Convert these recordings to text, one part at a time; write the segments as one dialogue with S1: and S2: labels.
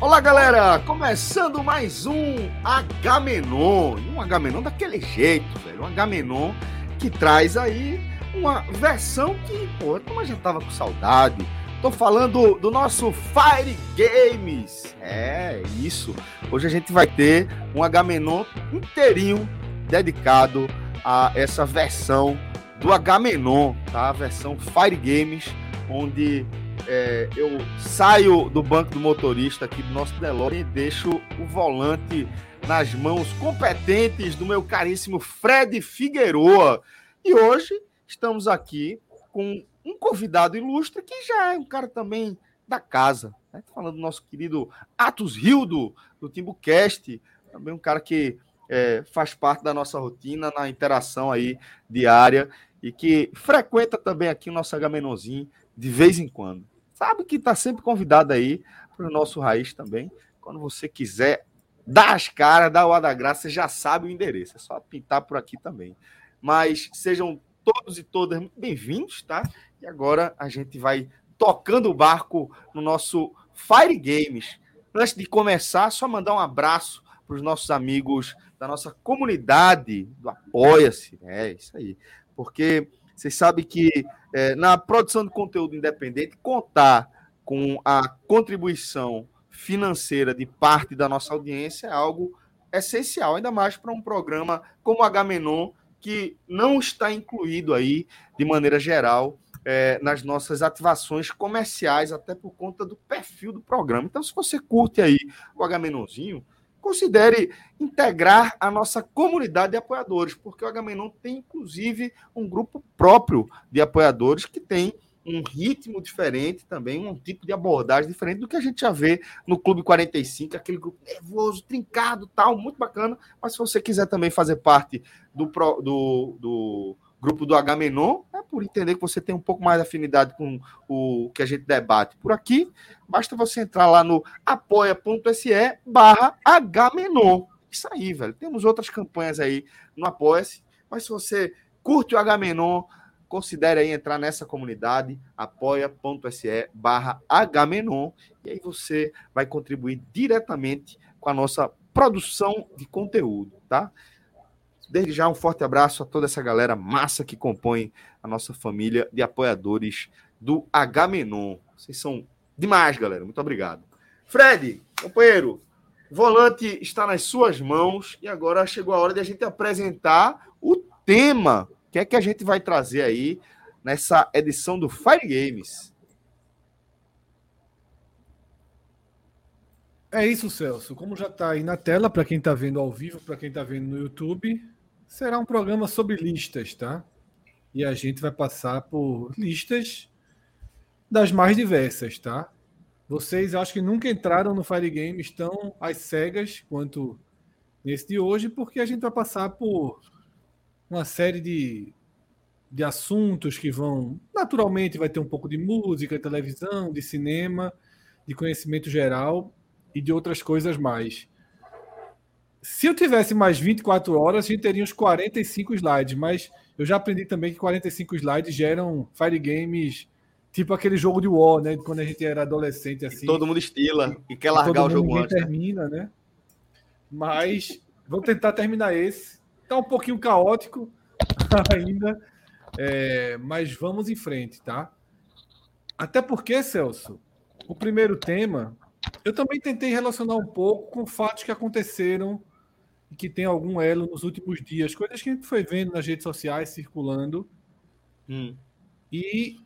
S1: Olá, galera! Começando mais um Agamenon. E Um Agamenon daquele jeito, velho. Um Agamenon que traz aí uma versão que, pô, como a gente tava com saudade. Tô falando do nosso Fire Games. É, isso. Hoje a gente vai ter um Agamenon inteirinho dedicado a essa versão do Agamenon, tá? A versão Fire Games, onde é, eu saio do banco do motorista aqui do nosso DeLorean e deixo o volante nas mãos competentes do meu caríssimo Fred Figueroa. E hoje estamos aqui com um convidado ilustre que já é um cara também da casa. Né? Tô Falando do nosso querido Atos Rildo, do Timbucast, também um cara que é, faz parte da nossa rotina na interação aí diária e que frequenta também aqui o nosso Agamenonzinho de vez em quando. Sabe que está sempre convidado aí para o nosso Raiz também. Quando você quiser dar as caras, dar o ar da graça, você já sabe o endereço. É só pintar por aqui também. Mas sejam todos e todas muito bem-vindos, tá? E agora a gente vai tocando o barco no nosso Fire Games. Antes de começar, só mandar um abraço para os nossos amigos da nossa comunidade do Apoia-se. É isso aí. Porque vocês sabem que é, na produção de conteúdo independente, contar com a contribuição financeira de parte da nossa audiência é algo essencial, ainda mais para um programa como o Agamenon, que não está incluído aí, de maneira geral, é, nas nossas ativações comerciais, até por conta do perfil do programa. Então, se você curte aí o Agamenonzinho, considere integrar a nossa comunidade de apoiadores, porque o Agamenon tem, inclusive, um grupo próprio de apoiadores que tem um ritmo diferente também, um tipo de abordagem diferente do que a gente já vê no Clube 45, aquele grupo nervoso, trincado, tal, muito bacana. Mas se você quiser também fazer parte do, pro- do, do grupo do Agamenon, é por entender que você tem um pouco mais de afinidade com o que a gente debate por aqui, basta você entrar lá no apoia.se barra Agamenon. Isso aí, velho. Temos outras campanhas aí no Apoia-se, mas se você curte o Agamenon, considere aí entrar nessa comunidade, apoia.se barra Agamenon, e aí você vai contribuir diretamente com a nossa produção de conteúdo, tá? Desde já, um forte abraço a toda essa galera massa que compõe a nossa família de apoiadores do Agamenon. Vocês são demais, galera. Muito obrigado. Fred, companheiro, volante está nas suas mãos e agora chegou a hora de a gente apresentar o tema que é que a gente vai trazer aí nessa edição do Fire Games.
S2: É isso, Celso. Como já está aí na tela, para quem está vendo ao vivo, para quem está vendo no YouTube, será um programa sobre listas, tá? E a gente vai passar por listas das mais diversas, tá? Vocês acho que nunca entraram no Fire Game, estão às cegas quanto nesse de hoje, porque a gente vai passar por uma série de, de assuntos que vão. Naturalmente, vai ter um pouco de música, de televisão, de cinema, de conhecimento geral e de outras coisas mais. Se eu tivesse mais 24 horas, a gente teria uns 45 slides, mas eu já aprendi também que 45 slides geram Fire Games, tipo aquele jogo de War, né? de Quando a gente era adolescente, assim.
S1: Todo mundo estila e quer
S2: que
S1: largar o
S2: todo mundo,
S1: jogo
S2: ninguém
S1: antes. né?
S2: termina, né? Mas vou tentar terminar esse. Tá um pouquinho caótico ainda, é, mas vamos em frente, tá? Até porque, Celso, o primeiro tema, eu também tentei relacionar um pouco com fatos que aconteceram e que tem algum elo nos últimos dias, coisas que a gente foi vendo nas redes sociais circulando
S1: Hum.
S2: E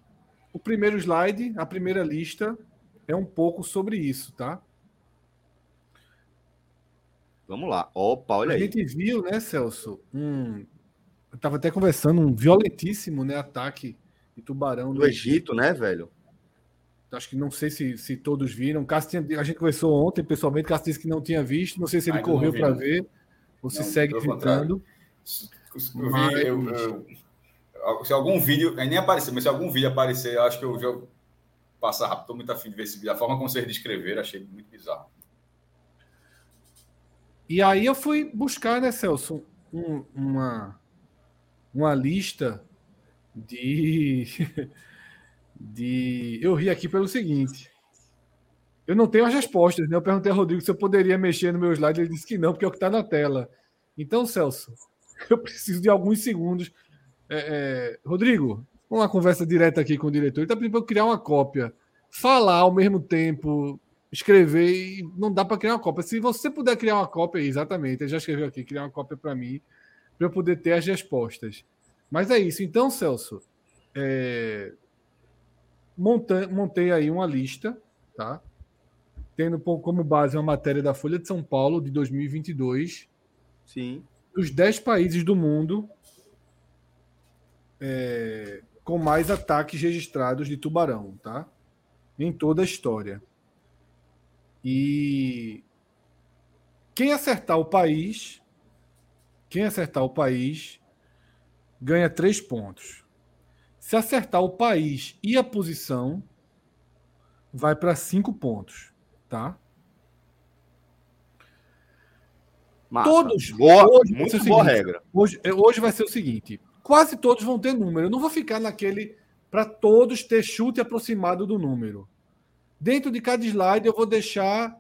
S2: o primeiro slide, a primeira lista, é um pouco sobre isso, tá?
S1: Vamos lá. Opa, olha
S2: a
S1: aí.
S2: gente viu, né, Celso? Um, eu tava até conversando, um violentíssimo né, ataque de tubarão
S1: Do Egito, né, velho?
S2: Acho que não sei se, se todos viram. Cássio tinha- a gente conversou ontem pessoalmente, Cássio disse que não tinha visto. Não sei se ele
S3: Ainda não
S2: correu
S3: vi,
S2: para
S3: não.
S2: ver ou se
S3: Não,
S2: segue
S3: pelo contrário.
S2: ficando.
S3: Eu vi, eu- eu- se algum vídeo, aí nem apareceu, mas se algum vídeo aparecer, eu acho que eu já passar rápido. Estou muito afim de ver esse vídeo. A forma como vocês descreveram, achei muito bizarro. Tá
S2: E aí eu fui buscar, né, Celso, um- uma, uma lista de, de. Eu ri aqui pelo seguinte. Eu não tenho as respostas, né? Eu perguntei a Rodrigo se eu poderia mexer no meu slide. Ele disse que não, porque é o que está na tela. Então, Celso, eu preciso de alguns segundos. É, é, Rodrigo, vamos lá, conversa direta aqui com o diretor. Ele está pedindo para eu criar uma cópia. Falar ao mesmo tempo, escrever e não dá para criar uma cópia. Se você puder criar uma cópia, exatamente, ele já escreveu aqui, criar uma cópia para mim, para eu poder ter as respostas. Mas é isso. Então, Celso, é, monta- montei aí uma lista, tá? Tendo po- como base uma matéria da Folha de São Paulo de 2022,
S1: Sim.
S2: dos 10 países do mundo é, com mais ataques registrados de tubarão, tá? Em toda a história. E quem acertar o país, quem acertar o país ganha três pontos. Se acertar o país e a posição, vai para cinco pontos, tá?
S1: Massa.
S2: Todos.
S1: Boa,
S2: Todos. Esse é
S1: muito
S2: o
S1: boa
S2: seguinte.
S1: regra.
S2: Hoje, é, hoje vai ser o seguinte: quase todos vão ter número. Eu não vou ficar naquele para todos ter chute aproximado do número. Dentro de cada slide, eu vou deixar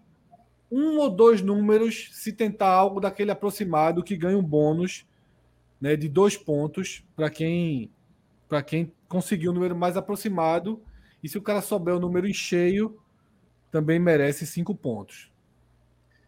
S2: um ou dois números se tentar algo daquele aproximado que ganha um bônus né, de dois pontos para quem para quem conseguir o número mais aproximado. E se o cara souber o número em cheio, também merece cinco pontos.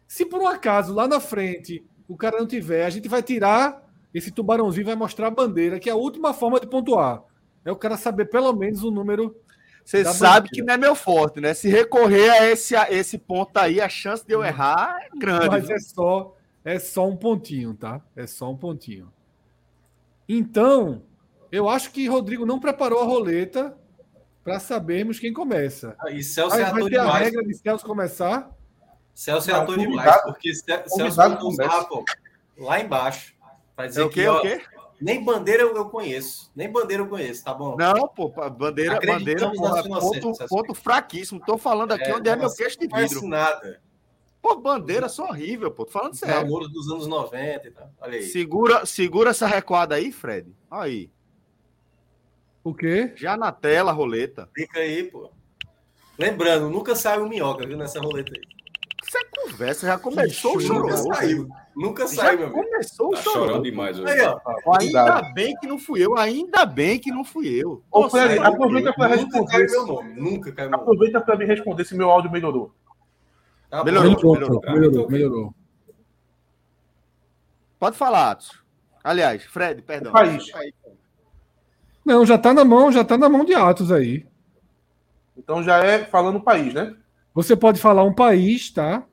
S2: Se por um acaso lá na frente o cara não tiver, a gente vai tirar esse tubarãozinho e vai mostrar a bandeira, que é a última forma de pontuar. É o cara saber pelo menos o número.
S1: Você
S2: Dá
S1: sabe
S2: bandeira.
S1: que não é meu forte, né? Se recorrer a esse, a esse ponto aí, a chance de eu errar é grande.
S2: Mas é só, é só um pontinho, tá? É só um pontinho. Então, eu acho que Rodrigo não preparou a roleta para sabermos quem começa.
S4: E Celso
S2: Aí
S4: é
S2: vai
S4: ator
S2: ter a
S4: demais.
S2: regra de Celso começar.
S4: Celso é
S3: Não,
S4: ator
S3: convidado-
S4: demais, porque Ce- Celso
S3: convidado
S4: botou os
S3: conversa.
S4: rapa, ó, lá embaixo. Pra dizer
S1: É o quê?
S4: que,
S1: É
S4: ó,
S1: o quê?
S4: nem bandeira eu, eu conheço. Nem bandeira eu conheço, tá
S5: é
S4: bom?
S1: Não, pô, pa- bandeira, bandeira,
S4: Acreditamos
S1: porra,
S4: na sua inocência,
S1: ponto,
S4: Sassi.
S1: ponto fraquíssimo. Tô falando aqui
S4: É, assim,
S1: onde é meu
S4: nossa,
S1: queixo de
S4: não conheço
S1: vidro.
S4: nada.
S1: Pô, bandeira só horrível, pô. Tô falando
S5: É.
S4: Os
S1: sério.
S4: namoros dos anos 90 e tal. Olha aí.
S1: Segura, segura essa recuada aí, Fred. Aí.
S2: O quê?
S1: Já na tela, a roleta.
S4: Fica aí, pô. Lembrando, nunca saiu um minhoca, viu, nessa roleta aí.
S1: Você conversa, já começou o
S2: Ixi,
S1: chororô.
S4: Nunca saiu. Nunca
S1: Já
S4: saiu, meu amigo.
S1: começou o
S3: Tá chorando
S1: chororô.
S3: demais hoje.
S4: Aí, ó.
S1: Ainda bem que não fui eu, ainda bem que não fui eu.
S6: Ô,
S1: Tô
S6: Fred,
S1: sério.
S6: aproveita para
S4: Nunca caiu
S6: responder.
S4: meu nome. Nunca caiu meu nome.
S6: Aproveita para me responder se meu áudio melhorou.
S4: Tá bom.
S1: Melhorou, melhorou.
S2: melhorou,
S3: Então,
S2: melhorou, melhorou.
S1: Pode falar, Atos. Aliás, Fred, perdão.
S6: O país.
S2: Não, já tá na mão, já tá na mão de Atos aí.
S6: Então já é falando o país, né?
S2: Você pode falar um país, tá?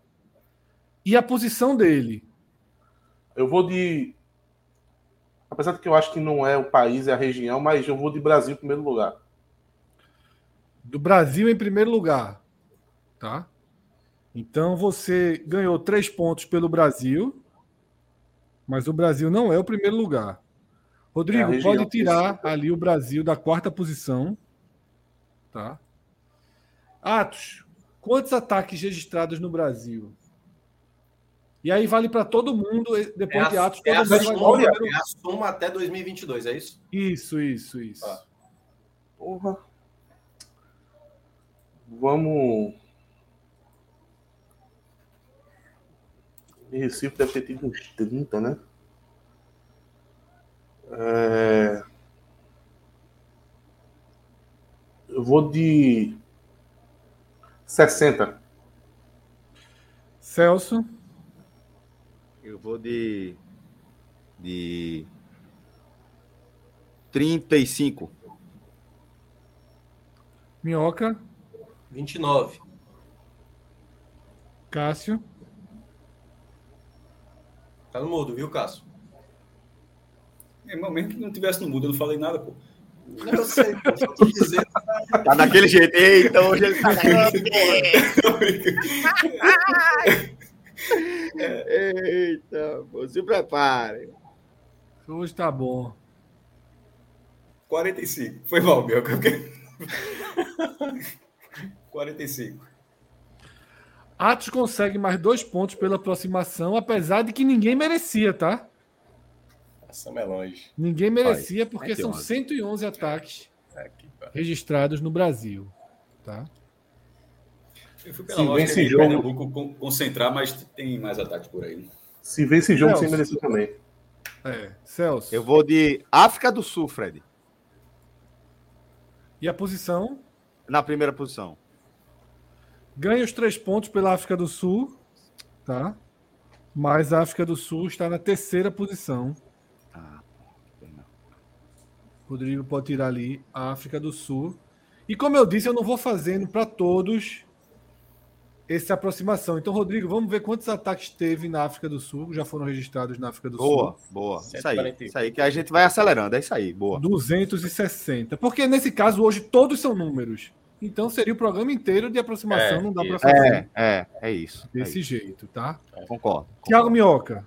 S2: E a posição dele.
S6: Eu vou de. Apesar de que eu acho que não é o país, é a região, mas eu vou de Brasil em primeiro lugar.
S2: do Brasil em primeiro lugar, tá? Então você ganhou três pontos pelo Brasil, mas o Brasil não é o primeiro lugar.
S6: É a
S2: Rodrigo,
S6: região
S2: pode tirar ali o Brasil da quarta posição, tá? Atos, quantos ataques registrados no Brasil? E aí vale para todo mundo, e
S4: É
S2: depois de
S4: a,
S2: Atos, todo
S4: é a
S2: mundo vai dar
S6: soma-
S2: o
S4: soma,
S2: número.
S4: é a soma até 2022, é isso?
S2: Isso, isso, isso.
S4: Tá.
S6: Porra. Vamos. Em Recife deve ter tido uns 30, né? É... Eu vou de 60.
S2: Celso,
S1: Eu vou de. De. 35.
S2: Minhoca,
S4: 29.
S2: Cássio,
S4: Tá no mudo, viu, Cássio?
S3: É, mas mesmo que não tivesse no mudo, eu não falei nada, pô.
S4: Eu sei, pô, só tô dizendo.
S1: Tá daquele jeito. Eita, hoje ele tá. Eita, pô, se prepare.
S2: hoje tá bom.
S3: 45. Foi mal, meu. porque- 45.
S2: Atos consegue mais dois pontos pela aproximação, apesar de que ninguém merecia, tá?
S3: Passamos é longe.
S2: Ninguém merecia, porque
S1: 111.
S2: são 111 ataques
S3: É, que pariu.
S2: registrados no Brasil. Tá?
S3: eu fui pela
S6: Sim,
S3: lógica
S6: nesse
S3: de
S6: jogo-
S3: Pernambuco con- concentrar, mas tem mais ataques por aí.
S6: Se vê esse jogo,
S2: Não,
S6: sem
S2: se-
S6: merecer também.
S2: É, Celso.
S1: Eu vou de África do Sul, Fred.
S2: E a posição
S1: Na primeira posição.
S2: ganha os três pontos pela África do Sul, tá? Mas a África do Sul está na terceira posição.
S1: Ah, pena.
S2: Rodrigo pode tirar ali a África do Sul. E como eu disse, eu não vou fazendo para todos essa aproximação. Então, Rodrigo, vamos ver quantos ataques teve na África do Sul, já foram registrados na África do
S1: Boa, boa. Isso aí.
S4: 145.
S1: Isso aí que a gente vai acelerando. É isso aí, boa.
S2: Sul. 260. Porque nesse caso, hoje, todos são números. Então, seria o programa inteiro de aproximação,
S3: É,
S2: não dá para
S3: isso.
S2: fazer
S1: É, é, é isso. É
S2: desse jeito, tá?
S1: isso. Concordo.
S2: Tiago Minhoca.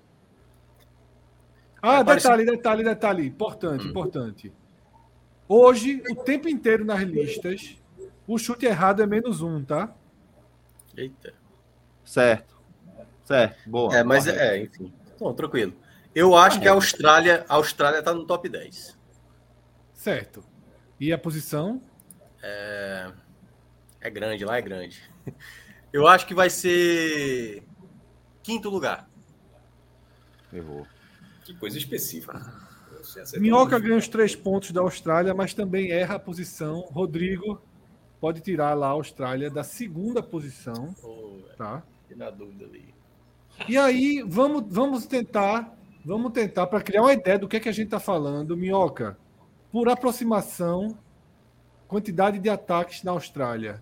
S2: Ah,
S4: Apareceu-
S2: detalhe, detalhe, detalhe. Importante, importante. Hoje, o tempo inteiro nas listas, o chute errado é menos um, tá?
S4: Eita.
S1: Certo. Certo, boa.
S4: É, mas é, enfim. Bom, tranquilo. Eu acho que a Austrália, a Austrália tá no top 10.
S2: Certo. E a posição?
S4: É grande, lá é grande. Eu acho que vai ser quinto lugar.
S1: Errou.
S3: Que coisa específica. Você acertou um
S2: Minhoca
S3: muito.
S2: ganha os três pontos da Austrália, mas também erra a posição. Rodrigo pode tirar lá a Austrália da segunda posição,
S4: Pô,
S2: tá?
S4: fiquei na dúvida ali.
S2: E aí, vamos, vamos tentar, vamos tentar para criar uma ideia do que é que a gente está falando, Minhoca. Por aproximação, quantidade de ataques na Austrália.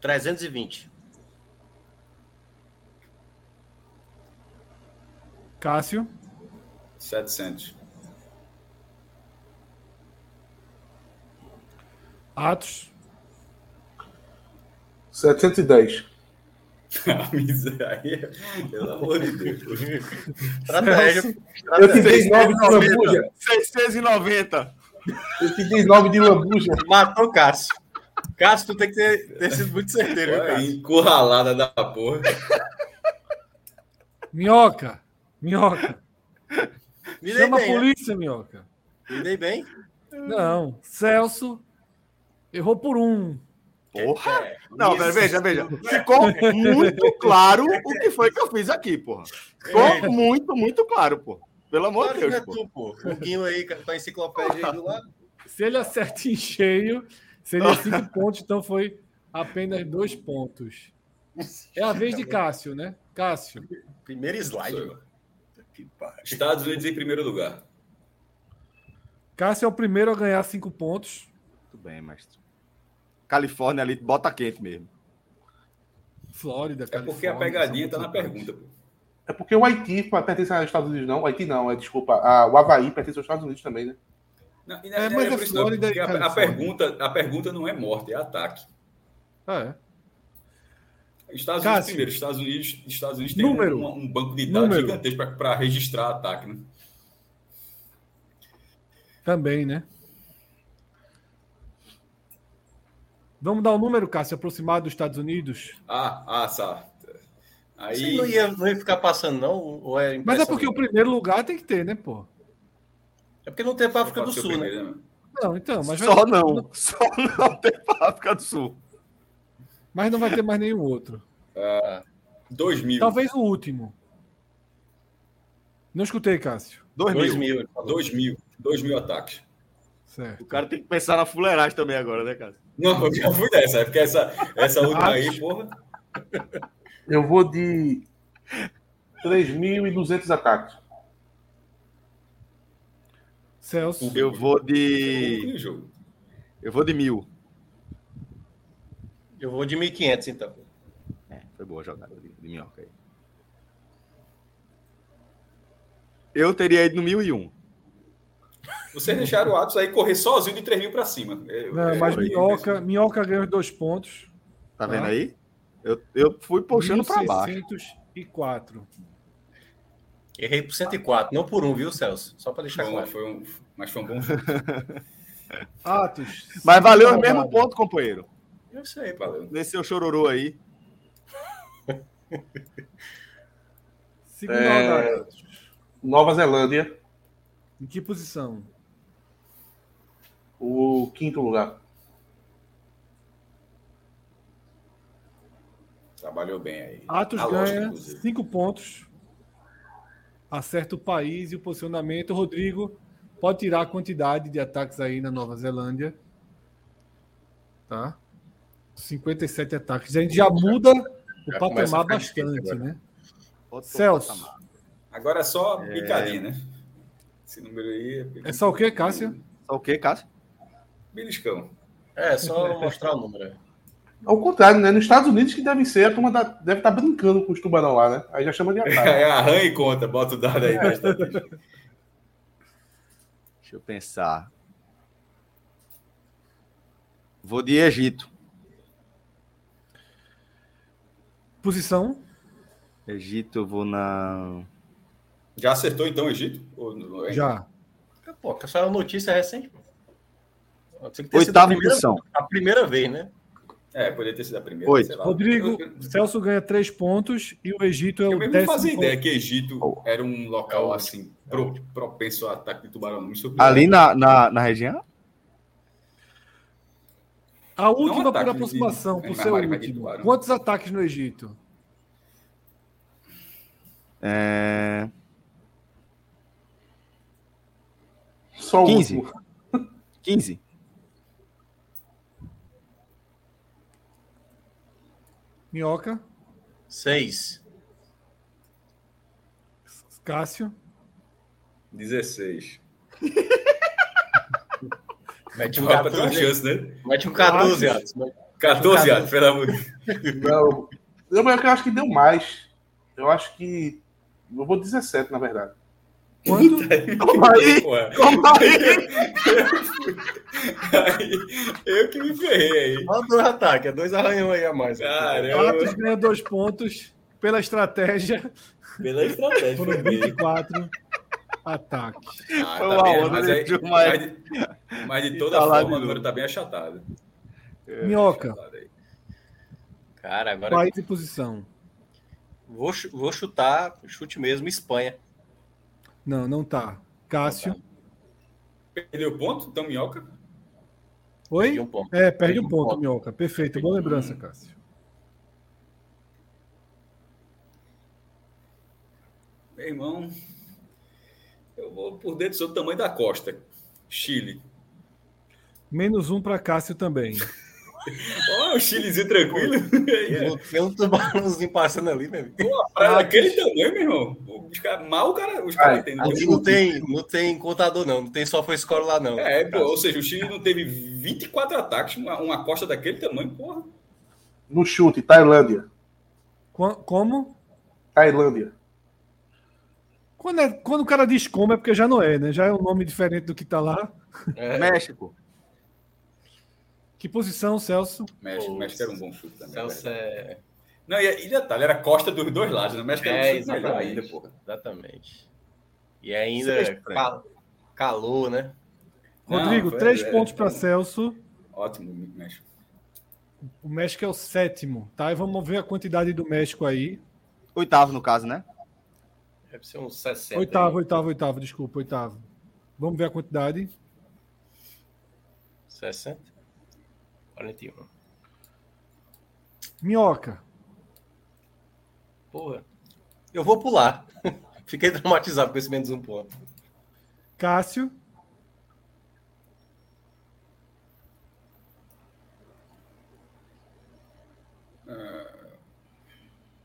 S4: 320.
S2: Cássio,
S3: 700.
S2: Atos,
S6: 710.
S3: Ah, miséria. Pelo amor de Deus.
S4: Estratégia.
S6: Eu te
S4: estratégia.
S6: dei 9 de lambuja.
S1: 690.
S6: Eu te dei 9 de lambuja.
S4: Matou o Cássio. Cássio, tu tem que ter, ter sido muito certeiro, viu,
S3: Olha,
S4: Cássio?
S3: Encurralada da porra.
S2: Minhoca, Minhoca.
S4: Me dei
S2: Chama a
S4: bem, né?
S2: polícia, Minhoca.
S4: Me dei bem.
S2: Não, Celso errou por um.
S1: Porra!
S4: É,
S1: Não, velho, veja, veja. Ficou muito claro o que foi que eu fiz aqui, porra.
S4: É.
S1: Ficou muito, muito claro, porra. Pelo amor
S4: Claro
S1: de
S4: que
S1: Deus,
S4: não é
S1: porra.
S4: tu, pô. O Guinho aí, cara, com a enciclopédia aí do lado.
S2: Se ele acerta em cheio, seria cinco pontos, então foi apenas dois pontos. É a vez de Cássio, né? Cássio.
S4: Primeiro slide,
S3: Sou eu.
S4: mano. Que pariu.
S3: Estados Unidos em primeiro lugar.
S2: Cássio é o primeiro a ganhar cinco pontos.
S1: Tudo bem, mestre. Califórnia ali, bota quente mesmo.
S2: Flórida,
S3: É
S2: Califórnia.
S3: porque a pegadinha tá
S2: são
S3: na
S2: muito
S3: pergunta. Pô.
S6: É porque o Haiti pa- pertence aos Estados Unidos, não. O Haiti não, é desculpa. a- o Havaí pertence aos Estados Unidos também, né?
S3: Não, e
S2: É,
S3: não
S2: mas
S3: por
S2: é
S3: isso não,
S2: Flórida e
S3: porque a, a,
S2: Califórnia.
S3: pergunta, a pergunta não é morte, é ataque.
S2: importantes. É.
S3: Estados
S2: Cássio.
S3: Unidos primeiro. Estados Unidos, Estados Unidos tem
S2: Número.
S3: um, um banco de dados
S2: Número.
S3: gigantesco para registrar ataque. Né?
S2: Também, né? Vamos dar o número, Cássio, aproximado dos Estados Unidos.
S3: Ah, ah, sá. Aí
S4: Você não ia, não ia ficar passando, não? Ou é
S2: Mas é
S4: impressão
S2: porque o
S4: minha?
S2: primeiro lugar tem que ter, né, pô?
S4: É porque não tem pra África do
S3: Pode ser o
S4: Sul, né?
S3: primeiro, né?
S2: Não, então, mas,
S1: Só
S2: vai-
S1: não. Só não tem pra África do Sul.
S2: mas não vai ter mais nenhum outro.
S3: Ah, 2000.
S2: Talvez o último. Não escutei, Cássio.
S1: 2000.
S4: 2000. ele falou.
S3: 2000. 2000 ataques.
S2: Certo.
S1: O cara tem que pensar na fuleiragem também agora, né, cara?
S3: Não, eu já fui dessa. É porque essa, essa última aí, porra.
S6: Eu vou de 3.200 ataques.
S2: Celso.
S1: Eu vou de.
S3: E... jogo.
S1: Eu vou de mil.
S4: Eu vou de 1.500, então.
S1: É, foi boa a jogada de, de minhoca aí. Eu teria ido no mil e um.
S3: Vocês deixaram o Atos aí correr sozinho de 3 mil para cima. É, Eu-
S2: Não, mas
S3: eu- eu-
S2: Minhoca, Minhoca ganhou os dois pontos.
S1: Tá vendo
S2: Tá.
S1: aí? Eu, eu fui puxando pra baixo.
S2: 1604.
S4: Errei por 104, não por um, viu, Celso? Só para deixar
S3: Bom,
S4: claro.
S3: foi um, mas foi um bom jogo.
S2: Atos.
S1: Mas valeu o
S2: Rodada.
S1: mesmo ponto, companheiro.
S4: Eu sei, pô.
S3: Valeu.
S1: Nesse seu chororô aí.
S2: Segunda
S6: É.
S2: rodada. Atos.
S6: Nova Zelândia,
S2: Em que posição?
S6: o quinto lugar.
S3: Trabalhou bem aí.
S2: Atos
S3: Na lógica,
S2: ganha
S3: Tá inclusive.
S2: cinco pontos. Acerta o país e o posicionamento. Rodrigo pode tirar a quantidade de ataques aí na Nova Zelândia. Tá? 57 ataques. A gente já muda o
S6: já começa a
S2: patamar
S6: ficar difícil
S2: bastante,
S6: agora.
S2: né?
S1: Outro
S2: Celso.
S1: patamar.
S3: Agora é só bicadinha, né? Esse número aí.
S2: É só o quê, Cássio?
S1: Só o quê, Cássio?
S3: Beliscão.
S4: É, só mostrar o número. é.
S6: Ao contrário, né? Nos Estados Unidos que deve ser, a turma da- deve estar brincando com os tubarão lá, né? Aí já chama de ataque.
S3: É, arranha e conta, bota o dado aí. da estatística.
S1: Deixa eu pensar. Vou de Egito.
S2: Posição?
S1: Egito, eu vou na.
S3: Já acertou então o Egito? Ou não é?
S2: Já.
S4: Pô, que só era notícia recente, pô. Tem que ter sido a
S1: Oitava
S4: primeira,
S1: posição.
S4: a primeira vez, né?
S3: É, poderia ter sido a primeira.
S1: Oito.
S3: sei lá.
S2: Rodrigo,
S3: Eu, eu,
S2: Celso ganha três pontos e o Egito é
S3: eu
S2: o
S3: mesmo não fazia
S2: décimo.
S3: ideia que Egito era um local assim pro- propenso a ataque de tubarão. Me surpreendeu.
S1: Ali na, na, na região?
S2: A última por
S3: ataque de- né?
S2: aproximação, por
S3: mas
S2: ser o
S3: Mari vai de
S2: último.
S3: tubarão.
S2: Quantos ataques no Egito?
S1: É...
S6: Só o
S1: 15.
S6: último.
S1: 15.
S2: Minhoca,
S4: Seis.
S2: Cássio.
S3: 16.
S4: Mete um
S3: Dá pra ter uma
S4: 14.
S3: chance, né?
S4: Mete um 14, Atos.
S3: 14, ah, pelo amor de Deus.
S6: Não. Eu, eu acho que deu mais. Eu acho que. Eu vou 17, na verdade.
S2: Quanto?
S1: Calma aí, tá?
S3: Porra.
S1: calma aí.
S3: Aí, Eu que me ferrei aí.
S4: Só dois ataques, é dois arranhões aí a mais.
S3: Caramba,
S2: Atos ganha dois pontos pela estratégia.
S3: Ah, pela estratégia.
S2: Foram 24 ataques.
S3: Ah,
S1: Foi
S3: tá
S1: uma
S3: bem,
S1: onda
S3: mas,
S1: de
S3: aí-
S1: Gilmar.
S3: mas de- mas de toda
S1: tá lá de
S3: forma,
S1: novo.
S3: o número tá bem achatado.
S2: Minhoca,
S3: Achatado aí.
S4: Cara, agora
S2: país e posição.
S4: vou, chu- vou chutar, chute mesmo, Espanha.
S2: Não, não tá. Cássio.
S3: Perdeu o ponto, então minhoca.
S4: De
S2: Oi?
S4: um ponto.
S2: É, perde um
S4: um
S2: ponto,
S4: ponto.
S2: Minhoca. Perfeito. Boa lembrança, Cássio.
S3: Meu irmão, eu vou por dentro sobre o tamanho da costa. Chile.
S2: Menos um para Cássio também.
S3: Ó, o Chilezinho tranquilo. É.
S4: Tem um tubarãozinho passando ali, meu amigo.
S3: Pra
S1: Ah,
S3: aquele tamanho, meu irmão. Os cara, mal o cara, os caras têm.
S4: Ali não tem, não tem contador, não. Não tem só foi escola lá, não.
S3: É, pô, ou seja, o Chile não teve 24 ataques, uma, uma costa daquele tamanho, porra.
S6: No chute, Tailândia.
S2: Qua- Como?
S6: Tailândia.
S2: Quando, é- quando o cara diz como é porque já não é, né? Já é um nome diferente do que tá lá.
S1: México.
S2: Que posição, Celso?
S3: México,
S4: Pô,
S3: México era um bom chute também.
S4: Celso
S3: velho.
S4: é.
S3: Não, e, e detalhe, era costa dos dois lados, né? México era um
S4: É,
S3: chute melhor ainda,
S4: exatamente.
S3: porra.
S4: Exatamente. E ainda
S1: Sexto,
S4: cal- calor, né?
S3: Não,
S2: Rodrigo,
S3: foi-
S2: três
S3: é,
S2: pontos para
S3: então,
S2: Celso.
S3: Ótimo, México.
S2: O México é o sétimo, tá? E vamos ver a quantidade do México aí.
S1: Oitavo, no caso, né?
S4: Deve ser uns 60.
S2: Oitavo,
S4: aí.
S2: oitavo, oitavo, desculpa, oitavo. Vamos ver a quantidade.
S4: 60? 41.
S2: Minhoca.
S4: Porra. Eu vou pular. Fiquei traumatizado com esse menos um ponto.
S2: Cássio.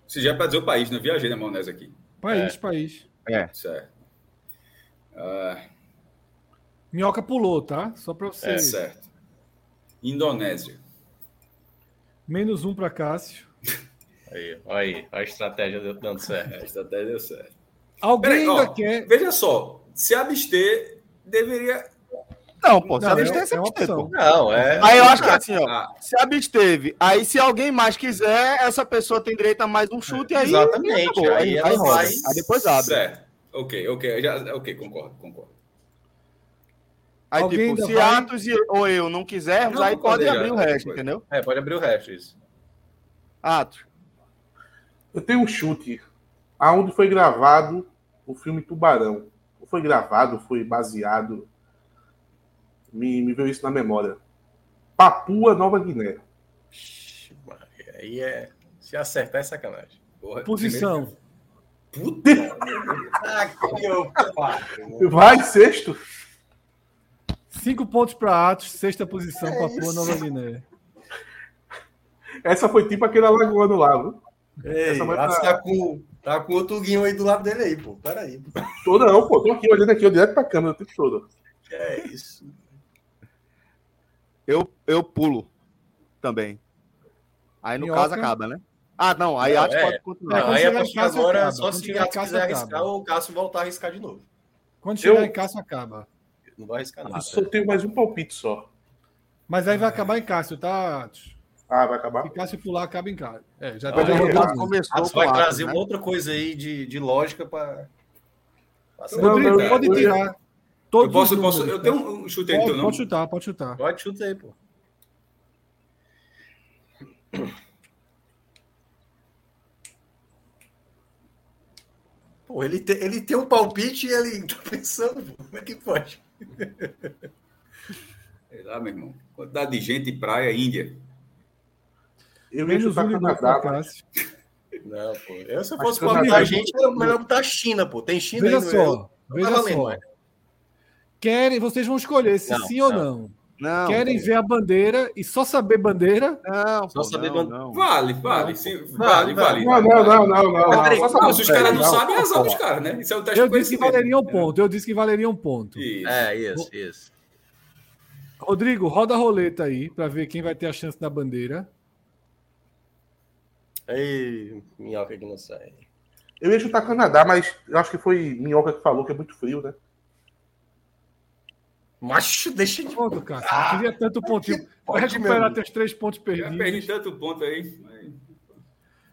S3: Se já é pra dizer o país, não viajei na maionese aqui.
S2: País, país.
S1: É.
S3: Certo. Ah,
S2: Minhoca pulou, tá? Só para você.
S3: É certo. Indonésia.
S2: Menos um para Cássio.
S7: Aí, olha aí, a estratégia deu dando certo.
S3: É, A estratégia deu certo.
S2: Alguém
S3: Peraí,
S2: ainda
S3: ó,
S2: quer.
S3: Veja só, se abster, deveria.
S5: Não, pô, se
S2: Não,
S5: absteve,
S2: é-
S5: se
S2: é uma
S5: absteve,
S2: opção.
S5: pô.
S7: Não, é.
S5: Aí eu acho que é assim, ó.
S3: Ah,
S5: Se absteve. Aí se alguém mais quiser, essa pessoa tem direito a mais um chute e aí.
S7: Exatamente,
S5: acabou,
S7: aí
S5: Aí,
S7: ela
S1: é
S5: aí roda.
S7: vai-
S5: Aí depois abre.
S3: certo. Ok, ok. Já, ok, concordo, concordo.
S5: Aí,
S2: Alguém
S5: tipo,
S2: ainda
S5: se
S2: vai?
S5: Atos e- ou eu não quisermos,
S3: Não,
S5: aí
S3: não
S5: pode
S3: pode,
S5: abrir
S3: já,
S5: o
S3: já
S5: resto,
S3: foi.
S5: entendeu?
S7: É, pode abrir o resto, isso.
S5: Atos.
S6: Eu tenho um chute. Aonde foi gravado o filme Tubarão? Ou Foi gravado, foi baseado. Me, me veio isso na memória. Papua Nova Guiné.
S7: Ixi, Maria, Aí é. Se acertar é sacanagem.
S3: Porra,
S2: Posição.
S3: primeiro- Puta!
S6: Vai, sexto.
S2: Cinco pontos para Atos, sexta posição para Papua Nova Guiné.
S6: Essa foi tipo aquele alagoano lá, viu?
S4: Ei,
S6: Essa vai
S4: Atos
S6: pra-
S4: tá com, tá com outro guinho aí do lado dele aí, pô. Peraí.
S6: Tô não, pô. Tô aqui olhando aqui, ó, direto pra câmera o tempo todo.
S4: É isso.
S5: Eu, eu pulo também. Aí no
S2: Minhoca?
S5: caso acaba, né? Ah, não, aí
S7: Não,
S5: Atos
S7: é.
S5: pode continuar.
S2: É,
S7: Não, aí
S2: quando
S7: a
S2: chegar em
S7: partir de
S2: casa,
S7: agora,
S2: acaba.
S7: só
S2: Quando
S7: se
S2: chegar em
S7: Cássio
S2: casa,
S7: quiser
S2: acaba.
S7: arriscar ou o Cássio voltar a arriscar de novo.
S2: Quando chegar
S6: Eu-
S2: em Cássio, acaba.
S7: Não vai arriscar nada.
S6: Eu só tenho mais um palpite só.
S2: Mas aí vai acabar em Cássio, tá, Atos?
S6: Ah, vai acabar?
S2: Se Cássio pular, acaba em Cássio. É, já
S7: Ah,
S2: tá
S7: vai
S2: derrotado.
S5: Atos começou
S7: Atos
S5: com
S7: vai
S5: Atos,
S7: trazer
S5: né?
S4: um
S7: uma outra coisa aí de, de lógica para.
S6: Não,
S2: Rodrigo,
S6: não,
S2: pode
S6: eu-
S2: tirar. Todos
S3: Eu posso,
S2: os
S3: posso.
S2: números, tá?
S3: Eu tenho um um chute aí, então,
S2: Pode,
S3: não?
S2: pode chutar, pode chutar.
S7: Pode chutar aí, pô.
S4: Pô, ele, te- ele tem um palpite e ele tá pensando, pô, como é que pode?
S3: Sei lá, meu irmão. Quantidade de gente, praia, Índia.
S6: Eu ia
S2: Menos
S6: chutar
S2: um limão para
S6: Canadá, mas
S2: Cássio.
S7: Não, pô. Eu, se eu
S6: Mas
S7: fosse
S6: Canadá-
S7: palpitar a gente, era melhor botar China, pô. Tem China
S2: Veja
S7: aí no
S2: só,
S7: Não
S2: veja
S7: tava
S2: só.
S7: lendo,
S2: Querem, vocês vão escolher se
S7: Não,
S2: sim ou
S7: não.
S2: não.
S5: Não,
S2: Querem ver a bandeira e só saber bandeira?
S5: não,
S7: Só
S5: pô,
S7: saber
S5: não,
S7: quando-
S5: não.
S3: Vale, vale. sim, vale, vale.
S6: Não, não, não, não, não.
S4: Peraí,
S6: Só
S3: Não, se os caras não
S6: Não,
S3: sabem, é azar
S6: porra.
S3: dos caras, né? Isso é o teste
S2: Eu
S3: de
S2: disse que
S3: conhecimento.
S2: valeria um ponto. Eu disse que valeria um ponto.
S3: Isso.
S7: É, isso, isso.
S2: Rodrigo, roda a roleta aí para ver quem vai ter a chance na bandeira.
S7: Aí, minhoca que não sai.
S6: Eu ia chutar Canadá, mas eu acho que foi Minhoca que falou que é muito frio, né?
S4: Macho, deixa de.
S2: Pronto, Cássio. Eu queria tanto pontinho. Vai
S4: pode, meu
S2: recuperar
S4: amigo.
S2: teus três pontos
S3: Já perdi
S2: perdidos.
S3: tanto ponto aí. mas-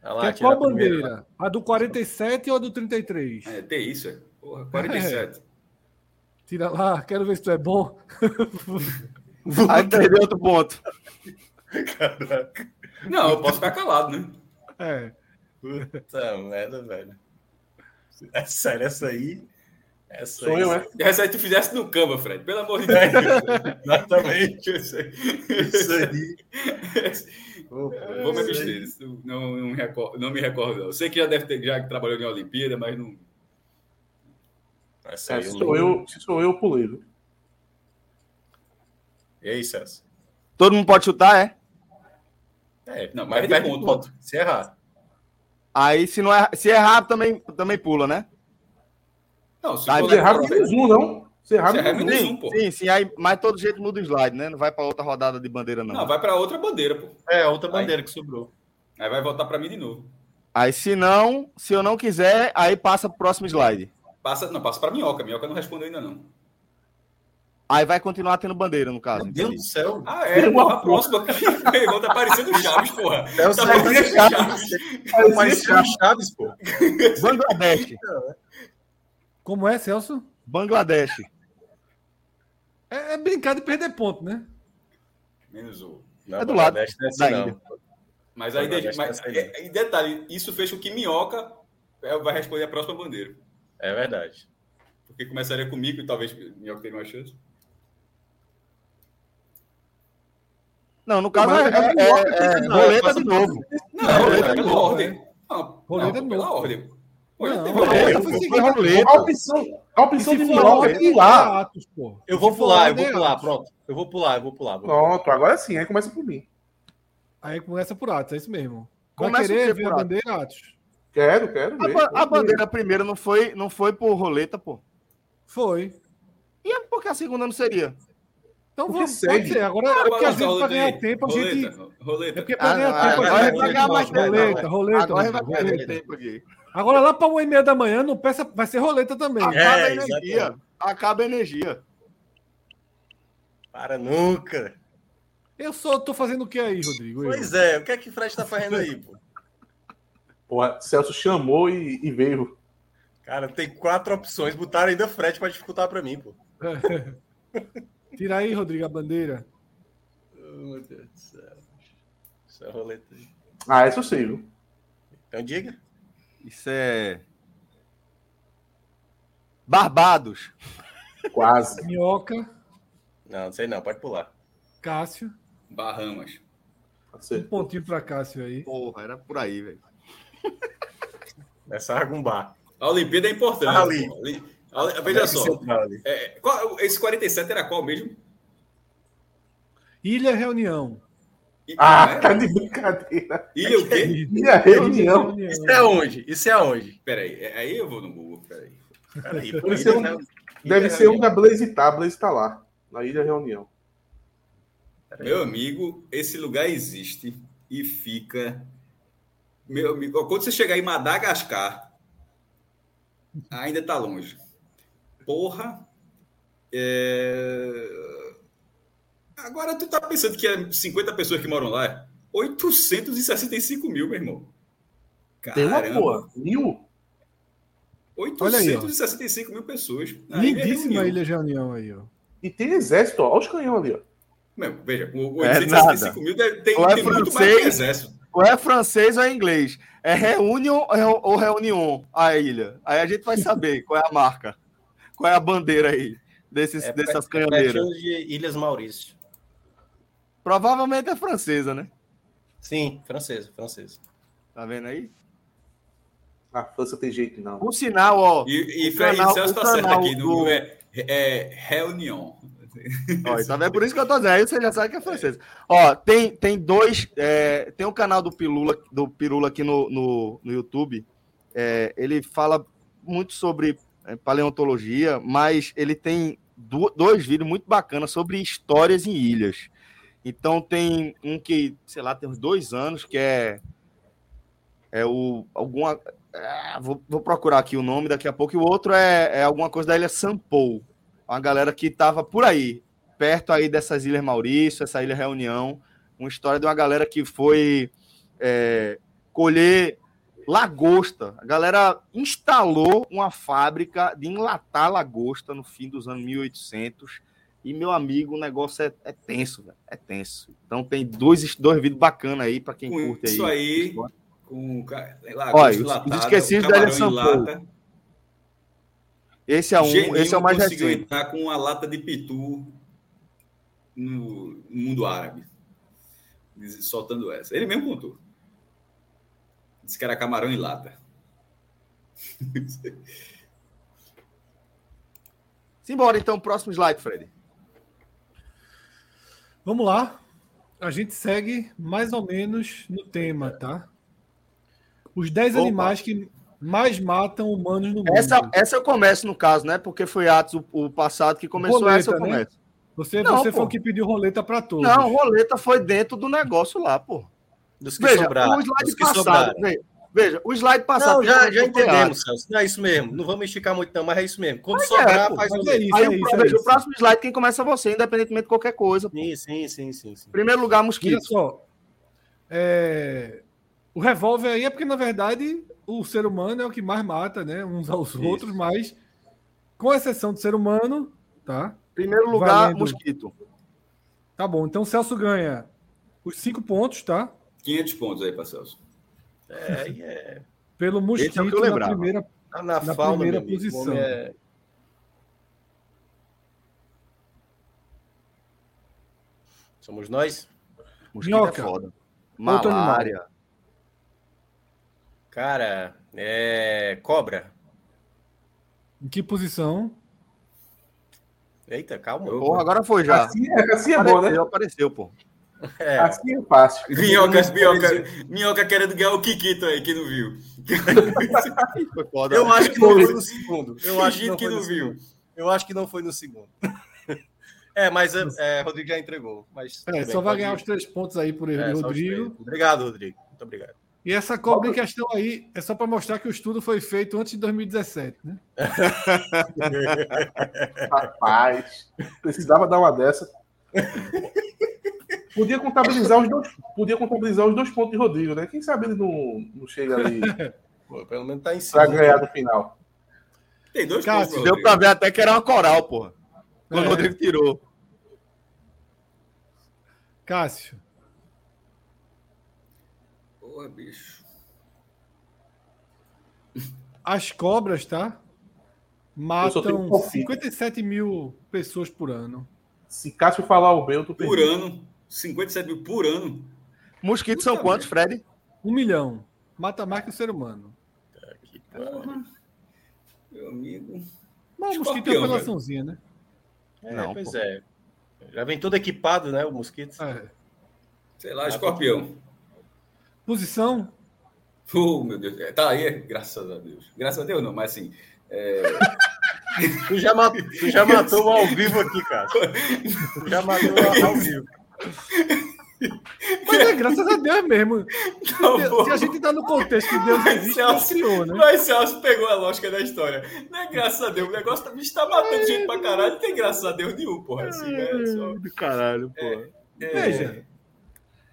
S7: Olha
S2: Quer
S7: tira
S2: qual
S7: a primeira.
S2: bandeira? A do 47 ou a do 33?
S3: É, tem isso, é. Porra, 47.
S2: Tira lá, quero ver se tu é bom.
S5: Aí perdeu outro ponto.
S3: Não, eu posso ficar calado, né?
S2: É.
S7: Puta merda, velho. É sério, essa aí. Essa
S6: Sou
S7: aí.
S6: eu, é?
S3: Essa aí tu fizesse no Canva, Fred. Pelo amor de Deus.
S7: Exatamente.
S3: Isso aí.
S7: Isso aí.
S3: Vou me abster. é isso Não, não, me recordo, não me recordo, não. Eu Sei que já deve ter, já trabalhou em Olimpíada, mas não.
S7: Essa
S6: É,
S7: aí
S6: se,
S7: eu
S6: sou
S7: lembro.
S6: eu, se sou eu, eu pulei. viu?
S7: E aí, Celso?
S5: Todo mundo pode chutar, é?
S7: É,
S3: Não,
S7: mas
S3: perde um
S7: perde
S3: ponto.
S7: ponto. Se errar.
S5: Aí se não é, se errar também também pula, né?
S3: Não, se
S5: Tá,
S3: for
S6: Se errar,
S3: legal,
S6: menos um, não. Se errar,
S3: Se errar,
S6: menos um.
S3: menos
S5: Sim,
S3: um, pô.
S5: sim, sim, aí, mas todo jeito muda o slide, né? Não vai pra outra rodada de bandeira não.
S3: Não, vai pra outra bandeira, pô.
S7: É, outra
S3: Vai.
S7: bandeira que sobrou.
S3: Aí vai voltar pra mim de novo.
S5: Aí se não, se eu não quiser, aí passa pro próximo slide.
S3: Passa, não, passa pra minhoca. Minhoca não respondeu ainda, não.
S5: Aí vai continuar tendo bandeira no caso.
S7: Meu Deus do céu.
S3: Ah, é, porra, a próxima aqui. Irmão, tá parecendo o Chaves, porra.
S7: Celso
S3: Tá
S7: é
S3: parecendo o Chaves.
S6: Parecia
S7: Parecia o Chaves, pô.
S5: entendi. Bangladesh,
S2: Como é, Celso?
S5: Bangladesh.
S2: É, é brincar de perder ponto, né?
S3: Menos um.
S7: Não,
S5: É do lado
S7: Bangladesh não é assim,
S5: da
S7: não.
S3: Mas aí,
S7: Agora acho que
S3: mas, é,
S7: essa aí não.
S3: e- e detalhe, isso fez com que minhoca eh, vai responder a próxima bandeira.
S7: É verdade.
S3: Porque começaria comigo e talvez minhoca teria mais chance.
S5: Não, no caso é,
S6: Mas é
S5: é- é- é roleta de novo.
S3: Não,
S7: Não,
S3: roleta
S7: é
S3: pela
S7: novo,
S3: ordem. Não,
S2: Roleta
S3: não,
S2: né? é
S3: pela
S2: novo.
S3: ordem. Pô, já
S2: Não, é
S3: teve
S2: roleta.
S3: roleta.
S2: Eu vou
S5: Foi roleta.
S6: A opção, a opção
S2: E
S6: de
S2: se for
S6: minhoca é
S2: ordem,
S6: pular.
S2: é Atos, pô.
S7: Eu
S2: Se
S7: vou
S2: for
S7: pular, eu
S2: ordem,
S7: vou
S2: é
S7: pular,
S2: Atos.
S7: pronto. Eu vou pular, eu vou pular. vou pular.
S6: Pronto, agora sim, aí começa por mim.
S2: Aí começa por Atos, é isso mesmo. Vai
S5: Começa o quê
S2: querer ver
S5: por
S2: a
S5: Atos?
S2: bandeira, Atos?
S6: Quero, quero
S5: A,
S6: ver.
S5: ba- a bandeira primeira não foi, não foi por roleta, pô.
S2: Foi.
S5: E é porque a a segunda não seria?
S2: Então
S6: Porque
S2: vamos,
S6: segue.
S2: pode ser. Agora é porque às vezes para ganhar tempo a gente.
S3: Roleta,
S2: É
S3: roleta.
S2: porque para
S5: Ah,
S2: ganhar
S5: não,
S2: tempo
S5: agora
S2: a
S5: vai
S2: gente.
S5: pagar mais
S2: Roleta,
S5: tempo,
S2: roleta, roleta.
S5: Agora vai
S2: roleta.
S5: perder tempo aqui.
S2: Agora lá para uma e meia da manhã, não peça, vai ser roleta também.
S7: É,
S5: Acaba a
S7: exatamente.
S5: energia. Acaba a energia.
S7: Para nunca.
S2: Eu sou, tô fazendo o que aí, Rodrigo? Eu.
S7: Pois é, o que é que o Fred tá fazendo aí, pô?
S6: Porra, Celso chamou e, e veio.
S7: Cara, tem quatro opções. Botaram ainda Fred pra dificultar pra mim, pô.
S5: é.
S2: Tira aí, Rodrigo, a bandeira.
S7: Oh, meu Deus do céu. Essa é roleta aí.
S6: Ah, essa eu sei, viu?
S7: Então diga.
S5: Isso é. Barbados.
S6: Quase.
S2: Minhoca,
S7: Não, não sei não, pode pular.
S2: Cássio.
S3: Bahamas.
S2: Um
S6: Acertou.
S2: pontinho para Cássio aí.
S5: Porra, era por aí, velho.
S7: Essa argumbar.
S3: A Olimpíada é importante.
S7: Ali.
S3: pô. Ali- Ali- Veja só. É, qual- esse 47 era qual mesmo?
S2: Ilha Reunião.
S3: I-
S6: Ah,
S3: não
S6: tá
S3: era?
S6: de brincadeira.
S3: Ilha né? o quê?
S6: Minha reunião.
S7: Isso é onde? Isso é onde?
S3: Peraí, é- aí eu vou no Google, peraí.
S7: Peraí,
S6: Deve ser um- Deve ser um da Blaze tá, Blaze tá lá. Na Ilha Reunião.
S3: Meu amigo, esse lugar existe e fica. Meu amigo, ó, quando você chegar em Madagascar, ainda tá longe. Porra. é, Agora tu tá pensando que é 50 pessoas que moram lá? é 865 mil, meu irmão.
S6: Tem uma
S3: Caramba,
S6: boa. Mil?
S3: 865 mil pessoas. na Ilha
S2: Lindíssima
S3: Reunião.
S2: Ilha Reunião aí, ó.
S6: E tem exército, ó. Olha os canhões ali, ó.
S3: Meu, veja, o
S5: É
S3: 865 mil deve- tem,
S5: Ou é
S3: tem muito mais que
S5: francês.
S3: exército.
S5: Ou é francês ou é inglês. É reunion ou reunion a ilha. Aí a gente vai saber qual é a marca. Qual é a bandeira aí desses,
S7: É
S5: dessas
S7: pertinho
S5: canhoneiras.
S7: de Ilhas Maurício.
S5: Provavelmente é francesa, né?
S7: Sim, francesa, francesa.
S5: Tá vendo aí?
S6: A França tem jeito, não.
S5: Por sinal, ó.
S3: E, e
S5: O
S3: Fred
S5: canal-
S3: Celso
S5: o
S3: tá certo
S5: canal
S3: aqui.
S5: do-
S3: No, é, é Reunion.
S5: ó tá vendo? É por isso que eu tô dizendo. Aí você já sabe que é francesa. Ó, tem, tem dois. é, tem um canal do Pirula, do Pirula aqui no, no, no YouTube. É, ele fala muito sobre é, paleontologia, mas ele tem du- dois vídeos muito bacanas sobre histórias em ilhas. Então tem um que, sei lá, tem uns dois anos, que é. É o. Alguma. ah, vou, vou procurar aqui o nome daqui a pouco. E o outro é, é alguma coisa da ilha Sampou. Uma galera que estava por aí, perto aí dessas ilhas Maurício, essa ilha Reunião. Uma história de uma galera que foi é, colher lagosta. A galera instalou uma fábrica de enlatar lagosta no fim dos anos 1800. E, meu amigo, o negócio é, é tenso, velho. É tenso. Então tem dois, dois vídeos bacanas aí para quem
S3: Com
S5: curte
S3: isso
S5: aí.
S3: aí, com ca- sei lá,
S5: Olha,
S3: gosto
S5: os- os
S3: latado,
S5: esquecidos
S3: camarão
S5: da Ilha
S3: em
S5: São Paulo.
S3: lata.
S5: Esse é um,
S3: Geninho
S5: esse é o mais
S3: conseguiu
S5: recente.
S3: entrar com uma lata de pitu no no mundo árabe. Diz- Soltando essa. Ele mesmo contou. Disse que era camarão em lata.
S5: Simbora, então, próximo slide, Fred.
S2: Vamos lá. A gente segue mais ou menos no tema, tá? Os 10
S5: Opa.
S2: animais que mais matam humanos no mundo.
S5: Essa, essa eu começo, no caso, né? Porque foi Atos o, o passado que começou,
S2: Roleta,
S5: essa eu
S2: né?
S5: começo.
S2: Você,
S5: Não,
S2: você
S5: pô.
S2: foi o que pediu roleta para todos.
S5: Não, roleta foi dentro do negócio lá, pô.
S7: Dos que
S5: Veja,
S7: sobraram.
S5: o
S7: dos
S5: slide
S7: que
S5: passado.
S7: sobraram.
S5: ve- Veja, o slide passado.
S7: Não, já,
S5: foi
S7: já
S5: Atos.
S7: entendemos, Celso. Não é isso mesmo. Não vamos esticar muito, não, mas é isso mesmo. Quando
S5: Mas é,
S7: sobrar,
S5: pô,
S7: faz um
S2: mas é
S7: dedo.
S2: isso.
S5: Aí, o, pro- veja,
S2: isso.
S5: o próximo slide, quem começa é você, independentemente de qualquer coisa. Pô.
S7: Sim, sim, sim, sim. sim.
S5: Primeiro lugar,
S2: Olha
S5: mosquito.
S2: só. É, O revólver aí é porque, na verdade, o ser humano é o que mais mata, né? Uns aos
S7: Isso.
S2: outros, mas com exceção do ser humano, tá?
S5: Primeiro lugar,
S2: Valendo.
S5: mosquito.
S2: Tá bom. Então o Celso ganha os cinco pontos, tá?
S3: 500 pontos aí para Celso.
S7: É, e é.
S2: Pelo mosquito
S5: eu
S2: na
S5: lembrava.
S2: primeira
S7: Tá na,
S2: Na
S7: fauna,
S2: primeira
S7: meu amigo.
S2: posição.
S7: O homem é- Somos nós?
S5: Mosquito
S2: Minhoca.
S5: é foda.
S2: Outro animal.
S5: Malária.
S7: Cara, é. Cobra.
S2: Em que posição?
S7: Eita, calma.
S5: Porra, agora foi já.
S6: Assim é, assim é bom, né?
S5: Apareceu, apareceu, pô.
S7: É,
S6: Assim é fácil.
S3: Minhocas, minhoca, minhoca querendo ganhar o Kikito aí, que não viu.
S5: Foi foda.
S7: eu acho que não foi no segundo. Eu acho que
S3: Fingindo
S7: não
S3: que
S7: foi no
S3: não viu.
S7: segundo. Eu acho que não foi no segundo.
S4: É, mas é, é, Rodrigo já entregou. Mas tudo
S2: É,
S4: bem,
S2: só vai
S4: pode
S2: ganhar
S4: ir.
S2: os três pontos aí por
S4: É, só os
S2: Rodrigo.
S4: três. Obrigado, Rodrigo. Muito obrigado.
S2: E essa cobra em questão aí é só para mostrar que o estudo foi feito antes de 2017, né?
S6: Rapaz, precisava dar uma dessa. Podia contabilizar os dois, podia contabilizar os dois pontos de Rodrigo, né? Quem sabe ele não, não chega ali
S7: Pô, pelo menos tá em cima.
S6: pra ganhar no final.
S3: Tem dois
S2: Cássio,
S3: pontos,
S5: Deu
S3: Rodrigo.
S5: pra ver até que era uma coral, porra. Quando
S2: É.
S5: o Rodrigo tirou.
S2: Cássio,
S3: Porra, bicho.
S2: as cobras, tá?
S6: só tenho
S2: Matam
S6: um
S2: 57 mil pessoas por ano.
S6: Se Cássio falar o B, eu tô
S3: Por
S6: perdido.
S3: ano. 57 mil por ano.
S5: Mosquitos
S3: Puta
S5: são quantos, Fred?
S2: Um milhão. Mata mais que o ser humano.
S7: Aqui, pô.
S3: Porra. Meu amigo.
S2: Mas o mosquito é
S3: Escorpião,
S2: uma relaçãozinha, né?
S7: É,
S5: Não,
S7: pois
S5: pô.
S7: é. Já vem todo equipado, né? O mosquito.
S2: É.
S3: Sei lá, escorpião.
S2: Posição,
S3: Oh, meu Deus. É, Tá aí, graças a Deus. Graças a Deus não, mas assim. é,
S7: Tu já, ma- tu já matou o ao vivo aqui, cara. Tu já matou o ao vivo.
S2: Mas é graças a Deus mesmo.
S3: Não,
S2: Se a
S3: pô.
S2: gente tá no contexto que Deus existe, Deus criou, né?
S3: Mas Celso pegou a lógica da história. Não é graças a Deus. O negócio tá, bicho, tá matando gente pra caralho. Não tem graças a Deus nenhum, porra. Assim, né? Só-
S5: Do caralho, porra.
S3: é,
S2: Veja.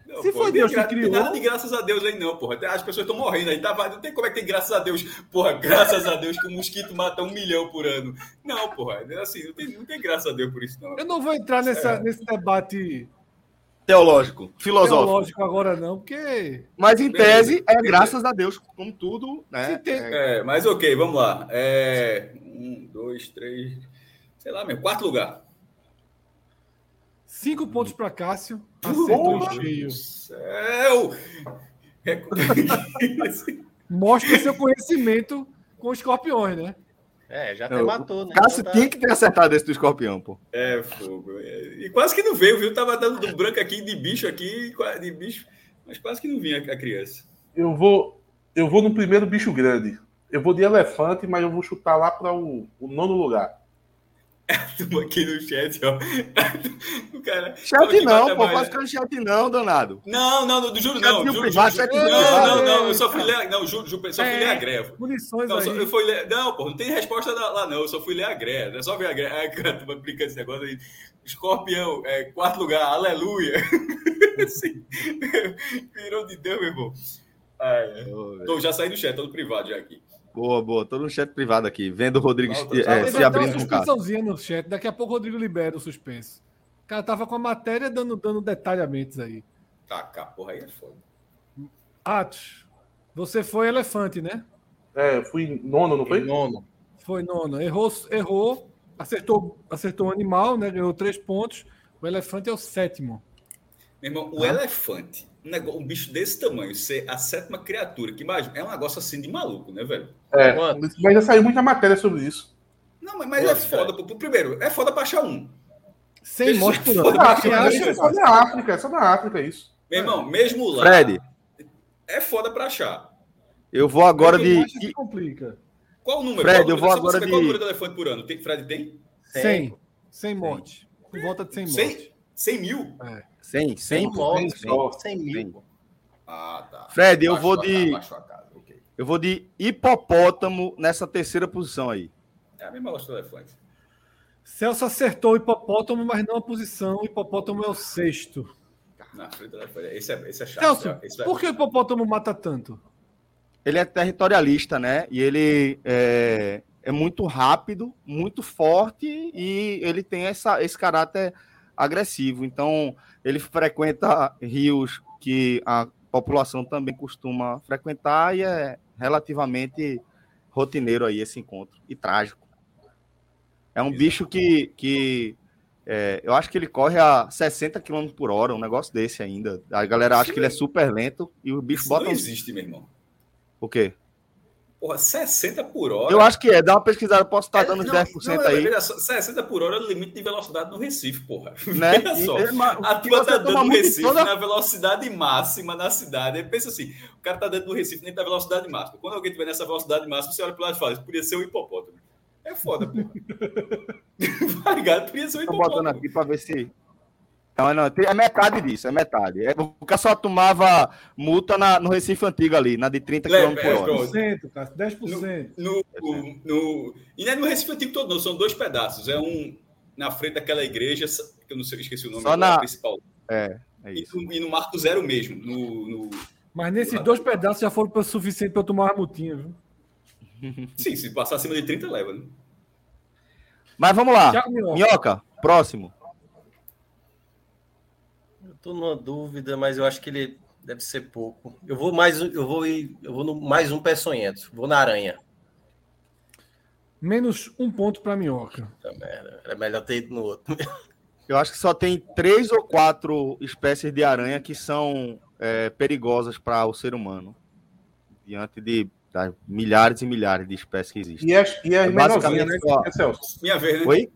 S3: não,
S2: se
S3: pô,
S2: foi
S3: não tem
S2: Deus que
S3: gra- Não tem
S2: criou-
S3: nada de graças a Deus aí, não, porra. Até As pessoas estão morrendo aí. Tá, vai- não tem como é que tem graças a Deus. Porra, graças a Deus que o mosquito mata um milhão por ano. Não, porra. é Assim, não tem, não tem graças a Deus por isso, não.
S2: Eu não vou entrar nessa,
S4: É.
S2: nesse debate
S5: Teológico, filosófico.
S2: teológico agora, não, porque
S5: Mas em
S3: Beleza.
S5: tese, é
S3: Beleza.
S5: graças a Deus, como tudo, né?
S2: se tem-
S3: É, mas ok, vamos lá. É, um, dois, três. Sei lá mesmo. Quarto lugar.
S2: cinco pontos para Cássio, acertou em cheio.
S3: Céu! É-
S2: Mostra o seu conhecimento com escorpiões, né?
S7: É, já até
S6: Eu-
S7: matou, né?
S5: Cássio
S7: Então tá-
S5: tinha que ter acertado esse do escorpião, pô.
S3: É fogo. É, E quase que não veio, viu? Tava dando do branco aqui, de bicho aqui, qua- de bicho. Mas quase que não vinha a criança.
S6: Eu vou, eu vou no primeiro bicho grande. Eu vou de elefante, mas eu vou chutar lá para o, o nono lugar.
S3: Tamo aqui no chat, ó. O cara. tava
S5: Chat
S3: aqui
S5: não,
S3: bata
S5: pô.
S3: mais,
S5: Faz
S3: né?
S5: com chat não, danado.
S3: Não, não, não, juro
S5: Chat
S3: não.
S5: no
S3: Juro,
S5: privado,
S3: juro,
S5: chat
S3: juro.
S5: no
S3: não, não,
S2: privado.
S3: não, eu só fui ler. Não, juro, juro, só fui ler a greve.
S2: Punições
S3: Não,
S2: aí.
S3: só- eu fui ler. Não, pô, não tem resposta da- lá, não. Eu só fui ler a greve. É só ver a greve. Ai, cara, tu vai brincar esse negócio aí. Escorpião, é, quarto lugar, aleluia. Assim, Virou de Deus, meu irmão. Ai, é. Tô, já saí do chat, tô no privado já aqui.
S5: Boa, boa. Todo no chat privado aqui, vendo o Rodrigues
S3: Não, tô-
S5: eh,
S3: tá
S5: eh,
S3: vendo
S2: Teve
S5: se
S2: até uma
S5: abrindo com o Cássio.
S2: suspensãozinha no chat. Daqui a pouco o Rodrigo libera o suspenso. O cara tava com a matéria dando, dando detalhamentos aí.
S3: Tá, cá, porra, aí é foda.
S2: Atos, você foi elefante, né?
S6: É, eu fui nono, não
S7: Foi
S6: foi?
S7: nono.
S2: Foi nono. Errou, errou acertou, acertou o animal, né? Ganhou três pontos. O elefante é o sétimo.
S3: Meu irmão, o elefante, um, nego- um bicho desse tamanho, ser a sétima criatura, que imagina, é um negócio assim de maluco, né, velho?
S6: É.
S7: Quanto?
S6: Mas já saiu muita matéria sobre isso.
S3: Não, mas, mas é
S7: Nossa,
S3: foda, pô. Primeiro, é foda pra achar um.
S2: Sem morte por ano.
S3: Foi
S6: Ah,
S2: Quem
S3: eu
S2: acha?
S3: acho-
S6: é só na África, é só na África isso.
S3: Meu irmão, mesmo lá,
S5: É. Fred,
S3: é foda pra achar.
S5: eu vou agora
S2: Quem
S5: de.
S2: acha se complica.
S3: Qual o número?
S5: Fred,
S3: Qual o
S5: eu
S3: número?
S5: vou
S3: Só pra
S5: agora
S3: saber Qual o
S5: de-
S3: número do elefante por ano? Tem, Fred, tem?
S2: Sem. Sem morte. Por volta de sem morte.
S3: 100? 100 mil?
S5: 100, 100
S7: mortos,
S6: Cem só.
S7: cem mil. pô.
S3: Ah, tá.
S5: Fred, eu
S3: Baixou
S5: vou
S3: a
S5: de-
S3: casa, baixou a casa, ok.
S5: Eu vou de hipopótamo nessa terceira posição aí.
S3: É a mesma lógica do elefante.
S2: Celso acertou o hipopótamo, mas não a posição. O hipopótamo é o sexto.
S3: Na frente do elefante. Esse é, esse é chato.
S2: Celso,
S3: esse vai-
S2: por que o hipopótamo mata tanto?
S5: Ele é territorialista, né? E ele é, é muito rápido, muito forte e ele tem essa, esse caráter agressivo. Então, ele frequenta rios que a população também costuma frequentar e é relativamente rotineiro aí esse encontro e trágico. É um bicho que, que é, eu acho que ele corre a 60 km por hora, um negócio desse ainda. A galera acha que ele é super lento e o bicho
S3: Isso
S5: bota
S3: não
S5: um-
S3: existe, meu irmão.
S5: o quê?
S3: Porra, 60 por hora.
S5: Eu acho que é, dá uma pesquisada, posso estar dando
S3: não,
S5: uns 10%
S3: não,
S5: aí,
S3: veja só, 60 por hora é o limite de velocidade no Recife, porra.
S5: né?
S3: Veja
S5: E-
S3: é, só.
S5: e- mas-
S3: A
S5: se
S3: tua
S5: é você
S3: tá
S5: toma
S3: dando no
S5: muito em
S3: Recife
S5: toda-
S3: na velocidade máxima na cidade. Aí pensa assim: o cara tá dando no Recife nem tá na velocidade máxima. Quando alguém tiver nessa velocidade máxima, você olha pro lado e fala: "Isso podia ser um hipopótamo. É foda, pô. Tá ligado? Podia ser
S5: Tô
S3: muito bom.
S5: botando aqui pra ver se. Não, não, tem- é metade disso, é metade. É, o cara só tomava multa na- no Recife Antigo ali, na de 30
S3: Lembra,
S5: km por
S3: é,
S5: hora.
S3: pronto.
S2: 10%, Cássio, 10%.
S3: No,
S5: né?
S3: no, no- e não é no Recife Antigo todo, não. São dois pedaços. É um na frente daquela igreja, que eu não sei, esqueci o nome
S5: Só
S3: agora,
S5: na-
S3: principal.
S5: É, é
S3: E
S5: isso.
S3: no, e no Marco Zero mesmo. No, no-
S2: Mas nesses dois pedaços já foram o suficiente para eu tomar uma multinha, viu?
S3: Sim, se passar acima de 30, leva. Né?
S5: Mas vamos lá.
S2: Thiago Minhoca.
S5: Ah, Minhoca, próximo.
S4: Eu tô numa dúvida, mas eu acho que ele deve ser pouco. Eu vou mais, um- eu vou ir, eu vou no mais um peçonhento. Vou na aranha.
S2: Menos um ponto para minhoca.
S4: Puta merda, Era melhor ter ido no outro.
S5: Eu acho que só tem três ou quatro espécies de aranha que são é, perigosas para o ser humano. Diante de das milhares e milhares de espécies que existem.
S6: E as, e as
S5: É
S6: menorzinhas,
S5: basicamente
S6: né,
S5: só-
S6: Celso?
S3: Minha vez, né?
S5: Oi?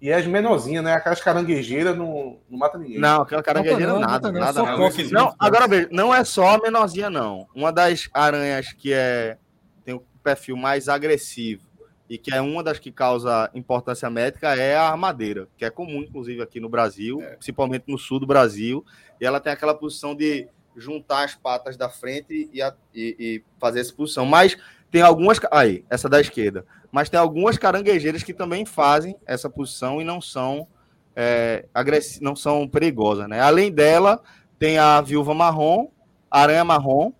S6: E as menorzinhas, né? Aquelas caranguejeiras não, não mata ninguém.
S5: Não, aquela caranguejeira
S2: Não, não,
S5: nada,
S2: não,
S5: nada,
S2: só
S5: nada.
S2: coça,
S3: Não,
S5: Não, agora veja, não é só a menorzinha, não. Uma das aranhas que é tem um perfil mais agressivo e que é uma das que causa importância médica é a armadeira, que é comum, inclusive, aqui no Brasil, principalmente no sul do Brasil. E ela tem aquela posição de juntar as patas da frente e, a- e- e fazer essa posição. Mas tem algumas. ca- Aí, essa da esquerda. Mas tem algumas caranguejeiras que também fazem essa posição e não são. É, agressi- não são perigosas, né? Além dela, tem a viúva marrom, a aranha marrom,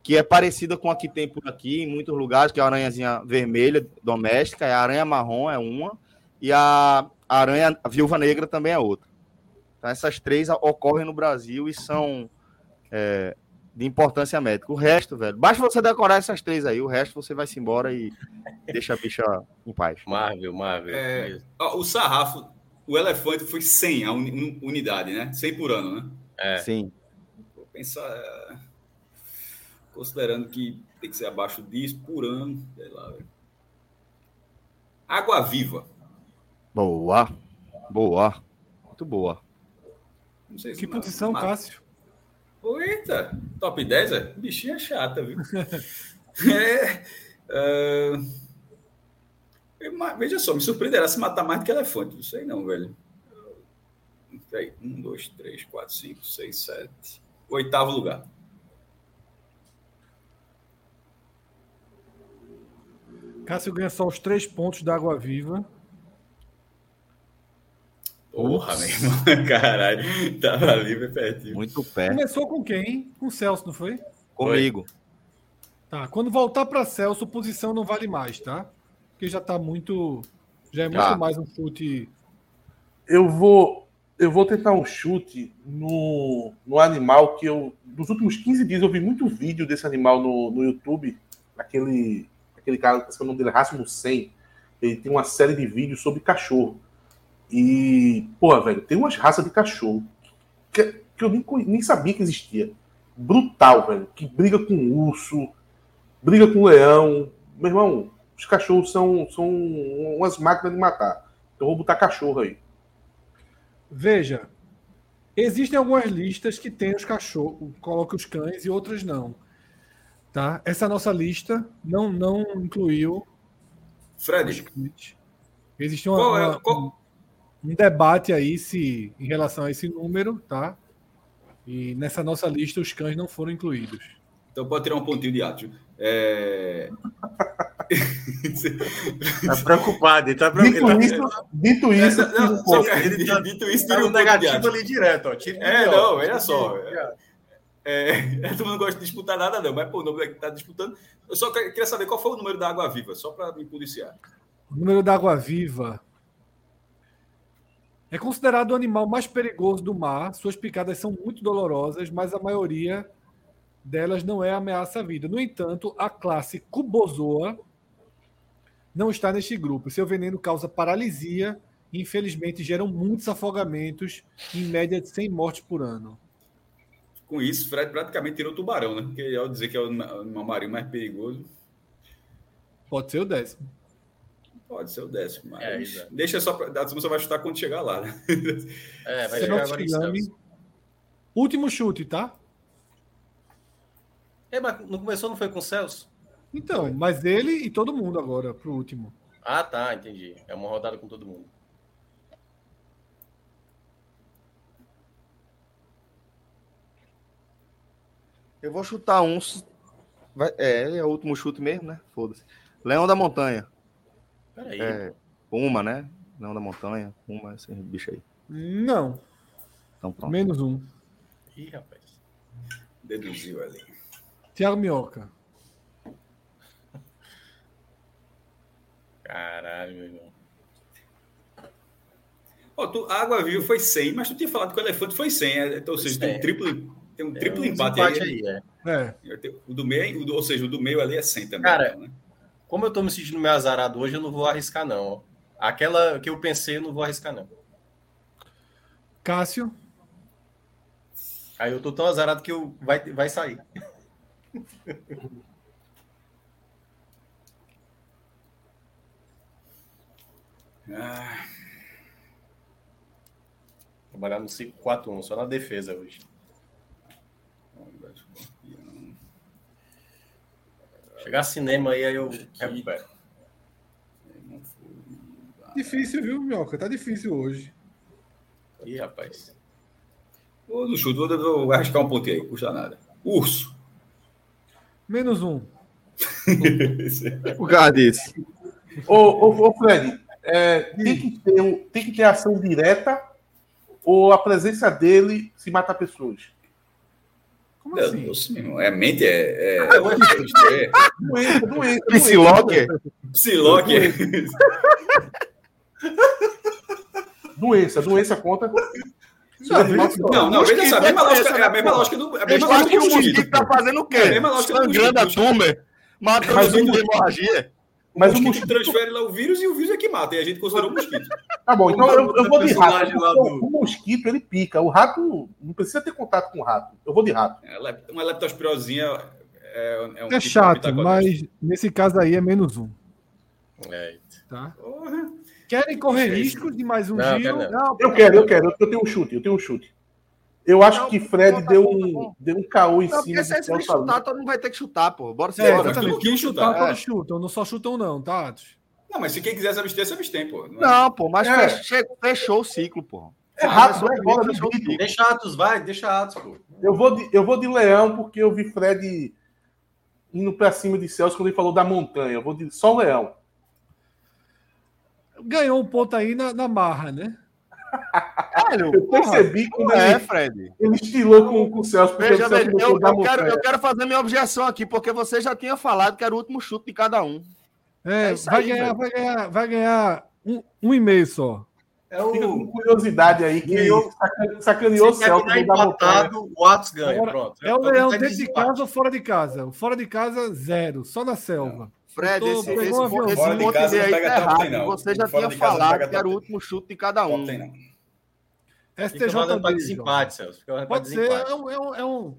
S5: que é parecida com a que tem por aqui em muitos lugares, que é a aranhazinha vermelha doméstica, é a aranha marrom é uma, e a aranha a viúva negra também é outra. Então essas três ocorrem no Brasil e são é, de importância médica. O resto, velho, basta você decorar essas três aí, o resto você vai se embora e deixa a bicha em paz.
S4: Marvel, Marvel.
S3: É. Ó, o sarrafo, o elefante foi 100 a uni- un- unidade, né? 100 por ano, né?
S4: É.
S5: Sim.
S3: Vou pensar. é, Considerando que tem que ser abaixo disso por ano, sei lá. velho. Água viva.
S5: Boa. Boa. Muito boa.
S3: Não sei se
S2: Que
S3: não- é
S2: posição,
S3: mas-
S2: Cássio?
S3: Pô, Eita, top 10 é? Bichinha chata, viu? É, ah, eu ma- veja só, me surpreenderá se matar mais do que elefante. Não sei não, velho. Peraí, um, dois, três, quatro, cinco, seis, sete. Oitavo lugar.
S2: Cássio ganha só os três pontos da Água Viva.
S3: Porra, meu irmão. Caralho, tava ali bem pertinho.
S5: Muito perto.
S2: Começou com quem? Com o Celso, não foi?
S5: Comigo.
S2: Tá. Quando voltar para Celso, posição não vale mais, tá? Porque já tá muito. Já é muito
S5: Já.
S2: mais um chute.
S6: Eu vou. Eu vou tentar um chute no, no animal que eu. Nos últimos 15 dias eu vi muito vídeo desse animal no, no YouTube. Aquele, aquele cara, parece que o nome dele é Rasmus Sen. Ele tem uma série de vídeos sobre cachorro. E, porra, velho, tem umas raças de cachorro que, que eu nem, conhe- nem sabia que existia. Brutal, velho. Que briga com urso, briga com leão. Meu irmão, os cachorros são, são umas máquinas de matar. Então eu vou botar cachorro aí.
S2: Veja, existem algumas listas que tem os cachorros, coloca os cães e outras não. Tá? Essa nossa lista não não incluiu
S3: Fred,
S2: Existe uma-
S3: qual
S2: uma-
S3: é, qual-
S2: um debate aí se, em relação a esse número, tá? E nessa nossa lista os cães não foram incluídos.
S3: Então pode tirar um pontinho de ágio. É...
S4: Tá preocupado, ele tá
S6: Dito
S4: preocupado.
S6: isso, dito isso,
S3: Não, não,
S6: fiz um ponto.
S3: só- dito isso,
S7: Tira
S3: tira
S7: um
S3: um ponto de
S7: negativo
S3: ágio.
S7: ali direto, ó. Tira
S3: É,
S7: de
S3: não,
S7: ó.
S3: olha só.
S7: Tira de ó.
S3: É, eu não gosto de disputar nada, não, mas pô, o nome é que tá disputando. Eu só que- queria saber qual foi o número da Água Viva, só para me policiar.
S2: O número da água viva é considerado o animal mais perigoso do mar. Suas picadas são muito dolorosas, mas a maioria delas não é ameaça à vida. No entanto, a classe Cubozoa não está neste grupo. Seu veneno causa paralisia e, infelizmente, geram muitos afogamentos, em média de 100 mortes por ano.
S3: Com isso, Fred praticamente tirou o tubarão, né? Porque ao dizer que é o anima- animal marinho mais perigoso,
S2: Pode ser o décimo.
S3: pode ser o décimo. Mas
S4: É, exato.
S3: deixa só para. A turma vai chutar quando chegar lá, né?
S4: É, vai
S2: Seu
S4: chegar
S2: nosso
S4: agora em
S2: Shigami.
S4: Santos.
S2: Último chute, tá?
S4: É, mas não começou, não foi com o Celso?
S2: Então, mas ele e todo mundo agora, pro último.
S4: Ah, tá, entendi. É uma rodada com todo mundo.
S5: Eu vou chutar um. vai- é, é o último chute mesmo, né? Foda-se. Leão da Montanha.
S7: Peraí.
S5: É, uma, né? Leão da Montanha. Uma, esse bicho aí.
S2: Não,
S5: Então pronto.
S2: menos um.
S7: Ih, rapaz.
S3: Deduziu ali.
S2: Tiago Minhoca.
S7: Caralho, meu irmão.
S3: Ó, tu, a água viva foi 100, mas tu tinha falado que o elefante foi 100. é, Então, ou seja, tem um
S7: 100.
S3: triplo, tem um
S7: É
S3: triplo
S7: um
S3: empate,
S7: desempate
S3: aí.
S7: aí, é.
S2: É.
S3: Eu tenho- O do meio, o do- ou seja, o do meio ali é 100 também.
S7: Cara,
S3: então, né?
S7: Como eu tô me sentindo meio azarado hoje, eu não vou arriscar, não. ó. Aquela que eu pensei, eu não vou arriscar, não.
S2: Cássio.
S7: Aí eu tô tão azarado que eu vai, vai sair.
S3: Ah,
S7: Trabalhar no 5-4-1, só na defesa hoje. Chegar cinema aí, aí eu recupero.
S2: Difícil, viu, Minhoca? Tá difícil hoje.
S7: Ih, rapaz.
S3: vou no chute, vou, vou arriscar um pontinho aí, custa nada. Urso.
S2: Menos um.
S5: Por causa disso.
S6: Ô, ô, ô, Fred, é, tem, que ter, um- tem que ter ação direta ou a presença dele se mata pessoas?
S2: Como
S3: Meu
S2: assim?
S3: Deus, meu irmão, é mente, é. é, é
S6: Doença, doença.
S5: Psilocker?
S3: Psiloque.
S6: Doença, doença conta.
S3: Não, não, veja só, a mesma lógica, é a mesma lógica do. É a
S5: Eles
S3: mesma
S5: acham
S3: lógica
S5: que
S3: do
S5: o mosquito
S3: mosquito.
S5: tá fazendo o quê?
S3: É a mesma lógica do
S5: Sangrando a
S3: mosquito.
S5: tumba, matando
S3: Mas
S5: o
S3: o
S5: mundo de
S3: mosquito-
S5: hemorragia.
S3: O
S6: Mas o
S3: mosquito transfere lá o vírus e o vírus é que mata, e a gente considerou o mosquito.
S6: Tá bom, então eu, eu vou de rato.
S7: Personagem lá do-
S6: O mosquito, ele pica. O rato, não precisa ter contato com o rato. Eu vou de rato.
S3: É, lep- Uma leptospirosinha é, é um.
S2: É chato, mas nesse caso aí é menos um.
S7: É.
S2: Tá?
S3: Porra.
S2: Querem correr risco de mais um
S7: Não,
S2: giro?
S7: quero
S2: Não,
S6: Eu quero, eu quero. Eu tenho um chute, eu tenho um chute. Eu acho
S5: Não, tá
S6: que Fred
S5: conta,
S6: deu
S5: conta,
S6: um,
S5: conta.
S6: deu um caô em
S5: Não,
S6: cima
S5: porque se
S6: do tá
S5: esse
S6: Fortaleza.
S5: chutar, todo mundo vai ter que chutar, pô. Bora
S2: É, tá
S5: embora.
S3: mas tu não
S2: exatamente.
S3: quis
S2: chutar,
S3: chutar.
S2: todos chutam. Não só chutam, não, tá, Atos?
S3: Não, mas se quem quiser se abster, se abstém, pô. Não é-
S5: Não, pô, mas
S6: É.
S5: fech- fechou, o ciclo, pô.
S6: É rato, é bola do bico.
S7: Deixa Atos, vai, deixa Atos, pô.
S6: Eu vou, de, eu vou de leão porque eu vi Fred indo pra cima de Celso quando ele falou da montanha. Eu vou de só leão.
S2: Ganhou um ponto aí na, na marra, né?
S5: Caralho,
S6: Eu
S5: porra,
S6: percebi
S5: não
S6: quando
S5: é,
S6: ele,
S5: Fred.
S6: ele estilou com, com o Celso porque
S5: Veja
S6: o Celso
S5: bem,
S6: botou
S5: eu,
S6: da
S5: eu quero,
S6: montanha.
S5: eu quero fazer minha objeção aqui, porque você já tinha falado que era o último chute de cada um.
S2: É,
S5: É isso
S2: vai,
S5: aí,
S2: ganhar,
S5: velho.
S2: vai ganhar, vai ganhar um, um e meio só.
S7: É
S6: Fica com
S7: o.
S6: curiosidade aí que
S7: Ganhou.
S6: sacan- sacaneou o
S7: Se
S6: Celso
S7: terminar
S6: quando da montanha.
S7: empatado, o Atos ganha.
S2: Agora,
S7: Pronto.
S2: É o leão dentro de
S7: Desempate.
S2: casa ou fora de casa? O fora de casa, zero. Só na selva.
S5: Fred,
S2: Eu tô-
S5: esse,
S2: pegou
S5: esse,
S2: um
S5: esse,
S2: avião.
S3: Fora de
S5: monte
S3: casa
S5: de
S3: não
S5: aí tá
S3: pega top,
S5: errado.
S3: não.
S5: Você já tinha
S3: Fora de casa não
S5: falado
S3: pega
S5: que era o
S3: top.
S5: último chute de cada um.
S3: Top tem, não.
S7: Fica valendo pra
S2: STJD. João.
S7: desempate, Celso. Fica valendo pra
S2: Pode ser,
S7: desempate.
S2: é um, é um, é um,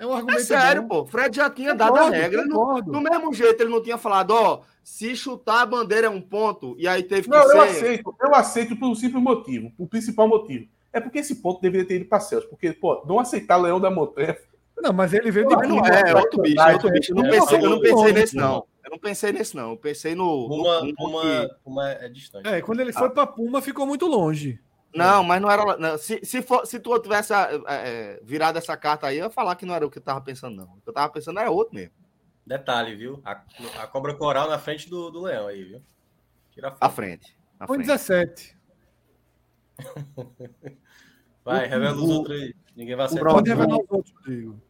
S2: é um
S5: É
S2: argumento.
S5: sério,
S2: bom.
S5: pô. Fred já tinha dado a
S2: Concordo,
S5: regra. ele não-
S2: concordo.
S5: Do mesmo jeito, ele não tinha falado, ó, se chutar a bandeira é um ponto, e aí teve que
S6: Não, eu
S5: ser.
S6: aceito. Eu aceito por um simples motivo. O principal motivo. É porque esse ponto deveria ter ido para Celso. Porque, pô, não aceitar leão da montanha.
S2: Não, mas ele veio de né?
S5: Mas não é, é outro bicho, é outro bicho. Eu não
S7: É,
S5: pensei, eu não
S7: é,
S5: pensei
S2: é,
S5: nesse, não. Eu não pensei nesse, não. Eu pensei no. no
S7: Uma,
S5: Puma que-
S7: uma, uma é distante.
S2: É, quando ele
S5: Ah.
S2: foi pra Puma, ficou muito longe.
S5: Não, mas não era. lá- não. Se, se, for, se tu tivesse ah, eh, eh, virado essa carta aí, eu ia falar que não era o que eu tava pensando, não. O que eu tava pensando era outro mesmo.
S7: Detalhe, viu? A, a cobra coral na frente do, do leão aí, viu? Tira a
S5: À
S7: foto.
S5: frente. À
S2: Foi
S5: frente.
S2: 17.
S7: Vai, revela os
S6: o-
S7: outros aí. Ninguém vai acertar.
S2: Pode
S6: Pronto.
S2: revelar os outros, Rodrigo.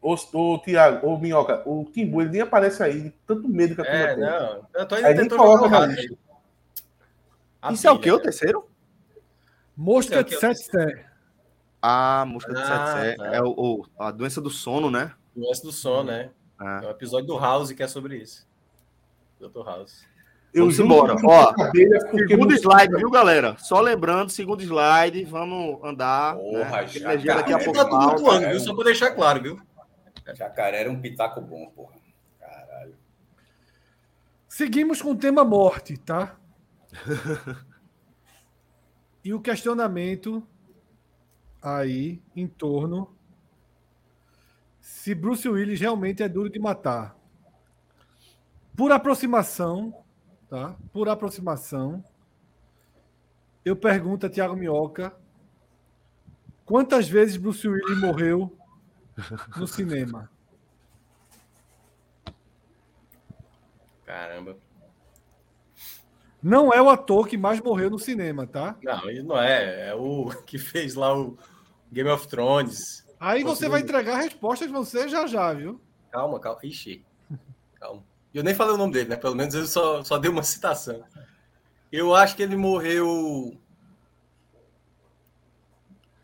S6: Ô, ô Tiago, ô Minhoca, o Timbu, ele nem aparece aí. de Tanto medo que a turma
S7: É,
S6: tem.
S4: né?
S7: não. Eu tô
S6: Tá Aí
S7: ainda
S6: nem
S7: tentando jogar
S6: coloca
S7: o
S6: na
S7: rato.
S6: lista.
S7: A
S5: Isso é o
S7: pilha,
S5: que? O
S7: cara.
S5: terceiro?
S7: Isso
S2: Mosca de
S7: é o que eu
S2: sete sé.
S5: Ah, mosca de
S7: Ah,
S5: 77.
S7: tá.
S5: É o, o- a doença do sono, né?
S7: Doença do som, né?
S5: Ah.
S7: É um episódio do House que é sobre isso. Dr. House.
S6: Eu um
S5: Vamos
S6: juro
S5: embora.
S6: que eu
S5: Ó,
S6: chuto a cadeira porque
S5: Segundo
S6: não-
S5: slide, viu, galera? Só lembrando, segundo slide, vamos andar.
S3: Porra,
S5: né?
S3: já,
S5: Energia daqui a
S3: cara,
S5: pouco
S7: tá tudo
S3: mal,
S5: volta.
S7: atuando,
S3: cara.
S7: viu? Só pra deixar claro, viu?
S3: Jacaré era um pitaco bom, porra. Caralho.
S2: Seguimos com o tema morte, tá? e o questionamento aí em torno se Bruce Willis realmente é duro de matar. Por aproximação, tá? Por aproximação, eu pergunto a Tiago Minhoca quantas vezes Bruce Willis morreu no cinema.
S4: Caramba.
S2: Não é o ator que mais morreu no cinema, tá?
S4: Não, ele não é. É o que fez lá o Game of Thrones.
S2: Aí você
S4: Conseguiu.
S2: vai entregar a resposta de você já já, viu?
S4: Calma, calma. Ixi. Calma. Eu nem falei o nome dele, né? Pelo menos eu só, só dei uma citação. Eu acho que ele morreu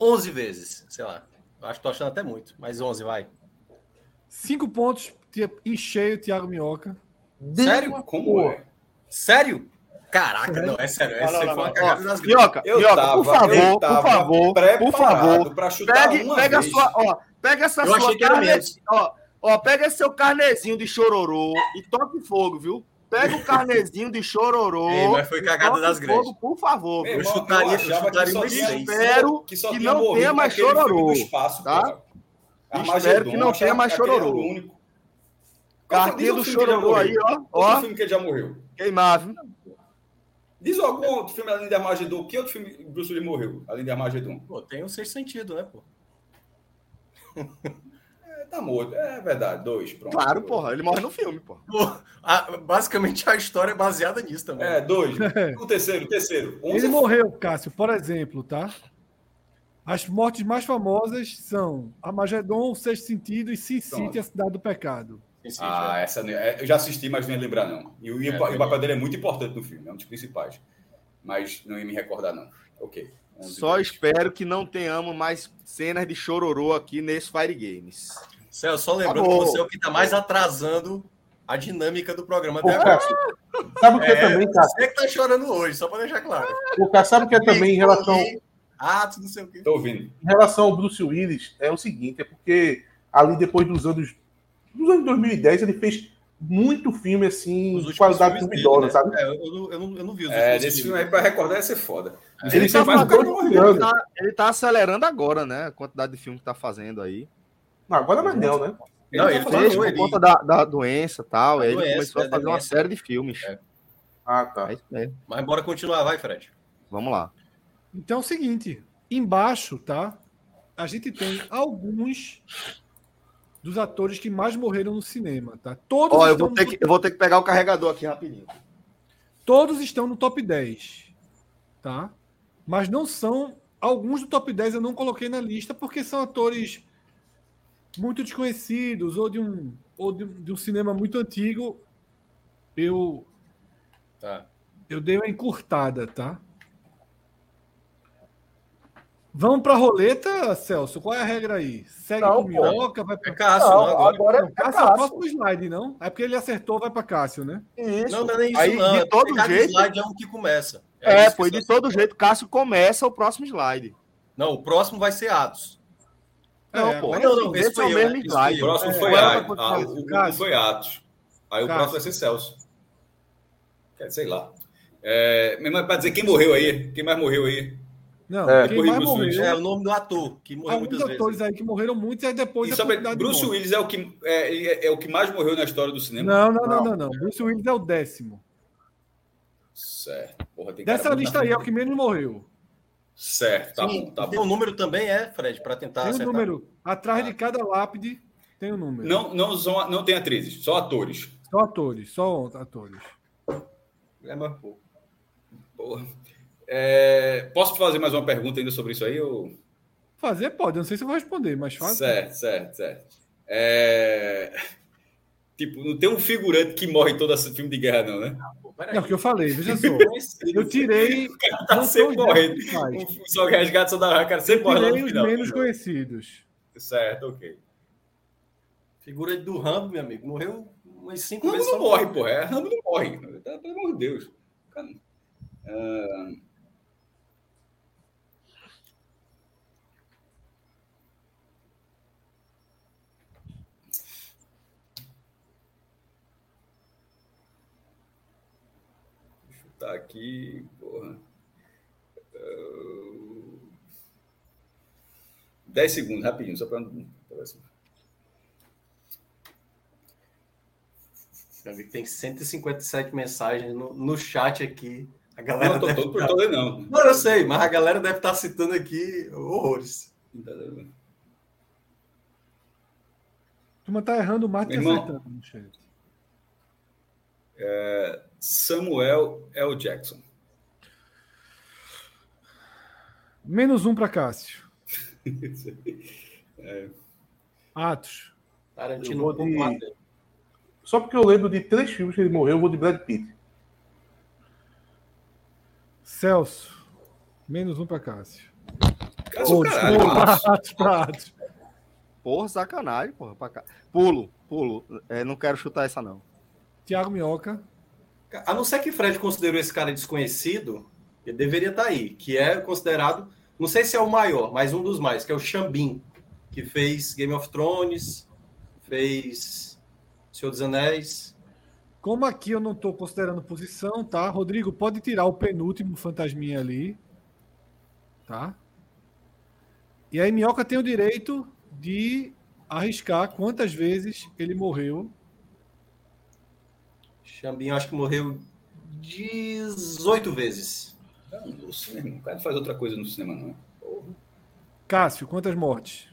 S4: 11 vezes, sei lá. Eu acho que tô achando até muito, mas 11 vai.
S2: Cinco pontos tia- em cheio, Thiago Minhoca.
S4: Sério? Como é? Sério? Caraca, não, é sério. Essa
S5: Não, não,
S4: foi
S5: não.
S4: uma cagada das grandes.
S5: Minhoca, Minhoca, por favor, por favor, por favor.
S3: Pra chutar
S5: Pegue,
S3: uma
S5: pega a
S3: vez.
S5: sua, ó, pega essa
S4: Eu
S5: sua
S4: achei que era
S5: carne-
S4: menos.
S5: ó, ó, pega esse seu carnezinho de chororô e toque fogo, viu? Pega o carnezinho de chororô.
S4: Ei, mas foi
S5: e
S4: cagada
S5: toque
S4: das grandes.
S5: fogo, Por favor.
S3: Meu
S4: Eu
S3: irmão,
S4: chutaria- eu
S3: achava que
S4: chutaria
S3: só
S4: umas
S3: tinha-
S4: seis.
S5: Espero
S3: só
S5: que
S3: tinha
S5: não tenha
S3: morrido
S5: mais
S3: naquele filme
S5: chororô,
S3: do espaço,
S5: tá?
S3: cara.
S5: Espero que não
S3: Armagedon,
S5: tenha mais
S3: aquele era o
S5: chororô.
S3: único. Qual foi- diz
S5: Cartinha
S3: um
S5: do
S3: filme que ele já
S5: chororô aí,
S3: morreu.
S5: ó.
S3: Qual foi o
S5: Ó,
S3: filme que ele já morreu?
S5: queimável.
S3: Diz algum outro filme além de Armagedon. Que outro filme Bruce Lee morreu, além de Armagedon?
S4: Pô, tem um sexto sentido, né, pô?
S3: É, tá morto. É verdade, dois, pronto.
S5: Claro, porra. Ele morre no filme, porra.
S4: A- Ah, basicamente a história é baseada nisso também.
S3: É, dois. O terceiro, o terceiro.
S2: Ele morreu, Cássio, por exemplo, tá? As mortes mais famosas são Armagedon, O Sexto Sentido e Sin City,
S3: Pronto.
S2: A Cidade do Pecado.
S4: Sim, sim,
S3: Ah, essa não- é, eu já assisti, mas não ia lembrar, não. E o, e o
S4: É,
S3: pa- e o
S4: foi
S3: papel dele é muito importante no filme, é um dos principais. Mas não ia me recordar, não. Ok. Onze
S5: Só
S3: vezes.
S5: espero que não tenhamos mais cenas de chororô aqui nesse Fire Games.
S4: Céu, só lembrando
S5: Acabou.
S4: que você é o que está mais atrasando a dinâmica do programa
S6: Ô,
S4: até agora.
S6: Cássio, sabe o que é
S4: É,
S6: também, Cássio?
S4: você que tá chorando hoje, só para deixar claro.
S6: O Cássio sabe o que é também em relação, em
S4: Ah, tu não sei o quê.
S3: Tô ouvindo.
S6: relação ao Bruce Willis? É o seguinte, é porque ali depois dos anos. Dos anos 2010, ele fez muito filme assim,
S4: Os
S6: de
S4: últimos
S6: qualidade
S4: filmes dele,
S6: duvidosa,
S4: né?
S6: sabe?
S4: É, eu, não- eu não, eu não vi os
S3: É,
S4: últimos
S3: nesse filme
S4: filmes.
S3: aí, pra recordar, ia ser foda.
S4: É,
S6: Ele tá um
S3: Ele
S6: fez
S3: fez mais
S6: mais
S3: do que
S6: dois
S3: ele
S6: por
S3: morreu.
S6: ano.
S5: Tá- ele tá acelerando agora, né? A quantidade de filme que tá fazendo aí.
S6: Não, agora mais não, né?
S5: é
S4: Não,
S3: tá
S4: ele
S5: Fez
S3: falando
S4: fez,
S3: de
S5: por
S4: ele-
S5: conta da, da doença e tal.
S4: Da
S5: aí ele
S4: doença,
S5: começou a
S4: da
S5: fazer uma
S4: doença.
S5: série de filmes.
S4: É.
S6: Ah, tá.
S5: É isso mesmo.
S4: Mas bora continuar, vai, Fred.
S5: Vamos lá.
S2: Então é o seguinte, embaixo, tá? A gente tem alguns dos atores que mais morreram no cinema, tá? Todos,
S5: Ó, eu
S2: estão
S5: vou, ter
S2: no,
S5: que, eu vou ter que pegar o carregador aqui rapidinho.
S2: todos estão no top 10, tá? Mas não são... Alguns do top 10 eu não coloquei na lista porque são atores muito desconhecidos ou de um, ou de, um- de um cinema muito antigo. Eu,
S4: Tá.
S2: eu dei uma encurtada, tá? Vamos pra roleta, Celso? Qual é a regra aí? Segue
S6: Não,
S2: com
S6: pô.
S2: minhoca, vai
S4: É
S2: pra.
S4: Cássio, não, agora.
S6: agora
S2: Não, Cássio é o próximo slide, não? É porque ele acertou, vai pra Cássio, né?
S5: Isso.
S4: Não, não é nem isso,
S5: Aí,
S4: não.
S5: de
S4: É porque
S5: todo
S4: cada
S5: jeito-
S4: slide é um que começa.
S5: É,
S4: isso que
S5: pô, e
S4: você-
S5: de todo jeito, Cássio começa o próximo slide.
S4: Não, o próximo vai ser Atos.
S5: Não,
S2: É,
S5: pô,
S2: agora-
S4: não, não,
S5: esse,
S4: esse
S5: é o
S4: foi eu,
S5: mesmo
S4: né? Esse
S5: slide.
S3: O próximo
S2: É,
S3: foi,
S2: agora
S3: Atos.
S2: vai pro
S3: Ah,
S2: Cássio.
S3: o, o
S2: Cássio.
S3: foi Atos. Aí
S2: Cássio.
S3: o próximo vai ser Celso. Quer- Sei lá. É, meu irmão, pra dizer quem morreu aí, quem mais morreu aí.
S2: Não,
S6: É,
S2: quem
S3: corri
S2: mais
S3: Bruce Willis.
S2: morreu.
S4: É o nome do ator, que morreu
S2: Alguns
S4: muitas vezes.
S2: atores aí que morreram muito, e aí depois.
S3: E
S2: a
S3: só pra-
S2: quantidade de
S3: Bruce né?
S2: mortes.
S3: Willis é o, que, é, ele é- é o que mais morreu na história do cinema.
S2: Não, não, não, não, não. Bruce Willis é o décimo.
S3: Certo. Porra, tem cara
S2: Dessa
S3: muito na
S2: lista aí é o que menos morreu.
S3: Certo, tá
S4: Sim,
S3: bom, tá
S4: tem
S3: bom.
S4: um número também, é, Fred, para
S3: Tá
S4: tentar
S2: Tem um
S4: acertar.
S2: número. Atrás de cada lápide tem um número.
S3: Não, não, são, não tem atrizes, só atores.
S2: Só atores, só atores.
S4: É, mas, pô.
S3: Porra. É, posso te fazer mais uma pergunta ainda sobre isso aí? Ou...
S2: Fazer pode, eu não sei se eu vou responder, mas faz.
S3: Certo, certo, certo. É, Tipo, não tem um figurante que morre em todo esse filme de guerra, não, né?
S4: Pô, peraí.
S2: Não, o que eu falei, veja só. Eu tirei.
S3: Tá
S2: não
S3: sempre
S2: são os
S3: morrendo.
S2: dez principais.
S3: O só resgate só da cara sempre morre lá
S2: Tirei
S3: no
S2: os
S3: final.
S2: menos conhecidos.
S3: Certo, ok.
S4: Figura do Rambo, meu amigo, morreu umas cinco
S3: Rambo
S4: vezes.
S3: não
S4: só.
S3: morre, porra. É, Rambo não morre. Tá, Pelo amor de Deus. Cara, ah, Deixa eu chutar aqui, porra. Ah, 10 segundos, rapidinho, só pra.
S4: Meu amigo, tem 157 mensagens no, no chat aqui. A galera
S3: Não, tô
S4: deve
S3: todo por
S4: tá-
S3: todo, não.
S4: Não, eu sei, mas a tá galera deve estar citando aqui horrores.
S3: Entendeu?
S2: turma tá errando mais do que
S3: Meu irmão.
S2: acertando, né, gente.
S3: Samuel L. Jackson.
S2: Menos um para Cássio.
S3: É.
S2: Atos.
S6: Eu
S8: Tarantino
S6: vou de-
S8: concorda.
S6: Só porque eu lembro de três filmes que ele morreu, eu vou de Brad Pitt.
S2: Celso. Menos um para Cássio.
S3: Cássio,
S2: Pô,
S3: caralho,
S2: desculpa,
S3: Cássio.
S2: Atos para Atos.
S5: Porra, sacanagem, porra. Pra cá. Pulo, pulo. É, não quero chutar essa, não.
S2: Tiago Minhoca.
S4: A não ser que Fred considerou esse cara desconhecido, ele deveria estar aí, que é considerado, não sei se é o maior, mas um dos mais, que é o Xambim, que fez Game of Thrones, fez Senhor dos Anéis.
S2: Como aqui eu não estou considerando posição, tá? Rodrigo, pode tirar o penúltimo fantasminha ali. Tá? E aí, Minhoca tem o direito de arriscar quantas vezes ele morreu.
S4: Xambim, eu acho que morreu 18 vezes.
S3: Não, Lúcio, meu irmão, o cara não faz outra coisa no cinema, não.
S2: Cássio, quantas mortes?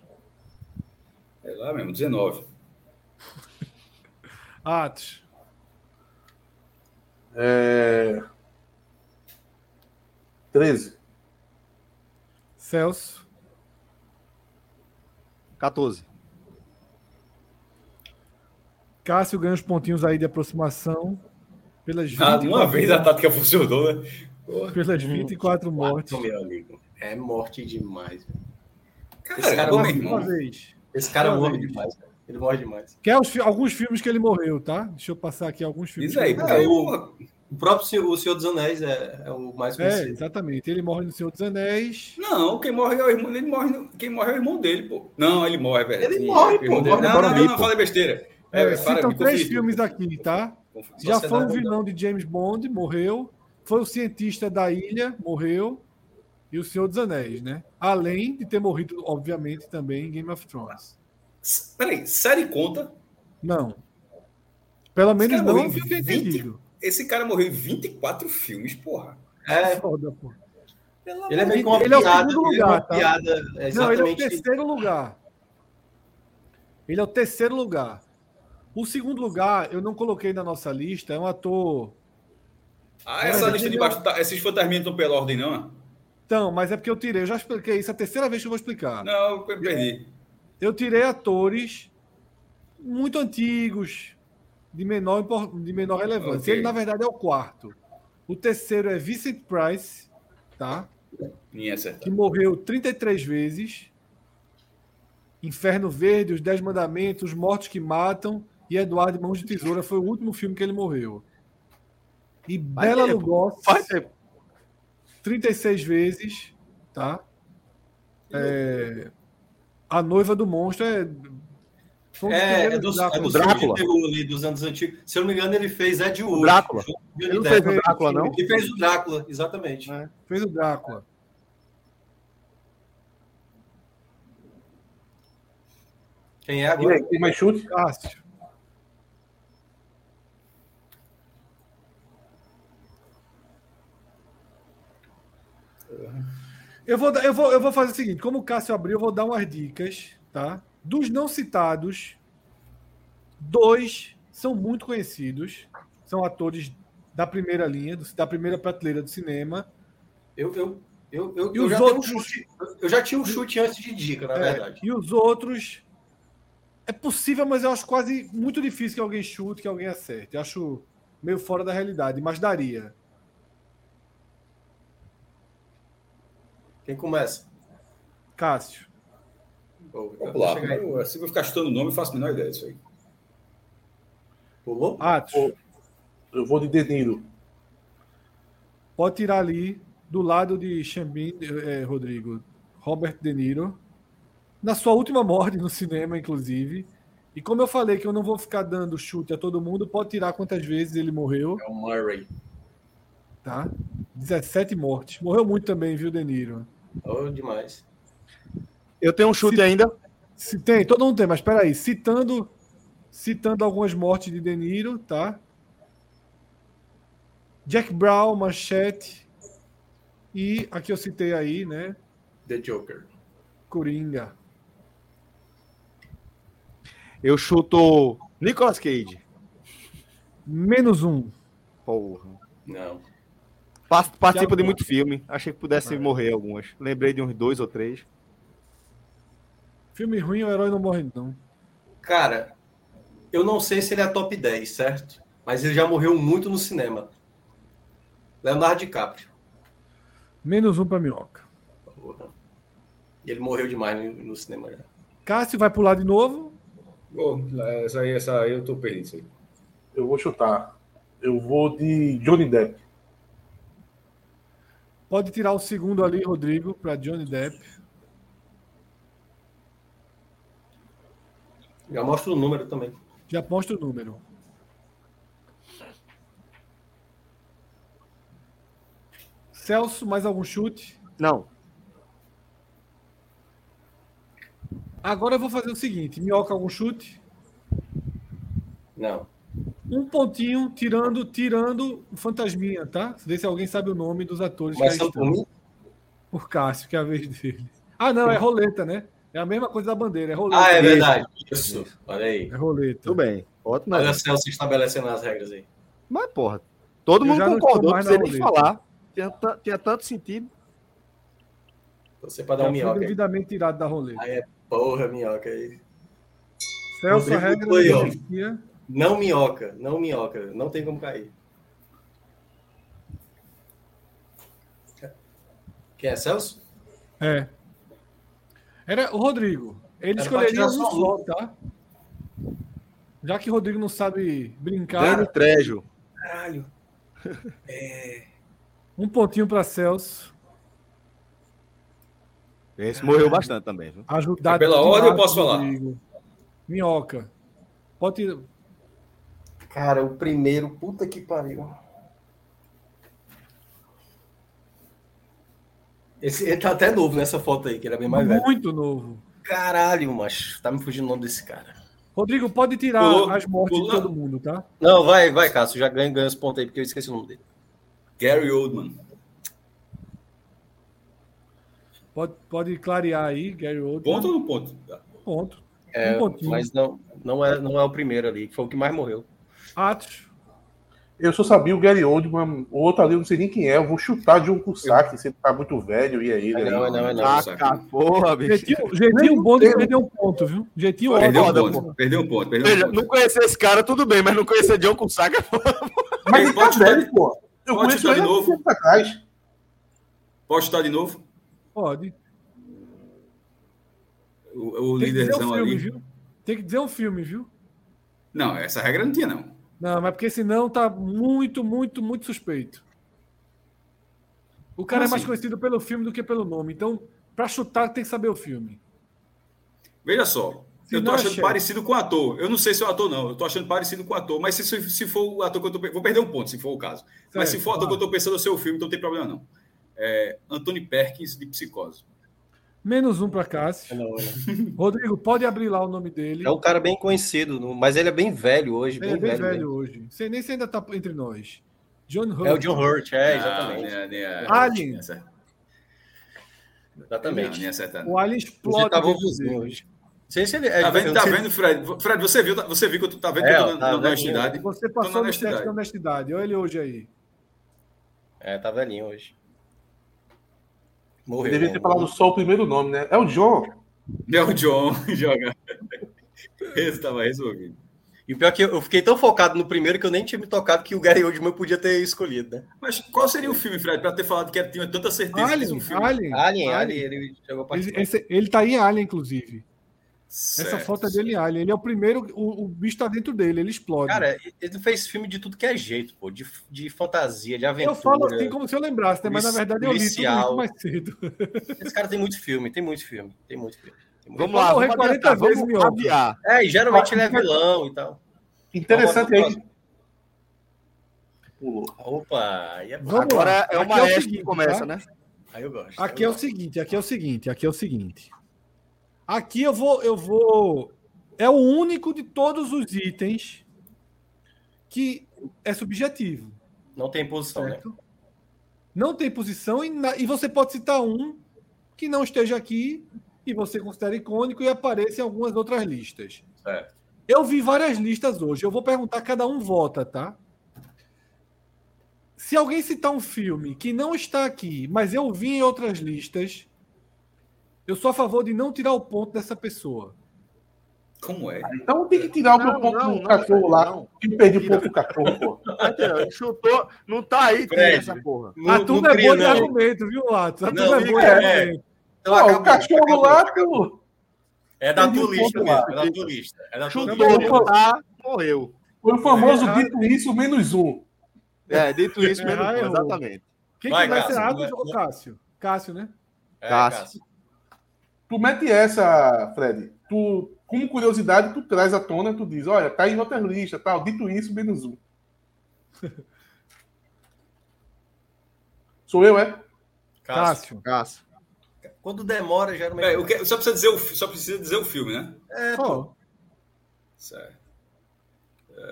S3: É lá mesmo, 19.
S2: Atos.
S6: É... 13.
S2: Celso.
S5: 14.
S2: Cássio ganha os pontinhos aí de aproximação pelas
S3: Ah,
S2: 24,
S3: uma vez a tática funcionou, né?
S2: pelas 24 mortes.
S4: Quatro, meu amigo. É morte demais. velho.
S3: Cara,
S4: Esse cara
S3: meu
S4: morre
S3: irmão,
S2: Uma vez.
S4: Esse cara
S2: Uma
S4: morre
S2: vez.
S4: demais. velho. Ele morre demais.
S2: Que é os fi- alguns filmes que ele morreu, tá? Deixa eu passar aqui alguns filmes.
S3: Diz aí,
S2: que ele
S3: porque
S4: É,
S3: eu-
S4: O próprio Senhor, o Senhor dos Anéis é, é o mais
S2: morreu. É,
S4: conhecido.
S2: exatamente. Ele morre no Senhor dos Anéis.
S3: Não, quem morre é o irmão, ele morre, no- quem morre é o irmão dele, pô. Não, ele morre, velho.
S4: Ele morre,
S3: o irmão
S4: pô,
S3: dele-
S4: morre
S3: Não, não,
S6: no
S3: não,
S6: Barbie,
S3: não,
S6: pô.
S3: fala besteira. É,
S2: É,
S3: velho, para,
S2: citam
S3: me
S2: três
S3: confundi,
S2: filmes
S3: pô.
S2: aqui, tá?
S3: Confundi.
S2: Já foi o
S4: Sociedade
S2: vilão de James Bond, morreu. Foi o cientista da ilha, morreu. E o Senhor dos Anéis, né? Além de ter morrido, obviamente, também em Game of Thrones.
S3: S- Peraí, série conta.
S2: Não. Pelo menos
S3: cara
S2: não
S3: morreu
S2: é o que eu
S3: em
S2: tenho
S3: 20?
S2: entendido.
S3: Esse cara morreu em 24 filmes, porra.
S4: É,
S2: Foda, pô.
S3: Pelo
S4: Ele é
S3: amor
S4: meio
S3: de
S4: que uma
S2: Ele é o
S4: piada.
S2: segundo
S4: ele é uma
S2: lugar, tá?
S4: piada. é
S2: Não, ele é o
S4: exatamente.
S2: terceiro lugar. Ele é o terceiro lugar. O segundo lugar, eu não coloquei na nossa lista, é um ator.
S3: Ah, essa
S2: Mas ele
S3: lista
S2: é
S3: de
S2: não-
S3: baixo, tá, esses fantasminhas não estão pela ordem, não?
S2: Então, mas é porque eu tirei, eu já expliquei isso, é a terceira vez que eu vou explicar.
S3: Não, eu perdi.
S2: Eu tirei atores muito antigos, de menor, impor- de menor relevância.
S3: Ok.
S2: Ele, na verdade, é o quarto. O terceiro é Vincent Price, tá?
S3: Ninguém acertou.
S2: que morreu 33 vezes. Inferno Verde, Os Dez Mandamentos, Os Mortos que Matam e Eduardo em Mãos de Tesoura foi o último filme que ele morreu. E Bela
S5: tempo.
S2: Lugosi,
S5: Faz tempo.
S2: 36 vezes, tá? É, A Noiva do Monstro é... foi um dos
S4: É, é
S2: primeiros
S4: dos, é
S2: Dráculas.
S4: dos
S5: Drácula.
S4: filmes de terror ali, dos anos antigos. Se eu não me engano, ele fez Ed Wood.
S5: Drácula.
S4: junto com
S5: Ele não
S4: Johnny
S5: fez
S4: Depp.
S5: o é Drácula, não?
S4: Ele fez o Drácula, exatamente.
S2: né? Fez o Drácula.
S4: Quem é
S6: E
S4: agora?
S6: aí, tem mais chute?
S2: Cássio. Eu vou, dar- eu, vou, eu vou fazer o seguinte: como o Cássio abriu, eu vou dar umas dicas, tá? Dos não citados, dois são muito conhecidos, são atores da primeira linha, do- da primeira prateleira do cinema.
S4: Eu, eu, eu, eu,
S2: E
S4: eu
S2: os
S4: já tenho
S2: outros?
S4: um chute. Eu já tinha um chute antes de dica, na
S2: É,
S4: verdade.
S2: e os outros. É possível, mas eu acho quase muito difícil que alguém chute, que alguém acerte. Eu acho meio fora da realidade, mas daria.
S4: Quem começa?
S2: Cássio.
S4: Pô, é eu vou
S3: Popular.
S4: chegar aí.
S3: Eu, assim que eu ficar chutando o nome, eu faço a menor ideia disso aí.
S4: Pulou?
S2: Atos,
S6: Eu vou de De Niro.
S2: pode tirar ali do lado de Xambin, eh, Rodrigo, Robert De Niro, na sua última morte no cinema, inclusive. E como eu falei que eu não vou ficar dando chute a todo mundo, pode tirar quantas vezes ele morreu,
S4: É o Murray.
S2: tá? 17 mortes. Morreu muito também, viu, De Niro?
S4: Oh, demais.
S5: Eu tenho um chute ainda.
S2: Se tem, todo mundo tem, mas peraí, citando, citando algumas mortes de De Niro, tá? Jack Brown, Manchete e aqui eu citei aí, né?
S4: The Joker.
S2: Coringa.
S5: Eu chuto Nicolas Cage.
S2: Menos um.
S5: Porra.
S7: Não.
S5: Pas- Participo de
S2: Thiago-
S5: muito filme. Achei que pudesse
S2: Ah.
S5: morrer algumas. Lembrei de uns dois ou três.
S2: Filme ruim, o herói não morre, não.
S7: Cara, eu não sei se ele é top 10, certo? Mas ele já morreu muito no cinema. Leonardo DiCaprio.
S2: Menos um pra minhoca.
S7: Porra. Ele morreu demais no, no cinema já.
S2: Cássio vai pular de novo.
S9: Ô, essa aí, essa aí eu tô perdido. isso aí.
S6: Eu vou chutar. Eu vou de Johnny Depp.
S2: Pode tirar o segundo ali, Rodrigo, pra Johnny Depp.
S7: Já mostra o número também.
S2: Já mostra o número. Celso, mais algum chute?
S5: Não.
S2: Agora eu vou fazer o seguinte: minhoca, algum chute?
S7: Não.
S2: Um pontinho, tirando tirando o fantasminha, tá? Vê se alguém sabe o nome dos atores que é né? aí
S7: Começando
S2: estão.
S7: por mim?
S2: Por Cássio, que é a vez dele. Ah, não, é roleta, né? É a mesma coisa da bandeira, é roleta.
S7: Ah, é verdade. Isso. Olha aí.
S2: É roleta.
S5: Tudo bem. Ótimo.
S4: é-
S7: Olha o Celso estabelecendo as regras aí.
S5: Mas, porra, todo
S2: Eu
S5: mundo
S2: já não estou
S5: concordou, não
S2: mais
S5: precisa
S2: na
S5: nem
S2: roleta.
S5: falar. Tinha, ta- tinha tanto sentido.
S7: Você pra dar
S2: Já
S7: um
S2: foi
S7: minhoca aí.
S2: Tá devidamente tirado da roleta.
S7: Porra, minhoca aí.
S2: Celso, a
S7: Ah, Rodrigo
S2: regra
S7: foi, ó.
S2: não existia.
S7: Não minhoca, não minhoca. Não tem como cair. Quem é Celso?
S2: É. Era o Rodrigo. Ele
S7: Era
S2: escolheria
S7: pra
S2: um
S7: tirar só
S2: só, tá? Já que o Rodrigo não sabe brincar,
S5: Dani
S7: Né?
S5: Trejo.
S7: Caralho.
S2: um pontinho para Celso.
S5: Esse morreu bastante também, viu?
S2: Ajudar
S9: É pela
S2: demais
S9: ordem eu posso
S2: o
S9: falar?
S2: Rodrigo. Minhoca. Pode ir.
S7: Cara, o primeiro, puta que pariu. Esse, ele tá até novo nessa foto aí, que ele é bem mais velho.
S2: Muito novo.
S7: Caralho, macho. Tá me fugindo o nome desse cara.
S2: Rodrigo, pode tirar
S3: Pulou,
S2: as mortes
S3: pulou.
S2: de todo mundo, tá?
S4: Não, vai, vai, Cássio. Já ganha, ganha os pontos aí, porque eu esqueci o nome dele.
S3: Gary Oldman.
S2: Pode, pode clarear aí, Gary Oldman.
S3: Ponto ou não ponto?
S2: Ponto.
S4: É,
S2: um pontinho.
S4: mas não, não, é, não é o primeiro ali, que foi o que mais morreu.
S2: Atos.
S6: Eu só sabia o Gary Oldman, o outro ali eu não sei nem quem é. Eu vou chutar de um Kusaki, se ele tá muito velho e aí.
S4: É
S6: ele
S4: não, é não, é não.
S5: Ah,
S3: saca.
S5: cara, porra, bicho.
S2: Jeitinho, jeitinho bom de
S6: tem.
S2: perder um ponto, viu? Jeitinho
S3: Perdeu um
S5: foda,
S2: ótimo.
S3: ponto. Perdeu um ponto. Perdeu um
S5: Veja,
S3: ponto.
S5: não conhecer esse cara, tudo bem, mas não conhecer John Cusack é foda.
S6: Mas ele tá
S3: Pode chutar-
S6: velho, pô. Eu
S3: pode
S6: conheço
S3: chutar de
S6: ele há
S3: novo?
S6: tempo atrás.
S3: Posso chutar de novo?
S2: Pode.
S3: O, o
S2: Tem que dizer um
S3: líderzão
S2: filme,
S3: ali.
S2: viu? Tem que dizer um filme, viu?
S3: Não, essa regra não tinha, não.
S2: Não, mas porque senão tá muito, muito, muito suspeito. O cara
S3: Como
S2: é mais
S3: assim?
S2: conhecido pelo filme do que pelo nome. Então, pra chutar, tem que saber o filme.
S3: Veja só.
S2: Se
S3: eu tô
S2: não,
S3: achando
S2: chefe.
S3: parecido com o ator. Eu não sei se é o ator, não. Eu tô achando parecido com o ator. Mas se, se se for o ator que eu tô. pe- Vou perder um ponto, se for o caso. Mas se
S2: Certo,
S3: for o ator que eu
S2: claro.
S3: tô pensando no seu filme, então não tem problema, não. É, Anthony Perkins de Psicose.
S2: Menos um pra Cássio.
S4: Não, é, não.
S2: Rodrigo, pode abrir lá o nome dele.
S4: É um cara bem conhecido, no- mas ele é bem velho hoje,
S2: Ele
S4: bem
S2: é bem
S4: velho.
S2: velho
S4: mesmo.
S2: hoje. Sei nem se ainda tá entre nós. John Hurt.
S4: É o John Hurt,
S3: Ah,
S4: é, exatamente.
S3: Não, nem- nem-
S2: Alien.
S3: nem acertar. Não,
S4: Exatamente.
S3: nem é acertar, não.
S2: O Alien explode.
S4: Você tá
S2: dentro
S4: vovozinho
S2: dele.
S4: hoje. Não sei se ele é.
S3: Tá vendo,
S4: eu
S3: tá
S4: sei-
S3: vendo, Fred? Fred, você viu, você viu que eu tô, tá vendo
S4: É,
S3: que eu tô
S4: ó,
S3: na,
S4: tá
S3: na
S4: vendo?
S3: honestidade?
S2: Você
S3: Tô
S2: passou
S3: na
S2: no teste
S3: honestidade.
S2: da honestidade. Olha ele hoje aí.
S4: É, tá velhinho hoje.
S6: Eu
S4: Morreu. né?
S6: devia ter falado só o primeiro nome, né? É o John.
S3: É o John joga. Esse tava resolvido.
S4: E o pior é que eu eu fiquei tão focado no primeiro que eu nem tinha me tocado que o Gary Oldman eu podia ter escolhido, né?
S3: Mas qual seria o filme, Fred, pra ter falado que é, tinha tanta certeza que fez
S2: Alien,
S3: um filme?
S2: Alien.
S4: Ah, Alien, Alien, ele jogou a partida.
S2: Ele, esse- ele tá em Alien, inclusive. Essa
S3: Certo.
S2: foto é dele em Alien. Ele é o primeiro, o, o bicho tá dentro dele, ele explode.
S4: Cara, ele fez filme de tudo que é jeito, pô. De, de fantasia, de aventura.
S2: eu falo assim como se eu lembrasse, né? mas na
S4: polici-
S2: verdade eu li tudo
S4: é policial.
S2: isso mais cedo.
S4: Esse cara tem muito filme, tem muito filme, tem muito filme. Tem muito
S5: Vamos
S2: Vai
S5: lá,
S2: morrer
S5: vamos
S2: 40
S5: adiantar,
S2: vezes,
S5: vamos
S2: Mioca.
S5: adiar.
S4: filme. É, e geralmente ele é vilão e tal.
S6: Interessante aí.
S4: Vamos
S6: que Pulou.
S4: Opa, aí, é bom.
S2: Vamos lá.
S5: Agora é o
S2: Aqui
S5: maestro
S2: seguinte,
S5: que começa,
S2: tá?
S5: né?
S4: aí eu gosto.
S2: Aqui é
S4: eu
S2: o seguinte, aqui é o seguinte, aqui é o seguinte. Aqui eu vou, eu vou. É o único de todos os itens que é subjetivo.
S4: Não tem posição, né?
S2: Certo? Não tem posição e, na- e você pode citar um que não esteja aqui e você considera icônico e apareça em algumas outras listas.
S4: Certo.
S2: Eu vi várias listas hoje. Eu vou perguntar, cada um vota, tá? Se alguém citar um filme que não está aqui, mas eu vi em outras listas, eu sou a favor de não tirar o ponto dessa pessoa.
S3: Como
S4: Ah,
S3: é?
S6: Então tem que tirar o meu
S5: Não,
S6: ponto
S5: não,
S6: do
S5: não,
S6: cachorro lá.
S5: não. Tá
S6: Que perdi o ponto do cachorro, pô.
S5: Ele chutou, não tá aí, tem
S3: Fred.
S5: essa porra.
S2: A Arthur é
S3: cria,
S2: boa de argumento, viu, Atos? Arthur
S3: Não,
S2: é boa de
S3: é.
S2: argumento.
S3: Então,
S6: Ó,
S3: acabou,
S6: o cachorro
S3: acabou.
S6: lá, pô.
S7: É da
S2: um
S6: Entendi o
S7: tua lista
S6: ponto
S7: mesmo.
S6: lá.
S7: É da tua lista. É da tua
S5: Chutou,
S7: lista.
S5: não tá, morreu.
S6: Foi o famoso
S2: É.
S6: dito isso menos um.
S5: É, dito isso,
S2: É,
S5: menos um,
S2: errou.
S5: exatamente.
S2: Quem
S7: Vai,
S2: que vai
S7: Cássio,
S2: ser Atos
S7: vai.
S2: ou Cássio? Cássio, né?
S7: É,
S3: Tá.
S5: Cássio.
S7: Cássio.
S6: Tu mete essa, Fred. Tu, como curiosidade, tu traz à tona, tu diz, olha, tá em outra lista, tal. Dito isso, menos um. Sou eu, é?
S7: Cássio.
S2: Cássio.
S5: Cássio.
S4: Quando demora, geralmente.
S3: É, o que- só, precisa dizer o, fi- só precisa dizer o filme, né?
S2: Ó,
S3: Certo.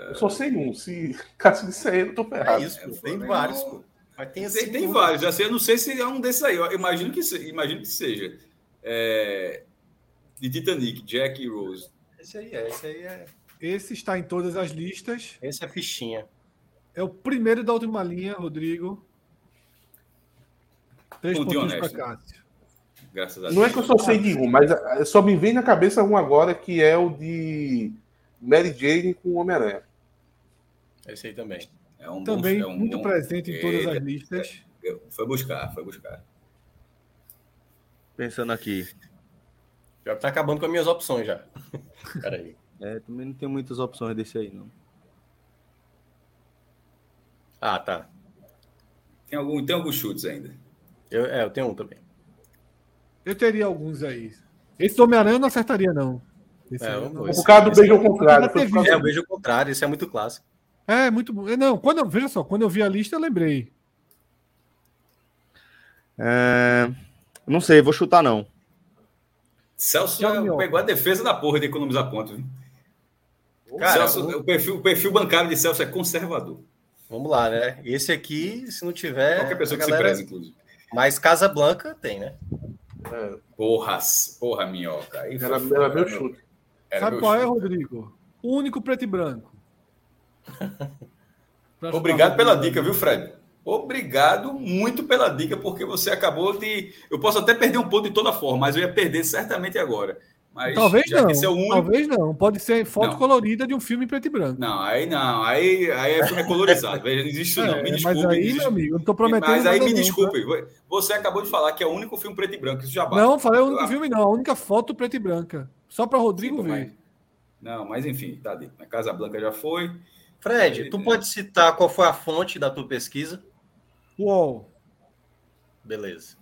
S6: Eu só sei um. Se Cássio disser ele, eu tô
S4: É
S6: ferrado.
S4: isso, pô.
S3: É,
S4: Tem
S3: pô,
S4: vários,
S3: não-
S4: pô. Mas tem
S3: Tem,
S4: assim.
S3: tem vários, assim, eu não sei se é um desses aí. Eu imagino que, se- imagino que seja. É, de Titanic, Jack e Rose.
S4: Esse aí é, esse aí é.
S2: esse está em todas as listas.
S4: Esse é fichinha.
S2: É o primeiro da última linha, Rodrigo. Três
S3: Pontinho
S2: pontinhos para
S3: honesto.
S2: Cássio.
S3: Graças a Deus.
S6: Não é que eu só sei de um, mas ah, só me vem na cabeça um agora que é o de Mary Jane com o Homem-Aranha.
S4: Esse aí também.
S3: É um bom-
S2: Também
S3: é um
S2: muito
S3: bom-
S2: presente em todas as listas.
S3: Foi buscar, foi buscar.
S5: Pensando aqui.
S4: Já tá acabando com as minhas opções já. Peraí.
S5: É, também não tem muitas opções desse aí, não.
S4: Ah, tá.
S3: Tem, algum, tem alguns chutes ainda.
S4: Eu, é, eu tenho um também.
S2: Eu teria alguns aí. Esse Homem-Aranha eu não acertaria, não. Esse
S4: É,
S2: aí eu
S4: um,
S2: não-
S4: dois.
S6: Por causa do
S4: Esse-
S6: beijo ao contrário. foi por causa
S4: É, o beijo ao contrário, esse é muito clássico.
S2: É, muito bom. É, Não, quando eu, veja só, quando eu vi a lista, eu lembrei.
S5: É, Não sei, vou chutar, não.
S3: Celso é,
S2: Tchau, Mioca.
S3: pegou a defesa da porra de economizar pontos. viu?
S4: Cara,
S3: Celso, o, perfil, o perfil bancário de Celso é conservador.
S4: Vamos lá, né? Esse aqui, se não tiver.
S3: Qualquer pessoa
S4: É, a
S3: que se
S4: galera-
S3: preze, inclusive.
S4: Mas Casa Blanca tem, né?
S3: Porras, porra, minhoca. Aí
S6: Era,
S3: foi-
S6: era meu chute.
S3: era
S2: Sabe
S3: meu
S2: qual é,
S3: chute.
S2: Rodrigo? O único preto e branco. Pra ajudar
S3: Obrigado
S2: o
S3: pela
S2: Rodrigo.
S3: dica, viu, Fred? Obrigado muito pela dica, porque você acabou de. Eu posso até perder um ponto de toda forma, mas eu ia perder certamente agora. Mas
S2: Talvez
S3: já
S2: não.
S3: que esse é o único.
S2: Talvez não. Pode ser foto
S3: Não.
S2: colorida de um filme em preto e branco.
S3: Não, aí não, aí, aí é filme colorizado. veja, Não existe isso, não.
S2: É,
S3: Me desculpe.
S2: mas
S3: me
S2: aí,
S3: desculpe.
S2: meu amigo, eu não tô prometendo.
S3: Mas aí
S2: nada não,
S3: me
S2: tá?
S3: desculpe, você acabou de falar que é o único filme preto e branco, isso já basta.
S2: Não, falei o único
S3: Ah.
S2: filme, não. A única foto preta e branca. Só pra Rodrigo
S3: Sim,
S2: ver.
S3: mas- Não, mas enfim, tá dito. Na Casa Blanca já foi.
S4: Fred,
S3: é.
S4: tu pode citar qual foi a fonte da tua pesquisa?
S2: Uol.
S4: Beleza.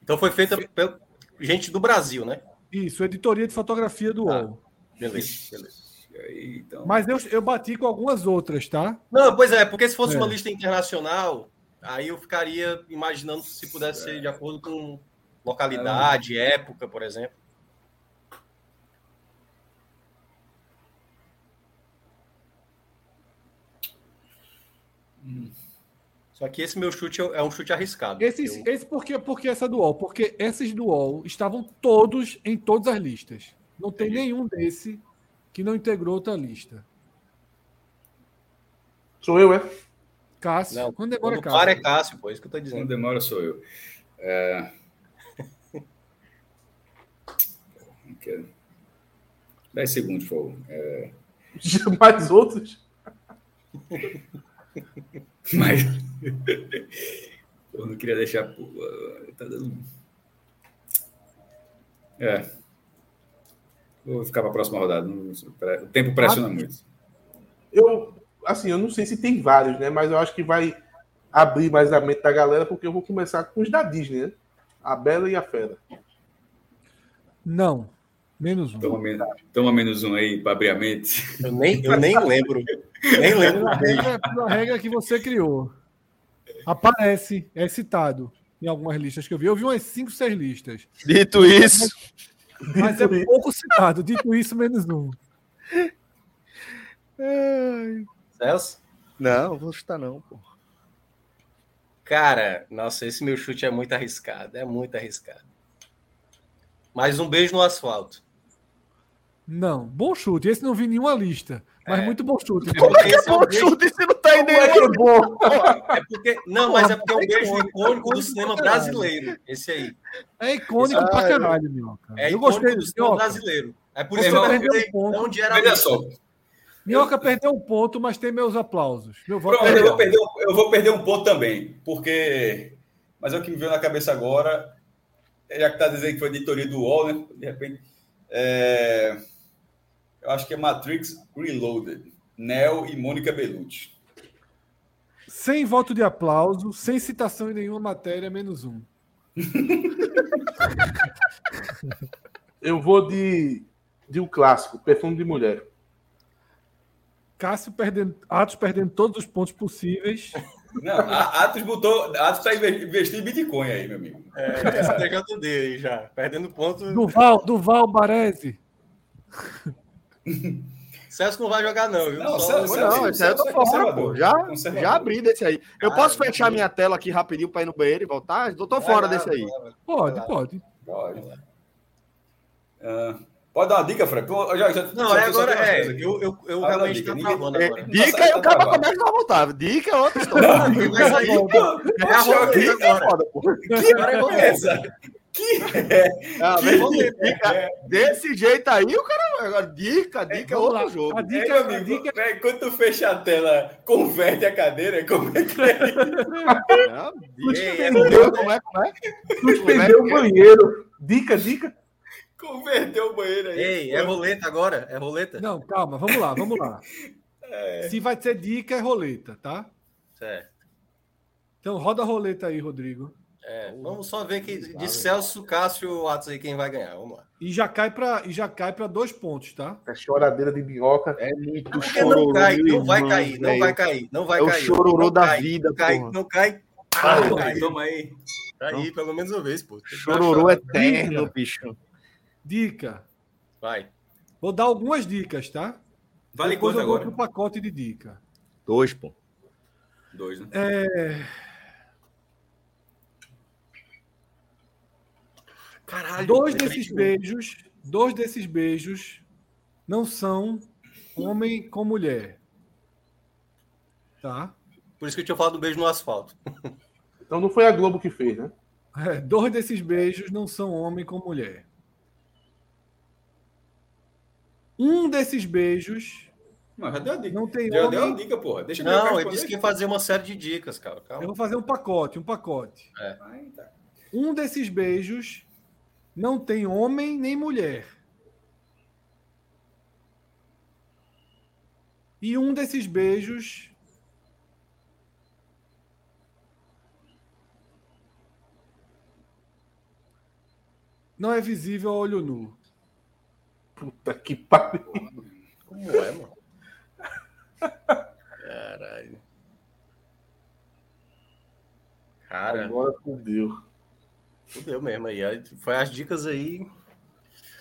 S4: Então foi feita pelo gente do Brasil, né?
S2: Isso, editoria de fotografia do
S3: Ah.
S4: Tá.
S2: UOL.
S4: Beleza. beleza.
S3: E aí, então...
S2: Mas eu, eu bati com algumas outras, tá?
S4: Não, pois é, porque se fosse
S2: É.
S4: uma lista internacional, aí eu ficaria imaginando se pudesse ser de acordo com localidade,
S2: É.
S4: época, por exemplo. Só que esse meu chute é é um chute arriscado.
S2: Esses,
S4: Eu-
S2: Hum. Esse por que por que essa do UOL? Porque esses do UOL estavam todos em todas as listas. Não tem nenhum desse que não integrou outra lista.
S6: Sou eu, é?
S2: Cássio,
S4: Não,
S2: quando demora
S4: quando
S2: Cássio.
S4: para é Cássio, pô, é isso que eu tô
S3: Não
S4: dizendo.
S3: demora, sou eu. É... Não quero. 10 segundos, por favor. É,
S6: Mais outros?
S3: Mas... eu não queria deixar... pô, Tá dando... É... Vou ficar para a próxima rodada. não- O tempo pressiona
S4: Ah,
S3: muito.
S6: Eu, assim, eu não sei se tem vários, né? Mas eu acho que vai abrir mais a mente da galera, porque eu vou começar com os da Disney, né? A Bela e a Fera.
S2: Não. Menos um.
S3: Toma menos, toma menos um aí para abrir a mente.
S4: Eu nem, eu nem lembro. Nem lembro.
S2: Pela regra, pela regra que você criou. Aparece, é citado em algumas listas que eu vi. Eu vi umas 5, 6 listas.
S5: Dito isso,
S2: Mas é
S6: Dito isso.
S2: pouco citado. Dito isso, menos um.
S4: Celso?
S5: não, vou chutar, não, pô.
S4: Cara, nossa, esse meu chute é muito arriscado, é muito arriscado. Mais um beijo no asfalto.
S2: Não, bom chute. Esse não vi em nenhuma lista, mas
S4: É.
S2: muito bom chute.
S4: Como é que
S5: É
S4: esse é um
S5: bom
S4: beijo?
S5: chute se não tá em nenhum bom.
S4: É porque... Não, mas é porque é um beijo icônico do cinema brasileiro. Esse aí.
S2: É icônico pra caralho, Minhoca.
S4: É
S2: eu
S4: icônico
S2: gostei
S4: do
S2: do
S4: cinema
S2: Minhoca.
S4: brasileiro. É por
S2: Você
S4: isso que eu
S2: perdeu
S4: perguntei
S2: um ponto.
S4: onde era.
S3: Olha
S4: isso.
S3: só,
S2: Minhoca perdeu um ponto, mas tem meus aplausos. Meu voto
S3: Pronto,
S2: é
S3: eu vou,
S2: Minhoca.
S3: perder, um- eu vou perder um ponto também, porque. Mas é o que me veio na cabeça agora, é, já que está dizendo que foi editoria do UOL, né? De repente. é, Eu acho que é Matrix Reloaded. Neo e Mônica Bellucci.
S2: Sem voto de aplauso, sem citação em nenhuma matéria, menos um.
S6: Eu vou de, de um clássico, Perfume de Mulher.
S2: Cássio perdendo, Atos perdendo todos os pontos possíveis.
S3: Não, a- Atos botou. Atos está investindo em Bitcoin aí, meu amigo.
S4: É, esse negócio eu dei aí já. Perdendo ponto.
S2: Duval, Duval Baresi.
S4: Celso não vai jogar, não, viu?
S3: Não,
S4: Só-
S3: Celso-
S5: Não, esse aí eu tô
S3: Conservador.
S5: fora, pô. Já,
S3: Conservador.
S5: já abri desse aí. Eu
S4: É. Ah,
S5: posso
S4: meu
S5: fechar
S4: Deus.
S5: minha tela aqui rapidinho pra ir no banheiro e voltar? Eu tô
S4: Vai
S5: fora
S4: lá,
S5: desse aí.
S4: vai lá.
S2: Pode, pode.
S3: Pode. Ah, pode dar uma dica, Fred? Eu já- já-
S4: Não,
S3: só-
S4: é
S3: só- só
S4: agora.
S3: tem umas
S4: É,
S3: coisas aqui.
S4: eu, eu, eu
S3: Fala,
S4: realmente
S3: dica,
S4: tô
S3: ninguém-
S4: travando
S5: É,
S4: agora.
S5: dica
S3: Tá
S5: eu acaba
S3: travado.
S5: começa a voltar. Dica é outra história.
S4: Mas aí,
S3: É
S4: é a roleta
S5: Dica é
S4: agora.
S5: foda, pô.
S3: Que hora é essa?
S5: Ah,
S3: Que-
S5: vem você, dica.
S4: é
S5: Desse jeito aí, o cara. Agora, dica, dica é
S2: vamos
S5: outro
S2: lá.
S5: jogo.
S2: A
S3: É,
S2: dica,
S3: meu
S2: a
S3: amigo,
S2: dica
S3: véi, quando tu fecha a tela, converte a cadeira, como é que é?
S5: Ah, dica. Meu Deus, como é, como é?
S6: Suspendeu o banheiro. Dica, dica.
S3: Converteu o banheiro aí.
S4: Ei, é roleta agora? É roleta?
S2: Não, calma, vamos lá, vamos lá. Se vai ser dica, é roleta, tá?
S4: Certo.
S2: Então roda a roleta aí, Rodrigo.
S4: É, vamos só ver que de Celso, Cássio, Atos aí quem vai ganhar. Vamos lá.
S2: E já cai pra e já cai para dois pontos, tá?
S6: É choradeira de minhoca.
S5: É muito
S4: Porque não cai, não vai cair, não vai
S5: velho.
S4: cair, não vai
S5: É o
S4: cair.
S5: chororô
S4: Não
S5: da
S4: cai,
S5: vida,
S4: Não cai,
S5: porra.
S4: não cai.
S3: Ah,
S2: Então,
S4: não
S3: tá aí,
S4: cai.
S3: toma aí.
S4: Tá aí, pelo menos uma vez, pô.
S5: Chororô eterno, bicho.
S2: Dica.
S4: Vai.
S2: Vou dar algumas dicas, tá?
S3: Vale
S2: Depois
S3: quanto
S2: eu vou
S3: agora?
S2: pro pacote de dica.
S5: Dois, pô.
S3: Dois, né?
S2: É.
S4: Caralho.
S3: é
S2: Dois
S4: lembrei
S2: desses
S4: de um.
S2: beijos, dois desses beijos não são homem com mulher. Tá?
S4: Por isso que eu tinha falado do beijo no asfalto.
S6: Então não foi a Globo que fez, né?
S2: É, dois desses beijos não são homem com mulher. Um desses beijos
S3: Mas já deu a dica.
S2: não tem
S3: Já deu a
S2: homem.
S3: dica, porra. Deixa eu
S4: Não, ele disse que ia fazer uma série de dicas, cara.
S2: Eu
S4: Calma.
S2: vou fazer um pacote, um pacote.
S3: É.
S2: Um desses beijos não tem homem nem mulher. E um desses beijos não é visível a olho nu.
S6: Puta que pariu.
S4: Como é, mano? Caralho. Cara,
S6: Agora fudeu.
S4: fudeu mesmo aí. Aí Foi as dicas aí.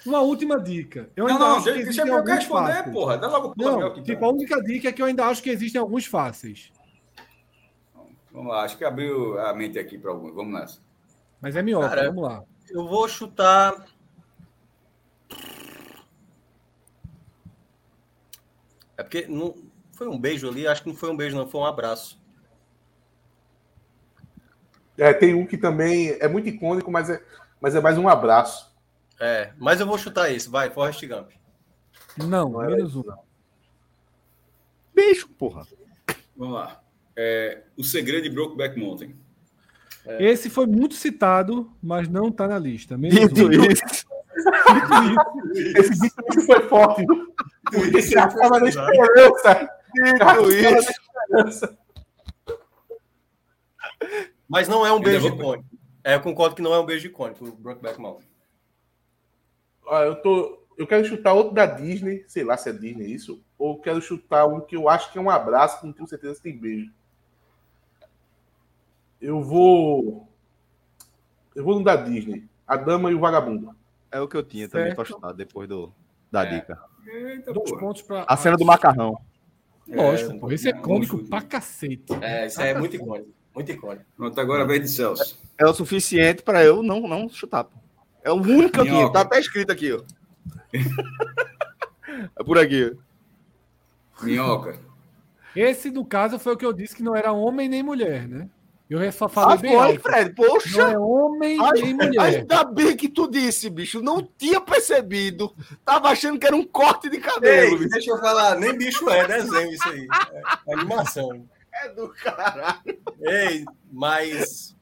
S2: Uma última dica. Eu
S3: Não,
S2: ainda
S3: não,
S2: acho que
S3: gente, deixa
S2: existem
S3: eu
S2: alguns
S3: responder,
S2: fáceis.
S3: porra. Dá logo pro Abel
S2: Não,
S3: aqui,
S2: tipo,
S3: tá?
S2: a única dica é que eu ainda acho que existem alguns fáceis.
S3: Vamos lá, acho que abriu a mente aqui para alguns. Vamos nessa.
S2: Mas é minhoca,
S4: Cara,
S2: vamos lá.
S4: Eu vou chutar. É porque não foi um beijo ali, acho que não foi um beijo, não, foi um abraço.
S6: É, tem um que também é muito icônico, mas é, mas é mais um abraço.
S4: É, mas eu vou chutar esse, vai, Forrest Gump.
S2: Não, menos um.
S5: Bicho, porra.
S3: Vamos lá. É, o segredo de Brokeback Mountain.
S2: Esse foi muito citado, mas não tá na lista. Menos um.
S5: Dito isso.
S6: Esse bicho foi forte. viu? Porque Esse acaba na esperança.
S5: Dito É isso.
S4: Mas não é um
S3: Ainda
S4: beijo
S3: vou-
S4: icônico. É, eu concordo que não é um beijo icônico, o Brokeback Mountain.
S6: Ó, Ah, eu, tô, eu quero chutar outro da Disney, sei lá se é Disney isso, ou quero chutar um que eu acho que é um abraço, que não tenho certeza se tem beijo. Eu vou. Eu vou no da Disney. A Dama e o Vagabundo.
S5: É o que eu tinha também
S2: Certo.
S5: pra chutar depois do, da
S3: É.
S5: dica.
S3: Eita,
S2: Dois
S3: porra.
S2: pontos pra.
S5: A cena do macarrão.
S2: Lógico, pô. Esse é
S3: não,
S2: cômico
S3: muito
S2: pra cacete.
S4: É, isso aí é muito icônico. Muito icônico.
S3: Pronto, agora vem de Celso.
S5: É o suficiente pra eu não, não chutar. pô. É o único que
S3: Minhoca.
S5: tá até escrito aqui, ó. É por aqui.
S2: É.
S3: Minhoca.
S2: Esse, no caso, foi o que eu disse que não era homem nem mulher, né? Eu só falei bem alto.
S5: Fred.
S2: Não
S5: Poxa,
S2: é homem nem mulher.
S5: ainda bem que tu disse, bicho. Não tinha percebido. Tava achando que era um corte de cabelo.
S7: Ei, deixa eu falar, nem bicho é, desenho isso aí. É animação.
S5: É do caralho.
S7: Ei, mas.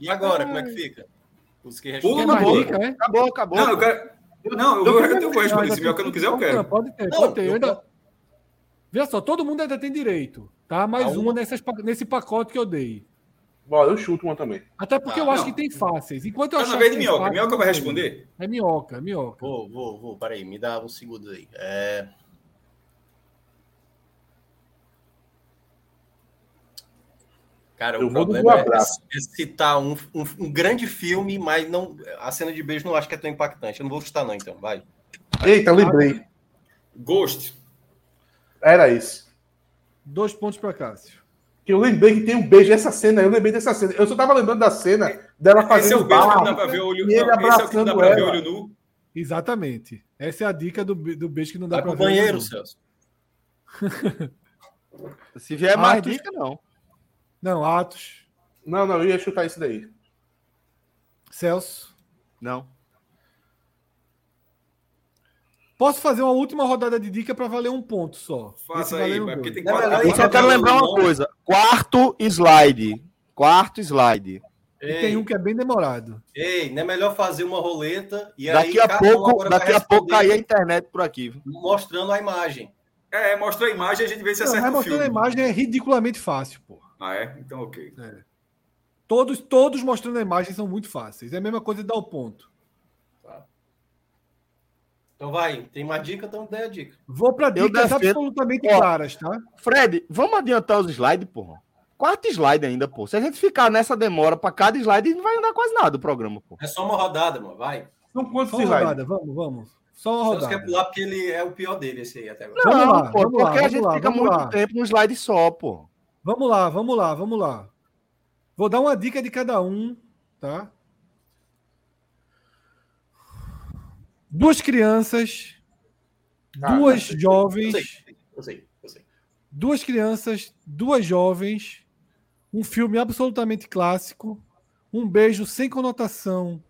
S7: E agora, como é que fica? Os que
S3: Pula
S2: Quer
S3: na
S2: mais
S3: boca.
S2: dica, é?
S5: Acabou, acabou.
S3: Não, eu quero. Não, eu, eu, eu vou responder.
S2: ainda
S3: Se Minhoca não quiser, eu
S2: Não,
S3: quero.
S2: Pode ter,
S7: Não,
S2: pode ter. Eu
S7: eu
S2: ainda... Veja só, todo mundo ainda tem direito. Tá? Mais
S7: Ah,
S2: uma,
S7: uma.
S2: nessas pa- nesse pacote que eu dei.
S6: Bora, eu chuto uma também.
S2: Até porque
S3: Ah,
S2: eu acho
S3: não.
S2: que tem fáceis. Enquanto eu
S3: Tá
S2: achar
S3: na vez
S2: que
S3: de
S2: tem
S3: Minhoca.
S2: fáceis,
S3: Minhoca
S2: eu
S3: vai
S2: sei.
S3: responder.
S2: É minhoca, é minhoca.
S4: Vou, vou, vou. Peraí, me dá
S7: um
S4: uns segundos aí. É... Cara,
S6: Eu
S4: o
S5: um
S6: vou do
S4: problema é,
S6: abraço.
S4: é citar um, um- um grande filme, mas não a cena de beijo não acho que é tão impactante. Eu não vou citar não, então. Vai.
S6: Eita, lembrei.
S3: Ghost.
S6: Era esse.
S2: Dois pontos para Cássio.
S6: Que eu lembrei que tem um beijo. Essa cena, eu lembrei dessa cena. Eu só tava lembrando da cena dela
S3: Esse é
S6: fazendo
S3: o beijo que
S6: barra.
S3: não dá pra ver o olho.
S6: um e ele
S3: não, Esse é o que não dá
S6: abraçando
S3: pra ver o
S6: ela.
S3: olho nu.
S2: Exatamente. Essa é a dica do, be- do beijo que não dá
S4: Vai
S2: para
S4: pro
S2: ver.
S4: banheiro, Celso.
S5: Se vier mais
S2: Atos.
S5: dica, não.
S2: Não, Atos.
S6: Não, não, eu ia chutar isso daí.
S2: Celso.
S5: Não.
S2: Posso fazer uma última rodada de dica para valer um ponto só. Esse um
S3: Faça aí,
S2: valeram
S3: vai, porque
S2: dois.
S3: tem
S4: Não,
S3: quatro.
S4: não,
S5: Eu só quero lembrar uma coisa. Quarto slide. Quarto slide.
S2: E tem um que é bem demorado.
S7: Ei, não é melhor fazer uma roleta e
S5: Daqui
S7: aí
S5: a
S7: cada um
S5: pouco,
S7: agora vai
S5: daqui a pouco
S7: responder
S5: cair a internet por aqui. viu?
S7: mostrando a imagem.
S3: É, mostra a imagem e a gente vê se
S2: Não,
S3: acerta
S2: mas
S3: o
S2: mostrando
S3: filme.
S2: a imagem é ridiculamente fácil, pô.
S3: Ah, é? Então, ok.
S2: Todos, todos mostrando a imagem são muito fáceis. É a mesma coisa de dar o ponto.
S7: Então vai, tem uma dica, então dê a dica.
S2: Vou para
S5: Eu
S2: dicas
S5: defendo-
S2: absolutamente
S5: Ó.
S2: claras, tá?
S5: Fred, vamos adiantar os slides, porra. Quarto slide ainda, pô. Se a gente ficar nessa demora pra cada slide, não vai andar quase nada o programa, pô.
S7: É só uma rodada, mano, vai.
S6: Não quantos
S2: Só uma
S6: slides?
S2: rodada, vamos, vamos. Só uma
S7: Você quer
S2: rodada.
S7: pular porque ele é o pior dele, esse aí até agora.
S2: Vamos
S5: Não,
S2: lá,
S5: pô,
S2: vamos
S5: porque
S2: lá,
S5: a
S2: vamos
S5: gente
S2: lá,
S5: fica
S2: vamos
S5: muito
S2: lá.
S5: tempo num slide só, pô.
S2: Vamos lá, vamos lá, vamos lá. Vou dar uma dica de cada um, tá? Duas crianças,
S6: Ah,
S2: duas
S7: Eu
S2: jovens.
S7: sei, eu sei, eu sei.
S2: duas crianças, duas jovens, um filme absolutamente clássico, um beijo sem conotação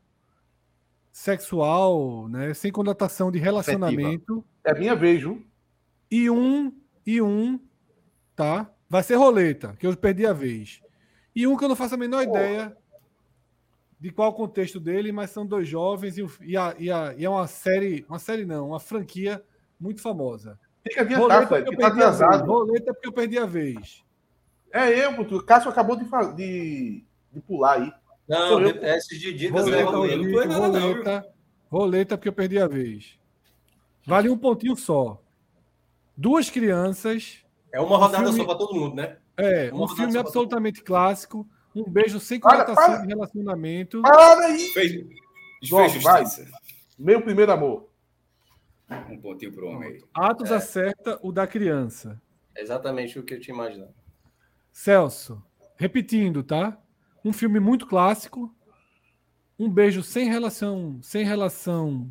S2: sexual, né, sem conotação de relacionamento
S6: É minha vez, viu?
S2: e um e um, tá? Vai ser roleta, que eu perdi a vez. E um que eu não faço a menor ideia de qual o contexto dele, mas são dois jovens e, o- e a- e a- e é uma série, uma série não, uma franquia muito famosa.
S6: Tem que adiantar,
S2: Roleta
S6: Fred,
S2: porque
S6: que
S2: eu
S6: tá
S2: perdi a vez.
S6: atrasado.
S2: Roleta porque eu perdi a vez.
S6: É eu, puto. O Cássio acabou de, fa- de, de pular aí.
S7: Não,
S6: Sou eu.
S7: é esses de dicas é
S4: né?
S2: Roleta,
S3: roleta,
S7: roleta.
S3: não foi
S2: roleta,
S3: nada, não,
S2: roleta, roleta, porque eu perdi a vez. Vale um pontinho só. Duas crianças,
S7: É uma rodada
S2: filme-
S7: só pra todo mundo, né?
S2: é, um
S7: Vamos rodar
S2: filme
S7: só pra
S2: absolutamente clássico, um beijo sem
S6: Para,
S2: conotação
S6: para.
S2: de relacionamento.
S6: Para aí!
S3: Fez,
S6: Bom,
S3: fez justiça.
S6: Meu primeiro amor.
S3: Um pontinho pro homem.
S2: Atos acerta o da criança.
S7: É exatamente o que eu tinha imaginado.
S2: Celso, repetindo, tá? Um filme muito clássico, um beijo sem relação, sem relação,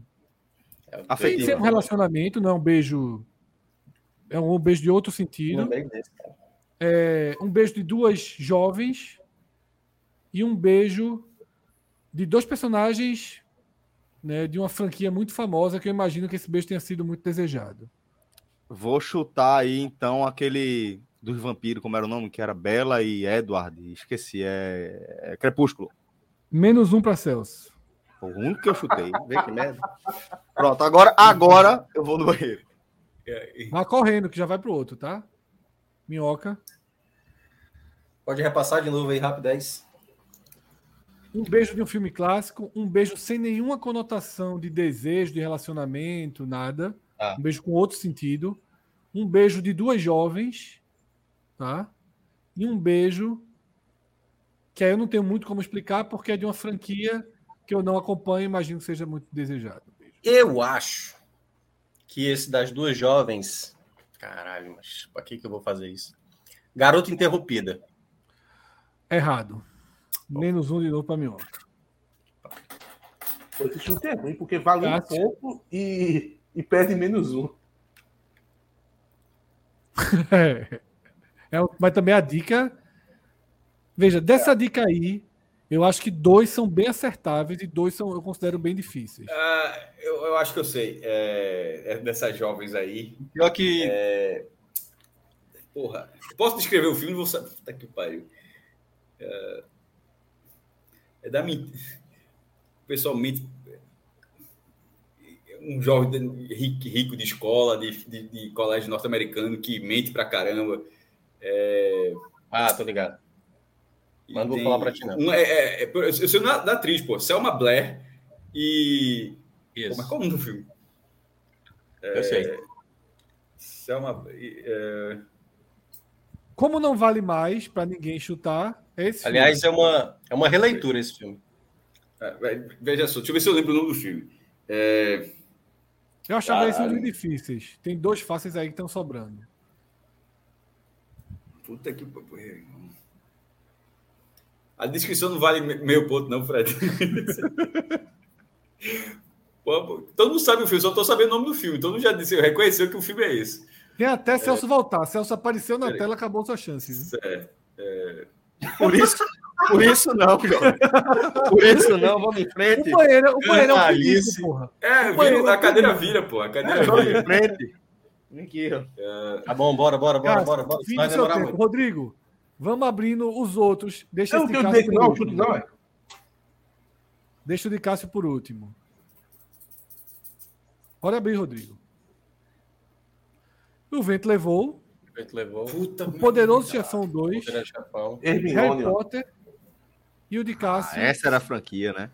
S7: É o
S5: Afetivo.
S2: sem
S5: Entendi.
S2: um relacionamento, não é um beijo, é um beijo de outro
S7: Eu
S2: sentido.
S7: lembrei desse, cara.
S2: é, um beijo de duas jovens e um beijo de dois personagens né, de uma franquia muito famosa que eu imagino que esse beijo tenha sido muito desejado.
S5: Vou chutar aí, então, aquele dos vampiros, como era o nome? Que era Bela e Edward. Esqueci, é, é Crepúsculo.
S2: Menos um para Celso.
S5: Foi o único que eu chutei. Vê que merda. Pronto, agora, agora eu vou no banheiro.
S2: Vá correndo, que já vai pro outro, tá? Minhoca.
S7: Pode repassar de novo aí, é rapidez.
S2: Um beijo de um filme clássico, um beijo sem nenhuma conotação de desejo, de relacionamento, nada.
S4: Tá.
S2: Um beijo com outro sentido. Um beijo de duas jovens, tá? E um beijo que aí eu não tenho muito como explicar porque é de uma franquia que eu não acompanho, imagino que seja muito desejado.
S4: Eu acho que esse das duas jovens. Caralho, mas pra que, que eu vou fazer isso? Garota interrompida.
S2: Errado. Menos um de novo para minhoca.
S6: Pô, Esse chute é ruim, porque vale um
S2: Cássio.
S6: pouco e, e perde menos um.
S2: É. É, mas também a dica. Veja, dessa dica aí, eu acho que dois são bem acertáveis e dois são, eu considero bem difíceis.
S3: Ah, eu, eu acho que eu sei. É, é dessas jovens aí.
S4: Pior que.
S3: É, Porra. Posso descrever o filme? Vou saber. Puta que pariu. É, é da mentira. Pessoalmente. Um jovem de- rico, rico de escola, de, de- de colégio norte-americano, que mente pra caramba. É,
S4: Ah, tô ligado.
S3: e
S4: Mas não vou
S3: tem
S4: falar pra ti, não.
S3: um- é, é, é, eu sei o nome da, da atriz, pô. Selma Blair e. Pô,
S4: Isso.
S3: mas qual o nome do filme?
S7: É,
S4: Eu sei.
S3: Selma. e, é,
S2: Como não vale mais pra ninguém chutar, é esse filme.
S4: Aliás, é uma, é uma releitura esse filme.
S3: é, veja só, deixa eu ver se eu lembro o nome do filme. É,
S2: eu achava esses
S4: ah,
S3: Caralho.
S2: muito difíceis. Tem dois fáceis aí que estão sobrando.
S3: puta que. pa- pô, irmão. A descrição não vale me- meio ponto, não, Fred. Pô, pô, todo mundo sabe o filme, só tô sabendo o nome do filme. Todo mundo já disse, reconheceu que o filme é esse.
S2: Tem
S4: É.
S2: até Celso voltar. Celso apareceu na
S3: Peraí.
S2: tela, acabou sua chance. viu?
S5: Por isso, por isso não, jovem. Por isso não, vamos em frente.
S2: O banheiro, o banheiro
S4: Ah,
S2: é um perigo,
S4: Alice.
S2: porra.
S3: É, vira, a cadeira vira, pô. A cadeira
S4: É,
S5: Vamos
S3: vira.
S5: em frente. Vem aqui, ó.
S4: Tá bom, bora, bora, bora,
S2: Cara,
S4: bora, bora. Isso
S2: fim
S4: vai
S2: do seu
S4: demorar
S2: tempo.
S4: muito.
S2: Rodrigo, vamos abrindo os outros. Deixa
S6: Eu não
S2: esse
S6: tenho
S2: Cássio
S6: direito,
S2: por
S6: não,
S2: último.
S6: chute, não, é?
S2: Deixa o de Cássio por último. Olha bem, Rodrigo. O vento levou.
S4: Perfeito, Levou.
S3: Puta,
S2: O Poderoso Chefão 2.
S4: Poderoso Chefão.
S6: Hermione,
S2: Harry
S6: ó.
S2: Potter. E o de Cássio.
S5: Ah, Essa era a franquia, né?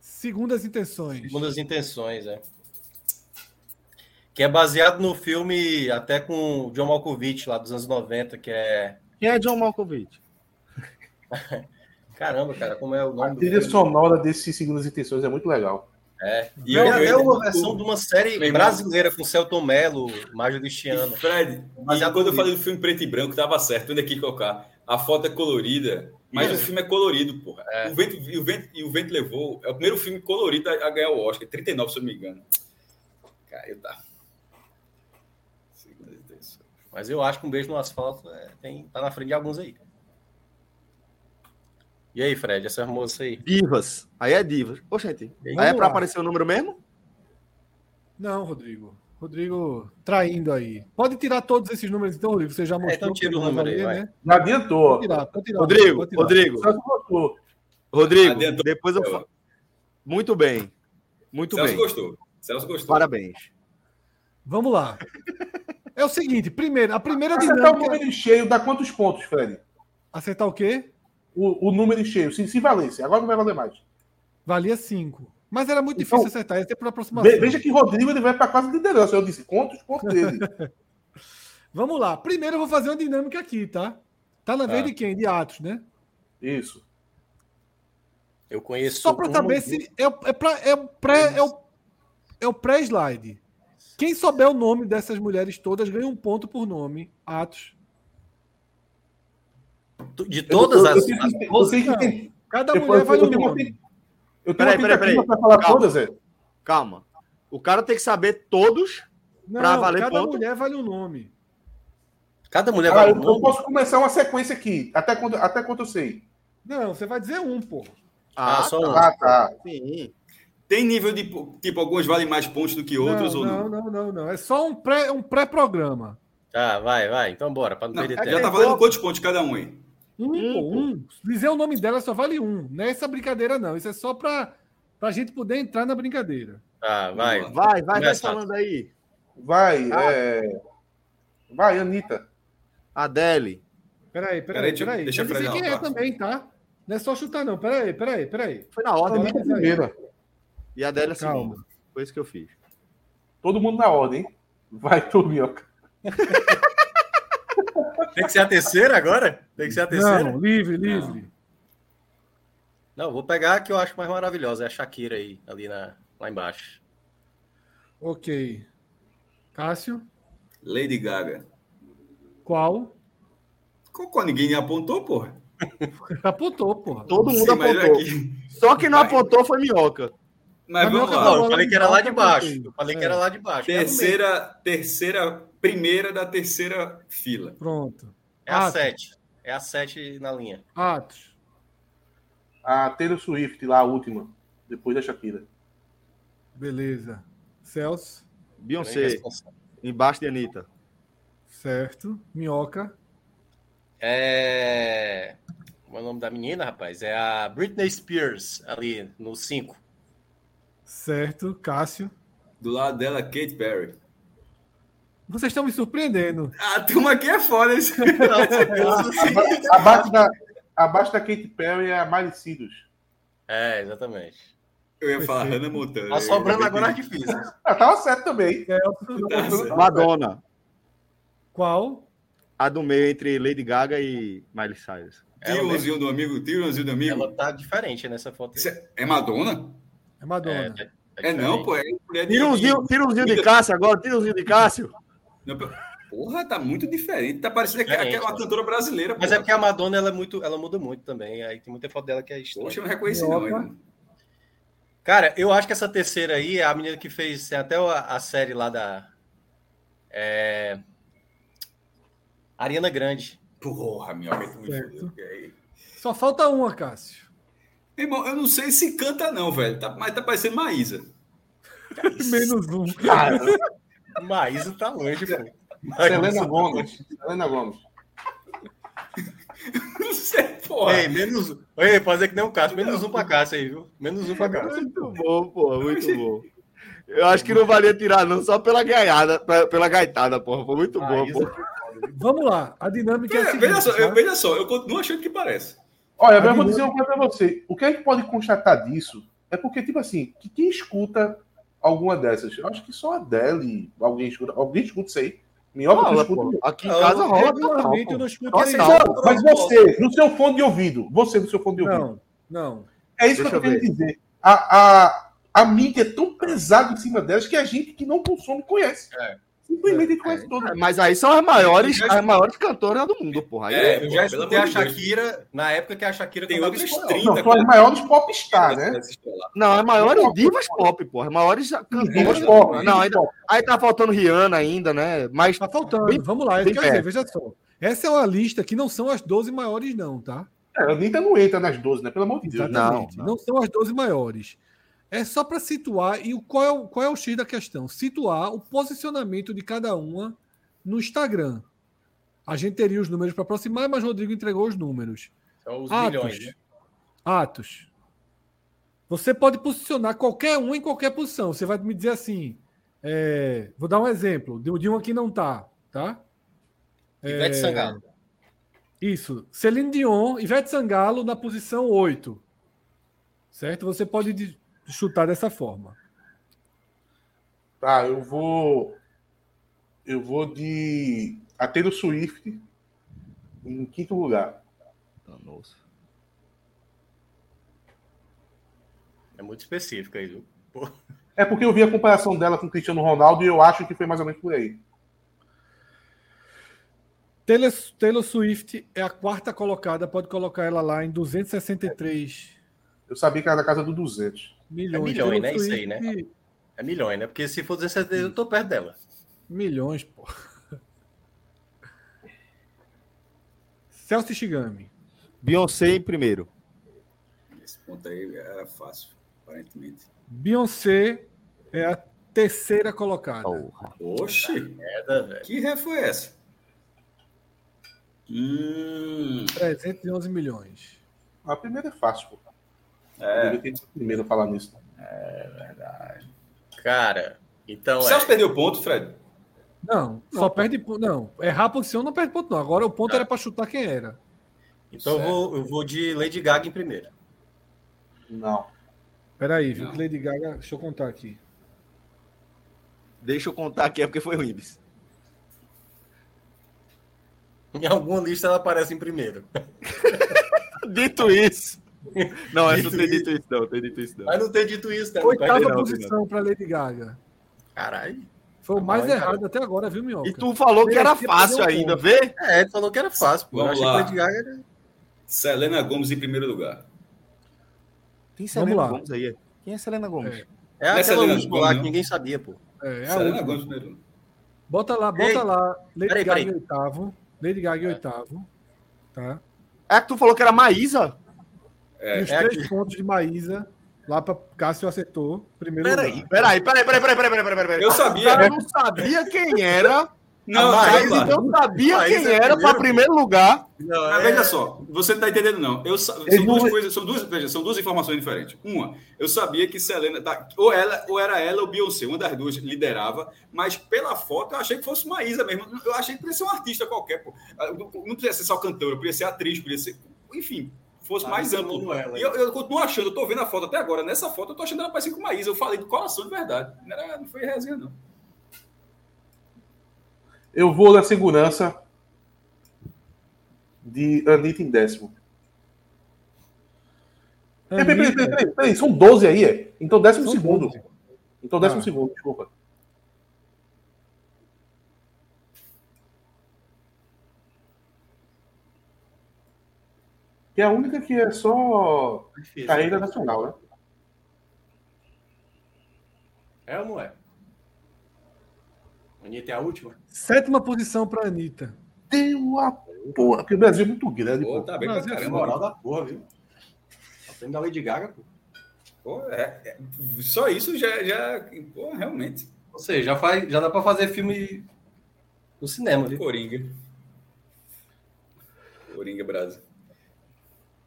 S2: Segundas intenções.
S4: Uma das intenções, é. Que é baseado no filme até com o John Malkovich, lá dos anos 90, que é.
S5: Quem é John Malkovich?
S4: Caramba, cara, como é o
S6: A
S4: nome do
S6: trilha
S4: filme?
S6: sonora desses Segundas Intenções é muito legal.
S4: É.
S3: E
S4: E é
S3: eu-
S4: até
S3: eu-
S4: uma versão de uma série
S3: Meu irmão.
S4: brasileira com Celton Mello, Mário
S3: E,
S4: Cristiano.
S3: Fred, mas
S4: Baseado
S3: quando eu
S4: no
S3: falei do filme preto e branco, tava certo, ainda aqui colocar. A foto é colorida, mas
S4: Isso.
S3: o filme é colorido, porra.
S4: É.
S3: O vento, e, o vento, e o Vento Levou é o primeiro filme colorido a, a ganhar o Oscar, 39, se eu não me engano. Caiu, tá. Segunda intenção.
S4: Mas eu acho que um beijo no asfalto é, tem, tá na frente de alguns aí. E aí, Fred, essa moça aí?
S5: Divas. Aí é divas. Ô, gente.
S2: Vamos
S5: Aí é pra
S2: lá.
S5: aparecer o número mesmo?
S2: Não, Rodrigo. Rodrigo traindo aí. Pode tirar todos esses números, então, Rodrigo. Você já mostrou.
S4: então tira
S2: que
S4: o
S2: não
S4: número aí,
S2: valia,
S4: vai.
S2: né?
S6: Já adiantou, ó.
S2: Pode tirar, pode tirar.
S5: Rodrigo,
S2: pode tirar.
S5: Rodrigo,
S6: Só que gostou.
S5: Rodrigo.
S3: Adiantou.
S5: Depois eu falo. Muito bem. Muito
S3: Celso
S5: bem.
S3: gostou. Celso gostou.
S5: Parabéns.
S2: Vamos lá. É o seguinte, primeiro, a primeira
S6: Acertar tá o
S2: dinâmica.
S6: número em cheio dá quantos pontos, Fred?
S2: Acertar o quê?
S6: O, o número em cheio, se, se valesse. Agora não vai valer mais.
S2: Valia 5. Mas era muito
S6: Então,
S2: difícil acertar, ia ser por aproximação.
S6: Ve- Veja que Rodrigo ele vai para quase liderança. Eu disse, quantos pontos dele?
S2: Vamos lá. Primeiro eu vou fazer uma dinâmica aqui, tá? Tá na vez
S4: Tá.
S2: de quem? De Atos, né?
S6: Isso.
S4: Eu conheço.
S2: Só pra
S4: um-
S2: saber se. É, o- é, pra- é o pré, é, o, é o pré-slide. Quem souber o nome dessas mulheres todas ganha um ponto por nome. Atos.
S4: De todas
S6: Eu- eu- eu
S4: as.
S6: tenho
S4: as
S6: que- eu
S4: 12?
S6: tenho que
S2: não.
S6: ter-
S2: Cada
S6: Eu-
S2: mulher
S6: eu-
S2: vale
S6: eu
S2: um
S6: tenho-
S2: nome.
S6: Eu tenho
S5: Peraí,
S6: uma
S5: peraí,
S6: tentativa
S5: peraí.
S6: para falar
S5: Calma.
S6: todas, é.
S5: Calma. O cara tem que saber todos.
S2: Não,
S5: pra valer
S2: cada
S5: ponto?
S2: mulher vale um nome.
S4: Cada mulher
S6: Ah,
S4: vai.
S6: eu, eu posso começar uma sequência aqui, até quando, até quando eu sei.
S2: Não, você vai dizer um, pô.
S4: Ah, só um.
S6: Ah, tá.
S5: Sim.
S3: Tem nível de. Tipo, algumas valem mais pontos do que outras
S2: não,
S3: ou
S2: não,
S3: não?
S2: não, não, não. É só um pré- um pré-programa.
S4: Tá, vai, vai. Então bora, pra não,
S3: Não,
S4: perder
S2: é
S4: tempo.
S3: Já tá valendo quantos pontos cada um aí?
S2: Um, pô, um. Dizer o nome dela só vale um. Não é essa brincadeira, não. Isso é só pra, pra gente poder entrar na brincadeira.
S4: Tá, vai.
S3: Vamos
S5: Vai, vai, vai
S4: Engraçado.
S5: falando aí.
S6: Vai, é. Vai, Anitta.
S5: Adele.
S2: Peraí,
S3: Peraí,
S2: peraí,
S3: deixa-
S2: peraí. Deixa
S3: deixa
S2: eu dizer
S3: eu
S2: quem
S3: frear,
S2: é
S3: tá?
S2: também, tá? Não é só chutar, não. Peraí, peraí, peraí.
S5: Foi na ordem, né?
S6: Anitta primeira.
S5: E a Adele é a segunda.
S2: Calma.
S5: Foi isso que eu fiz.
S6: Todo mundo na ordem, hein? Vai, Turmioca.
S4: Tem que ser a terceira agora? Tem que ser a
S3: Tá
S4: terceira? Não,
S2: Não, livre, livre.
S4: vou pegar a que eu acho mais maravilhosa. É a Shakira aí, ali na, lá embaixo.
S2: Ok. Cássio,
S3: Lady Gaga.
S2: qual?
S3: Qual, qual ninguém apontou, porra?
S2: Apontou, porra.
S5: Todo mundo
S3: Sim, mas
S5: apontou.
S3: aqui-
S5: Só que não
S3: Vai.
S5: apontou foi minhoca.
S3: Mas vamos
S2: Mandioca
S3: lá.
S2: bola
S4: Ah, eu falei que é era lá de baixo. Eu falei
S2: É.
S4: que era lá de baixo. É no meio.
S3: Terceira, terceira, primeira da terceira fila.
S2: Pronto.
S4: É a
S2: Ah,
S4: 7. É a 7 na linha.
S2: Atos.
S6: A Taylor Swift, lá, a última. Depois da Shakira.
S2: Beleza. Celso.
S4: né,
S5: Beyoncé, embaixo de Anitta.
S2: Certo. Minhoca.
S4: É. Como é o nome da menina, rapaz? É a Britney Spears, ali no 5.
S2: Certo. Cássio.
S3: Do lado dela, Kate Perry.
S2: Vocês estão me surpreendendo.
S3: Ah, A turma aqui é foda. esse-
S6: Aba- Abaixo da, abaixo da Katy Perry é a Miley Cyrus.
S4: É, exatamente.
S3: Eu ia falar Hannah Montana.
S4: Tá sobrando agora né? as difíceis.
S6: Ah, tava certo também.
S2: Celso.
S3: Tá certo.
S5: Madonna,
S2: Qual?
S5: a do meio entre Lady Gaga e Miley Cyrus.
S3: Tira o
S4: Ela,
S3: anzinho do amigo, tira o anzinho do amigo.
S4: ela tá diferente nessa foto. aí.
S3: Isso é- É Madonna?
S2: É Madonna.
S4: tá- tá
S3: É não,
S4: diferente.
S3: pô. É mulher de
S5: Tira um
S3: amigo.
S5: zinho, tira um zinho de Cássio agora, tira um zinho de Cássio.
S3: Não, pô. Porra, tá muito diferente. Tá parecendo aquela,
S4: Diferente,
S3: aquela
S4: pô.
S3: cantora brasileira.
S4: Mas
S3: porra.
S4: é porque a Madonna ela é muito, ela muda muito também. Aí tem muita foto dela que é estranha.
S3: Poxa, eu não reconheci não.
S2: Minhoca.
S3: irmão.
S4: Cara, eu acho que essa terceira aí é a menina que fez tem até a, a série lá da. é, Ariana Grande.
S3: Porra, minhoca. tu me
S2: Certo.
S3: fudeu. E aí?
S2: Só falta uma, Cássio.
S3: Irmão, eu não sei se canta não, velho. Tá, mas tá parecendo Maísa.
S2: Menos um.
S6: Ah,
S4: Maísa tá longe, pô.
S6: Selena Gomes. Selena Gomes.
S3: Não sei, porra.
S4: Ei, menos um. Ei, fazer que nem um Cássio. Menos um pra Cássio aí, viu? Menos
S7: É,
S4: um pra Cássio.
S5: Muito bom, pô, muito bom. Eu acho que não valia tirar, não, só pela gaiada, pe- pela gaitada, porra. Foi
S3: Ah,
S5: muito bom,
S3: é
S4: Maísa.
S5: pô.
S2: Vamos lá. A dinâmica é a
S3: Veja,
S2: seguinte.
S3: veja só, eu,
S4: né?
S2: tá?
S3: veja só, eu continuo achando que parece.
S6: Olha, eu vou
S2: Adilene.
S6: dizer uma coisa pra você. O que a gente pode constatar disso é porque, tipo assim, que quem escuta alguma dessas, eu acho que só a Adele, alguém escuta, alguém escuta isso aí.
S3: um
S6: Minhoca, tu
S5: Rola,
S6: escuta.
S5: pô. Aqui em
S3: É
S4: Eu-
S5: casa rola total,
S2: Regularmente eu
S5: pô.
S2: não escuto
S5: Nossa,
S2: isso.
S5: não.
S6: Não, mas você, no seu fone de ouvido, você no seu fone de ouvido.
S2: Não, não.
S6: é isso
S5: deixa
S6: que eu tô querendo
S5: eu
S6: dizer. A, a, a mídia é tão pesada em cima delas que a gente que não consome conhece.
S5: É.
S6: Simplesmente a gente conhece todas.
S5: Mas aí são as maiores, as maiores cantoras do mundo, porra. Aí
S3: É,
S5: é,
S3: pô,
S7: Eu
S3: pelo
S7: já escutei
S3: amor
S7: a
S3: de Deus.
S7: Shakira na época que a Shakira
S3: Tem
S7: cantava
S3: outras
S7: espanhol.
S3: 30.
S6: Não, são as maiores popstar, né?
S5: Não, as maiores divas pop, porra. As maiores
S6: Divas
S5: cantoras.
S6: pop.
S5: Não,
S6: divas
S5: ainda,
S6: pop.
S5: aí tá faltando Rihanna ainda, né? Mas
S2: Tá faltando.
S5: Bem-
S2: Vamos lá.
S5: bem
S2: Quer dizer, veja só. Essa é uma lista que não são as 12 maiores, não, tá?
S6: É, a Anitta não entra nas 12, né? Pelo amor de Deus.
S2: Exatamente.
S5: não.
S2: Não, são as 12 maiores. É só para situar, e o- qual é, o, qual é o X da questão? Situar o posicionamento de cada uma no Instagram. A gente teria os números para aproximar, mas Rodrigo entregou os números.
S4: São os
S3: Ah,
S2: Atos.
S4: milhões, né?
S2: Atos. Você pode posicionar qualquer um em qualquer posição. Você vai me dizer assim. é, vou dar um exemplo de, de uma que não tá, tá?
S7: É.
S4: Ivete Sangalo.
S2: Isso. Celine Dion, Ivete Sangalo na posição 8. Certo? Você pode de- chutar dessa forma.
S6: Tá, eu vou. Eu vou de. A Taylor Swift em quinto lugar.
S5: Tá, Nossa.
S4: É muito específico aí, viu?
S6: É porque eu vi a comparação dela com o Cristiano Ronaldo e eu acho que foi mais ou menos por aí.
S2: Taylor, Taylor Swift é a quarta colocada, pode colocar ela lá em 263
S6: Eu sabia que era da casa do 200.
S2: milhões.
S4: milhões,
S2: Taylor
S4: né? Isso aí, né?
S2: Swift,
S4: É milhões, né? Porque se for 17, eu tô perto dela.
S2: Milhões, pô. Celso Shigami.
S5: Beyoncé em primeiro.
S3: Esse ponto aí era fácil, aparentemente.
S2: Beyoncé é a terceira colocada.
S4: Oh.
S3: Oxi,
S4: Merda, velho.
S3: que ré foi essa? Hum,
S2: 311 milhões.
S6: A primeira é fácil, pô.
S3: é.
S6: Eu tenho que ser o primeiro a falar nisso.
S4: Cara, então
S3: O
S4: é.
S3: Celso perdeu ponto, Fred.
S2: Não, só perde ponto. Não, errar a posição não perde ponto, não. Agora o ponto era para chutar quem era.
S4: Então eu vou, eu vou de Lady Gaga em primeiro.
S6: Não.
S2: Peraí, viu?
S3: Não.
S2: Que Lady Gaga, deixa eu contar aqui.
S5: Deixa eu contar aqui, é porque foi o Ibis.
S4: Em alguma lista ela aparece em primeiro.
S5: Dito isso. Não, essa não
S4: Dito
S5: tem dito isso, não. Tem dito isso, não.
S4: Mas não ter dito isso, né?
S2: Oitava
S5: não,
S2: posição para Lady Gaga.
S4: Caralho.
S2: Foi o
S4: Tá
S2: mais
S4: mal, hein,
S2: errado até agora, viu, Minhoca?
S5: E tu falou que era
S2: Merecia
S5: fácil
S2: perder um
S5: ainda,
S2: ponto.
S5: vê?
S4: É, tu falou que era fácil, pô. Eu
S3: Vamos
S4: achei
S3: lá.
S4: que Lady Gaga era...
S3: Selena Gomes em primeiro lugar.
S5: Tem
S2: Selena
S5: Selena
S2: lá.
S5: Ah. Gomes aí. Quem é Selena Gomes?
S2: É.
S10: É
S3: Não é
S10: aquela
S3: Selena
S10: música
S3: Gomez,
S4: né?
S10: lá que
S3: não?
S10: ninguém sabia, pô.
S2: É, é a
S3: Selena
S2: última.
S3: Gomes primeiro.
S2: Bota lá, bota
S10: Ei,
S2: lá. Lady
S10: peraí,
S2: Gaga
S10: peraí.
S2: em oitavo. Lady Gaga em oitavo. Tá?
S5: É que tu falou que era Maísa?
S3: É,
S2: e os
S10: é
S2: três pontos de Maísa, lá pra Cássio acertou. Primeiro lugar.
S5: Peraí, peraí, peraí, peraí, peraí, peraí, peraí. peraí.
S3: Eu sabia.
S5: Eu não sabia quem era.
S3: Não,
S10: A
S3: mas,
S5: Mas
S10: Maísa-
S5: então sabia
S10: Maísa
S5: quem
S10: é
S5: era para
S10: primeiro.
S5: primeiro lugar.
S4: é
S10: Não,
S3: mas veja só, você não está entendendo, não. Eu, sa- são,
S2: Ele não-
S3: duas coisas, são, duas, veja, são duas informações diferentes. Uma, eu sabia que Selena. tá- ou, ela, ou era ela ou Beyoncé, uma das duas liderava, mas pela foto eu achei que fosse uma Isa mesmo. Eu achei que podia ser um artista qualquer, pô. Ah, Não, não podia ser só cantora, podia ser atriz, podia ser. Enfim, fosse mais
S4: Maísa
S3: amplo.
S4: Manoela.
S3: E eu, eu continuo achando, eu tô vendo a foto até agora. Nessa foto eu tô achando ela parecida com uma Isa. Eu falei do coração de verdade. Não, era- não foi resenha, não.
S6: Eu vou na segurança de Anitta em décimo. Peraí, peraí, peraí,
S2: Anitta,
S6: peraí, peraí, São 12 aí, é? Então décimo
S2: São
S6: segundo.
S2: 12.
S6: Então décimo
S2: Ah.
S6: segundo, desculpa. Que é a única que é só
S4: Difícil.
S6: carreira nacional, né?
S4: É ou não é? Anitta é a última?
S2: Sétima posição pra Anitta.
S6: Deu a porra, porque o Brasil é muito grande,
S3: Pô,
S6: pô.
S3: tá bem pra
S2: Mas é
S4: É
S3: caramba.
S4: moral da porra, viu? Tá tendo da Lady Gaga, pô.
S3: Pô, é- é- só isso já. já pô, realmente.
S4: Ou seja, já, faz, já dá pra fazer filme no cinema, viu?
S3: Coringa. Coringa Brasa.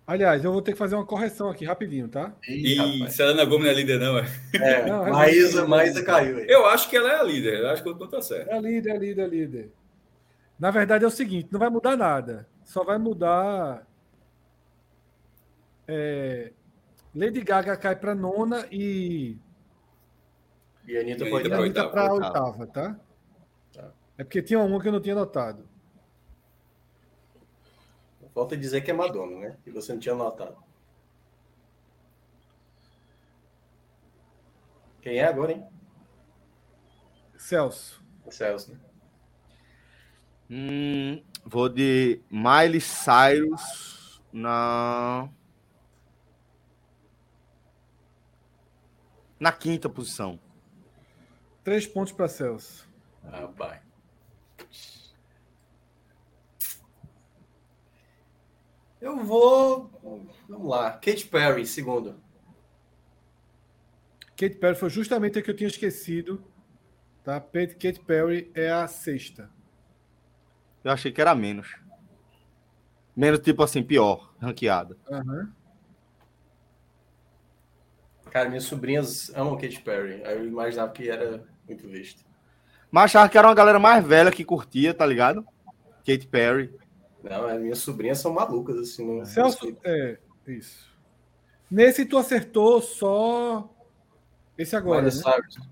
S2: Aliás, eu vou ter que fazer uma correção aqui rapidinho, tá?
S3: E
S4: rapaz.
S3: Selena Gomes não é líder, não. é?
S4: É,
S2: Não, é
S4: Maísa,
S2: verdade.
S4: Maísa caiu aí.
S3: Eu acho que ela é a líder. Eu acho que o Antônio tá certo.
S2: É a líder, é a líder, é a líder. Na verdade é o seguinte, não vai mudar nada. Só vai mudar. é, Lady Gaga cai pra nona e
S4: E a Anitta
S3: E a
S4: foi
S2: e
S3: Anitta
S2: a
S3: pra
S4: oitava.
S2: Anitta
S3: oitava,
S2: pra
S5: oitava.
S2: oitava, tá? É porque tinha uma que eu não tinha notado.
S4: Falta dizer que é Madonna, né? Que você não tinha notado. Quem é agora, hein?
S2: Celso.
S4: O Celso, né?
S5: Hum, vou de Miley Cyrus na. Na quinta posição.
S2: Três pontos pra Celso.
S4: Rapaz. Eu vou. Vamos lá. Kate Perry, segundo.
S2: Kate Perry foi justamente a que eu tinha esquecido. Tá? Kate Kate Perry é a sexta.
S5: Eu achei que era menos. Menos, tipo assim, pior, ranqueada.
S2: Aham.
S4: Cara, minhas sobrinhas amam Kate Perry. Aí eu imaginava que era muito visto.
S5: Mas achava que era uma galera mais velha que curtia, tá ligado? Kate Perry.
S4: Não, as minhas sobrinhas são malucas, assim. Não...
S2: Celso, é isso. Nesse tu acertou só esse agora.
S4: Miley
S2: Né?
S4: Cyrus.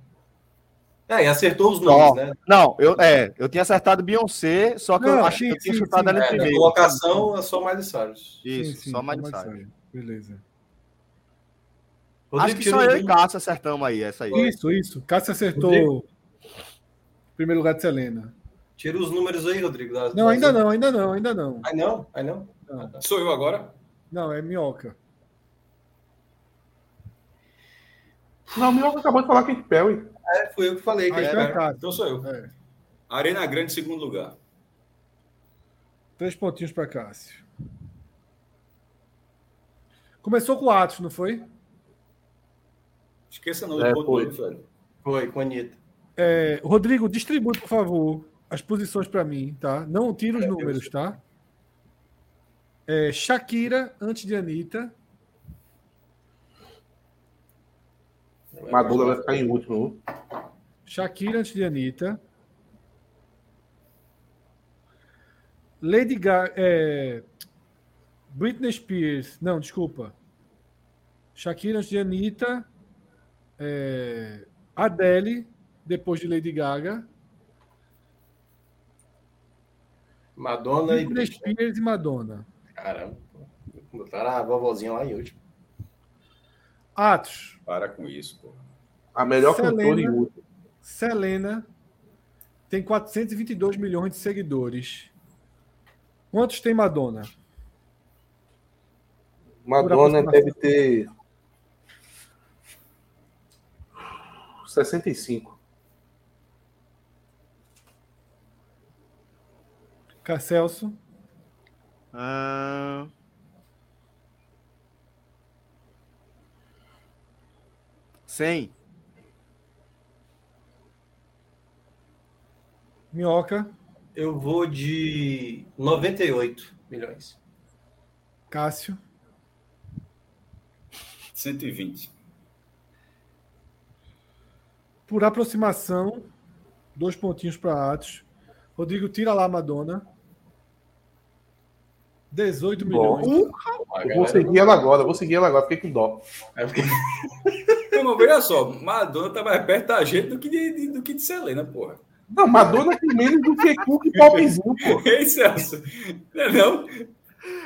S4: É, e acertou os nomes,
S5: Ó,
S4: né?
S5: Não, eu, é, eu tinha acertado Beyoncé, só que
S2: Não,
S5: eu achei
S2: sim,
S5: que eu tinha
S2: sim,
S5: chutado
S2: sim.
S5: ela em
S4: É, na
S5: primeiro.
S4: colocação é só Miley Cyrus.
S5: Isso,
S2: Sim, sim,
S5: só mais
S2: Miley
S5: Cyrus.
S2: Cyrus. Beleza.
S5: Acho
S4: Rodrigo
S5: que só
S4: Tironi.
S5: eu e Cássio acertamos aí, essa aí.
S2: Isso, isso. Cássio acertou primeiro lugar de Selena.
S4: Tira os números aí, Rodrigo. das-
S2: Não,
S4: das-
S2: ainda não, ainda não, ainda não.
S4: Ai, não? Ai, não? Ah, tá.
S3: Sou eu agora?
S2: Não, é minhoca.
S6: Não, o Minhoca acabou de falar que é Perry.
S4: É, Tá. fui eu que falei.
S2: Ah,
S4: Kate
S2: então é
S4: Perry.
S2: Cássio.
S3: Então sou eu.
S2: É.
S3: Arena Grande, segundo lugar.
S2: Três pontinhos para Cássio. Começou com o Atos, não foi?
S3: Esqueça não do
S6: É,
S3: ponto
S6: foi.
S3: dele, velho.
S4: Foi, com a Anitta.
S2: É, Rodrigo, distribui, por favor, as posições para mim, tá? Não tira os números, tá? É, Shakira antes de Anitta.
S6: Madonna vai ficar em último.
S2: Shakira antes de Anitta. Lady Gaga. é, Britney Spears. Não, desculpa. Shakira antes de Anitta. é, Adele, depois de Lady Gaga.
S4: Madonna e
S2: Britney
S4: Britney.
S2: Spears e Madonna.
S4: Caramba. Botaram a vovozinha lá tipo. em último.
S2: Atos,
S3: Para com isso, pô.
S6: A melhor
S2: Selena.
S6: cantora em último.
S2: Selena tem 422 milhões de seguidores. Quantos tem Madonna?
S6: Madonna deve ter 65.
S2: Carcelso.
S5: Ah, Cem.
S2: Minhoca.
S7: Eu vou de 98 milhões.
S2: Cássio.
S3: 120.
S2: Por aproximação, dois pontinhos para Atos. Rodrigo, tira lá a Madonna. 18
S6: Bom.
S2: milhões.
S6: Eu vou seguir ela agora, eu vou seguir ela agora, fiquei com dó.
S3: Meu irmão, veja só, Madonna tá mais perto da gente do que de, de- do que de Selena, porra.
S6: Não, Madonna tem menos do que Cook e Popzinho, pô.
S3: Ei, Celso. Não é não?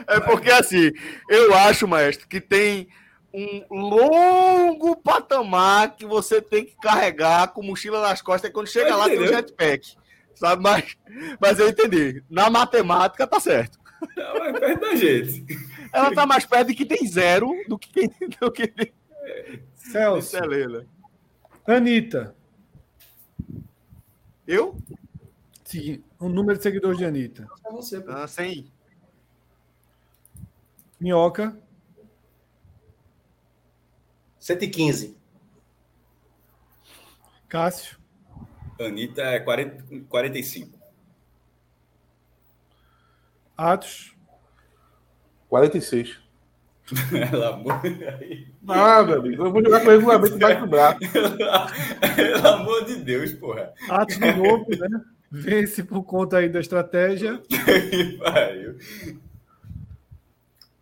S5: É porque assim, eu acho, maestro, que tem um longo patamar que você tem que carregar com mochila nas costas e quando chega
S3: Eu
S5: lá tem um
S3: entendi.
S5: jetpack. Sabe? Mas, mas eu entendi. Na matemática tá certo.
S3: Tá mais perto da gente.
S5: Ela tá mais perto de que tem zero do que quem do que tem
S2: Celso.
S5: Selena.
S2: Anitta.
S5: Eu?
S2: Sim, o Um número de seguidores de Anitta.
S7: É você, pô.
S5: Ah, sem.
S2: Minhoca.
S7: 115.
S2: Cássio.
S3: Anitta é 40, 45.
S2: Atos.
S6: 46.
S3: Pelo amor,
S6: Ah, meu amigo, eu vou jogar com o regulamento embaixo do braço.
S3: pelo amor de Deus, porra.
S2: Atos de novo, né? Vence por conta aí da estratégia.
S3: Que pariu.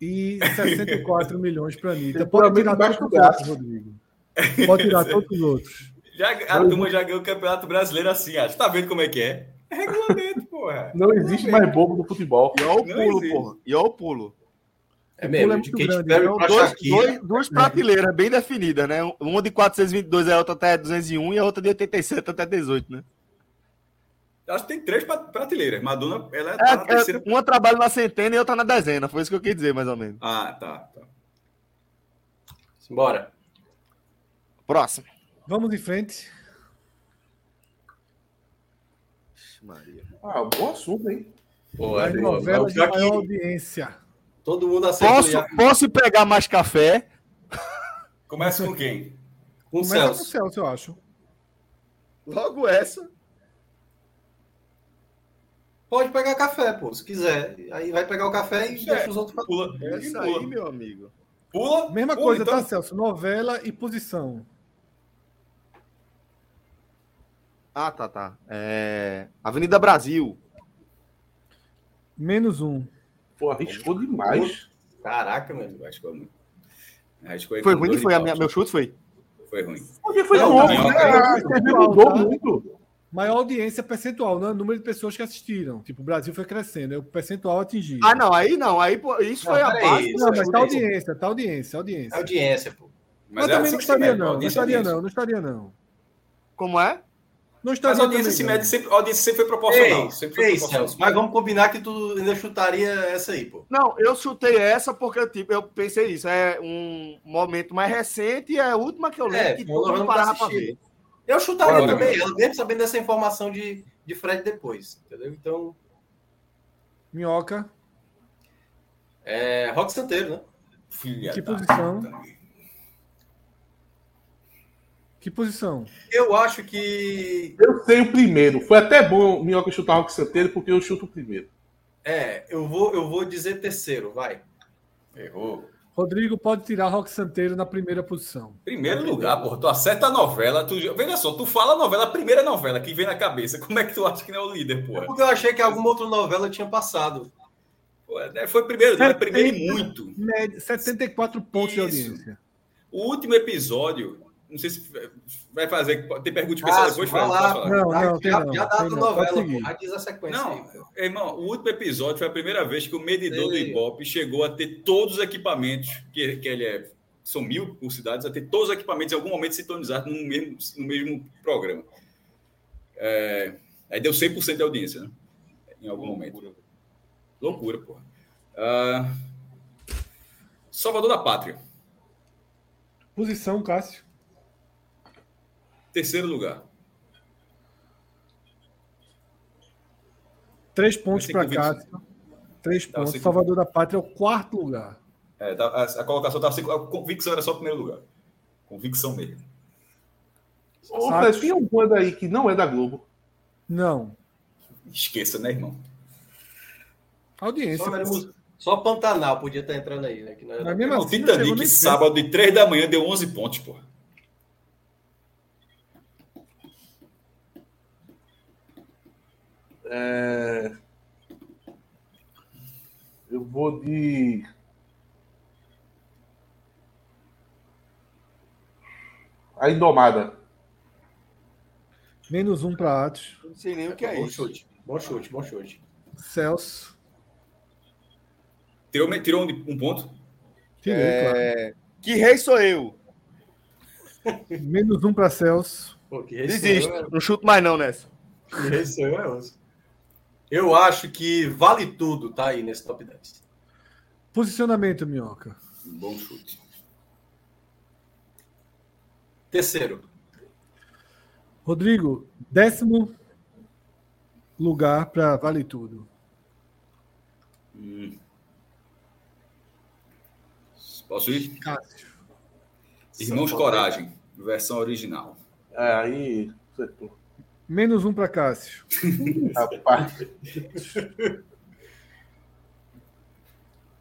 S2: E 64 milhões para Anitta.
S6: Pelo
S2: Pode
S6: menos
S2: tirar todos
S6: embaixo
S2: os
S6: do braço.
S2: outros, Rodrigo. Pode tirar todos os outros.
S3: Já, a turma já ganhou o Campeonato Brasileiro assim, acho. Tá vendo como é que é? É regulamento, porra.
S6: Não existe mais bobo no futebol.
S5: E olha o
S3: Não
S5: pulo,
S3: existe.
S5: porra. E olha o pulo.
S7: É
S2: pulo é
S7: mesmo,
S2: muito
S7: de Kate
S2: grande,
S7: Perry
S2: então,
S7: pra
S5: Dois,
S7: Shakira.
S5: dois- duas prateleiras bem definidas, né? Uma de 422, a outra até 201 e a outra de 87 até 18, né?
S3: Acho que tem três pra- prateleiras. Madonna, ela tá na
S5: É,
S3: terceira.
S5: é, uma trabalha na centena e outra na dezena. Foi isso que eu quis dizer, mais ou menos.
S3: Ah, tá. tá.
S7: Bora.
S5: Próximo.
S2: Vamos em frente.
S6: Ah, bom assunto, hein?
S7: Pô, é
S2: As
S7: boa.
S2: novelas
S7: Mas
S2: de
S7: pior
S2: maior
S7: que
S2: audiência.
S7: todo mundo acertou
S5: Posso,
S7: já.
S5: posso pegar mais café?
S3: Começa com quem?
S7: com o
S2: Começa com o
S7: Celso.
S2: Celso, eu acho.
S5: Logo essa.
S7: Pode pegar café, pô, se quiser. Aí vai pegar o café e
S3: É.
S7: deixa os outros falar.
S3: Pula.
S5: Essa
S3: pula.
S5: é aí, meu amigo.
S3: Pula.
S2: Mesma
S3: pula,
S2: coisa,
S3: então.
S2: tá, Celso? Novela e posição.
S5: Ah, tá, tá. É... Avenida Brasil.
S2: Menos um.
S6: Pô, arriscou demais.
S7: Caraca, meu amigo.
S3: Arriscou muito. Arriscou aí
S5: Foi
S3: com
S5: ruim?
S3: dois
S5: Foi a
S3: de
S5: minha,
S3: pau.
S5: meu chute? Foi?
S3: Foi ruim.
S6: Porque foi
S7: Não,
S6: novo,
S3: também,
S6: né?
S3: também.
S6: A TV mudou muito.
S2: Maior audiência percentual, não é número de pessoas que assistiram. Tipo, o Brasil foi crescendo, é o percentual atingido.
S5: Ah, não. Aí não. Aí, pô, isso
S2: Não,
S5: foi a
S7: peraí,
S5: base.
S7: isso
S2: Não, mas tá
S7: é
S2: audiência, tá audiência,
S7: É
S2: audiência.
S7: audiência, pô.
S2: Mas,
S3: é
S2: também
S3: assim
S2: não
S3: que se
S2: estaria,
S3: mede,
S2: não. Não
S3: audiência,
S2: estaria,
S3: audiência.
S2: não. Não estaria, não.
S5: Como é?
S2: Não estaria.
S3: Mas a audiência
S2: também,
S3: se
S2: não.
S3: mede sempre, a audiência sempre foi proporcional.
S7: Ei,
S3: sempre foi
S7: ei,
S3: proporcional.
S7: Celso, mas vamos combinar que tu ainda chutaria essa aí, pô.
S5: Não, eu chutei essa porque tipo, eu pensei isso. É um momento mais recente e é a última que eu lembro
S7: É,
S5: que
S7: foi uma
S5: todo mundo
S7: novela pra
S5: parava pra
S7: assistir.
S5: ver.
S7: Eu chutaria
S3: Bora,
S7: também, ela mesmo sabendo dessa informação de, de Fred depois, entendeu? Então,
S2: Minhoca,
S7: é rock santeiro, né?
S3: Filha
S2: Que
S3: da
S2: posição?
S3: puta.
S2: que posição?
S7: Eu acho que
S6: Eu sei o primeiro. Foi até bom o Minhoca chutar o Rock Santeiro, porque eu chuto o primeiro.
S7: é, eu vou eu vou dizer terceiro, vai.
S3: Errou.
S2: Rodrigo pode tirar Rock Santeiro na primeira posição.
S3: Primeiro lugar, porra, tu acerta a novela, tu... veja só, tu fala a novela, a primeira novela que vem na cabeça, como é que tu acha que não é o líder, porra?
S7: Porque eu achei que alguma outra novela tinha passado.
S3: Pô, né, Foi primeiro, não é primeiro e muito.
S2: Média, 74 pontos de
S3: Isso.
S2: audiência.
S3: O último episódio, não sei se vai fazer, tem pergunta especial
S7: Cássio,
S3: depois,
S7: vai
S3: Fred,
S7: lá,
S3: posso falar?
S2: Não, não, tem
S7: Tá, já,
S2: não.
S7: já dá
S2: tem
S7: pra
S2: não. Pode
S7: novela,
S2: seguir.
S7: pô. Aí diz a sequência
S3: Não,
S7: aí, pô.
S3: irmão, o último episódio foi a primeira vez que o medidor
S7: Ei.
S3: do Ibope chegou a ter todos os equipamentos, que, que ele é, são mil por cidades, a ter todos os equipamentos em algum momento sintonizados no mesmo, no mesmo programa. É, aí deu 100% de audiência, né? Em algum momento. Loucura, porra. Ah, Salvador da Pátria.
S2: Posição, Cássio.
S3: Terceiro lugar.
S2: Três pontos
S3: Pensei
S2: para
S3: que o
S2: cá. Três
S3: Tá, eu
S2: pontos.
S3: sei que-
S2: Salvador da Pátria é o quarto lugar.
S3: É, tá- a, a colocação estava sem. A convicção era só o primeiro lugar. Convicção mesmo.
S6: Ô,
S2: Sabe?
S6: Fred, tem um bando aí que não é da Globo.
S2: Não.
S3: Esqueça, né, irmão?
S2: Audiência.
S4: Só, só Pantanal podia estar entrando aí, né? Que não era-
S2: Mas mesmo
S3: Não,
S2: assim, não
S3: Titanic,
S2: chegou nem perto.
S3: sábado, de 3 da manhã, deu 11 pontos, porra.
S6: Eu vou de. A Indomada.
S2: Menos um para Atos.
S5: Não sei nem o que é
S4: bom
S5: isso.
S4: chute, bom chute, bom chute.
S2: Celso.
S3: Tirou, me- tirou um, um ponto.
S2: Tirei,
S5: É, Que rei sou eu?
S2: claro. Menos um para Celso.
S4: Pô, que rei sou
S5: Desisto. Não chuto mais não nessa.
S4: eu, que rei sou eu, é osso. Eu acho que vale tudo, tá aí nesse top 10.
S2: Posicionamento, Minhoca.
S3: Um Bom chute.
S4: Terceiro,
S2: Rodrigo, décimo lugar para Vale Tudo.
S3: Hum. Posso ir?
S2: Cássio.
S3: Irmãos Coragem, versão original.
S6: É, aí. acertou.
S2: Menos um para Cássio.
S6: Rapaz.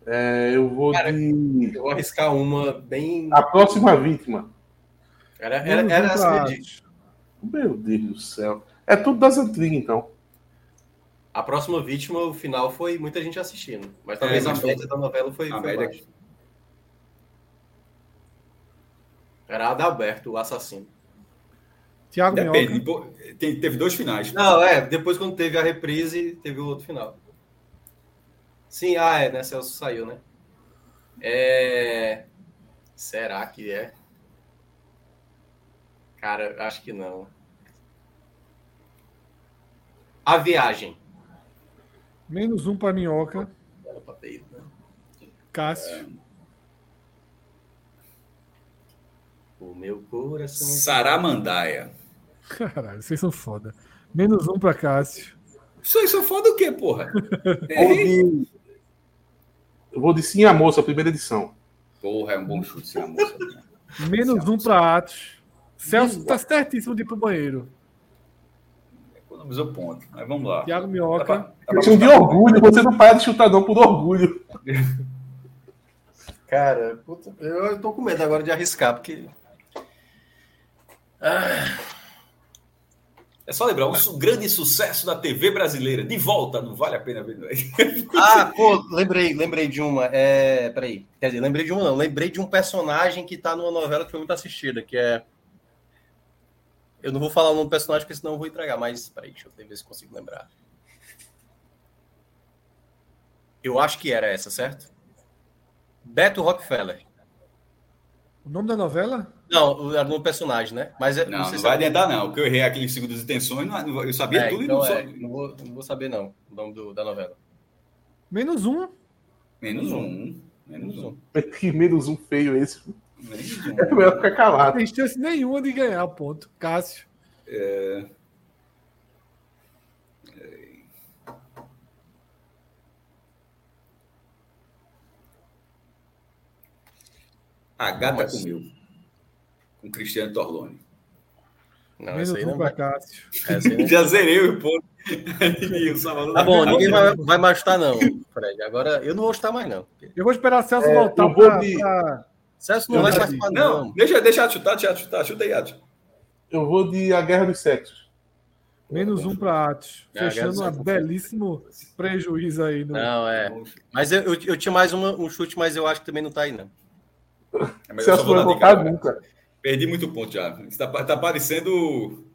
S6: É, eu vou
S4: Cara,
S6: de.
S4: eu vou arriscar uma bem.
S6: A próxima vítima.
S4: Era,
S2: Menos
S4: era,
S2: um
S4: era assim, essa
S2: pra
S4: minha dica.
S2: Atos.
S6: Meu Deus do céu. É tudo das antigas, então.
S4: A próxima vítima, o final foi muita gente assistindo. Mas talvez
S3: É,
S4: a
S3: mas foi-
S4: média da novela foi.
S3: A
S2: Ah, é
S4: foi
S3: média-
S4: baixa. Era Adalberto, o assassino.
S2: Tiago
S3: Depende.
S2: Minhoca.
S3: pô, tem- teve dois finais.
S4: Não, é, depois quando teve a reprise, teve o outro final. Sim, ah, é, né? Celso saiu, né? É. Será que é? Cara, acho que não. A viagem.
S2: Menos um para Minhoca.
S4: Era pra ter ido, né?
S2: Cássio.
S4: O meu coração.
S3: Saramandaia.
S2: Caralho, vocês são foda. Menos um para Cássio.
S3: Isso aí só foda o quê, porra?
S6: Eu vou
S3: Tem-
S6: de. Eu vou de Sim a Moça, primeira edição.
S3: porra, é um bom chute, sim, a moça.
S2: Menos
S3: Celso.
S2: um para Atos. Celso tá certíssimo de ir pro banheiro.
S3: Economizou ponto. Mas vamos lá.
S2: Tiago
S3: Dá pra-
S2: Minhoca.
S3: dá pra
S6: Eu tinha um de
S3: botar-
S6: orgulho, você não para de chutar, não, por orgulho.
S4: Cara, puta, eu eu tô com medo agora de arriscar, porque.
S3: É só lembrar, um su- grande sucesso da TV brasileira. De volta, não vale a pena ver. não é?
S4: Ah, pô, lembrei, lembrei de uma. É, peraí. Quer dizer, lembrei de uma, não. Lembrei de um personagem que tá numa novela que foi muito assistida, que é. Eu não vou falar o nome do personagem, porque senão eu vou entregar, mas peraí, deixa eu ver se consigo lembrar. Eu acho que era essa, certo? Beto Rockefeller.
S2: O nome da novela?
S4: Não, era o nome do personagem, né? Mas é-
S3: Não,
S4: sei
S3: não
S4: se
S3: vai
S4: é-
S3: adiantar, não. Porque eu errei aqui em segundas intenções, não- não- eu sabia
S4: É,
S3: tudo
S4: então
S3: e não
S4: é,
S3: só-
S4: não, vou, não vou saber, não, o nome do- da novela.
S2: Menos um.
S3: Menos um. Menos um.
S6: Que menos um feio esse.
S3: Menos
S6: É
S3: um.
S6: melhor ficar
S2: Não
S6: calado.
S2: tem chance nenhuma de ganhar ponto. Cássio.
S3: A gata
S4: Mas-
S3: comeu. Com Cristiano Torlone.
S4: Não,
S2: menos
S4: essa aí
S2: um
S4: não
S2: para
S4: vai.
S2: Cássio.
S4: É, Essa aí não
S3: Já zerei o ponto. E o Salvador
S4: Tá bom, ninguém vai, vai mais chutar, não, Fred. Agora eu não vou chutar mais, não.
S2: Eu vou esperar Celso
S6: É,
S2: voltar
S6: eu vou
S2: pra-
S6: de-
S2: pra-
S4: Celso não
S2: Eu
S4: vai
S2: já
S4: participar,
S3: Não,
S4: não.
S3: deixa, deixa eu chutar, deixa eu chutar. tá, Chuta aí, Adi.
S6: Eu vou de A Guerra dos Sexos.
S2: Menos um para Atos.
S4: É,
S2: Fechando um
S4: agradeço.
S2: belíssimo prejuízo aí. No...
S4: Não, é. Mas eu, eu, eu tinha mais uma- um chute, mas eu acho que também não tá aí, não.
S3: É melhor só
S6: Você
S3: vou dar
S6: não
S3: dica
S6: voltar
S3: agora.
S6: nunca.
S3: Perdi muito ponto já. Está tá parecendo.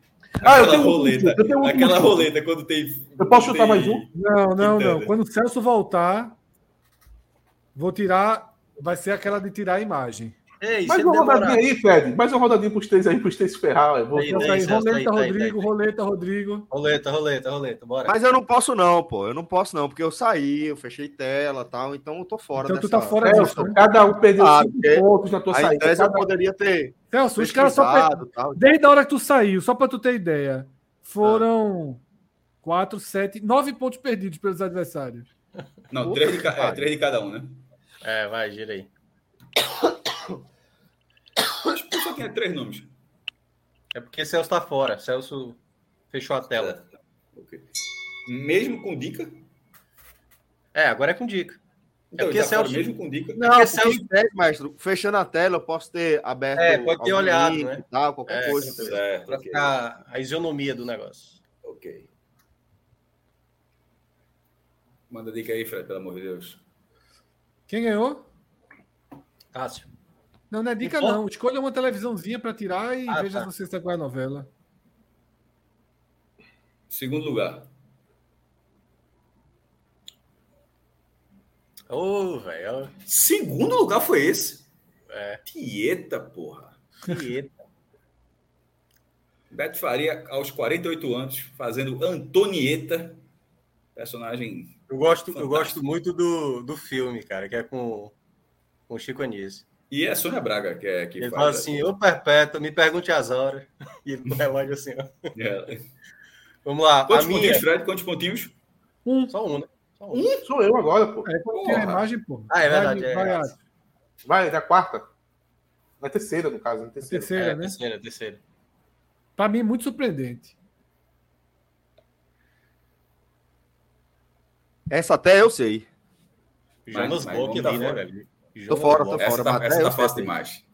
S6: Ah, eu
S3: aquela
S6: tenho um
S3: roleta.
S6: chute, eu tenho um
S3: aquela
S6: chute.
S3: roleta quando tem.
S6: Eu posso chutar
S3: tem-
S6: mais um?
S2: Não, não, não.
S3: Entendo.
S2: Quando o Celso voltar, vou tirar. Vai ser aquela de tirar a imagem.
S4: Ei,
S6: Mais
S4: isso é
S6: uma
S4: demorado.
S6: rodadinha aí, Fred. Mais uma rodadinha pros três aí, pros três é se ferrar. ué. Vou-
S4: Aí,
S2: Então
S3: né?
S4: daí,
S2: tá aí,
S4: Celso, daí,
S2: roleta,
S4: daí,
S2: Rodrigo,
S4: daí.
S2: roleta, Rodrigo.
S4: Roleta, roleta, roleta, bora.
S5: Mas eu não posso, não, pô. Eu não posso, não, porque eu saí, eu fechei tela e tal, então eu tô fora.
S2: Então tu
S5: dessa-
S2: tá fora disso,
S6: Celso,
S2: né?
S6: cada um perdeu
S5: Ah,
S6: cinco
S5: porque-
S6: pontos na tua
S5: Aí, em
S6: saída.
S5: tese, eu
S6: Cada- um.
S5: poderia ter
S2: Celso, os caras só per-
S5: pesquisado, tal. então,
S2: Desde a hora que tu saiu, só pra tu ter ideia, foram 4, 7, 9 pontos perdidos pelos adversários.
S3: Não, três de, ca- é, três de cada um, né?
S4: É, vai, gira aí.
S3: Mas por só tinha três nomes.
S4: É porque Celso tá fora. Celso fechou a tela.
S3: É. Ok. Mesmo com dica?
S4: É, agora é com dica.
S3: Então,
S4: porque
S3: já
S4: esse é
S3: fora,
S4: o-
S3: mesmo com dica.
S5: Não, porque
S4: Celso-
S5: em tese, maestro, fechando a tela, eu posso ter aberto.
S4: É, pode ter
S5: algum
S4: olhado,
S5: link
S4: né?
S5: e Tal, qualquer
S4: É,
S5: coisa.
S3: Certo,
S4: Pra
S3: ok.
S4: ficar a isonomia do negócio.
S3: ok. Manda dica aí, Fred, pelo amor de Deus.
S2: Quem ganhou?
S4: Cássio.
S2: Não, não é dica,
S4: Então-
S2: não. Escolha uma televisãozinha pra tirar e
S4: Ah,
S2: veja
S4: tá.
S2: se você sabe qual é a novela.
S3: Segundo lugar.
S4: Ô, velho.
S3: Segundo lugar foi esse?
S4: É.
S3: Tieta, porra.
S4: Tieta.
S3: Beto Faria, aos 48 anos, fazendo Antonieta, personagem.
S4: Eu gosto, eu gosto muito do, do filme, cara, que é com, com o Chico Anísio.
S3: E é a Sônia Braga que, é, que
S4: Ele
S3: faz.
S4: fala assim, ô Perpétua, me pergunte as horas. E ele com o relógio assim, ó.
S3: É.
S4: Vamos lá,
S3: Hum. Quantos
S4: a
S3: pontinhos,
S4: minha...
S3: Fred? Quantos pontinhos?
S4: Só um, né? Só
S3: É,
S4: um.
S6: Sou eu agora, pô.
S2: É quando tem a
S3: Porra.
S2: imagem, pô.
S4: Ah, é
S2: Vai,
S4: verdade, é.
S2: vai, a
S6: Vai, na quarta. Na terceira, no caso. Na terceira.
S2: terceira,
S4: é,
S2: né?
S4: terceira, terceira.
S2: Pra mim, é muito surpreendente.
S5: Essa até eu sei.
S4: Jonas
S3: mas vamos
S4: Bloch ali,
S3: dar
S4: né,
S3: tá fora.
S4: velho?
S5: Tô
S4: Jonas
S5: fora,
S4: Bloch.
S5: tô
S3: Essa
S5: fora.
S3: tá,
S5: mas
S3: essa
S4: é,
S5: até
S3: tá
S5: eu
S3: fácil
S5: sei.
S3: demais.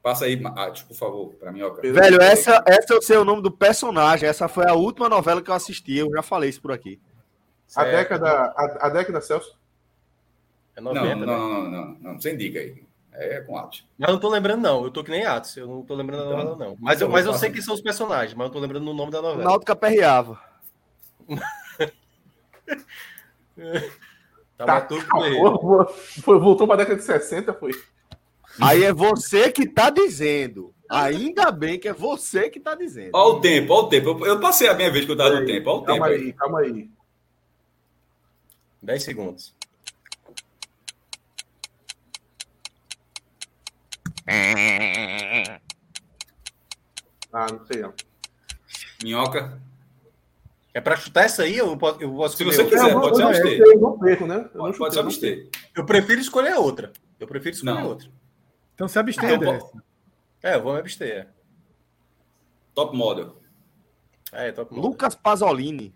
S3: Passa aí, Mate, por favor, pra mim, ó. cara.
S5: Velho, essa, essa eu sei o nome do personagem. Essa foi a última novela que eu assisti. Eu já falei isso por aqui.
S6: A
S3: é
S4: Certo.
S6: década, a, a década, Celso.
S4: É
S3: Não,
S4: 90,
S3: não, não,
S4: né?
S3: não, não, não, sem dica aí. É com Atos.
S4: Mas eu não tô lembrando, não. Eu tô que nem Atos. Eu não tô lembrando da
S3: Então,
S4: novela, não. Mas, eu,
S3: então
S4: mas eu
S3: passa.
S4: sei que são os personagens, mas eu não tô lembrando o nome da
S5: O
S3: É.
S4: novela.
S5: Náutica perreava.
S4: Tá,
S6: Tá,
S4: Matuto Ferreira.
S6: Pô, pô, Foi, voltou pra década de 60, foi.
S3: Uhum.
S5: Aí é você que tá dizendo.
S3: Ah.
S5: Ainda bem que é você que tá dizendo.
S3: Olha o tempo, olha o tempo. Eu, eu passei a minha vez que eu tava no tempo. Olha o tempo
S6: Calma
S3: aí.
S6: aí, calma aí.
S4: 10 segundos.
S6: Ah, não sei não.
S3: Minhoca.
S4: É pra chutar essa aí? Eu posso, eu posso
S3: Se
S4: escolher
S3: você
S4: outra?
S3: quiser,
S6: Não,
S3: pode ser
S6: não,
S3: abster.
S6: Eu não perco, né? Eu não
S3: Pode,
S6: chutei,
S3: pode se abster.
S4: Eu prefiro escolher outra. Eu prefiro escolher
S3: Não.
S4: outra.
S2: Então se abstenha
S3: Então,
S2: dessa.
S4: É, eu vou me abster.
S3: Top model.
S4: É, É, top model.
S5: Lucas Pasolini.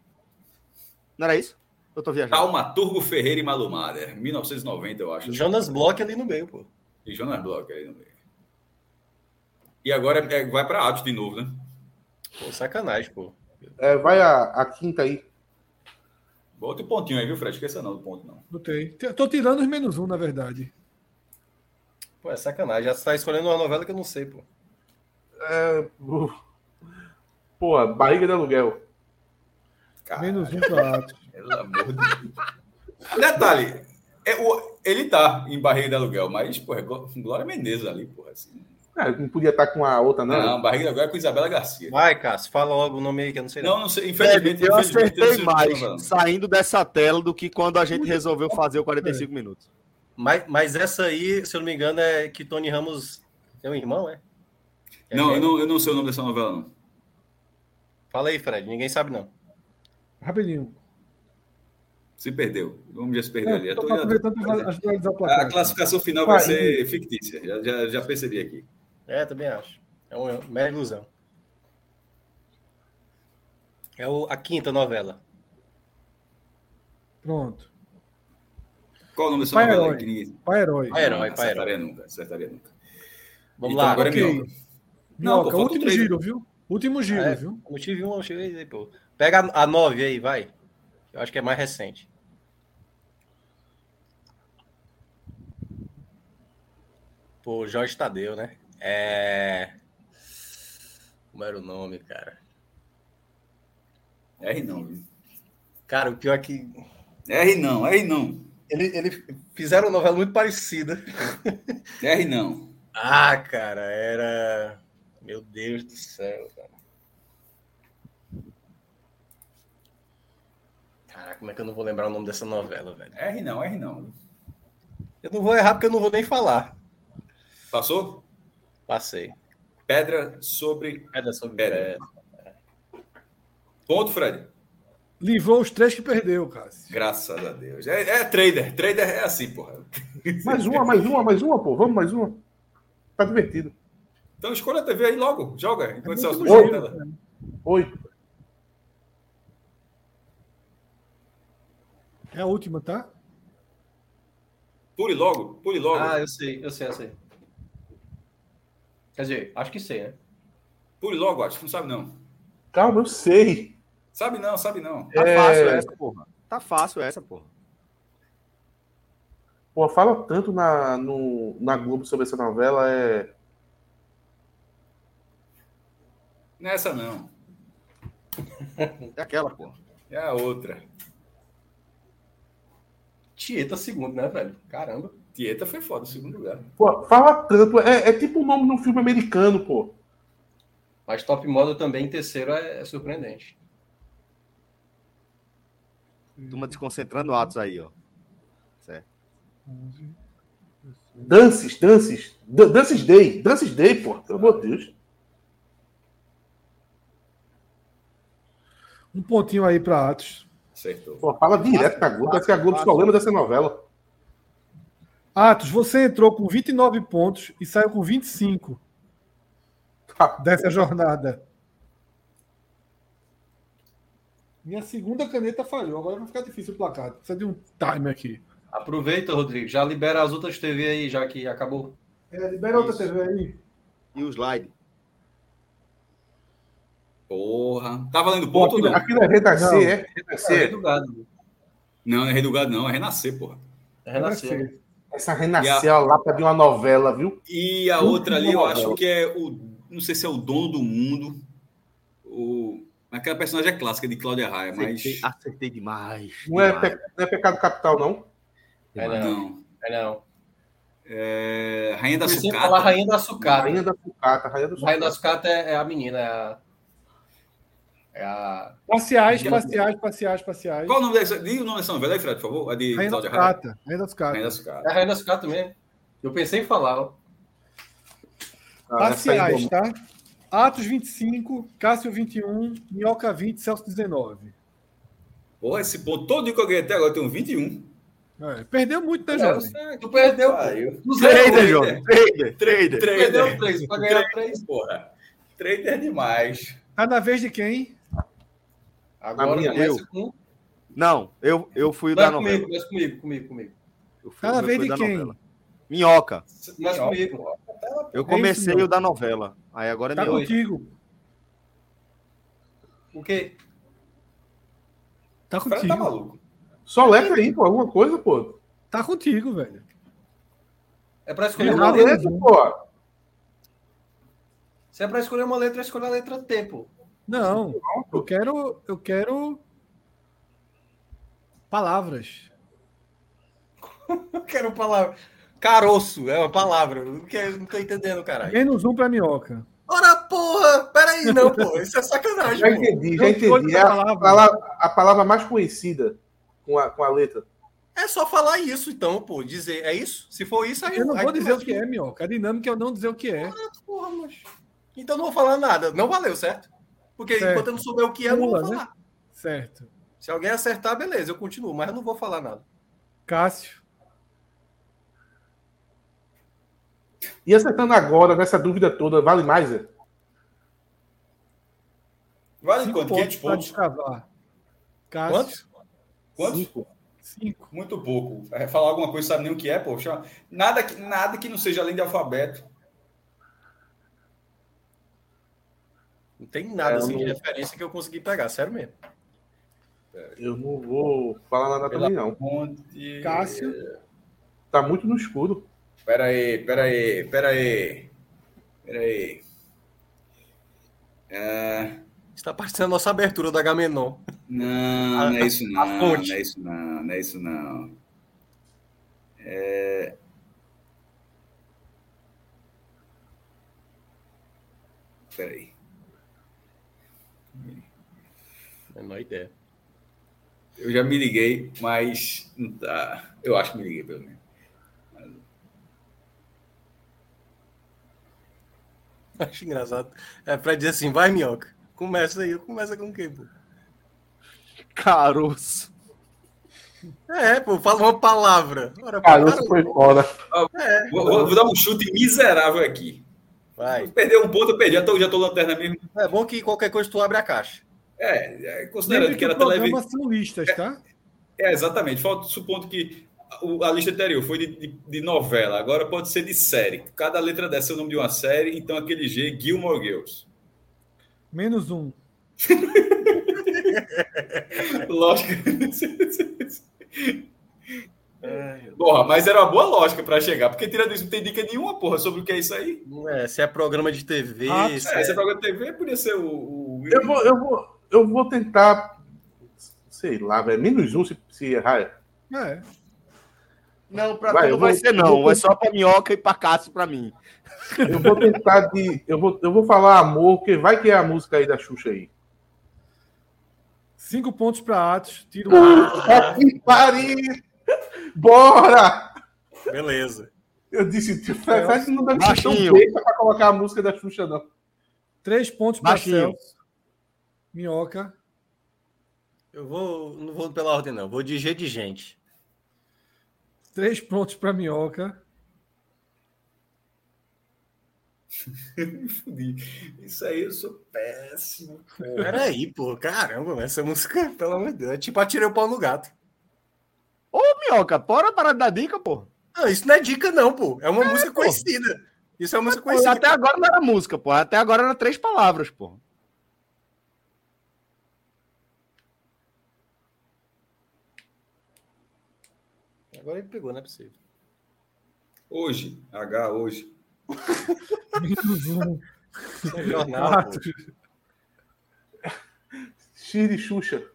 S5: Não era isso? Eu tô viajando.
S3: Taumaturgo Ferreira e Malumada. 1990, eu acho.
S4: Jonas Bloch ali no meio, pô.
S3: E Jonas Bloch aí no meio. E agora é- vai pra Atos de novo, né?
S4: Pô, sacanagem, pô.
S6: não. É, vai a, a quinta aí.
S3: Bota o pontinho aí, viu, Fred? Esqueça não do ponto, não.
S2: Botei. T- Tô tirando os menos um, na verdade.
S4: Pô, é sacanagem. Já tá escolhendo uma novela que eu não sei, pô.
S6: Pô, barriga de aluguel.
S3: Cara,
S2: Menos um pra Atos.
S3: pelo amor de Deus. Detalhe, é o- ele tá em barriga de aluguel, mas, pô, é Gló- Glória Menezes ali, porra. Assim.
S6: Ah, eu não podia estar com a outra, né? não.
S3: Não, barriga de aluguel é com Isabela Garcia.
S4: Vai, Cássio, fala logo o nome aí que eu não sei.
S3: Não, não sei. Tá, Infelizmente,
S5: Velho, eu
S3: infelizmente,
S5: acertei
S3: não sei o
S5: mais
S3: que eu tô falando.
S5: saindo dessa tela do que quando a gente resolveu fazer o
S3: É.
S5: 45 minutos.
S4: Mas, mas essa aí, se eu não me engano, é que Tony Ramos é um irmão, é? É
S3: Não, eu
S4: gêmeo?
S3: não, eu não sei o nome dessa novela, não.
S4: Fala aí, Fred. Ninguém sabe, não.
S2: Rapidinho.
S3: Se perdeu. O homem já se perdeu
S2: É,
S3: ali. Já
S2: tô
S3: tô- já-
S2: aproveitando pra ajudar o
S3: A
S2: placar.
S3: classificação final vai ser fictícia. Já, já, já percebi aqui.
S4: É, também acho. É uma mera ilusão. É o- a quinta novela.
S2: Pronto.
S3: Qual o nome dessa
S2: Pai
S3: novela?
S2: Herói.
S3: aí que ninguém-
S2: Pra herói.
S4: Pai Herói,
S3: Não,
S4: Pai
S3: Acertaria nunca, acertaria nunca.
S4: Vamos
S3: Então
S4: lá.
S3: agora
S2: ok.
S3: é minhoca. Não,
S2: Minhoca,
S3: pô, faltam
S2: último
S3: três.
S2: giro, viu? Último giro,
S4: É.
S2: viu?
S4: Não tive um, eu cheguei aí, pô. Pega a, a nove aí, vai. Eu acho que é mais recente. Pô, Jorge Tadeu, né? É. Como era o nome, cara?
S3: R não, viu?
S4: Cara, o pior é que.
S3: R não, R não.
S4: Ele, ele fizeram uma novela muito parecida.
S3: R não.
S11: Ah, cara, era. Meu Deus do céu, cara. Caraca, como é que eu não vou lembrar o nome dessa novela, velho?
S3: R não, R não.
S11: Eu não vou errar porque eu não vou nem falar.
S3: Passou?
S11: Passei.
S3: Pedra sobre
S11: Pedra sobre
S3: Pedra.
S4: É,
S11: pedra.
S3: ponto, Fred.
S2: Livrou os três que perdeu, Cássio.
S3: Graças a Deus. É, é trader. Trader é assim, porra.
S6: Mais uma, mais uma, mais uma, pô. Vamos, mais uma. Tá divertido.
S3: Então escolha a TV aí logo. Joga. Enquanto Celso
S6: bom,
S3: joga.
S6: Oito.
S2: É a última, tá?
S3: Pule logo. Pule logo.
S4: Ah, eu sei, eu sei, eu sei. Quer dizer, acho que sei, né?
S3: Pule logo, acho. Não sabe não.
S6: Calma, eu sei.
S3: Sabe não, sabe não.
S5: Tá
S6: É.
S5: fácil essa, porra. Tá fácil essa, porra.
S6: Pô, fala tanto na, no, na Globo sobre essa novela. É.
S3: Não é essa não.
S5: É aquela, porra.
S3: É a outra.
S4: Tieta segundo, né, velho? Caramba.
S3: Tieta foi foda, segundo lugar.
S6: Pô, fala tanto. É, é tipo o nome de um filme americano, pô.
S4: Mas Top Model também em terceiro é, é surpreendente.
S5: Turma desconcentrando atos aí, ó.
S6: Dances, dances. Dan- Dances Day. Dances Day, pô. Pelo amor de Deus.
S2: Um pontinho aí para Atos.
S3: Acertou.
S6: Pô, fala direto na Globo. Parece que a Globo só lembra dessa novela.
S2: Atos, você entrou com 29 pontos e saiu com 25
S6: Tá.
S2: dessa jornada. Minha segunda caneta falhou, agora vai ficar difícil o placar. Precisa de um time aqui.
S4: Aproveita, Rodrigo. Já libera as outras TV aí, já que acabou.
S2: É, libera outra
S4: Isso.
S2: TV aí.
S5: E o slide.
S3: Porra. Tá valendo
S6: Pô,
S3: ponto ou
S6: aquilo,
S3: não?
S6: aquilo é renascer,
S2: Não.
S6: é?
S4: É
S6: Renascer.
S4: do gado.
S3: Não, não é redugado, não. É renascer, porra.
S4: É renascer.
S6: Essa renascer é a lata de uma novela, viu?
S3: E a outra ali, eu acho que é o. Não sei se é o dono do mundo. O... Aquela personagem é clássica de Cláudia Raia, mas.
S5: Acertei, acertei demais.
S6: Não é,
S5: demais,
S6: pe- não é pecado capital, não.
S4: É não.
S3: Não.
S4: É não.
S3: É... Rainha da
S4: Eu sempre
S3: Sucata.
S4: falar Rainha da Sucata.
S6: Rainha da Sucata, Rainha da
S4: Rainha da
S6: Sucata.
S4: Sucata é, é a menina, é a. É a.
S2: Parciais, parciais, parciais, parciais.
S3: Qual o nome dessa? Diga o nome dessa novela aí, Fred, por favor. A de
S2: Rainha
S3: Cláudia
S2: das
S3: Raia.
S2: Cata. Rainha das
S3: Rainha da
S2: Cata.
S4: É a
S3: Sucata.
S4: Rainha da Sucata mesmo. Eu pensei em falar, ó.
S6: Ah, essa aí
S2: Parciais,
S6: do-
S2: tá? Atos 25, Cássio 21, Minhoca 20, Celso 19.
S3: Porra, esse ponto todo que eu ganhei até agora um eu tenho 21.
S2: É, perdeu muito, né,
S4: É,
S2: jovem?
S4: você- tu perdeu.
S3: Pariu.
S4: Tu
S5: Trader,
S4: zerou.
S5: jovem. Trader, trader.
S4: Tu perdeu
S3: né? Trader.
S4: três pra ganhar três.
S3: Porra. Trader demais.
S2: Tá na vez de quem?
S4: Agora
S6: minha,
S4: começa
S5: eu.
S4: com.
S5: Não, eu, eu fui o
S4: Não,
S5: da
S4: é
S5: novela.
S4: comigo, começa comigo, comigo, comigo.
S5: Eu fui,
S2: Tá na
S5: eu
S2: vez
S5: fui
S2: de
S5: da
S2: quem? É
S5: novela. Minhoca.
S4: Começa comigo.
S5: Eu
S2: isso,
S5: comecei
S2: não.
S5: o da novela. Aí agora é
S2: Tá
S5: minhoca.
S2: contigo.
S4: O quê?
S2: Tá
S3: O Fred tá
S2: contigo.
S3: maluco.
S6: Só letra aí, pô. Alguma coisa, pô.
S2: Tá contigo, velho.
S4: É pra escolher
S2: Errado. né?
S4: uma
S6: Só
S2: valeu,
S4: letra.
S6: letra,
S2: viu?
S6: pô.
S4: Se é pra escolher uma letra, escolhe a letra T, pô.
S2: Não, eu quero. Eu quero. Palavras.
S4: Eu quero palavra. Caroço é uma palavra. Não, quero, não tô entendendo, caralho.
S2: Menos um pra minhoca.
S4: Ora, porra! Peraí, não, pô. Isso é
S6: Já
S4: sacanagem, pô.
S6: entendi, já
S2: Eu escolho
S6: entendi. É
S2: essa
S6: a
S2: palavra.
S6: palavra, a palavra mais conhecida com a, com a letra.
S4: É só falar isso, então, pô. Dizer, é isso? Se for isso, aí
S2: Eu não
S4: aí
S2: vou
S4: tu
S2: dizer o
S4: vai-
S2: que é, minhoca. A dinâmica é eu não dizer o que é.
S4: Porra, mas... Então não vou falar nada. Não valeu, certo? Porque
S2: Certo.
S4: enquanto eu não souber o que é, eu não vou
S2: Pula, né?
S4: falar.
S2: Certo.
S4: Se alguém acertar, beleza, eu continuo, mas eu não vou falar nada.
S2: Cássio.
S6: E acertando agora, nessa dúvida toda, vale mais, é?
S3: Vale
S2: Cinco
S3: quanto? 500
S2: pontos pra
S3: pontos.
S2: descavar. Cássio.
S4: Quantos?
S3: Quantos?
S2: Cinco.
S3: Muito pouco. É, falar alguma coisa, sabe nem o que é, poxa. Nada que, nada que não seja além de alfabeto.
S4: Não tem nada
S6: É,
S4: assim,
S6: eu
S4: de
S6: não-
S4: referência que eu consegui pegar, sério mesmo.
S6: Eu não vou falar nada
S3: Pela-
S6: também, não.
S3: Monte.
S2: Cássio.
S6: Tá muito no escuro.
S3: Pera aí, pera aí, pera aí. Pera aí. É,
S4: Está parecendo a nossa abertura da Gamenon.
S3: Não, não é isso não.
S4: a fonte.
S3: Não é isso não, não é isso não. É, Peraí.
S4: Menor É, ideia.
S3: Eu já me liguei, mas não tá. Eu acho que me liguei, pelo menos.
S4: Acho engraçado. É pra dizer assim, vai, minhoca. Começa aí. Começa com quem, pô?
S5: Caroço.
S4: É, pô, fala uma palavra. Ora, pô,
S6: Caruso foi fora.
S4: É,
S3: Vou, vou- vou dar um chute miserável aqui.
S4: vai.
S3: Perder um ponto, eu perdi. Já tô, já tô lanterna mesmo.
S4: É bom que qualquer coisa tu abre a caixa.
S3: É, é,
S2: Lembra
S3: considerando
S2: que,
S3: que era
S2: o programa
S3: televisão.
S2: são listas, tá?
S3: É, exatamente. Falta, supondo que a- o- a lista anterior foi de, de- de novela, agora pode ser de série. Cada letra dessa é o nome de uma série, então aquele G, Gilmore Girls.
S2: Menos um.
S3: Lógica. Porra, mas era uma boa lógica pra chegar, porque tirando isso não tem dica nenhuma, porra, sobre o que é isso aí.
S4: É, se é programa de TV,
S2: Ah,
S4: se
S3: É,
S4: é-
S3: essa programa de TV podia ser o. o-
S6: Eu vou, eu vou, eu vou tentar. Sei lá, velho. Menos um se, se errar.
S2: É.
S5: Não, pra
S6: Vai,
S5: tu
S6: eu
S5: não vai
S6: vou-
S5: ser,
S6: eu
S5: não.
S6: vou-
S5: Vai só pra minhoca e pra Cássio e pra mim.
S6: Eu vou tentar de. Eu vou, eu vou falar amor, porque vai que é a música aí da Xuxa aí.
S2: Cinco pontos para Atos. Tiro um.
S6: Ah, que pariu! Bora!
S4: beleza.
S6: Eu disse, tu prefere que não deve ser tão
S5: Baixinho.
S6: feita pra colocar a música da Xuxa, não.
S2: Três pontos para
S5: Baixinho.
S2: Celso. Minhoca.
S4: Eu vou, não vou pela ordem, não. Vou de G de gente.
S2: Três pontos para Minhoca.
S3: Isso aí eu sou péssimo.
S4: Peraí, pô, caramba, essa música, pelo amor de Deus, é tipo atirei o pau no gato.
S5: Ô, minhoca, bora parar de dar dica, pô.
S4: Não, isso não é dica, não, pô. É uma música
S5: pô.
S4: conhecida. Isso é uma música
S5: Pô,
S4: conhecida.
S5: até agora não era música, pô. Até agora era três palavras, pô.
S4: Agora ele pegou, não é possível.
S3: Hoje, H, hoje.
S2: Menos um.
S4: Isso é um jornal, pô.
S2: Atos.
S6: Xiri Xuxa.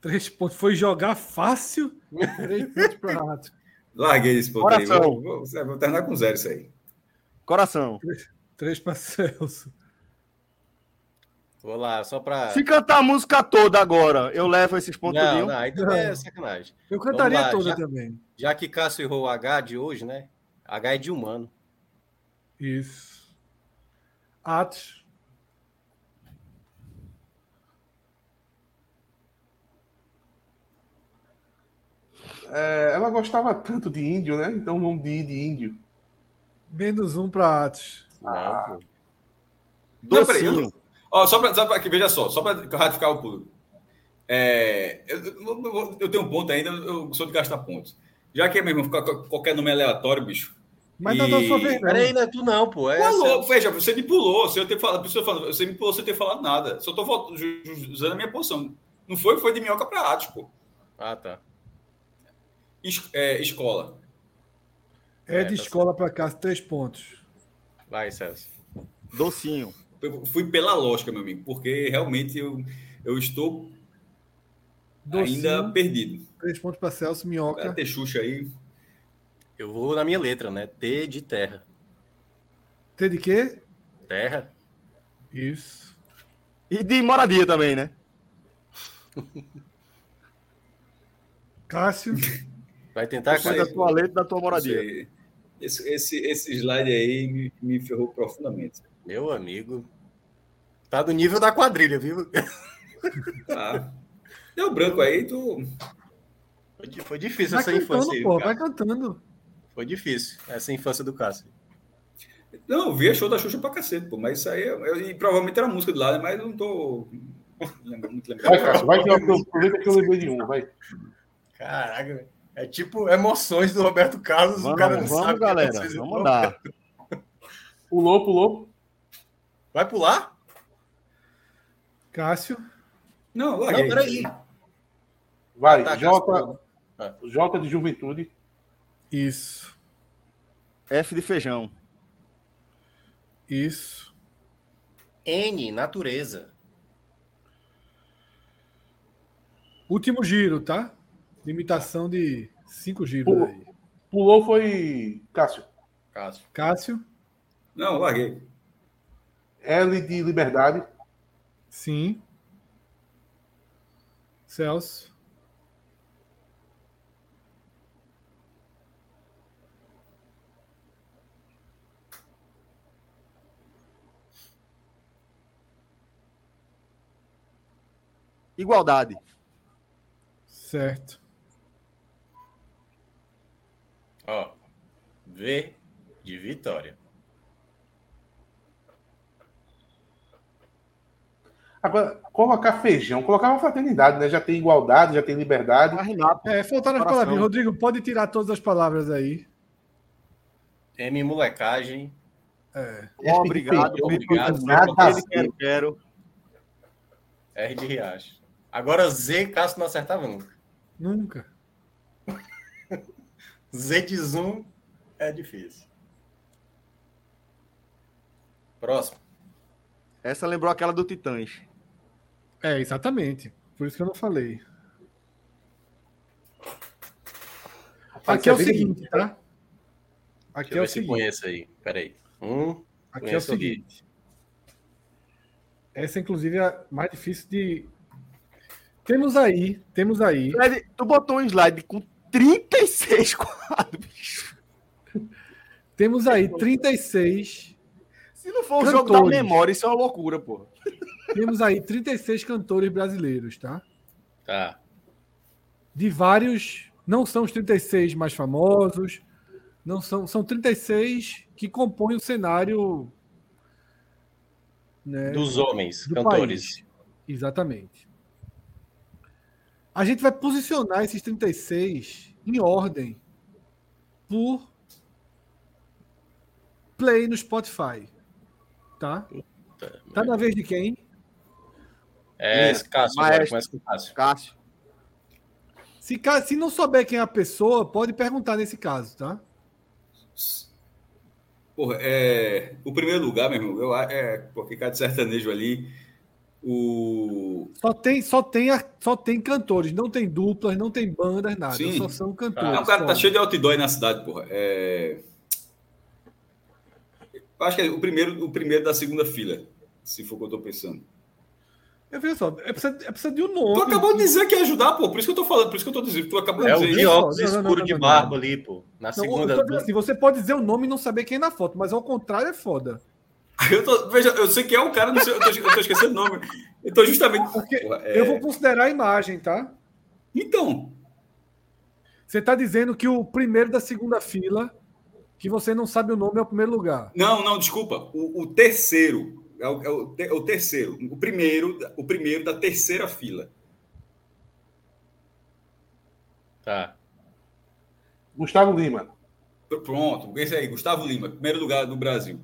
S2: Três pontos. Foi jogar fácil. Três pontos para Atos.
S3: Larguei esse ponto aí.
S5: Coração.
S3: Vou, vou- vou terminar com zero isso aí.
S5: Coração.
S2: Três para Celso.
S4: Vou lá, só pra.
S5: Se cantar a música toda agora, eu levo esses pontos
S4: Não, não, aí também é sacanagem.
S2: Eu cantaria
S4: Vamos lá,
S2: toda
S4: já-
S2: também.
S4: Já que Cássio errou o H de hoje, né? H é de humano.
S2: Isso. Atos.
S6: É, ela gostava tanto de índio, né? Então vamos de, de índio.
S2: Menos um para Atos.
S4: Não, pô.
S3: Não, peraí, eu
S5: Docinho.
S3: não- Ó, só pra, só pra que veja só, só pra ratificar o público. É, eu, eu- eu- eu tenho um ponto ainda, eu sou de gastar pontos. Já que é mesmo, qual- qual- qualquer nome é aleatório, bicho.
S2: Mas não dá
S3: E-
S2: sua vez, não.
S4: Peraí, não é tu não, pô. É
S3: Falou, veja, você me pulou, você ter falado, pessoa falando, você me pulou sem ter falado nada. Só tô vol- ju- ju- usando a minha posição. Não foi, foi de minhoca pra Atos, pô.
S4: Ah, tá.
S3: Es- é, escola.
S2: É
S4: É,
S2: de
S4: tá
S2: escola para casa, três pontos.
S4: Vai, Celso.
S5: Docinho.
S3: Eu fui pela lógica, meu amigo, porque realmente eu, eu estou
S2: Docinho,
S3: ainda perdido.
S2: três pontos para Celso,
S3: Vai
S2: Minhoca.
S3: ter Xuxa aí.
S4: Eu vou na minha letra, né? T de terra.
S2: T de quê?
S4: Terra?
S2: Isso.
S5: E de moradia também, né?
S2: Cássio,
S4: Vai tentar,
S3: Vai
S5: Foi
S2: tá-
S4: Cássio?
S5: da tua letra da tua moradia.
S3: Você- Esse, esse, esse slide aí me, me ferrou profundamente.
S4: Meu amigo. Tá do nível da quadrilha, viu?
S3: Tá. Deu branco aí, tu.
S4: Foi di- Foi difícil
S2: vai
S4: essa infância
S2: cantando,
S4: aí,
S2: pô,
S4: cara.
S2: vai cantando.
S4: Foi difícil essa infância do Cássio.
S3: Não, eu vi a show da Xuxa pra cacete, pô. Mas isso aí. Eu, eu- e provavelmente era a música do lado, mas eu não tô. lembra- Muito
S6: Vai,
S3: lembrado.
S6: Cássio, vai que eu eu- aproveita que eu lembrei de um, vai.
S4: Caraca, velho. é tipo emoções do Roberto Carlos, o
S5: Vamos,
S4: cara não
S5: vamos,
S4: sabe.
S5: galera.
S4: Emoções do-
S5: Vamos andar.
S6: Pulou, pulou.
S4: Vai pular?
S2: Cássio,
S3: Não,
S4: Não,
S3: larguei.
S4: peraí.
S6: Vai,
S4: Tá,
S6: Jota,
S4: Cássio. Ah.
S6: Jota de Juventude.
S2: isso,
S5: F de feijão.
S2: isso.
S4: N, natureza.
S2: Último giro, tá? Limitação de cinco giros
S6: Pô.
S2: aí.
S6: Pulou foi Cássio.
S4: Cássio.
S2: Cássio,
S3: Não, larguei.
S6: L de Liberdade.
S2: Sim. Celso.
S5: Igualdade.
S2: Certo.
S4: Ó, V de Vitória.
S6: Agora, colocar feijão, colocar uma fraternidade, né? Já tem igualdade, já tem liberdade.
S5: Ah,
S2: É, faltaram
S5: Coração.
S2: as palavrinhas. Rodrigo, pode tirar todas as palavras aí.
S4: M molecagem.
S2: É.
S5: Obrigado,
S4: Obrigado.
S6: Nada a ver.
S5: Quero, quero.
S4: R de Riacho. Agora Z, Cássio não acertava nunca.
S2: Nunca.
S4: Z de Zoom é difícil. Próximo.
S5: Essa lembrou aquela do Titãs.
S2: É, exatamente. Por isso que eu não falei. Aqui é o
S6: isso é bem
S2: seguinte, tá?
S4: Deixa
S2: Aqui
S4: eu
S2: é
S4: ver
S2: o
S4: se
S2: seguinte.
S4: conheço aí. Peraí. Um.
S2: Aqui é o
S4: Conheço alguém.
S2: seguinte. Essa, inclusive, é a mais difícil de. Temos aí, temos aí.
S5: Fred, tu botou um slide com 36 quadros.
S2: Temos aí 36.
S5: Se não for um
S2: Cantores.
S5: jogo da memória, isso é uma loucura, porra.
S2: temos aí 36 cantores brasileiros, tá?
S4: Tá.
S2: de vários. Não são os 36 mais famosos, não são, são 36 que compõem o cenário. Né,
S4: Dos homens,
S2: do
S4: cantores.
S2: país. Exatamente. A gente vai posicionar esses 36 em ordem por play no Spotify. Tá? Tá na vez de quem?
S4: É,
S5: Minha,
S4: Cássio, agora
S5: maestro.
S4: começa com o Cássio.
S5: Cássio.
S2: Se, ca- se não souber quem é a pessoa, pode perguntar nesse caso, tá?
S3: Porra, é, o primeiro lugar, meu irmão, eu, a- é, porque cada sertanejo ali, o...
S2: Só tem, só tem, ar- só tem cantores, não tem duplas, não tem bandas, nada.
S3: Sim.
S2: Só são cantores.
S3: Ah, o cara tá
S2: só.
S3: cheio de outdoor aí na cidade, porra. É... Eu acho que é o primeiro, o primeiro da segunda fila, se for o que eu tô pensando.
S2: Eu vejo só, é preciso, é preciso de um nome.
S3: Tu acabou de dizer que ia ajudar, pô. Por isso que eu tô falando, por isso que eu tô dizendo. Tu acabou de
S4: É o
S3: dizer
S4: de
S3: isso.
S4: óculos
S2: Não, não, não,
S4: escuro
S2: não,
S4: de
S2: não,
S4: barba ali, pô. Na
S2: Não,
S4: segunda.
S2: eu tô dizendo assim, você pode dizer o nome e não saber quem é na foto, mas ao contrário é foda.
S3: Eu tô, veja, eu sei que é o cara, não sei, eu, tô, eu tô esquecendo o nome. Eu tô justamente.
S2: Porque
S3: Porra, é,
S2: eu vou considerar a imagem, tá?
S3: Então,
S2: Você tá dizendo que o primeiro da segunda fila, que você não sabe o nome, é o primeiro lugar.
S3: não, não, desculpa. O, o terceiro. É o, é o te- é o terceiro. O primeiro, o primeiro da terceira fila.
S4: Tá.
S6: Gustavo Lima.
S3: Pr- Pronto, esse aí, Gustavo Lima, primeiro lugar do Brasil.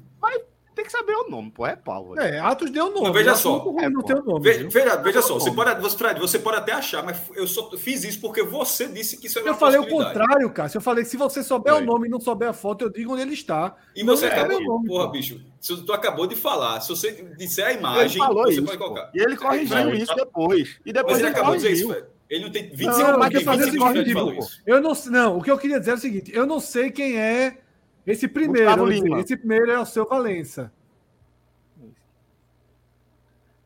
S5: Tem que saber o nome, pô. É pau, velho.
S2: É, Atos deu o nome.
S3: Não, veja
S2: Atos
S3: só.
S2: muito ruim
S5: É,
S2: não
S5: pô.
S2: tem o nome.
S3: Veja,
S2: viu?
S3: veja, veja só, você pode, você, Fred, você pode até achar, mas eu só fiz isso porque você disse que isso é uma
S2: Eu falei o
S3: possibilidade.
S2: contrário, Cássio. Eu falei, se você souber
S4: Foi.
S2: o nome e não souber a foto, eu digo onde ele está.
S3: E você
S2: Não, é
S3: acabou,
S2: meu nome,
S3: porra,
S2: pô.
S3: bicho. Se tu acabou de falar, se você disser a
S5: Ele
S3: imagem,
S5: falou
S3: Ah, você
S5: isso,
S3: pode
S5: pô.
S3: colocar.
S5: E ele corrigiu
S4: Não, ele
S5: isso
S4: tá-
S5: depois. E depois
S3: Mas ele
S5: ele
S3: acabou de dizer isso,
S5: corrigiu.
S3: velho. Ele não tem 25
S2: Não,
S3: segundos.
S2: mas
S3: tem
S2: eu fazia
S3: 25
S2: o
S3: segundos que
S2: seguinte,
S3: ele falou
S2: pô,
S3: isso.
S2: eu não, não, o que eu queria dizer é o seguinte, eu não sei quem é esse primeiro,
S5: Gustavo
S2: eu disse,
S5: Lima.
S2: esse primeiro é o seu Valença.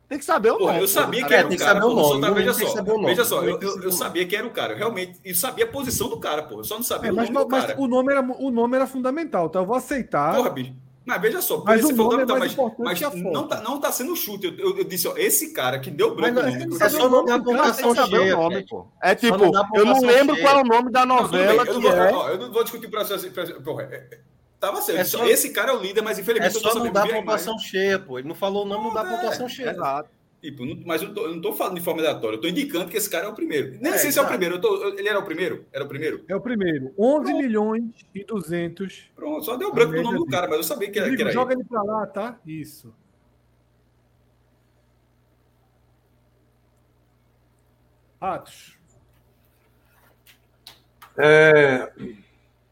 S5: Tem que saber o
S3: Porra,
S5: nome.
S3: eu
S5: pô.
S3: sabia que
S4: cara
S3: era
S4: tem
S3: o
S4: que
S3: cara.
S4: saber o
S3: pô, só
S4: nome,
S3: tá-
S4: não
S3: Veja
S4: tem que
S3: só,
S4: saber o nome,
S3: veja só,
S4: não
S3: eu,
S4: tem que
S3: eu-
S4: saber
S3: eu
S4: o nome.
S3: sabia que era o cara, eu realmente, e sabia a posição do cara, pô. Eu só não sabia
S2: É,
S3: o
S2: mas,
S3: nome do
S2: mas
S3: Ah, cara.
S2: o nome era o nome era fundamental, tá? Eu vou aceitar.
S3: Porra, bicho. Mas veja só,
S2: Mas
S3: podia
S2: o
S3: ser
S2: nome é
S3: fundamental,
S2: mais importante
S3: tá mas
S2: que a foto.
S3: não tá, não tá sendo chute. Eu, eu- eu disse, ó, esse cara que deu
S2: Mas
S3: branco.
S2: não,
S3: no
S2: tem
S3: livro,
S2: que
S3: eu
S5: saber
S3: disse,
S5: o nome
S4: da
S5: Cara, tem que saber o nome,
S4: Fred.
S5: pô. É tipo,
S4: não dá pra
S5: eu não
S4: colocar
S5: lembro
S4: só
S5: qual é o nome da
S3: Não, tudo bem,
S5: novela
S3: eu,
S5: que
S3: não vou,
S5: é.
S3: ó, eu não vou discutir o processo. processo- Porra, é- é- tava certo.
S4: É só-
S3: esse cara é o líder, mas
S4: É
S3: infelizmente eu tô
S4: só não
S3: sabendo
S4: dar
S3: ver a imagem.
S4: pontuação cheia, pô. Ele não falou o nome, não dá
S2: é.
S4: pontuação cheia.
S5: Exato.
S3: Tipo, não- mas eu, tô- eu não tô falando de forma aleatória, eu tô indicando que esse cara é o primeiro. Nem
S4: É,
S3: sei se é o
S4: exato.
S3: primeiro, eu tô- eu- ele era o primeiro? Era o primeiro?
S2: É o primeiro, 11 milhões e 200.
S3: Pronto, só deu branco no nome do cara, mas eu sabia que era, que
S2: assim. Rodrigo,
S3: era
S2: joga
S3: ele.
S2: ele pra lá, tá? Isso. Atos,
S6: É,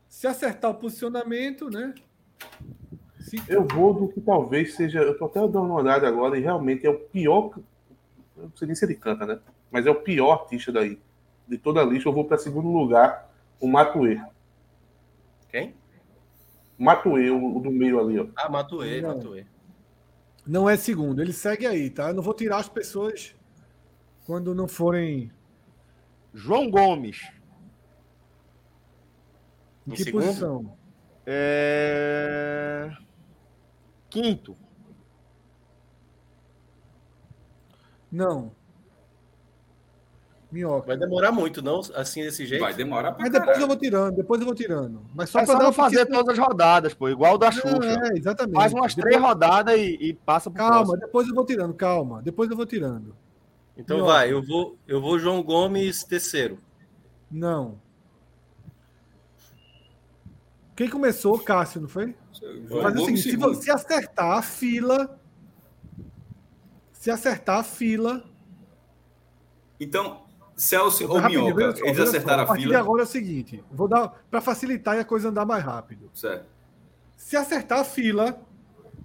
S2: se acertar o posicionamento, né? Se-
S6: eu vou do que talvez seja. Eu tô até dando uma olhada agora e realmente é o pior. Eu não sei nem se ele canta, né? Mas é o pior artista daí. De toda a lista, eu vou para segundo lugar, o Matuê.
S4: Quem?
S6: Matuê, o, o do meio ali, ó.
S4: Ah, Matuê,
S2: Não.
S4: Matuê.
S2: Não é segundo. Ele segue aí, tá? Eu não vou tirar as pessoas quando não forem.
S5: João Gomes.
S2: Em
S4: Em
S2: que
S4: segundo?
S2: posição?
S5: É... Quinto.
S2: Não. Minhoca.
S4: Vai demorar muito, não? Assim, desse jeito?
S3: Vai demorar pra
S2: Mas depois eu
S3: caralho.
S2: vou tirando, depois eu vou tirando. Mas só
S5: Só é
S2: pra
S5: só
S2: dar
S5: não
S2: uma
S5: fazer
S2: pequena-
S5: todas as rodadas, pô. Igual o da Xuxa.
S2: É, exatamente.
S5: Faz umas três rodadas e, e passa pro
S2: Calma,
S5: próximo.
S2: depois eu vou tirando, calma. Depois eu vou tirando.
S4: Então
S2: Minhoca.
S4: vai, eu vou, eu vou João Gomes terceiro.
S2: Não. Quem começou? Cássio, não foi?
S3: João
S2: Faz o
S3: Gomes
S2: seguinte, se,
S3: segundo.
S2: vo- se acertar a fila. Se acertar a fila.
S3: Então, Celso ou
S2: Rapidinho,
S3: Minhoca,
S2: veja só,
S3: eles
S2: veja só.
S3: acertaram a
S2: partir
S3: fila.
S2: de agora é o seguinte: vou dar. Pra facilitar e a coisa andar mais rápido.
S3: Certo.
S2: Se acertar a fila.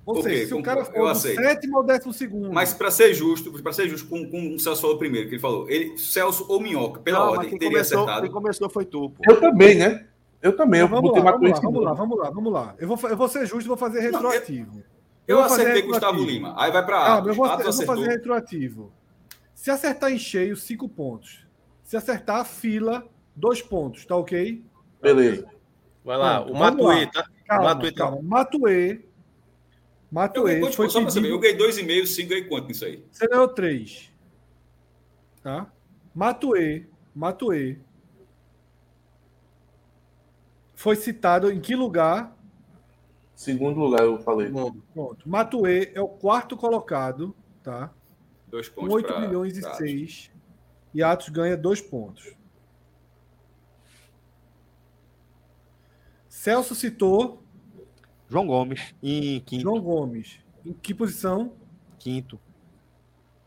S2: Ou
S3: Ok,
S2: seja, se o
S3: concordo,
S2: cara
S3: eu
S2: for do
S3: aceito.
S2: sétimo ou décimo segundo.
S3: Mas para ser justo, para ser justo com, com o Celso falou primeiro, que ele falou, ele, Celso ou Minhoca, pela
S5: Não, mas
S3: ordem,
S5: quem,
S3: teria
S5: começou,
S3: acertado.
S5: quem começou foi tu, pô.
S6: Eu também, né? Eu também. Eu
S2: vamos,
S6: botei
S2: lá,
S6: Matuê
S2: vamos,
S6: em
S2: lá, vamos lá,
S6: segundo.
S2: vamos lá, vamos lá. Eu vou, fa- eu vou ser justo e vou fazer
S3: Não, eu-
S2: retroativo.
S3: Eu,
S2: vou fazer
S3: acertei
S2: retroativo.
S3: Gustavo Lima. Aí vai para
S2: Calma, Ah, eu
S3: Atos.
S2: vou,
S3: Ah, Atos
S2: eu vou
S3: acertou.
S2: fazer retroativo. Se acertar em cheio, cinco pontos. Se acertar a fila, dois pontos, tá ok?
S6: Beleza.
S4: Vai lá,
S2: Pronto,
S4: o
S2: vamos
S4: Matuê,
S2: lá.
S4: tá?
S2: Calma,
S4: Matuê tá-
S2: calma. Matuê.
S3: então. Eu
S2: Matuê
S3: ganhei quantos
S2: foi
S3: pontos? Só pra saber,
S2: pedido...
S3: eu ganhei 2,5, 5 ganhei quanto nisso aí?
S2: Você ganhou três. Tá? Matuê. Matuê. Foi citado em que lugar?
S6: Segundo lugar, eu falei.
S4: Segundo.
S2: Pronto. Matuê é o quarto colocado, tá?
S3: 2 pontos.
S2: Com 8
S3: pra-
S2: Um milhões e
S3: pra Atos.
S2: 6. E Atos ganha 2 pontos. Celso citou
S5: João Gomes em quinto.
S2: João Gomes. Em que posição?
S5: quinto.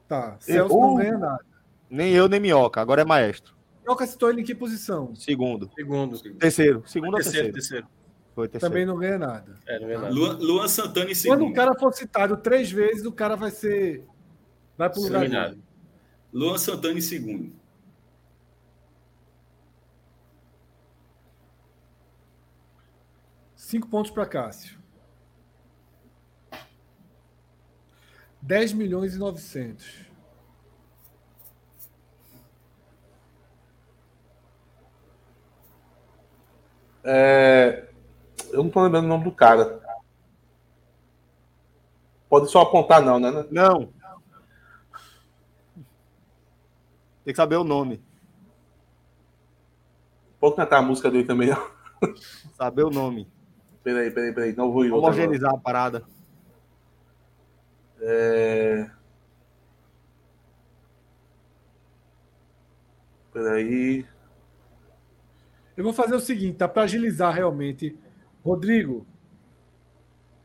S2: Tá. Celso não
S6: Errou.
S2: ganha nada.
S5: Nem eu, nem Minhoca. Agora é maestro.
S2: Minhoca citou ele em que posição?
S5: Segundo.
S4: Segundo.
S5: Terceiro. Segundo ou
S4: Terceiro,
S5: terceiro?
S4: terceiro.
S5: Foi terceiro.
S2: Também não ganha nada.
S4: É, não é nada.
S3: Luan, Luan Santana em
S2: Quando
S3: segundo.
S2: o cara for citado três vezes, o cara vai ser. Vai pro lugar
S4: Eliminado.
S2: dele.
S3: Luan Santana em segundo.
S2: Cinco pontos para Cássio. 10 milhões e 900.
S6: É, Eu não tô lembrando o nome do cara. Pode só apontar, não, né?
S5: Não. Tem que saber o nome.
S6: Pode cantar a música dele também, não.
S5: Saber o nome.
S6: Peraí, peraí, peraí. Não vou em outra. agora.
S5: Homogeneizar a parada.
S6: É... Peraí.
S2: Eu vou fazer o seguinte, tá? Para agilizar realmente. Rodrigo,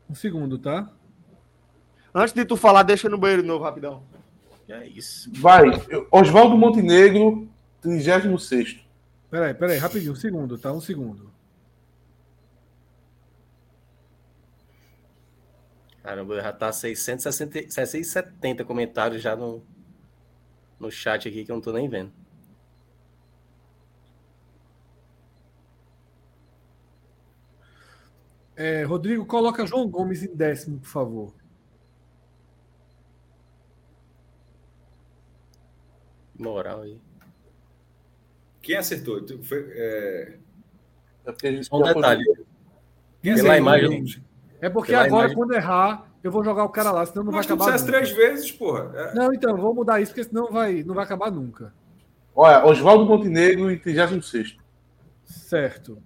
S2: um segundo, tá?
S5: Antes de tu falar, deixa eu ir no banheiro de novo, rapidão.
S4: Que É isso.
S6: Vai. eu- Oswaldo Montenegro, 36.
S2: Peraí, peraí, rapidinho, um segundo, tá? Um segundo.
S4: Caramba, já tá 660, 670 comentários já no, no chat aqui que eu não tô nem vendo.
S2: É, Rodrigo, coloca João Gomes em décimo, por favor.
S4: Que Moral aí.
S3: Quem acertou? Tu- Foi, é...
S6: É porque a gente
S4: Só um
S6: já
S4: detalhe.
S3: Quem
S4: Pela imagem,
S2: É porque
S4: Pela
S2: agora,
S4: imagem.
S2: quando errar, eu vou jogar o cara lá, senão não
S3: Mas
S2: vai
S3: tu
S2: acabar.
S3: disseste
S2: Nunca.
S3: três vezes, porra. É,
S2: Não, então, vou mudar isso, porque senão vai, não vai acabar nunca.
S6: Olha, Oswaldo Montenegro em 36.
S2: Certo.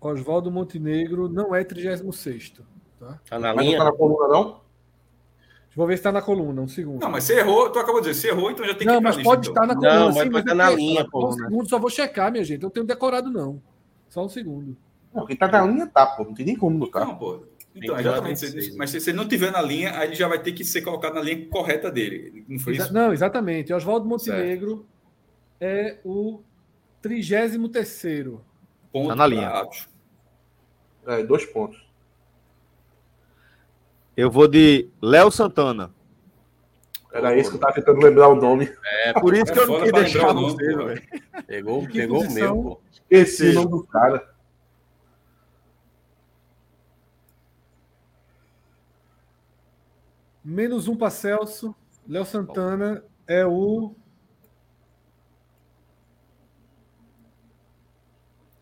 S2: Oswaldo Montenegro não é 36.
S4: Tá na
S6: Mas não
S4: linha?
S6: tá na coluna, não?
S2: Vou ver se está na coluna, um segundo.
S3: Não, mas você errou, tu acabou de dizer, você errou, então já tem que
S2: Não,
S3: ir pra
S2: mas
S3: lista,
S2: pode
S3: então.
S2: estar na
S4: Não,
S2: coluna.
S4: mas pode
S2: mas
S4: estar
S2: é
S4: na
S2: que-
S4: linha, né?
S2: Só Um
S4: coluna.
S2: segundo, só vou checar, minha gente. Eu não tenho decorado, não. Só um segundo.
S6: Não, quem tá na linha tá, pô. Não tem nem como não tá.
S3: Não, pô. Então,
S4: que
S3: exatamente.
S4: dar
S3: você-
S4: 26,
S3: mas se se ele não tiver na linha, aí ele já vai ter que ser colocado na linha correta dele. Não foi
S2: Exa-
S4: é.
S3: isso?
S2: Não, exatamente. Oswaldo Montenegro é o 33º.
S3: Ponto
S5: Tá na linha.
S3: pra Atos.
S6: É, dois pontos.
S5: Eu vou de Léo Santana.
S4: Tá
S6: Era esse que eu tava tentando lembrar o nome.
S5: É por isso
S3: é
S5: que eu não
S3: foda
S5: quis
S3: pra lembrar
S5: deixar
S3: o nome,
S5: você,
S3: pô.
S5: velho.
S4: Pegou,
S2: que
S4: pegou o
S2: posição?
S4: meu, pô.
S6: Esse
S5: Sim.
S6: o nome do cara.
S2: Menos um para Celso. Léo Santana é o.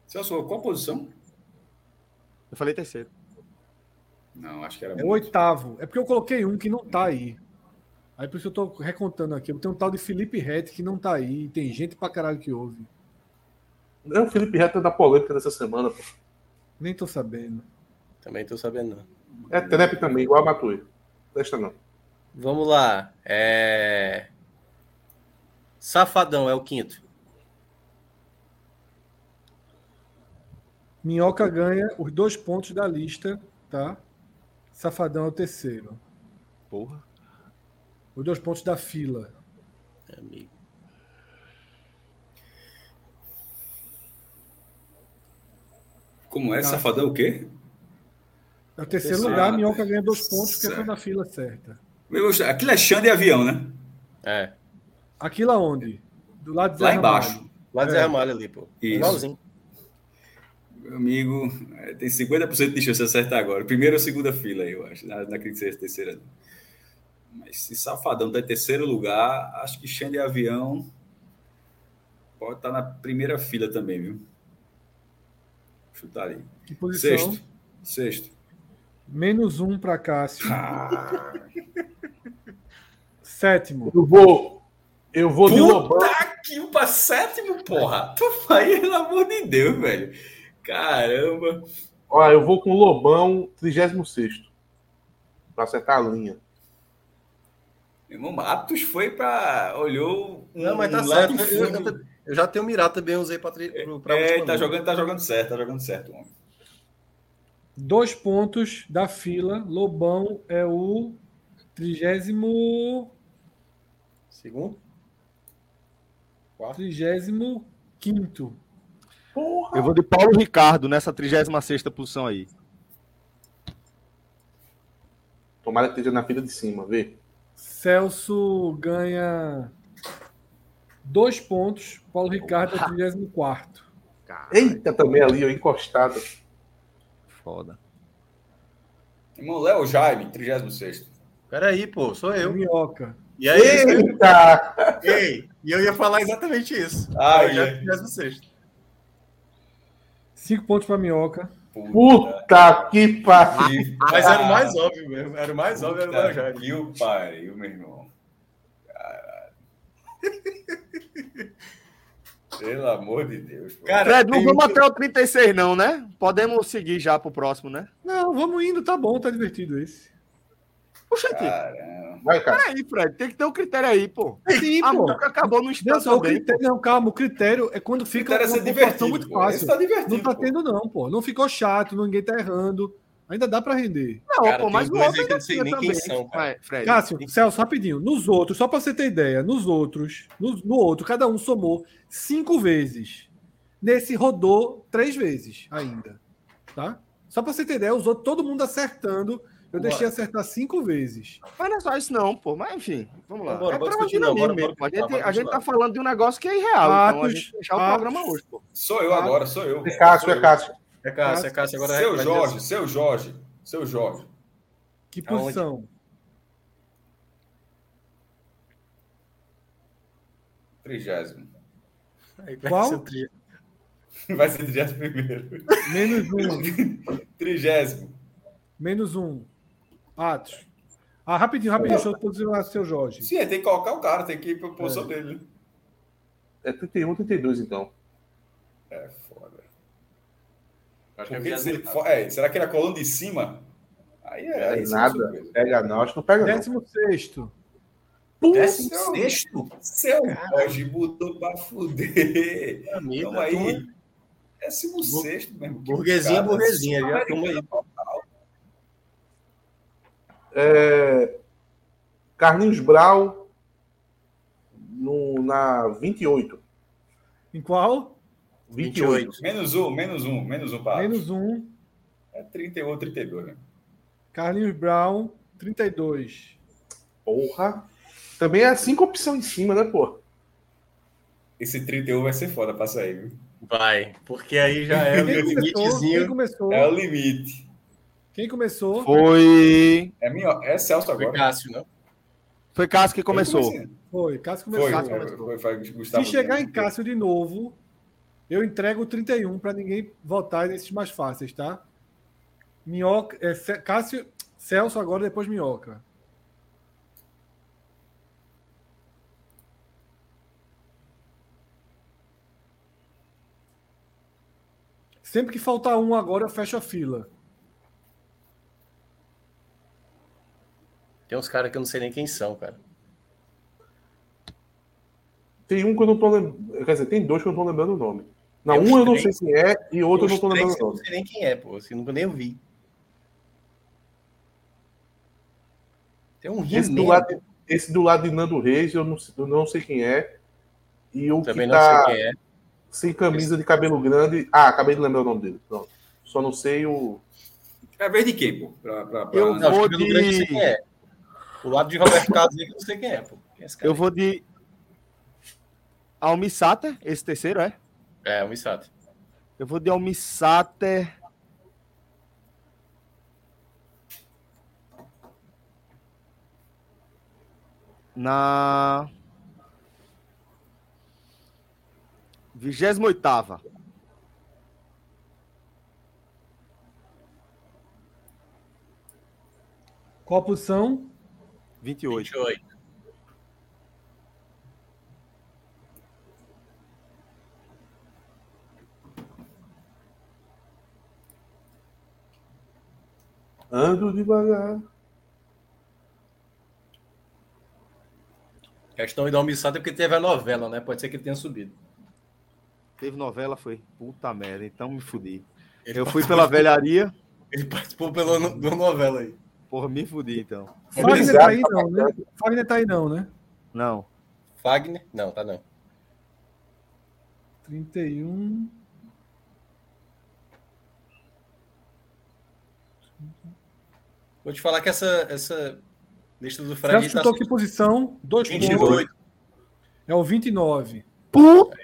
S3: Celso, qual posição?
S5: Eu falei terceiro.
S3: Não, acho que era
S2: É o oitavo. É porque eu coloquei um que não tá aí. Aí por isso eu tô recontando aqui. Tem um tal de Felipe Rett que não tá aí. E tem gente pra caralho que ouve.
S6: É o Felipe Reta da polêmica dessa semana. pô.
S2: Nem tô sabendo.
S4: Também tô sabendo, não.
S6: É trap também, igual a Matui. Presta não.
S4: Vamos lá. É... Safadão é o quinto.
S2: Minhoca ganha os dois pontos da lista, tá? Safadão é o terceiro.
S5: Porra.
S2: Os dois pontos da fila.
S4: Amigo.
S3: Como é, safadão o quê?
S2: É o terceiro
S4: Terceiro.
S2: lugar, a Minhoca ganha dois pontos, porque foi
S3: Certo.
S2: na fila certa.
S3: Meu, aquilo é Xande e avião, né?
S4: É.
S2: Aquilo aonde? Do lado de
S3: Lá
S2: Zé Ramalho.
S3: embaixo.
S4: Lá de
S2: É.
S4: Zé Ramalho ali, pô.
S3: Isso.
S4: Igualzinho.
S3: Meu amigo, é, tem 50% de chance de acertar agora. Primeira ou segunda fila, eu acho. Na, naquele que seja a terceira. não. Mas se Safadão tá em terceiro lugar, acho que Xande Avião pode estar na primeira fila também, viu? Chutar ali.
S2: Que posição?
S3: Sexto. Sexto.
S2: Menos um para Cássio. Sétimo.
S6: Eu vou. Eu vou de Lobão.
S3: Puta que o um pra sétimo, porra! Tu vai, pelo amor de Deus, velho. Caramba.
S6: Ó, eu vou com Lobão, 36. Pra acertar a linha.
S3: Meu irmão, Atos foi pra. Olhou. um
S4: Não, mas tá
S3: lá
S4: certo.
S3: pro
S4: Eu,
S3: fundo.
S4: eu- eu já tenho mirado também, usei pra, tri... pro- pra
S3: é,
S4: última
S3: tá
S4: vez.
S3: jogando, tá jogando certo, tá jogando certo, homem.
S2: Dois pontos da fila. Lobão é o trigésimo.
S4: Segundo?
S2: Trigésimo quinto.
S6: Porra!
S5: Eu vou de Paulo Ricardo nessa 36 posição aí.
S6: Tomara que esteja na fila de cima, vê.
S2: Celso ganha dois pontos. Paulo Ricardo é o 34.
S6: Eita, também ali, ó, encostado.
S5: Foda.
S3: Irmão Léo Jaime, 36.
S4: Peraí, pô, sou eu.
S2: Minhoca.
S4: E aí?
S6: Eita!
S4: Ei, e eu ia falar exatamente isso.
S3: Ah,
S4: eu já
S3: ia.
S4: fiz vocês.
S2: Cinco pontos para Minhoca.
S6: Puta que pariu!
S4: Mas era o mais óbvio mesmo. Era o mais óbvio, era o mais óbvio.
S3: E o pariu, meu irmão. Caralho. Pelo amor de Deus. pô.
S4: Cara,
S5: Fred, não
S4: tem
S5: vamos
S4: um que-
S5: até o 36, não, né? Podemos seguir já pro próximo, né?
S2: Não, vamos indo, tá bom, tá divertido esse.
S5: Oxente,
S4: Ah.
S3: Caramba.
S6: Vai, cara.
S5: peraí, Fred. Tem que ter um critério aí, pô.
S2: Sim,
S5: A
S3: ah,
S2: pô.
S3: tá
S5: boca acabou no
S2: Não,
S5: instante
S2: só o
S5: também.
S2: critério, não, calma, o critério é quando fica
S3: Cara, isso é
S2: uma pontuação
S3: divertido.
S2: muito
S3: pô. Isso
S2: fácil.
S3: tá divertido.
S2: Não tá
S3: pô.
S2: tendo, não, pô. Não ficou chato, ninguém tá errando. Ainda dá pra render.
S5: Não,
S4: Cara,
S5: pô,
S4: tem
S5: mas o
S4: dois
S5: outro
S4: aí que
S5: ainda
S4: eu não sei
S5: tinha
S4: nem
S5: também.
S4: quem são, cara.
S5: Vai, Fred.
S2: Cássio, Celso, rapidinho. Nos outros, só pra você ter ideia, nos outros, no, no outro, cada um somou cinco vezes. Nesse rodou três vezes ainda. Tá? Só pra você ter ideia, os outros, todo mundo acertando. Eu
S4: Bora.
S2: deixei acertar cinco vezes.
S5: Mas não é só isso, não, pô. Mas enfim, vamos lá.
S4: Vambora,
S5: é
S4: bora
S5: pra
S4: discutir,
S5: dinamismo
S4: não, bora,
S5: mesmo.
S4: bora
S5: a, gente,
S4: continuar,
S5: a gente tá
S4: bora
S5: falando de um negócio que é irreal. então a
S2: Fatos,
S5: gente tem que deixar o
S2: fatos.
S5: programa hoje, pô.
S3: Sou eu agora, sou eu.
S6: É Cássio,
S3: Sou
S6: é
S3: eu.
S6: Cássio.
S4: É Cássio, é Cássio agora.
S3: Seu
S4: vai
S3: Jorge,
S4: dizer
S3: seu Jorge, seu Jorge.
S2: Que
S4: Aonde?
S2: posição?
S3: 30.
S4: assim. Aí vai
S2: Qual?
S4: ser o tri-
S3: Vai ser 31.
S2: Menos um.
S3: 30.
S2: menos um. Atos. Ah, rapidinho, rapidinho. Deixa eu posicionar seu Jorge.
S3: Sim, tem que colocar o cara, tem que ir pra posição dele. né?
S6: É 31, 32, então.
S3: É foda.
S4: Acho que é
S3: Porque se ele
S4: 24.
S3: for- é, será que ele é colando de cima? Aí é.
S6: É
S3: aí sim,
S6: nada.
S3: surpresa.
S6: Pega não, acho que não pega não.
S2: Décimo sexto.
S4: Décimo
S3: Seu-
S4: sexto?
S3: Seu Jorge botou pra fuder.
S2: É
S4: Meu amigo,
S3: Então
S4: a turma-
S3: aí. Décimo sexto mesmo.
S4: Burguesinha,
S2: é
S3: Cara,
S4: burguesinha.
S3: só
S4: Já toma aí.
S6: É... Carlinhos Brau no, na 28.
S2: Em qual?
S6: 28.
S3: Menos um, menos um, menos um para.
S2: Menos um.
S3: É 31 ou 32, né?
S2: Carlinhos Brown, 32.
S6: Porra. Também é cinco opções em cima, né, pô?
S3: Esse 31 vai ser foda pra sair, viu?
S4: Vai, porque aí já é o
S2: Quem começou? Quem
S4: limitezinho.
S2: começou?
S3: É o É limite.
S2: Quem começou?
S5: Foi.
S9: É, minha, é Celso
S4: Foi
S9: agora.
S4: Cássio, não?
S5: Foi Cássio que começou.
S9: Foi,
S2: Foi, Cássio começou.
S9: foi,
S5: Cássio
S9: foi,
S5: começou.
S9: foi, foi Gustavo.
S2: Se chegar em
S9: Lima.
S2: Cássio de novo, eu entrego o 31 para ninguém votar nesses mais fáceis, tá? Minhoca, é, Ce- Cássio, Celso agora, depois Minhoca. Sempre que faltar um agora, eu fecho a fila.
S4: Tem uns caras que eu não sei nem quem são, cara.
S6: Tem um que eu não tô lembrando. Quer dizer, tem dois que eu não tô lembrando o nome. Na
S4: Tem uns
S6: um eu não sei
S4: três.
S6: quem é e outro eu
S4: Tem
S6: não
S4: uns
S6: tô
S4: três que
S6: lembrando o
S4: eu não
S6: nome.
S4: sei nem quem é, pô. Assim, nunca nem ouvi. Tem um
S6: Esse do,
S4: He-Man,
S6: lado, esse do lado de Nando Reis eu não, eu não sei quem é. E o
S4: Também
S6: que
S4: não
S6: tá
S4: sei quem é.
S6: sem camisa de cabelo grande. Ah, acabei de lembrar o nome dele. Pronto. Só não sei o.
S9: É a vez de quem, pô? Pra, pra, pra...
S5: Eu-
S4: Não,
S5: vou
S4: o de... grande eu sei
S5: de-
S4: quem é. O lado de Roberto Carlos aí que eu não sei quem é, pô. Quem é esse cara?
S5: Eu vou de. Almi Sater, esse terceiro é?
S4: É, o Misato.
S5: Eu vou de Almi Sater. Na. 28.
S2: Qual a posição?
S5: 28.
S4: 28.
S6: Ando devagar.
S4: Questão de dar um Misato é porque teve a novela, né? Pode ser que ele tenha subido.
S5: Teve novela, foi. Puta merda, então me fudi. Eu fui pela velharia,
S4: Ele participou pela no- de uma novela aí.
S5: porra, me fudi então.
S2: Fagner
S6: Mobilizado,
S2: tá aí, não, né? Fagner tá aí, não, né?
S5: Não.
S4: Fagner? Não, tá não.
S2: 31.
S4: Vou te falar que essa, essa lista do tá Fred
S2: Celso chutou que posição? Dois pontos.
S4: 28.
S2: É o 29.
S5: Puta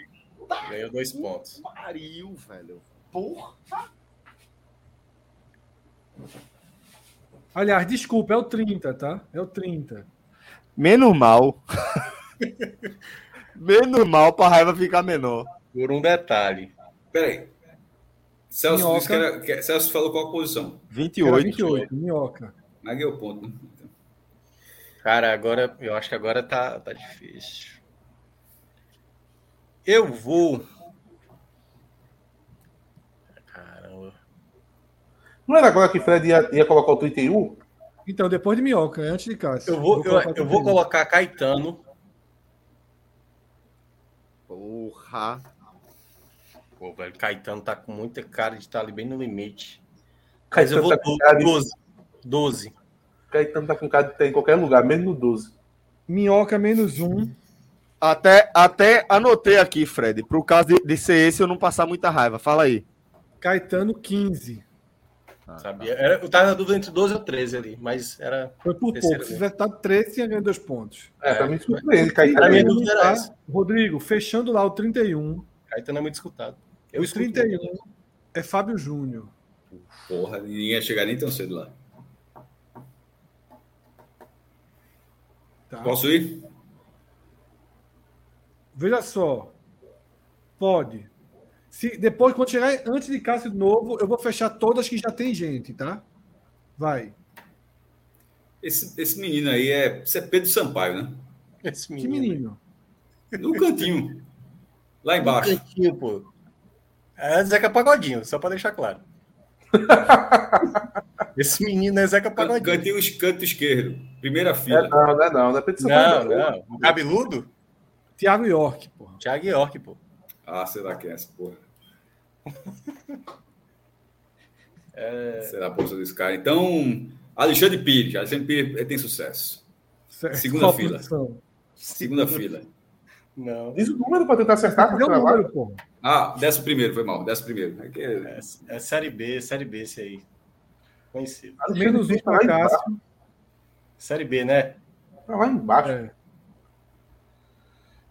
S4: Ganhou dois pontos.
S5: pariu, velho. Porra.
S2: Aliás, desculpa, é o 30, tá? É o 30.
S5: Menos mal. Menos mal pra raiva ficar menor.
S4: Por um detalhe.
S9: Peraí. Celso,
S2: Minhoca.
S9: disse que era- que- Celso falou qual a posição.
S2: Era
S5: 28.
S2: 28, minhoca.
S9: Aí ganhou ponto, né? Então,
S4: Cara, agora eu acho que agora tá, tá difícil. Eu vou. Caramba.
S6: Não era agora que Fred ia, ia colocar o 31?
S2: Então, depois de minhoca, é antes de Cássio.
S4: Eu vou, eu,
S2: colocar
S4: eu vou
S2: 31.
S4: colocar Caetano.
S5: Porra.
S4: Pô, velho, Caetano tá com muita cara de estar ali bem no limite. Mas eu
S6: Caetano
S4: vou
S6: tá com cara de-
S4: 12. 12.
S6: Caetano tá com cara de ter em qualquer lugar, mesmo no 12.
S2: Minhoca menos um.
S5: Até, até anotei aqui, Fred, pro caso de, de ser esse eu não passar muita raiva. Fala aí.
S2: Caetano, 15.
S3: Ah, tá.
S4: Sabia? Era- eu tava na dúvida entre 12 ou 13 ali, mas era.
S2: Foi por
S4: Terceiro
S2: pouco. Se tivesse estado 13, tinha ganho dois pontos.
S6: É, pra mim surpreende,
S4: Pra mim,
S6: Caetano.
S4: a dúvida era
S2: Tá?
S4: essa.
S2: Rodrigo, fechando lá o 31.
S4: Caetano é muito escutado. Eu
S2: o
S4: escuto.
S2: 31 é Fábio Júnior.
S9: porra, ninguém ia chegar nem tão cedo lá.
S2: Tá?
S9: Posso ir?
S2: Veja só. Pode. Se depois, quando chegar antes de Cássio de novo, eu vou fechar todas que já tem gente, tá? Vai.
S9: Esse, esse menino aí é, isso é Pedro Sampaio, né?
S4: Esse
S2: Que
S4: menino.
S2: menino.
S9: No cantinho. Lá embaixo.
S4: Um Cantinho, pô. É Zeca Pagodinho, só pra deixar claro. Esse menino é Zeca
S9: Can-
S4: Pagodinho.
S9: Cantinho canto esquerdo. Primeira
S6: É,
S9: fila.
S6: não, não é não. Não é Pedro
S4: Não,
S6: Sampaio,
S4: não. O cabeludo?
S2: Tiago York, porra.
S4: Thiago York, pô.
S9: Ah, será que é essa porra? Será a bolsa desse cara? Então, Alexandre Pires. Alexandre Pires eh, tem sucesso.
S2: Certo.
S9: Segunda
S2: Qual a
S9: fila.
S2: posição?
S9: Segunda fila.
S4: Não.
S6: Diz o número pra tentar acertar.
S2: Deu
S6: pra
S2: um
S6: trabalho.
S2: número, porra.
S9: Ah, décimo primeiro, foi mal. Décimo primeiro. É que-
S4: É, é Série B, Série B esse aí. Conhecido.
S2: Menos um pra Cássio.
S4: Série B, né?
S6: Tá lá embaixo.
S2: É.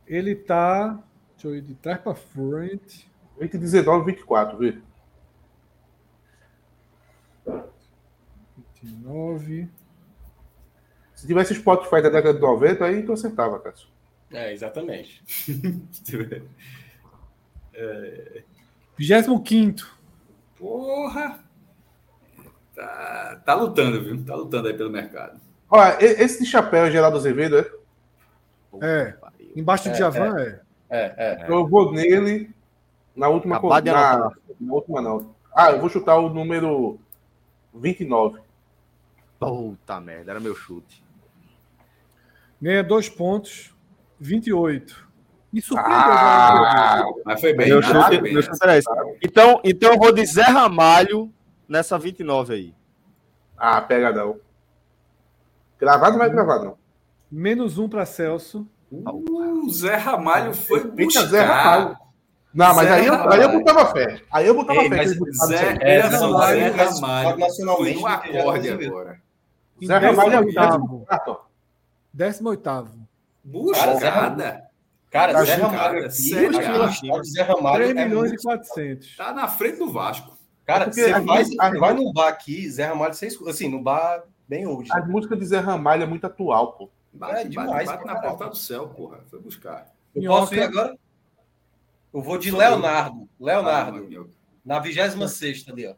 S2: Ele tá. Deixa eu ir de trás pra frente.
S6: Entre 19 e 24, viu?
S2: 29.
S6: Se tivesse Spotify da década de 90, aí tu acertava, Cássio.
S4: É, exatamente.
S2: 25.
S3: Porra! Tá, tá lutando, viu? Tá lutando aí pelo mercado.
S6: Olha, e- esse de chapéu é Geraldo Azevedo, é?
S2: É. Embaixo do Javan é.
S4: É, é.
S6: Eu vou nele na última
S5: Acabar de
S6: Na,
S5: anotar.
S6: na última, não. Ah, eu vou chutar o número 29.
S5: Puta merda, era meu chute.
S2: Ganha dois pontos. 28. E surpreendeu
S6: Ah!
S2: o Geraldo Azevedo.
S3: Mas foi bem.
S5: Meu
S3: mas foi
S5: chute,
S3: bem.
S5: meu chute era esse. Então, então eu vou de Zé Ramalho nessa 29 aí.
S6: Ah, pega não. Gravado vai gravado, não.
S2: Menos um para Celso.
S3: Uh, o Zé Ramalho foi
S6: Fica
S3: buscar.
S6: Zé Ramalho. Não, mas
S3: Zé
S6: aí, eu- aí eu
S3: Ramalho.
S6: botava fé. Aí eu botava
S3: Ei,
S6: fé. que
S3: mas
S6: eles botaram isso
S3: Zé,
S6: aí.
S3: era
S4: É, Zé
S3: só
S4: Ramalho,
S3: Zé
S4: mas
S3: Ramalho. Foi
S4: nacionalmente
S3: no
S4: não tem
S3: acorde
S4: Geraldo Azevedo.
S3: agora.
S2: Em
S6: Zé Ramalho é o
S2: 18º.
S6: Ah, tô.
S2: 18º.
S3: Buscada.
S4: Cara,
S6: Tá
S4: Zé
S6: chutado,
S4: Ramalho aqui.
S3: sério,
S4: aqui
S3: cara.
S4: no estado de Zé Ramalho
S2: 3
S4: é
S2: milhões
S4: muito-
S2: e 400.
S3: Tá na frente do Vasco.
S6: É
S4: Cara,
S6: porque
S4: você
S6: a
S4: vai,
S6: gente- a gente-
S4: vai num bar aqui, Zé Ramalho, você escuta. Assim, num bar bem old.
S6: As músicas de Zé Ramalho é muito atual, pô.
S3: Bate,
S4: É demais,
S3: bate, bate
S4: pra
S3: na
S4: caralho.
S3: porta do céu, porra. Foi buscar.
S4: Eu
S2: Minhoca.
S4: posso ir agora? Eu vou de Leonardo. Leonardo. Na 26 ali, ó.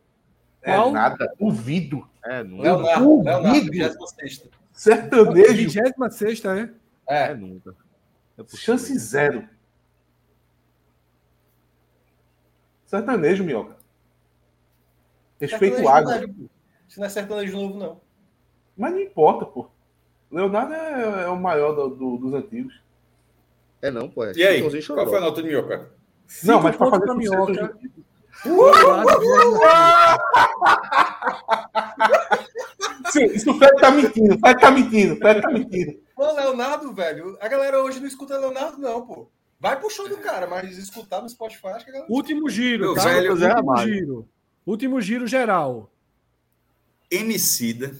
S6: É
S2: Qual?
S6: nada. Ouvido.
S5: É, nunca.
S4: Leonardo, Leonardo,
S6: duvido.
S4: 26
S6: Sertanejo.
S2: 26 é?
S5: É,
S4: É,
S5: nunca. É possível.
S6: Chance zero. Sertanejo, Minhoca. Respeito o
S4: Sertanejo
S6: água.
S4: não é, pô. Isso não é sertanejo novo, não.
S6: Mas não importa, pô. Leonardo é, é o maior do- do- dos antigos.
S5: É não, pô. É
S12: E aí,
S5: Chitãozinho e Chororó.
S12: qual foi a nota do Minhoca?
S6: não, mas pra
S2: pontos
S6: fazer
S2: pra
S6: sucesso
S2: Minhoca.
S6: hoje em dia. Isso, isso o Fred tá mentindo, o Fred tá mentindo, o Fred tá mentindo.
S4: Pô, Leonardo, velho. A galera hoje não escuta Leonardo, não, pô. Vai pro show do cara, mas escutar no Spotify, acho que a galera.
S2: Último giro,
S3: Meu
S2: tá?
S3: velho,
S2: Último
S5: Zé Ramalho.
S2: giro. Último giro geral.
S3: Emicida.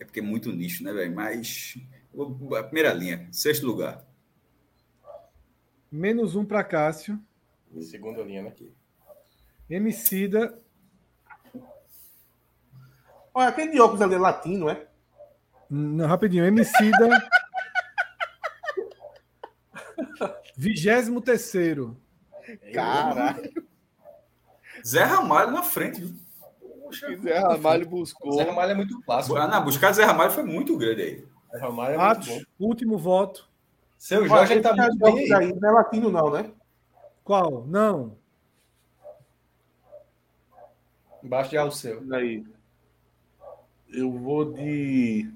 S3: É porque é muito nicho, né, velho? Mas. A primeira linha, sexto lugar.
S2: Menos um para Cássio.
S4: Segunda linha, né?
S2: Emicida.
S6: Olha, aquele de óculos ali é latino, é?
S2: Não, rapidinho. Emicida. 23º.
S5: Caralho,
S3: Zé Ramalho na frente, viu? Poxa,
S5: Zé Ramalho buscou.
S4: Zé Ramalho é muito clássico.
S3: Ah, não, buscar Zé Ramalho foi muito grande aí.
S4: Zé Ramalho é muito bom.
S2: Atos, último voto.
S4: Seu
S6: Olha,
S4: Jorge tá
S6: esse
S4: muito
S6: de óculos
S4: bem aí.
S6: aí não é latino, não, né?
S2: Qual? Não.
S4: Embaixo de Alceu.
S6: Aí. Eu vou de.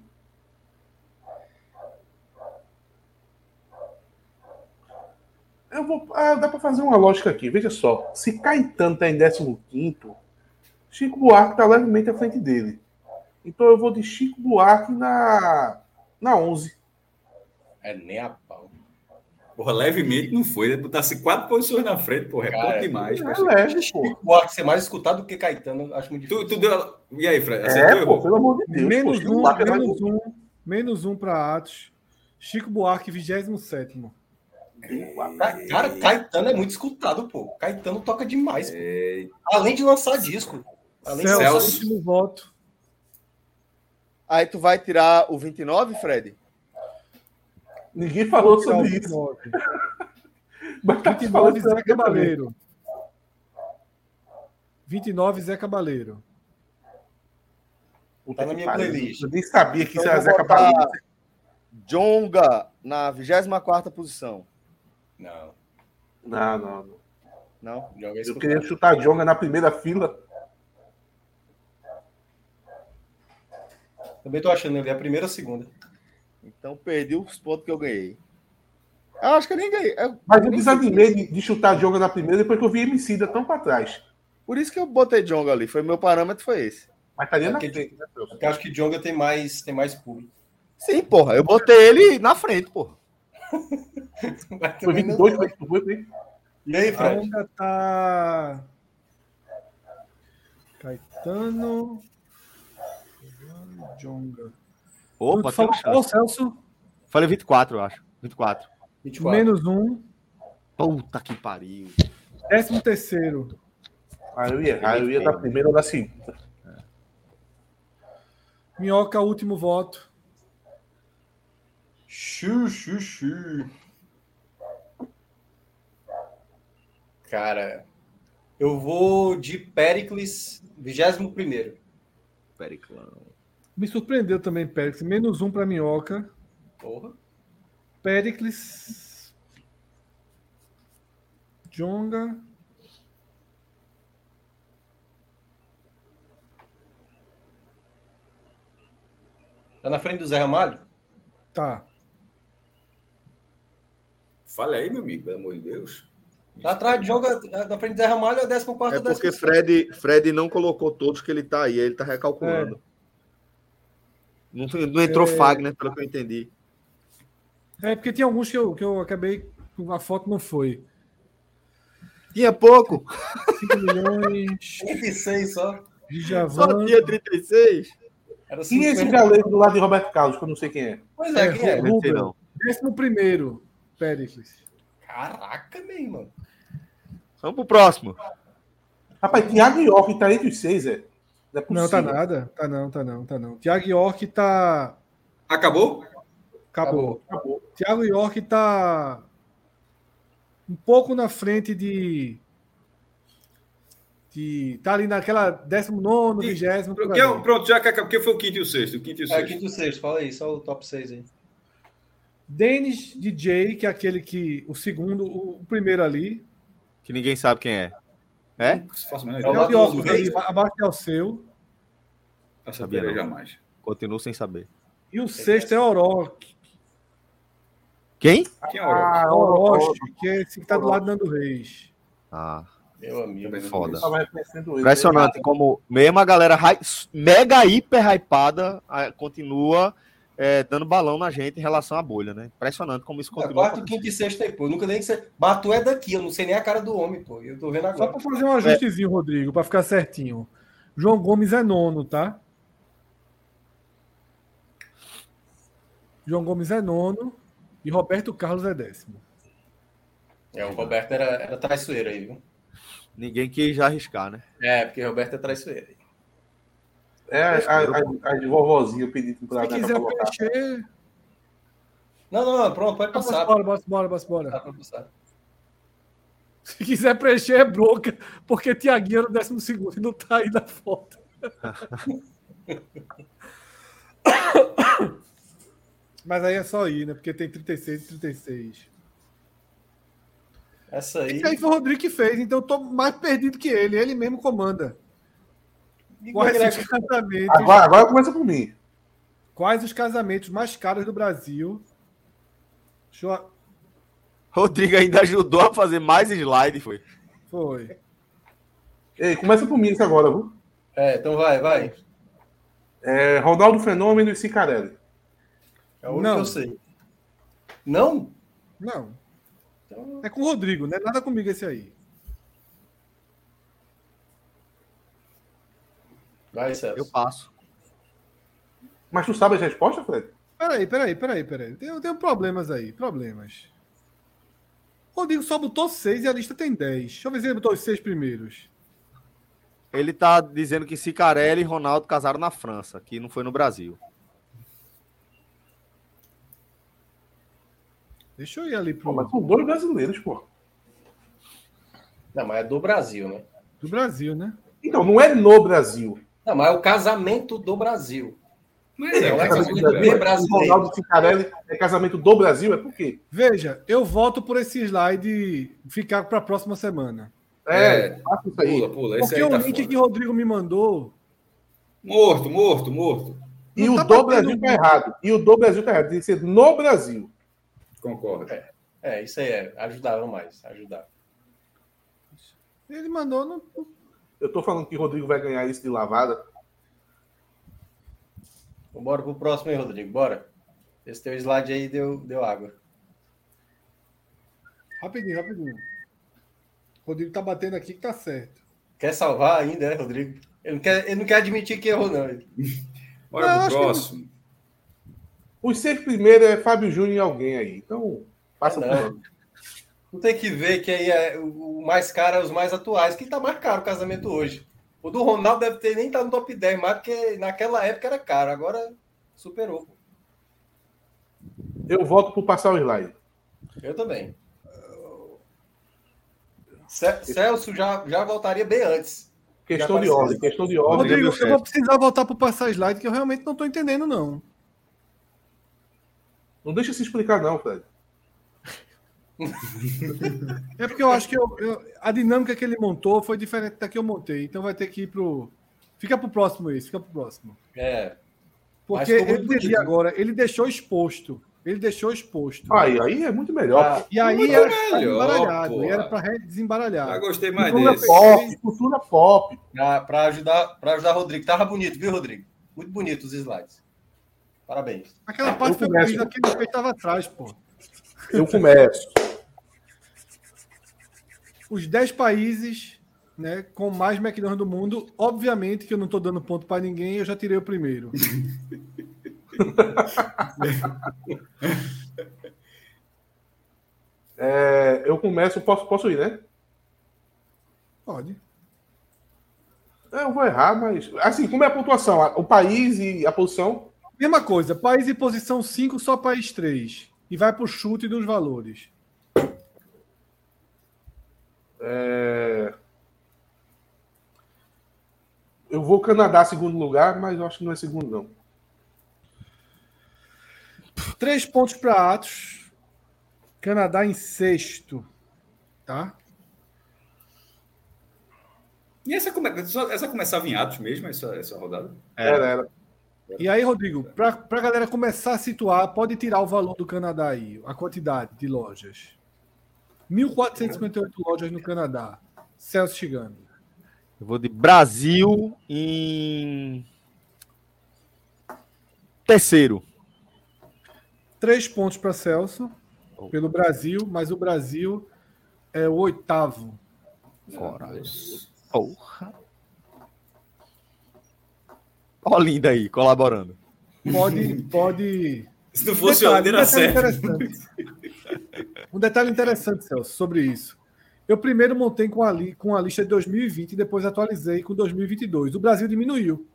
S6: Eu vou. Ah, dá pra fazer uma lógica aqui. Veja só. Se Caetano tá em 15, Chico Buarque tá levemente à frente dele. Então eu vou de Chico Buarque na. Na 11.
S4: É nem a pau.
S3: Porra, levemente não foi, né? Botasse quatro posições na frente, porra, é
S4: Cara,
S3: pouco demais.
S6: É
S3: poxa.
S6: leve, pô.
S4: O Arco ser mais escutado do que Caetano, eu acho muito
S3: Tu, tu
S4: difícil.
S3: deu. E aí, Fred? Acertou?
S6: É,
S3: errou?
S6: pô, pelo amor de Deus. pô,
S2: menos
S6: Chico
S2: um,
S6: Buarque é mais-
S2: menos um. Menos um para Atos. Chico Buarque, 27º.
S4: Ca- Cara, Caetano é muito escutado, pô. Caetano toca demais. pô. Além de lançar disco. Além
S2: Celso,
S4: de lançar
S3: Celso.
S4: disco.
S2: último voto.
S5: Aí tu vai tirar o 29, Fred?
S6: Ninguém falou
S2: Tirar o
S6: sobre isso.
S2: 29.
S6: Mas tá
S2: 29
S6: falando
S2: Zé
S6: sobre também.
S2: Cabaleiro. 29 Zé Cabaleiro.
S6: Puta
S4: Tá na
S6: que
S4: minha
S6: pariu.
S4: playlist.
S6: Eu nem sabia que isso
S5: Então
S6: era
S5: eu vou
S6: Zé
S5: botar
S6: Cabaleiro.
S5: Jonga na 24 posição.
S4: Não,
S6: Não, não, não.
S5: Não?
S4: joga
S6: Eu
S4: escutado.
S6: queria chutar Jonga na primeira fila.
S4: Também tô achando ele é a primeira ou a segunda.
S5: Então perdi os pontos que eu ganhei. Eu acho que eu nem ganhei. É,
S6: Mas eu desanimei de, de chutar Jonga na primeira depois que eu vi Emicida tão pra trás.
S5: por isso que eu botei Jonga ali. Foi meu parâmetro, foi esse.
S6: Mas estaria
S4: É
S6: na
S4: que-
S6: frente, né, Celso?
S4: Porque eu acho que Jonga tem mais, tem mais público.
S5: Sim, porra. Eu botei ele na frente, porra.
S4: Mas
S6: Foi
S4: também não-
S6: 22, foi 22, hein?
S4: E aí, Fred?
S2: Jonga tá. Caetano. Jonga.
S5: Opa, um tá
S2: Tu falou qual, Celso?
S5: Falei 24, eu acho. 24.
S4: 24.
S2: Menos um.
S5: Puta que pariu.
S2: Décimo terceiro.
S6: Aí Ah, eu ia errar, eu ia da primeira assim, ou da segunda.
S2: Minhoca, último voto.
S3: Xu, xu, xu.
S7: Cara, eu vou de Pericles, 21.
S1: Periclão.
S2: Me surpreendeu também, Péricles. Menos um para Minhoca.
S7: Porra.
S2: Péricles. Jonga.
S7: Tá na frente do Zé Ramalho?
S2: Tá.
S3: Fala aí, meu amigo, pelo amor de Deus.
S7: Tá atrás de jogo, na frente do Zé Ramalho, é 14 quarto
S5: É porque Fred, Fred não colocou todos que ele tá aí, ele tá recalculando. Não, não entrou
S2: É.
S5: Fagner, né, pelo que eu entendi.
S2: É porque tinha alguns que eu, que eu acabei. A foto não foi.
S5: Tinha pouco,
S2: 5 milhões.
S7: 36 só.
S5: só
S2: Djavan.
S5: tinha 36.
S7: Era
S6: Quem é esse
S7: 50.
S6: galego do lado de Roberto Carlos, que eu não sei quem é?
S7: Pois é, quem é?
S5: Não sei
S2: Rubem.
S5: não.
S2: Décimo primeiro, Péricles.
S7: Caraca, meu irmão.
S5: Vamos pro próximo.
S6: Rapaz, Thiago York tá entre os seis, é. Não, é
S2: Não, tá
S6: possível.
S2: nada. Tá não, tá não, tá não. Tiago York tá.
S3: Acabou?
S2: Acabou. Thiago York tá um pouco na frente de. de tá ali naquela 19,
S3: De-
S2: 20.
S3: Pro- que é o- pronto, já que acabou. Porque foi o quinto e o sexto. O quinto e o
S7: É,
S3: sexto.
S7: quinto e sexto, fala aí, só o top 6 aí.
S2: Denis DJ, que é aquele que. O segundo, o, o primeiro ali.
S5: Que ninguém sabe quem é. É?
S3: Não faço a
S7: É o
S3: menor ideia.
S2: Thiago
S7: lado
S2: York,
S7: do
S2: tá
S7: rei.
S2: ali, abaixo é o seu.
S3: Não
S5: Sabia
S3: saberia
S5: não.
S3: jamais.
S5: Continuo sem saber.
S2: E o sexto é Orochi.
S5: Quem?
S3: Quem é o Orochi?
S6: Ah,
S2: Orochi, que é esse que tá do lado do Nando Reis.
S5: Ah,
S7: Meu amigo.
S3: Também não
S5: Foda.
S6: Eu
S7: É,
S3: conheço.
S6: tava reconhecendo tá ele. né?
S5: impressionante como mesmo a galera hy- mega hiper hypada ah, continua eh, dando balão na gente em relação à bolha, né? Impressionante como isso
S7: É,
S5: continua.
S7: quarto, quinto e sexto aí, pô. Eu Nunca nem que você. Batu é daqui, eu não sei nem a cara do homem, pô. Eu tô vendo
S2: Só
S7: agora.
S2: pra fazer um ajustezinho, Rodrigo, pra ficar certinho. João Gomes é nono, tá? João Gomes é nono e Roberto Carlos é décimo.
S7: É, o Roberto era, era traiçoeiro aí, viu?
S5: Ninguém quis arriscar, né?
S7: É, porque o Roberto é traiçoeiro. aí.
S6: É a, a, a, a vovozinha pedindo pra
S2: Se
S6: dar
S2: quiser
S6: pra colocar.
S2: preencher,
S7: né, Não, não, não, pronto, pode
S2: bora,
S7: passar.
S2: bora, bora, bora, bora,
S7: Dá
S2: bora.
S7: pra passar.
S2: Se quiser preencher, é bronca, porque Tiaguinho era o décimo segundo e não tá aí na foto. Mas aí é só ir, né? Porque tem 36 e 36.
S7: Essa aí.
S2: Isso aí foi o Rodrigo que fez, então eu tô mais perdido que ele. Ele mesmo comanda. Quais os casamentos,
S6: Agora, agora começa por mim.
S2: quais os casamentos mais caros do Brasil? Deixa eu-
S5: Rodrigo ainda ajudou a fazer mais slide, foi.
S2: Foi.
S6: Ei, começa por mim isso agora, viu?
S7: É, então vai, vai.
S6: É, Ronaldo Fenômeno e Cicarelli.
S7: É o único
S2: Não.
S7: que eu sei. Não?
S2: Não.
S7: Então,
S2: É com o Rodrigo, né? Nada comigo esse aí.
S7: vai, Celso.
S5: Eu passo.
S6: Mas tu sabe a resposta, Fred?
S2: Peraí, peraí, peraí, peraí. Tem, tem problemas aí, problemas. O Rodrigo só botou seis e a lista tem dez. Deixa eu ver se ele botou os seis primeiros.
S5: Ele tá dizendo que Cicarelli e Ronaldo casaram na França, que não foi no Brasil.
S2: Deixa eu ir ali
S6: Pô,
S2: pro
S6: mas são dois brasileiros, pô.
S7: Não, mas é do Brasil, né?
S2: do Brasil, né?
S6: Então, não é no Brasil.
S7: Não, mas é o casamento do Brasil.
S3: Mas é,
S7: É,
S3: o
S7: vai
S3: casamento
S7: fazer
S3: do
S7: um
S3: Brasil.
S7: bebê. brasileiro.
S6: Ronaldo e Cicarelli é casamento do Brasil? É por quê?
S2: Veja, eu volto por esse slide ficar para a próxima semana.
S6: É,
S3: É.
S6: faça isso aí.
S3: Pula, pula. Esse
S2: Porque
S3: aí
S2: o
S3: tá
S2: link
S3: fora.
S2: que o Rodrigo me mandou
S3: Morto, morto, morto.
S6: E
S2: Não
S6: o
S2: tá
S6: do
S2: batendo
S6: Brasil
S2: muito.
S6: tá errado. E o do Brasil tá errado. Tem que ser no Brasil.
S3: Concordo.
S7: É, isso aí é. Ajudava mais, ajudava.
S2: Ele mandou no.
S6: Eu tô falando que o Rodrigo vai ganhar isso de lavada.
S7: Bora pro próximo aí, Rodrigo. Bora. Esse teu slide aí deu, deu água.
S2: Rapidinho, rapidinho. O Rodrigo tá batendo aqui que tá certo.
S7: Quer salvar ainda, né, Rodrigo? Ele não quer, ele não quer admitir que errou, não.
S3: Bora
S2: Não,
S3: pro
S2: acho que não.
S3: próximo.
S6: Os seis primeiros é Fábio Júnior e alguém aí. Então, passa
S7: Não.
S6: por
S7: Não tem que ver que aí é o mais caro é os mais atuais. Quem tá mais caro o casamento hoje? O do Ronaldo deve ter nem tá no top 10 mais, porque naquela época era caro, agora superou.
S6: Eu voto por passar o slide.
S7: Eu também. Ce- Celso já, já voltaria bem antes.
S6: Questão de
S7: parece-
S6: ordem, questão de ordem.
S2: Rodrigo,
S5: deu
S2: eu
S5: certo.
S2: vou precisar voltar para passar slide, que eu realmente não estou entendendo, não.
S6: Não deixa se explicar, não, Fred.
S2: É porque eu acho que eu- eu- a dinâmica que ele montou foi diferente da que eu montei. Então vai ter que ir pro. Fica pro próximo esse, fica pro próximo.
S7: É. Mas
S2: Porque
S7: ficou muito
S2: ele devia
S7: bonito.
S2: agora, ele deixou exposto. Ele deixou exposto.
S6: Aí, aí é muito melhor.
S2: e aí
S3: muito
S2: era pra
S3: melhor,
S2: embaralhado.
S3: porra.
S2: E era para
S3: Já
S2: desembaralhar.
S3: Ah, gostei mais
S6: cultura
S3: desse.
S6: pop, cultura pop.
S7: Pra, pra ajudar, pra ajudar o Rodrigo. Tava bonito, viu, Rodrigo? Muito bonito os slides. Parabéns.
S2: Aquela parte
S6: Eu
S2: foi
S6: começo.
S2: bonita, aquele que estava atrás, pô.
S6: Eu começo.
S2: os 10 países né, com mais McDonald's do mundo, obviamente que eu não estou dando ponto para ninguém, eu já tirei o primeiro.
S6: É, eu começo, posso, posso ir, né?
S2: Pode.
S6: É, Eu vou errar, mas. Assim, como é a pontuação? A- O país e a posição?
S2: Mesma coisa, país em posição 5, só país 3. E vai para o chute dos valores.
S6: É, Eu vou Canadá segundo lugar, mas eu acho que não é segundo, não.
S2: 3 pontos para Atos. Canadá em sexto. Tá?
S3: E essa, come... só- essa começava em Atos mesmo, essa, essa rodada?
S6: Era, era.
S2: E aí, Rodrigo, para a galera começar a situar, pode tirar o valor do Canadá aí, a quantidade de lojas. 1.458 lojas no Canadá. Celso chegando.
S5: Eu vou de Brasil em. Terceiro.
S2: Três pontos para Celso
S5: Oh.
S2: pelo Brasil, mas o Brasil é o oitavo.
S5: Fora. Porra. Ó, linda aí, colaborando.
S2: Pode. pode...
S3: Se não fosse a
S2: um
S3: bandeira certa.
S2: interessante. um detalhe interessante, Celso, sobre isso. Eu primeiro montei com a, li- com a lista de 2020 e depois atualizei com 2022. O Brasil diminuiu.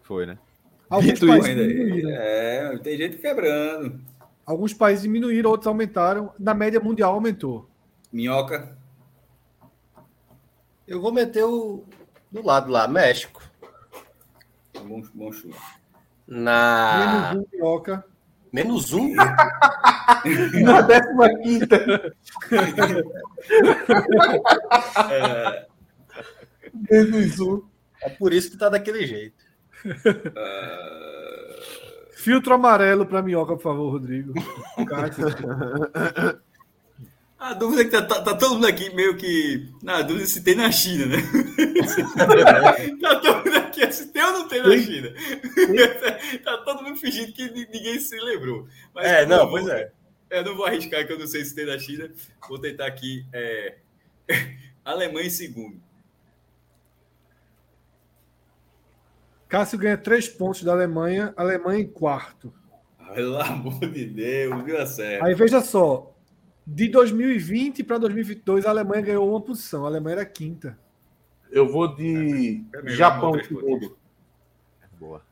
S5: Foi, né?
S2: Alguns
S5: Dito
S2: países
S3: Ainda
S2: diminuíram.
S3: é, tem gente quebrando.
S2: Alguns países diminuíram, outros aumentaram. Na média mundial aumentou.
S3: Minhoca.
S4: Eu vou meter o do lado lá, México.
S3: Bom, bom chute. Ah.
S4: Na.
S2: Menos um, minhoca.
S4: Menos um?
S6: Na décima quinta. Menos um.
S4: É por isso que tá daquele jeito.
S2: Filtro amarelo para minhoca, por favor, Rodrigo. Cássio.
S3: A dúvida é que tá, tá- tá todo mundo aqui meio que. Na dúvida se tem na China, né? tá todo mundo aqui se tem ou não tem na China. tá todo mundo fingindo que ni- ninguém se lembrou. Mas
S4: É,
S3: eu
S4: não,
S3: vou-
S4: pois é.
S3: Eu não vou arriscar que eu não sei se tem na China. Vou tentar aqui. É... Alemanha em segundo.
S2: Cássio ganha três pontos da Alemanha, Alemanha em quarto.
S3: Pelo amor de Deus, viu a sério.
S2: Aí veja só, de 2020 para 2022 a Alemanha ganhou uma posição, a Alemanha era quinta.
S6: Eu vou de
S3: É, melhor não,
S6: Japão
S3: três
S6: segundo.
S5: Boa.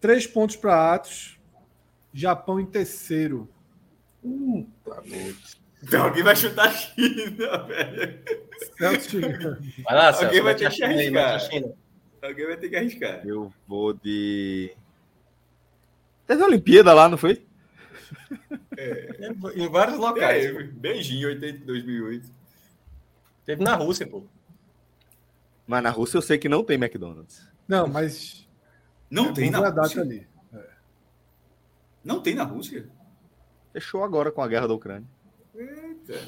S2: Três pontos para Atos, Japão em terceiro.
S6: Puta merda.
S3: Então, alguém vai chutar a China, velho.
S2: Celso chegando.
S4: Vai lá, Celso.
S3: Alguém vai
S4: mete a
S3: ter que
S4: China aí, mete a
S3: arriscar.
S4: China.
S3: Alguém vai ter que arriscar.
S5: Eu vou de. Teve a Olimpíada lá, não foi?
S4: Em vários locais.
S3: Teve. Beijinho, 80, 2008.
S4: Teve na Rússia, pô.
S5: Mas na Rússia eu sei que não tem McDonald's.
S2: Não, mas
S3: Não tem na
S2: outra data
S3: Rússia.
S2: ali.
S3: Não tem na Rússia.
S5: Fechou agora com a guerra da Ucrânia.
S3: Eita.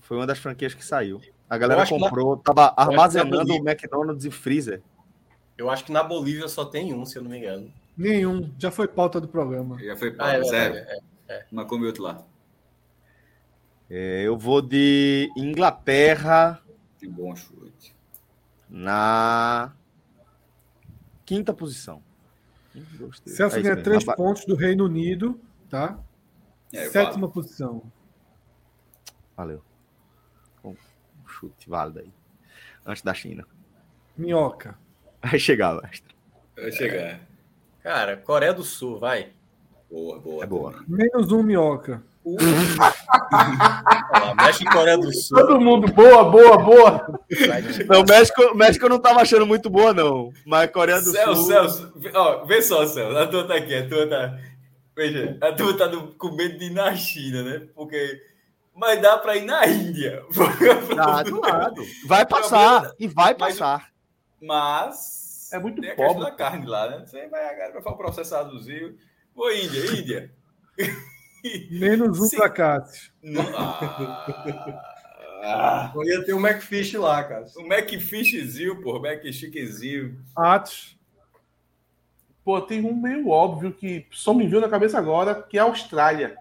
S5: Foi uma das franquias que saiu. A
S4: Eu
S5: galera
S4: acho que na-
S5: comprou, tava
S4: acho que é na
S5: armazenando o
S4: Bolívia.
S5: McDonald's em freezer.
S4: Eu acho que na Bolívia só tem um, se eu não me engano.
S2: Nenhum, já foi pauta do programa.
S3: Já foi
S4: Ah, é,
S3: pau, zero.
S4: verdade, é.
S3: Uma come outro lá.
S5: É, eu vou de Inglaterra
S3: Que bom chute.
S5: na quinta posição. Gostei.
S2: Celso
S5: É isso
S2: ganha
S5: mesmo,
S2: três
S5: na ba-
S2: pontos do Reino Unido, tá?
S3: É,
S2: Sétima posição.
S5: Valeu. Um chute válido aí. Antes da China.
S2: Minhoca.
S5: Vai chegar, Vastra.
S3: Vai chegar.
S4: Cara, Coreia do Sul, vai.
S3: Boa, boa.
S5: É boa.
S2: Menos um minhoca.
S4: Olha lá, México e Coreia do Sul.
S6: Todo mundo, boa, boa, boa.
S4: Vai de-
S5: Não, México, México eu não tava achando muito boa, não. Mas Coreia do
S3: Céu,
S5: Sul.
S3: céu, ó, vê só, céu. A tua tá aqui, a tua tá. Veja, a tua tá no- com medo de ir na China, né? Porque. Mas dá pra ir na Índia.
S5: Tá do lado. Vai passar. E vai passar.
S3: Mas.
S6: É muito
S3: tem a
S6: pobre.
S3: questão da carne lá, né? Você vai, agora vai falar um processadozinho. Ô, Índia, Índia.
S2: Menos um
S3: Sim.
S2: pra Cássio.
S3: Não- Ah.
S7: Eu ia ter um McFish lá, cara.
S3: O Macfishzinho, pô, Macchiquezinho.
S2: Atos.
S6: Pô, tem um meio óbvio que só me viu na cabeça agora, que é a Austrália.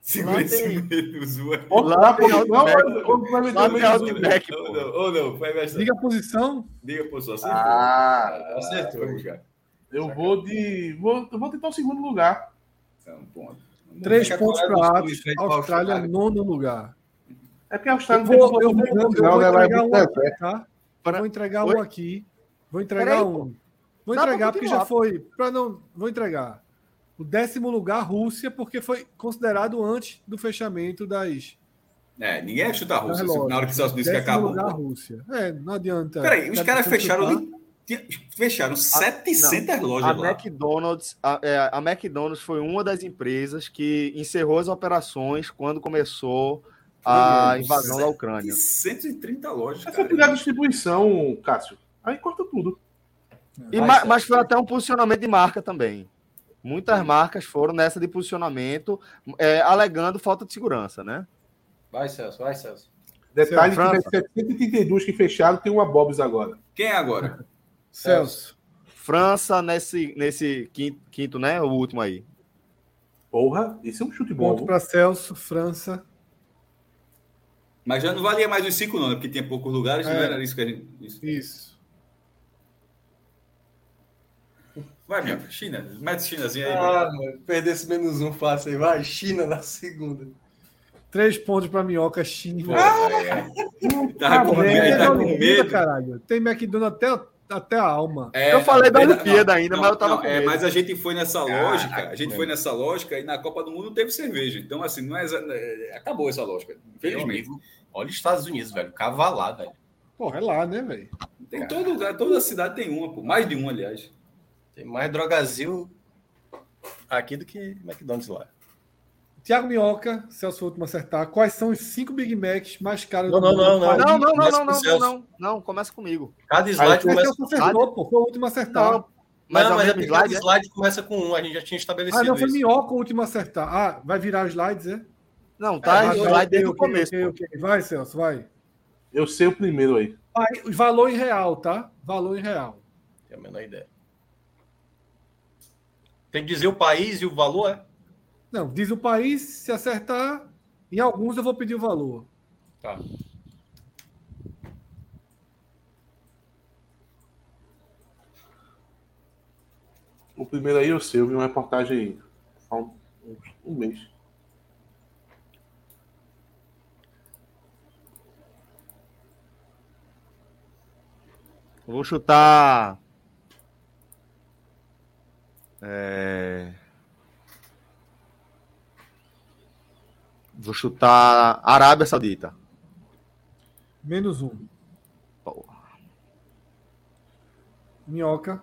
S3: Segura
S5: Lá
S3: esse
S5: tem-
S3: medo, zoa.
S6: Lá,
S5: tem
S6: não,
S5: Outback.
S6: o- o- o-
S5: Lá tem
S3: Ou
S5: Outback.
S3: não, ou não, ou não, vai mais.
S2: Diga a posição.
S3: Diga, pô, só acertou.
S6: Ah,
S7: acertou.
S3: vamos já.
S6: eu vou de. Vou, eu vou tentar o segundo lugar.
S3: Tá, um ponto.
S2: Três
S7: Fica
S2: pontos
S7: Coreia do
S2: para
S7: Sul
S2: Atos.
S7: em frente pra
S2: Austrália,
S7: Austrália.
S2: nono lugar.
S6: É porque a
S2: Eu
S6: Austrália
S2: vou, eu
S6: tem
S2: vou, eu vou
S6: Não, né, lá é
S2: entregar
S6: muito
S2: um aqui,
S6: deserto.
S2: tá?
S5: Para-
S2: Vou entregar
S5: Oi?
S2: um aqui. Vou entregar
S5: Peraí,
S2: um. Vou
S5: Dá pra
S2: entregar porque já
S5: continuar.
S2: foi. Pra não, vou entregar. O décimo lugar, Rússia, porque foi considerado antes do fechamento das.
S3: É, ninguém chuta a Rússia
S2: Relógio.
S3: na hora que o Celso disse que
S2: décimo
S3: acabou.
S2: lugar, Rússia. É, não adianta.
S3: Peraí, os
S2: Dá
S3: caras
S2: pra chutar.
S3: fecharam. de- Fecharam 700
S5: A
S3: lojas lá.
S5: McDonald's, a, é, a McDonald's foi uma das empresas que encerrou as operações quando começou
S7: Ah,
S5: a
S3: Deus.
S5: invasão da Ucrânia.
S3: 130 lojas.
S6: Essa
S3: cara.
S6: é a distribuição, Cássio. Aí corta tudo.
S5: E ma- mas foi até um posicionamento de marca também. Muitas marcas foram nessa de posicionamento, é, alegando falta de segurança, né?
S7: Vai, Celso, vai, Celso.
S2: é
S6: Detalhe
S5: França.
S6: que das 732 que fecharam, tem uma Bob's agora.
S3: Quem é agora?
S2: Celso.
S5: França nesse, nesse quinto, quinto, né? O último aí.
S6: Porra, esse é um chute bom.
S2: Ponto
S6: viu?
S2: para Celso, França.
S3: Mas já não valia mais os cinco, não, né? Porque tinha poucos lugares, não
S2: É.
S3: era isso que a gente. isso.
S2: Isso.
S3: Vai, minha China, mete Chinazinha aí.
S7: Ah, mano, perder esse menos um fácil aí. Vai, China na segunda.
S2: Três pontos para Minhoca, China.
S3: Pô, velho.
S6: Hum,
S5: Ah,
S3: Tava com
S6: cara,
S2: Tem
S3: medo,
S6: né?
S5: é
S3: tá Ah, com
S2: Olimpíada,
S3: medo.
S2: caralho. Tem McDonald's até, até a alma.
S3: É,
S5: eu falei da
S3: não,
S5: Olimpíada ainda, mas eu tava com
S3: é,
S5: medo.
S3: mas a gente foi nessa
S4: Caraca,
S3: lógica, a gente
S4: mano.
S3: foi nessa lógica e na Copa do Mundo não teve cerveja. Então, assim, não é, é, acabou essa lógica. Infelizmente.
S4: Meu amigo, um Olha os Estados Unidos, velho. Cavalar, velho.
S2: Porra, é lá, né, velho?
S3: Tem todo lugar, toda cidade tem uma, pô. Mais de uma, aliás.
S4: Tem mais drogazil aqui do que McDonald's lá.
S2: Tiago Minhoca, Celso foi o último a acertar. Quais são os cinco Big Macs mais caros
S4: Não, não, não,
S2: País?
S5: Não, não, não,
S4: Começa
S5: não,
S4: com
S5: não, não,
S4: Celso.
S5: não, não, começa comigo.
S4: Cada slide
S2: Mas
S4: começa.
S2: Celso acertou, pô. Foi o último a acertar.
S5: Não, mas
S4: não,
S5: ao
S4: mas
S5: mesmo
S4: é porque
S5: slide,
S4: cada
S5: né?
S4: slide começa com um, a gente já tinha
S2: ah,
S4: estabelecido
S2: não, foi
S4: isso.
S2: Minhoca o último a acertar. Ah, vai virar os slides, é?
S5: Não, tá
S2: Ah,
S5: slide desde
S2: ok,
S5: o começo.
S2: ok,
S5: pô.
S2: ok. Vai, Celso, vai.
S6: Eu sei o primeiro aí.
S2: Vai, Valor em real, tá? Valor em real.
S4: Tenho a menor ideia. Tem que dizer o país e o valor, é?
S2: Não, diz o país, se acertar, em alguns eu vou pedir o valor.
S4: Tá.
S6: O primeiro aí eu sei, eu vi uma reportagem aí. Há um, uns- um mês.
S5: Eu Vou chutar. É, Vou chutar Arábia Saudita.
S2: Menos um.
S5: Porra.
S2: Minhoca.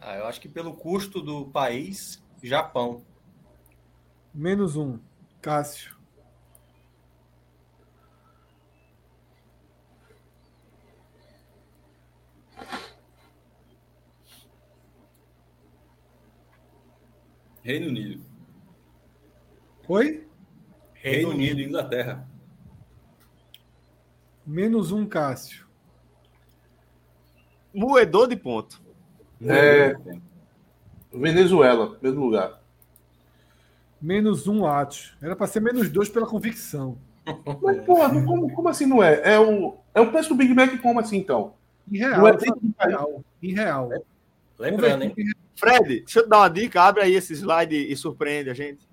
S4: Ah, eu acho que pelo custo do país, Japão.
S2: Menos um. Cássio.
S3: Reino Unido.
S2: Oi?
S3: Reino, Unido, Inglaterra.
S2: Menos um, Cássio.
S5: Moedor de ponto.
S6: É, Venezuela, primeiro lugar.
S2: Menos um, Atos. Era pra ser menos dois pela convicção.
S6: Mas, porra, não- como, como assim não é? É o, é o preço do Big Mac, como assim então?
S2: Em
S6: Não
S2: real.
S6: é
S2: eu
S6: dentro do
S2: falei em real. Em real.
S4: Lembrando, hein?
S5: Fred, deixa eu te dar uma dica. Abre aí esse slide e e surpreende a gente.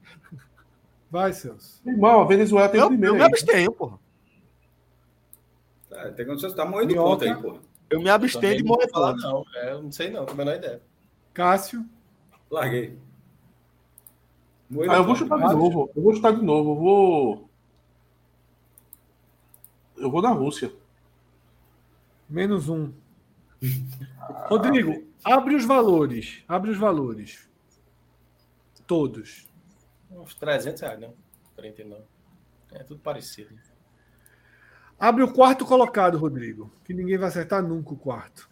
S2: Vai, Celso.
S6: Irmão, a Venezuela tem
S5: Eu,
S6: o
S5: eu
S6: primeiro.
S5: me
S6: aí.
S5: abstenho, porra.
S3: Tá, tem condições, tá morrendo de
S2: Minhoca.
S3: conta aí, porra.
S5: Eu me abstenho
S4: Também
S5: de né?
S4: não vou
S5: morrer
S4: falar,
S5: ponto.
S4: não. É, eu não sei, não. Tenho a menor ideia.
S2: Cássio.
S3: Larguei. Morreu
S6: Ah,
S3: de
S6: eu vou
S3: conta,
S6: chutar
S3: mas-
S6: de novo. Eu vou chutar de novo. Eu vou. Eu vou na Rússia.
S2: Menos um. Rodrigo, abre os valores. Abre os valores. Todos.
S4: Uns 300 reais, né? não. 49. É tudo parecido.
S2: Abre o quarto colocado, Rodrigo. Que ninguém vai acertar nunca o quarto.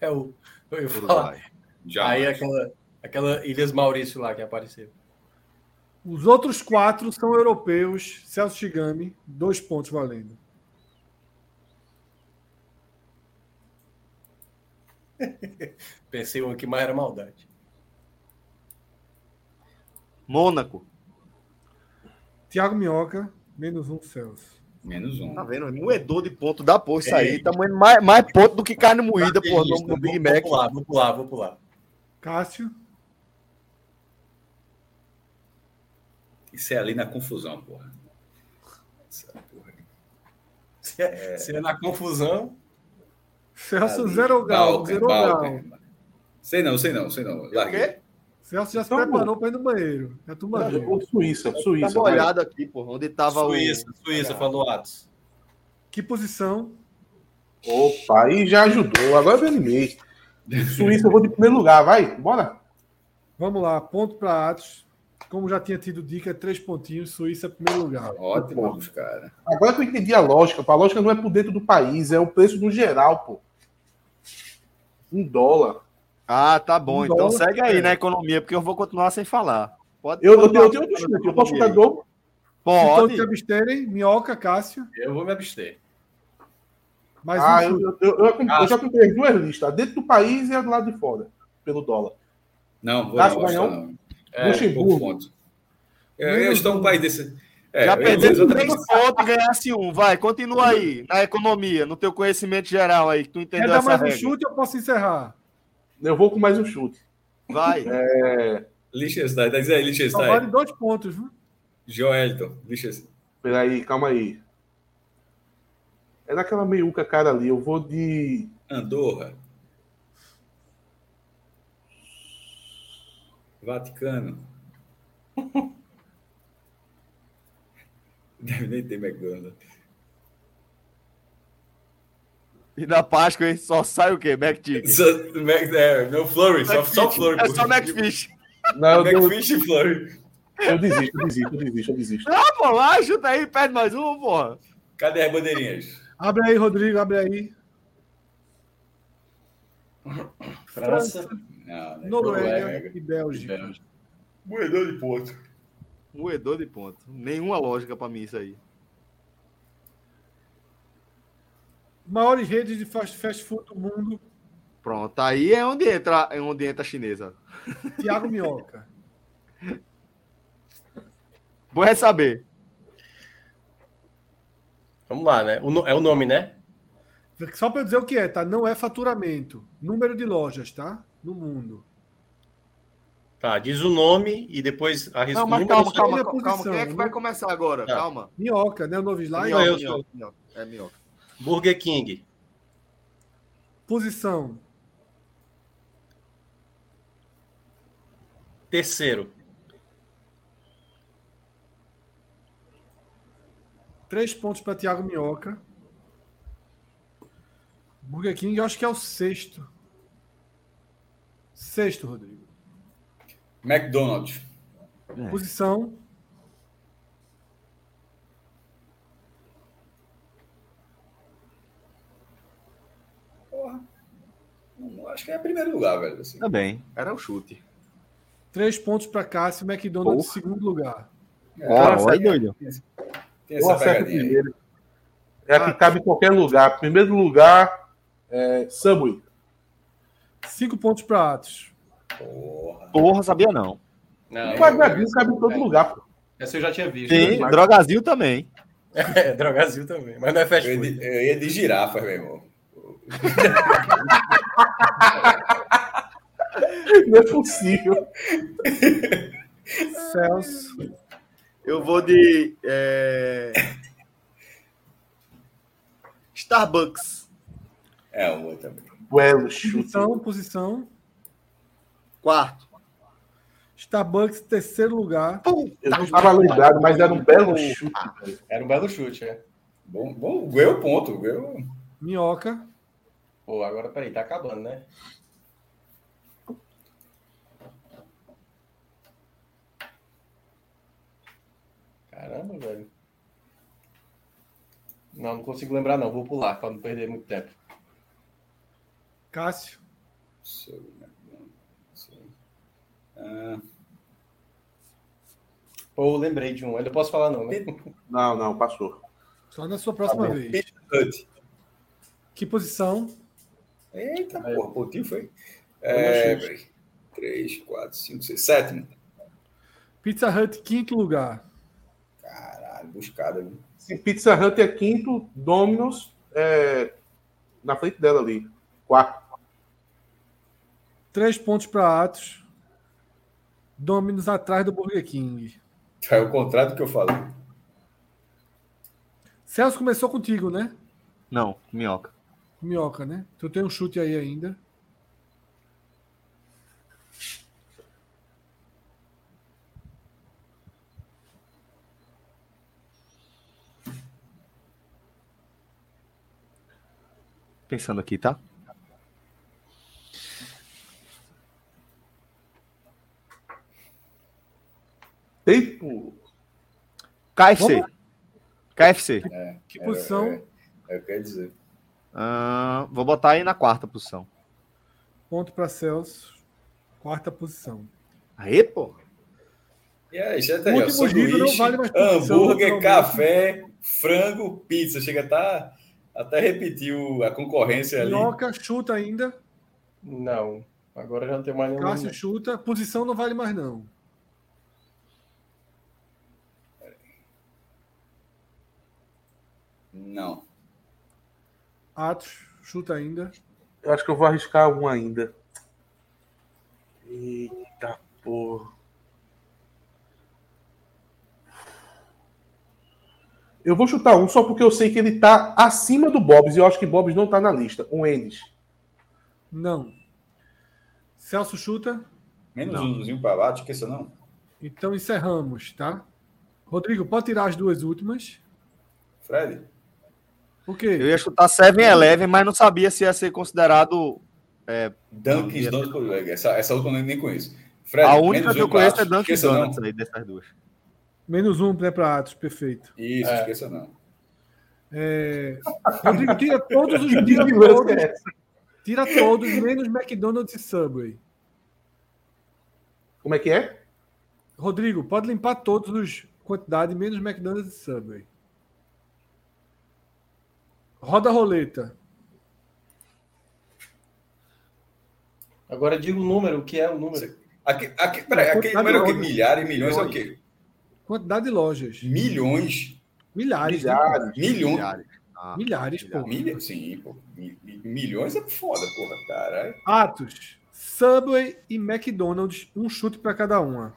S4: É o. Eu ia falar.
S5: Uruguai.
S3: Já.
S6: é-
S4: Aí aquela, aquela Ilhas Maurício lá que apareceu.
S2: Os outros quatro são europeus. Celso Chigami, dois pontos valendo.
S4: Pensei um que mais era maldade.
S5: Mônaco.
S2: Tiago Minhoca, menos um Celso.
S3: Menos um.
S5: Tá vendo? Moedor de ponto da porra isso aí. Tá moendo mais, mais ponto do que carne
S4: Tá
S5: moída, porra, no, no Big Mac.
S4: Vou pular, vou pular, vou pular.
S2: Cássio,
S3: Isso é ali na confusão, porra. Essa porra.
S4: Se é, se é na confusão,
S2: Celso
S3: Ali.
S2: zero grau.
S3: Balkan,
S2: Zero grau.
S3: Balkan. Sei não, sei não, sei não. Larguei.
S2: Celso já se
S6: Então,
S2: preparou para ir no banheiro. é Já tu
S6: Ou Suíça,
S5: Tá
S6: Suíça. vai.
S5: molhado aqui, porra, onde tava
S4: Suíça, Suíça, Vanuatos.
S2: Que posição?
S6: Opa, aí já ajudou. Agora eu me animei. Suíça, eu vou de primeiro lugar, vai. Bora.
S2: Vamos lá, ponto para Atos. Como já tinha tido dica, é três pontinhos. Suíça, é primeiro lugar.
S4: Então,
S3: Ótimo, cara.
S6: Agora que eu entendi a lógica, pô. a lógica não é por dentro do país, é o preço no geral, pô. Um dólar.
S5: o. Ah, tá bom.
S2: Um
S5: Então
S2: dólar,
S5: segue aí
S2: cara.
S5: na economia, porque eu vou continuar sem falar. Pode
S6: Eu, eu,
S5: pode
S6: tenho- eu
S5: dar-
S6: tenho outro chute, eu posso chutar de novo?
S2: Se todos
S5: Pode.
S2: Então, se absterem, Minhoca, Cássio.
S4: Eu vou me abster.
S2: Mais
S6: Ah,
S2: um
S6: eu,
S2: chute.
S6: eu, eu, eu- eu já comprei as duas listas, a dentro do país e a do lado de fora, pelo dólar.
S3: Não, vou
S6: Cássio
S3: não, acho que
S6: ganhou?
S3: não.
S4: É,
S6: Luxemburgo.
S3: Pouco ponto. É, eu estou um país desse. É,
S5: Já
S3: eu-
S5: perdeu um
S3: exatamente.
S5: três pontos, ganhasse um. Vai, continua aí. Na economia, no teu conhecimento geral aí, que tu
S2: Quer
S5: entendeu
S2: dar
S5: essa
S2: mais um
S5: regra.
S2: chute ou posso encerrar?
S6: Eu vou com mais um chute.
S5: Vai.
S6: É,
S3: Liechtenstein, tá dizendo aí,
S2: Só
S3: Liechtenstein.
S2: vale dois pontos, viu?
S3: Joelton, Liechtenstein.
S6: peraí, calma aí. É naquela meiuca cara ali, eu vou de.
S3: Andorra. Vaticano. Deve nem ter McDonald's.
S5: E na Páscoa, hein? Só sai o quê? McTick.
S3: Só, Mac, é, não, Flurry, só, só Flurry.
S5: É só
S3: pô.
S5: McFish.
S6: Não, eu,
S3: McFish e Flurry.
S6: eu desisto, eu desisto, eu desisto, eu desisto.
S5: Ah, pô, lá, chuta aí, perde mais um, porra.
S3: Cadê as bandeirinhas?
S2: Abre aí, Rodrigo, abre aí.
S4: França.
S3: Não, né?
S2: Noruega
S3: Noruega.
S2: e Bélgica.
S3: Moedor de ponto.
S5: Moedor de ponto. Nenhuma lógica pra mim isso aí.
S2: Maiores redes de fast fast food do mundo,
S5: Pronto, aí é onde entra, é onde entra a chinesa.
S2: Tiago Minhoca.
S5: Bom é saber.
S4: Vamos lá, né? O no- é o nome, né?
S2: Só para eu dizer o que é, tá? Não é faturamento. Número de lojas, tá? No mundo.
S4: Tá, diz o nome e depois arrisca
S5: Não,
S4: o
S5: mas calma,
S4: número.
S2: calma,
S5: calma,
S2: calma,
S5: calma. Quem é que
S2: né?
S5: vai começar agora?
S4: Tá.
S5: Calma.
S2: Minhoca, né? O novo slide.
S5: Minhoca,
S4: eu
S5: minhoca,
S4: sou.
S5: minhoca. É minhoca.
S4: Burger King.
S2: Posição.
S4: Terceiro.
S2: Três pontos para Tiago Minhoca. Burger King, eu acho que é o sexto. Sexto, Rodrigo.
S3: McDonald's.
S1: É.
S5: É.
S2: Posição.
S3: Não, Acho que é primeiro lugar, velho. assim.
S5: Tá bem. Era o chute.
S2: Três pontos para Cássio, McDonald's,
S5: Porra.
S2: segundo lugar.
S5: Ora,
S6: Cara,
S5: Ah, olha, doido.
S3: Tem
S6: Eu
S3: essa
S6: acerto
S3: pegadinha aí.
S6: primeiro. É a que cabe em qualquer lugar. Primeiro lugar, é Subway.
S2: Cinco pontos para Atos.
S3: Porra.
S5: Porra, sabia não.
S4: Não,
S6: O
S3: Vai,
S5: é
S6: quadradinho cabe em todo lugar. pô.
S7: Essa eu já tinha visto.
S5: Tem Drogazil também.
S4: é Drogazil também, mas não é fast
S3: Eu ia
S4: food.
S3: de, eu ia de girafa, meu irmão.
S6: Não é possível.
S2: Celso.
S5: Eu vou de. é, Starbucks.
S3: É uma também.
S6: Belo chute.
S2: Posição, então, posição.
S5: Quarto.
S2: Starbucks, terceiro lugar.
S6: Eu não estava lembrado, mas era um belo chute. velho.
S7: Era um belo chute, é.
S3: Bom, bom, ganhou o ponto. Ganhou.
S2: Minhoca.
S7: Pô, agora peraí, tá acabando, né? Caramba, velho. Não, não consigo lembrar, não. Vou pular pra não perder muito tempo.
S2: Cássio.
S3: Seu Negão, seu- Ah,
S7: Pô, lembrei de um. Ainda posso falar, não, né?
S6: Não, não, passou.
S2: Só na sua próxima vez.
S3: Hut.
S2: Que posição?
S3: Eita, porra, pontinho foi. É, peraí. Três, quatro, cinco, seis, né? sétimo.
S2: Pizza Hut, quinto lugar.
S3: Caralho, buscada. viu?
S6: Sim, Pizza Hut é quinto, Domino's é na frente dela ali. Quarto.
S2: Três pontos para Atos. Dominos atrás do Burger King.
S3: É o contrário do que eu falei. É
S2: Celso começou contigo, né?
S5: Não, minhoca.
S2: Minhoca, né? Tu tem um chute aí ainda.
S5: Pensando aqui, tá?
S6: Tempo.
S5: KFC. KFC.
S2: Que posição?
S3: É, eu quero dizer.
S5: Ah, vou botar aí na quarta posição.
S2: Ponto para Celso. Quarta posição.
S5: Aê, pô.
S3: E aí, já tá aí, ó,
S2: Último giro, não
S3: sanduíche,
S2: vale mais posição,
S3: hambúrguer,
S2: naturalmente.
S3: café, frango, pizza. Chega a tá, até repetiu a concorrência É ali.
S2: Minhoca chuta ainda.
S7: Não. Agora já não tem mais nenhum.
S2: Cássio chuta. Posição não vale mais, não.
S3: Não.
S2: Atos chuta ainda.
S6: Eu acho que eu vou arriscar um ainda. Eita porra. Eu vou chutar um só porque eu sei que ele tá acima do Bobs e eu acho que Bobs não tá na lista. Um Endes.
S2: Não. Celso chuta.
S3: Menos um umzinho para baixo, esqueça não.
S2: Então encerramos, tá? Rodrigo, pode tirar as duas últimas.
S3: Fred,
S2: O quê?
S5: Eu ia chutar 7-Eleven, mas não sabia se ia ser considerado.
S3: Dunkin' Donuts, essa, essa última eu nem conheço. Fred,
S5: a
S3: menos
S5: única que
S3: um
S5: eu conheço
S3: pra
S5: é
S3: baixo,
S5: Dunkin'
S3: esqueça não.
S5: Donuts aí dessas duas.
S2: Menos um né, para Atos, perfeito.
S3: Isso, esqueça não.
S2: É, Rodrigo, tira todos os tira
S5: é.
S2: todos, tira todos, menos McDonald's e Subway.
S6: Como é que é?
S2: Rodrigo, pode limpar todos os quantidade, menos McDonald's e Subway. Roda a roleta.
S7: Agora diga o número, o que é o número?
S3: Aqui, aqui, peraí, aqui,
S2: Quantidade
S3: peraí, o quê?
S2: enorme.
S3: milhares, milhões é o quê?
S2: Quantidade de lojas.
S3: Milhões?
S2: Milhares. né?
S6: Milhares.
S3: Milhões?
S5: Milhares. Ah,
S2: Milhares, pô.
S3: Milha- Sim, pô. Mi- mi- Milhões é foda, porra, caralho.
S2: Atos, Subway e McDonald's, um chute para cada uma.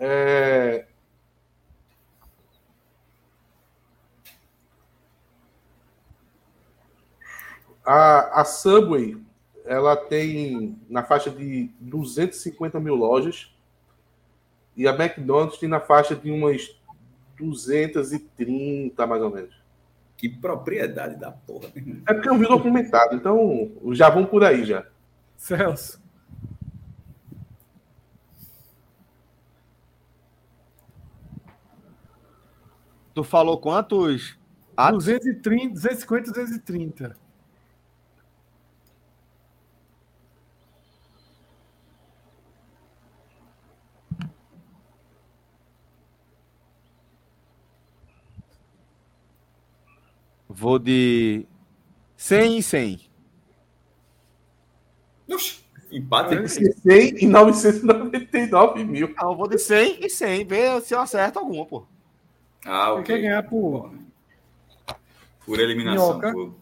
S6: É... A, a Subway, ela tem na faixa de 250 mil lojas e a McDonald's tem na faixa de umas 230, mais ou menos.
S3: Que propriedade da porra. meu irmão.
S6: É porque eu vi documentado, então já vão por aí já.
S2: Celso,
S5: Tu falou quantos? Atos?
S2: 230, 250, 230.
S5: Vou de 100 e 100.
S3: Oxi, empate.
S6: 100 e 999 mil.
S5: Não, eu vou de 100 e 100. Vê se eu acerto alguma, pô.
S3: Ah,
S2: Quem quer
S3: ok.
S2: ganhar por
S3: Por eliminação.
S2: Minhoca.
S3: Por...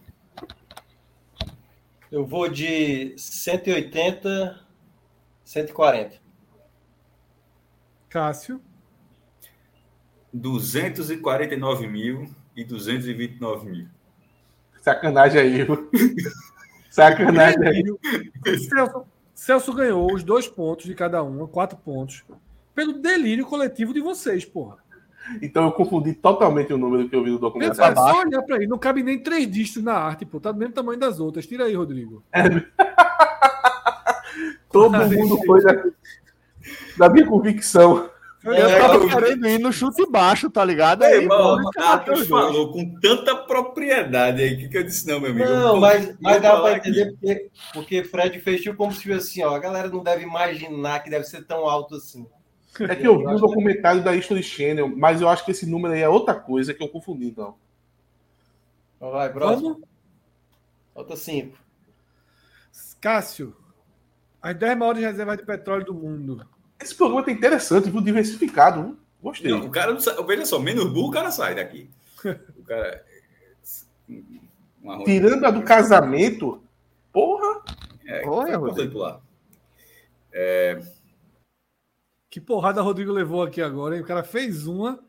S7: Eu vou de 180, 140.
S2: Cássio.
S3: 249 mil e 229 mil.
S6: Sacanagem aí, viu? Sacanagem aí.
S2: Celso, Celso ganhou os dois pontos de cada um, quatro pontos, pelo delírio coletivo de vocês, porra.
S6: Então eu confundi totalmente o número que eu vi no
S2: É
S6: documento.
S2: só olhar pra aí, não cabe nem três dígitos na arte, pô. Tá do mesmo tamanho das outras. Tira aí, Rodrigo.
S6: Todo mundo foi da, da minha convicção.
S5: Eu
S7: É,
S5: tava Tá querendo ir no chute baixo, tá
S1: É
S5: ligado?
S3: Meu
S5: Aí,
S3: irmão,
S5: bora, cara,
S3: Matheus
S5: os dois.
S3: falou com tanta propriedade aí que, que eu disse, não, meu amigo. eu
S7: Não,
S3: tô-
S7: mas, mas
S3: vou
S7: dá
S3: falar
S7: para entender porque, porque Fred fez tipo como se tivesse assim, ó. A galera não deve imaginar que deve ser tão alto assim.
S6: É que eu vi o documentário da History Channel, mas eu acho que esse número aí é outra coisa que eu confundi, então.
S7: Então vai, próximo.
S2: Vamos?
S7: Falta cinco.
S2: Cássio. As 10 maiores reservas de petróleo do mundo.
S6: Esse programa tá interessante, viu? Diversificado. viu? Gostei.
S3: Não, o cara não sai, veja só, menos burro o cara sai daqui. O cara. Uma roda-
S6: Tirando a do casamento, porra,
S3: É,
S5: Olha,
S3: foi
S5: Rodrigo.
S3: pro lado.
S2: Que porrada o Rodrigo levou aqui agora, hein? O cara fez uma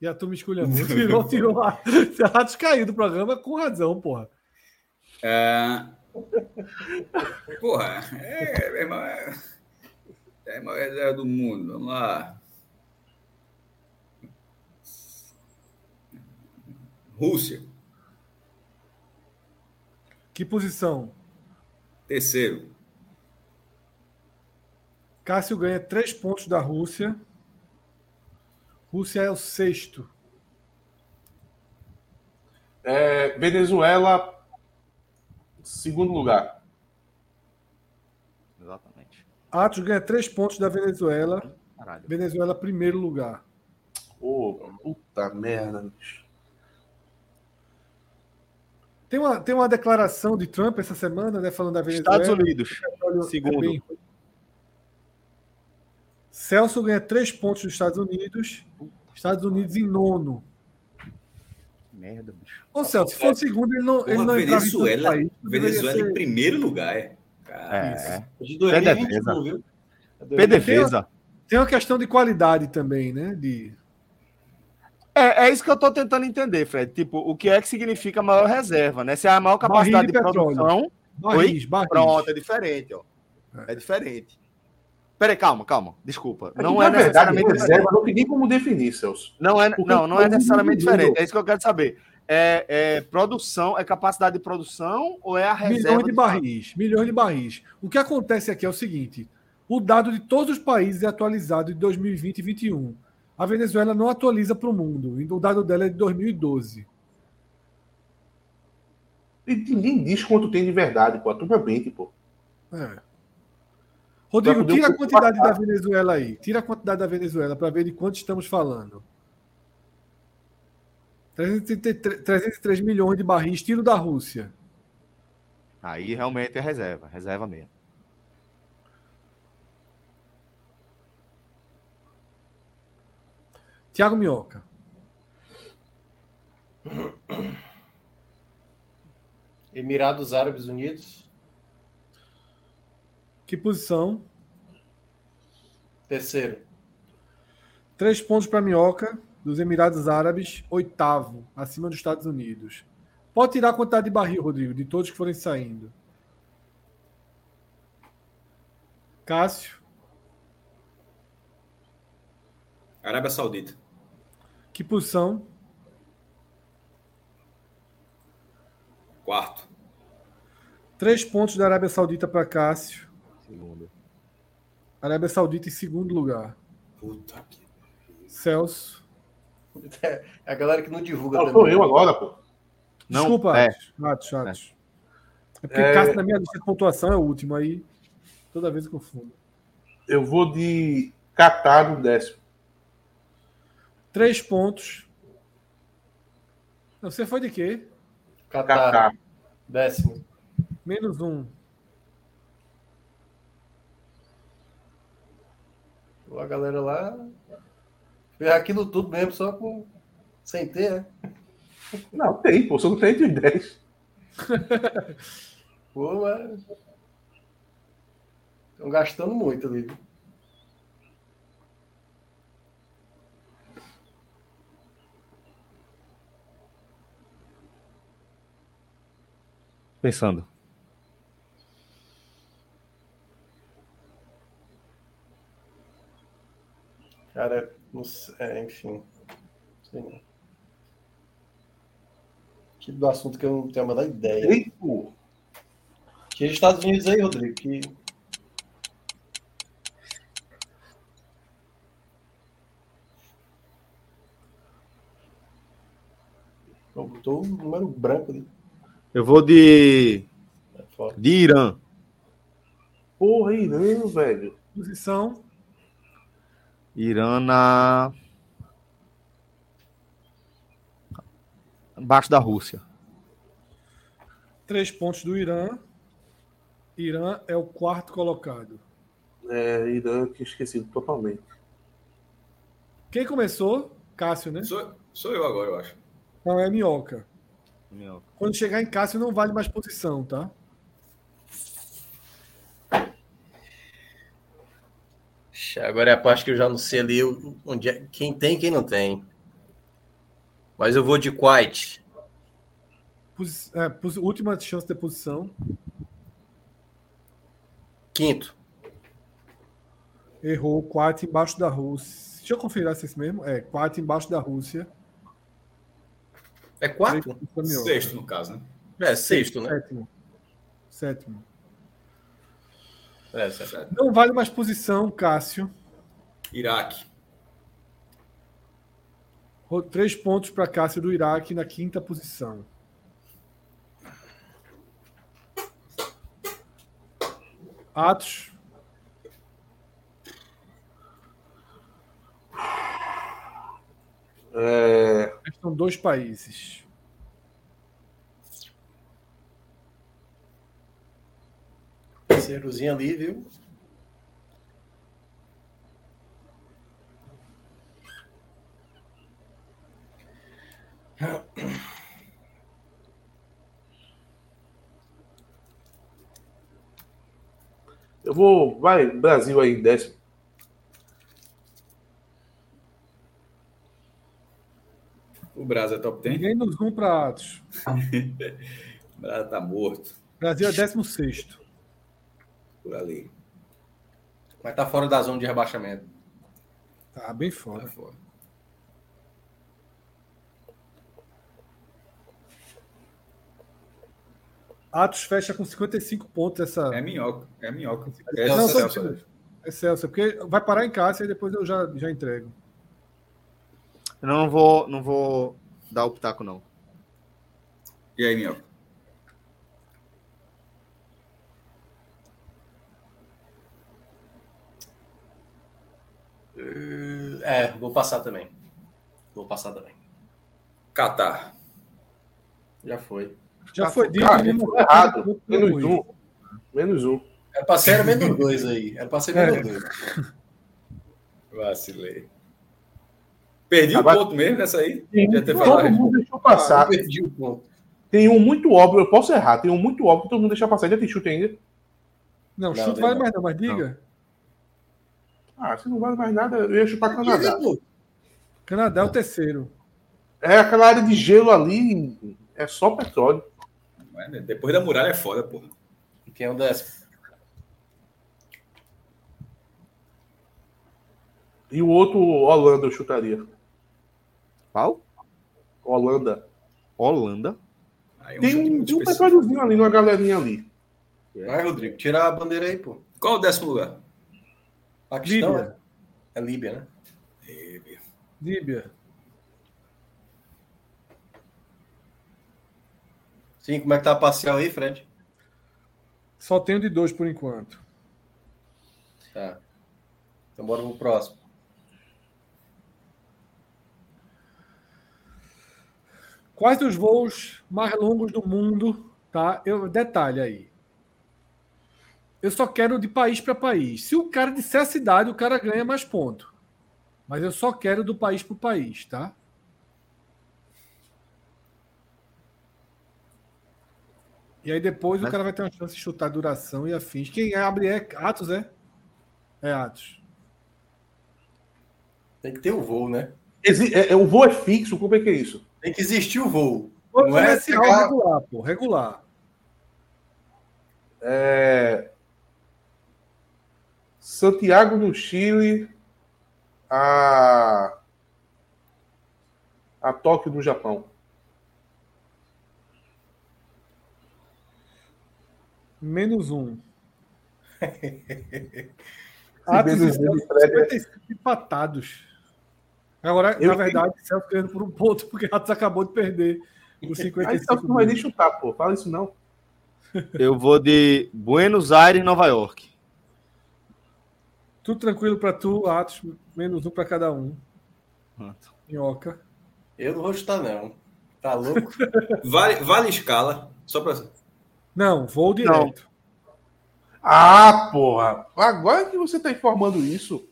S2: e a turma escolheu muito. Tirou, tirou a... a descaiu do programa com razão, porra.
S3: É, Porra, é, meu irmão, é, é a maior reserva do mundo. Vamos lá. Rússia,
S2: Que posição?
S3: terceiro.
S2: Cássio ganha 3 pontos da Rússia. Rússia é o sexto.
S6: é, Venezuela, segundo lugar.
S5: Exatamente.
S2: Atos ganha 3 pontos da Venezuela.
S5: Caralho.
S2: Venezuela, primeiro lugar.
S6: Ô, puta merda, bicho.
S2: Tem uma, tem uma declaração de Trump essa semana, né? Falando da Venezuela.
S5: Estados Unidos.
S2: Olha, é
S5: Segundo.
S2: bem ruim. Celso ganha três pontos dos Estados Unidos. Estados Unidos em nono.
S5: Merda, bicho.
S2: Ô, Celso,
S5: é
S2: se for segundo, ele não, ele
S3: Porra,
S2: não entrava em todo o
S3: Venezuela,
S2: país. Deveria
S3: Venezuela em
S2: ser-
S3: primeiro lugar, é. Cara,
S5: É.
S7: De
S5: Pé
S7: 2021,
S5: defesa.
S7: viu? É dois-
S5: P defesa.
S2: Tem uma questão de qualidade também, né? De...
S5: É, é isso que eu tô tentando entender, Fred. Tipo, o que é que significa maior reserva, né? Se é a maior capacidade
S2: Barril de
S5: de,
S2: petróleo.
S5: produção.
S2: Barris, barris.
S5: Pronto, é diferente, ó. É diferente. Peraí, calma, calma. Desculpa.
S6: É que,
S5: não
S6: na
S5: é
S6: verdade,
S5: necessariamente.
S6: reserva, não tem nem como definir, Celso.
S5: Não é,
S6: Porque
S5: não, não é
S6: todo
S5: necessariamente
S6: mundo-
S5: diferente. É isso que eu quero saber. É, é produção, é capacidade de produção ou é a reserva?
S2: Milhões de
S5: do-
S2: barris. Milhões de barris. O que acontece aqui é o seguinte: o dado de todos os países é atualizado de 2020 e 2021. A Venezuela não atualiza para o mundo. O dado dela é de 2012.
S6: E ninguém diz quanto tem de verdade, pô. A turma mente, pô.
S2: É. Rodrigo,
S6: poder
S2: tira a
S6: ocupar
S2: quantidade
S6: a
S2: da Venezuela aí. Tira a quantidade da Venezuela para ver de quanto estamos falando. 333, 303 milhões de barris, tiro da Rússia.
S5: Aí realmente é reserva, reserva mesmo.
S2: Tiago Minhoca.
S7: Emirados Árabes Unidos,
S2: Que posição?
S7: terceiro.
S2: Três pontos para Minhoca, dos Emirados Árabes, oitavo, acima dos Estados Unidos. Pode tirar a quantidade de barril, Rodrigo, de todos que forem saindo. Cássio,
S3: Arábia Saudita.
S2: que posição?
S3: Quarto.
S2: Três pontos da Arábia Saudita para Cássio.
S5: Segundo.
S2: Arábia Saudita em segundo lugar.
S3: Puta que.
S2: Celso.
S7: É a galera que não divulga
S6: Não, sou
S7: também.
S6: eu agora, pô.
S5: Não,
S2: Desculpa,
S5: é.
S2: Atos. Atos, Atos. É porque Cássio, na minha lista de pontuação, é o último aí. Toda vez eu confundo.
S6: Eu vou de Catar no décimo.
S2: Três pontos. Não, Você foi de quê?
S7: Catar,
S6: Catar.
S7: décimo.
S2: Menos um.
S7: A galera lá fez aquilo tudo mesmo, só com. Sem ter, né?
S6: Não, tem, pô. Só não tem entre os 10.
S7: Pô, mas... Estão gastando muito ali.
S5: Pensando.
S7: Cara, não sei, é, enfim. Sei não. Que do assunto que eu não tenho a menor ideia.
S6: Rico,
S7: Tira os Estados Unidos aí, Rodrigo. Que... Pô, Botou um número branco ali.
S5: Eu vou de.
S7: É foda.
S5: de Irã.
S6: porra, Irã, velho.
S2: Posição.
S5: Irã na. Abaixo da Rússia.
S2: Três pontos do Irã. Irã é o quarto colocado.
S6: É, Irã que esquecido totalmente.
S2: Quem começou? Cássio, né?
S3: Sou, sou eu agora, eu acho.
S2: Não, é Minhoca. Quando chegar em Cássio, não vale mais posição, tá?
S4: Ixi, Agora é a parte que eu já não sei ali o- onde é, quem tem e quem não tem. Mas eu vou de Quite.
S2: Posi- é, posi- Última chance de posição.
S4: Quinto.
S2: Errou. Quarto embaixo da Rússia. Deixa eu conferir se é isso mesmo. É, quarto embaixo da Rússia.
S4: É
S2: Três
S4: quarto?
S2: pontos pra Minhoca.
S3: Sexto, no caso, né?
S4: É, sexto, né?
S2: Sétimo. Sétimo.
S4: É, certo.
S2: Não vale mais posição, Cássio.
S3: Iraque.
S2: Ro- Três pontos para Cássio do Iraque na quinta posição. Atos.
S6: É.
S2: Restam dois países.
S7: Terceirozinho ali, viu?
S6: Eu vou. Vai, Brasil aí, décimo.
S3: O Brasil é top 10.
S2: Ninguém nos um para Atos.
S3: O Brasil tá morto
S2: Brasil é 16.
S3: por ali.
S7: Mas tá fora da zona de rebaixamento.
S2: Tá bem
S3: Tá
S2: fora.
S3: fora.
S2: Atos fecha com 55 pontos essa.
S3: É minhoca. É minhoca. É
S2: Não,
S3: Celso,
S2: tô-
S3: velho.
S2: É Celso, porque vai parar em casa e depois eu já, já entrego.
S5: Eu não vou, não vou dar o pitaco, não.
S3: E aí, minhoca?
S4: É, vou passar também. Vou passar também.
S3: Catar.
S4: Já foi.
S2: Já foi dito.
S6: Cara,
S2: né?
S6: foi Tá errado. Menos
S2: Não,
S6: um. Menos um.
S4: Era pra ser era menos dois aí. Era pra ser menos
S2: É.
S4: dois.
S3: Vacilei. Perdi
S6: Agora-
S3: o ponto mesmo nessa aí?
S6: Tem um
S3: Já
S6: que
S3: ter
S6: todo
S3: falado.
S6: mundo deixou passar.
S4: Ah, Perdi um, o ponto.
S6: Tem um muito óbvio, eu posso errar. Tem um muito óbvio que todo mundo deixa passar. Ainda tem chute ainda.
S2: não,
S4: Não,
S2: chute
S4: não.
S2: vai mais não, mas diga.
S6: Ah, se não vale mais nada, eu ia chutar Canadá.
S2: Canadá é o terceiro.
S6: É aquela área de gelo ali, é só petróleo.
S3: Não é, né? Depois da muralha é foda, porra.
S4: Quem é o décimo?
S6: E o outro, Holanda, eu chutaria.
S5: Qual?
S6: Holanda.
S5: Holanda.
S3: Aí é um
S6: Tem
S3: chute
S6: um,
S3: muito
S6: tem um
S3: específico.
S6: petróleo ali, uma galerinha ali.
S7: Vai, Rodrigo, tira a bandeira aí, pô.
S3: Qual é o décimo lugar?
S4: Paquistão,
S2: Líbia.
S4: né? É Líbia, né?
S2: Líbia.
S4: Sim, como é que tá a parcial aí, Fred?
S2: Só tenho de dois por enquanto.
S4: Tá. Então bora pro próximo.
S2: Quais os voos mais longos do mundo, tá? Eu detalhe aí. Eu só quero de país para país. Se o cara disser a cidade, o cara ganha mais ponto. Mas eu só quero do país para o país, tá? E aí depois o cara vai ter uma chance de chutar duração e afins. Quem abre é Atos, é? É Atos.
S7: Tem que ter o voo, né?
S6: Exi- é- é- o voo é fixo, como é que é isso?
S7: Tem que existir o voo.
S2: Não é
S7: esse
S2: sinal
S7: cara-
S2: regular, pô. Regular.
S6: É... Santiago do Chile a a Tóquio do Japão.
S2: Menos um.
S6: Atos
S2: Atos
S6: e
S2: estão
S6: Celso
S2: 55 empatados. Agora,
S6: é Eu
S2: na verdade, o Celso ganhando por um ponto, porque Atos acabou de perder os
S6: Aí
S2: 55.
S6: Celso não vai nem
S2: dele.
S6: chutar, pô. Fala isso não.
S5: Eu vou de Buenos Aires, Nova York.
S2: Tudo tranquilo pra tu, Atos, menos um pra cada um.
S5: Pronto.
S2: Minhoca.
S7: Eu não vou chutar, não. Tá louco?
S3: Vale, vale escala. Só pra.
S2: Não, vou direto.
S6: Ah, porra. Agora que você tá informando isso,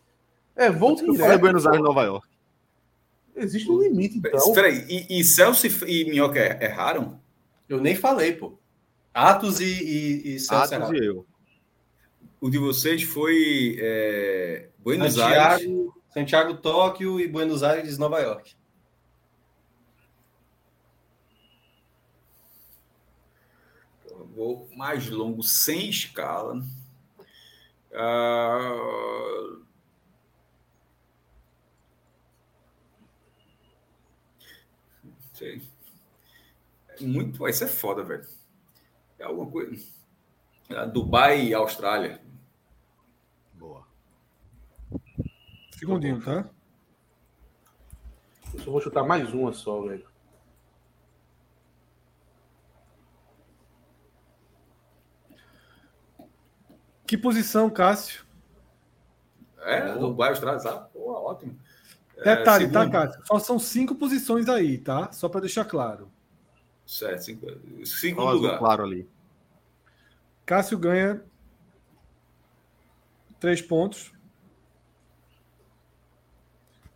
S6: é voo
S5: Eu falei
S6: direto.
S5: Buenos Aires, Nova York.
S6: Existe um limite, então.
S3: Espera aí. E, e Celso e, F- e Minhoca er- erraram?
S7: Eu nem falei, pô. Atos e, e, e Celso
S5: Atos
S7: Heraldo.
S5: e eu.
S3: O de vocês foi é, Buenos Aires.
S7: Santiago, Santiago, Tóquio e Buenos Aires, Nova York.
S3: Vou mais longo, sem escala. Ah, Sei. É Muito, vai ser foda, velho. É alguma coisa. Ah, Dubai e Austrália.
S2: Segundinho, tá?
S6: Eu só vou chutar mais uma só, velho.
S2: Que posição, Cássio?
S3: É, Dubai e Austrália. Ah, pô, ótimo. É,
S2: Detalhe, tá,
S3: segundo.
S2: Cássio? Só são cinco posições aí, tá? Só pra deixar claro.
S3: Certo, cinco-
S5: Olha o
S3: segundo
S5: azul
S3: lugar.
S5: claro ali.
S2: Cássio ganha três pontos,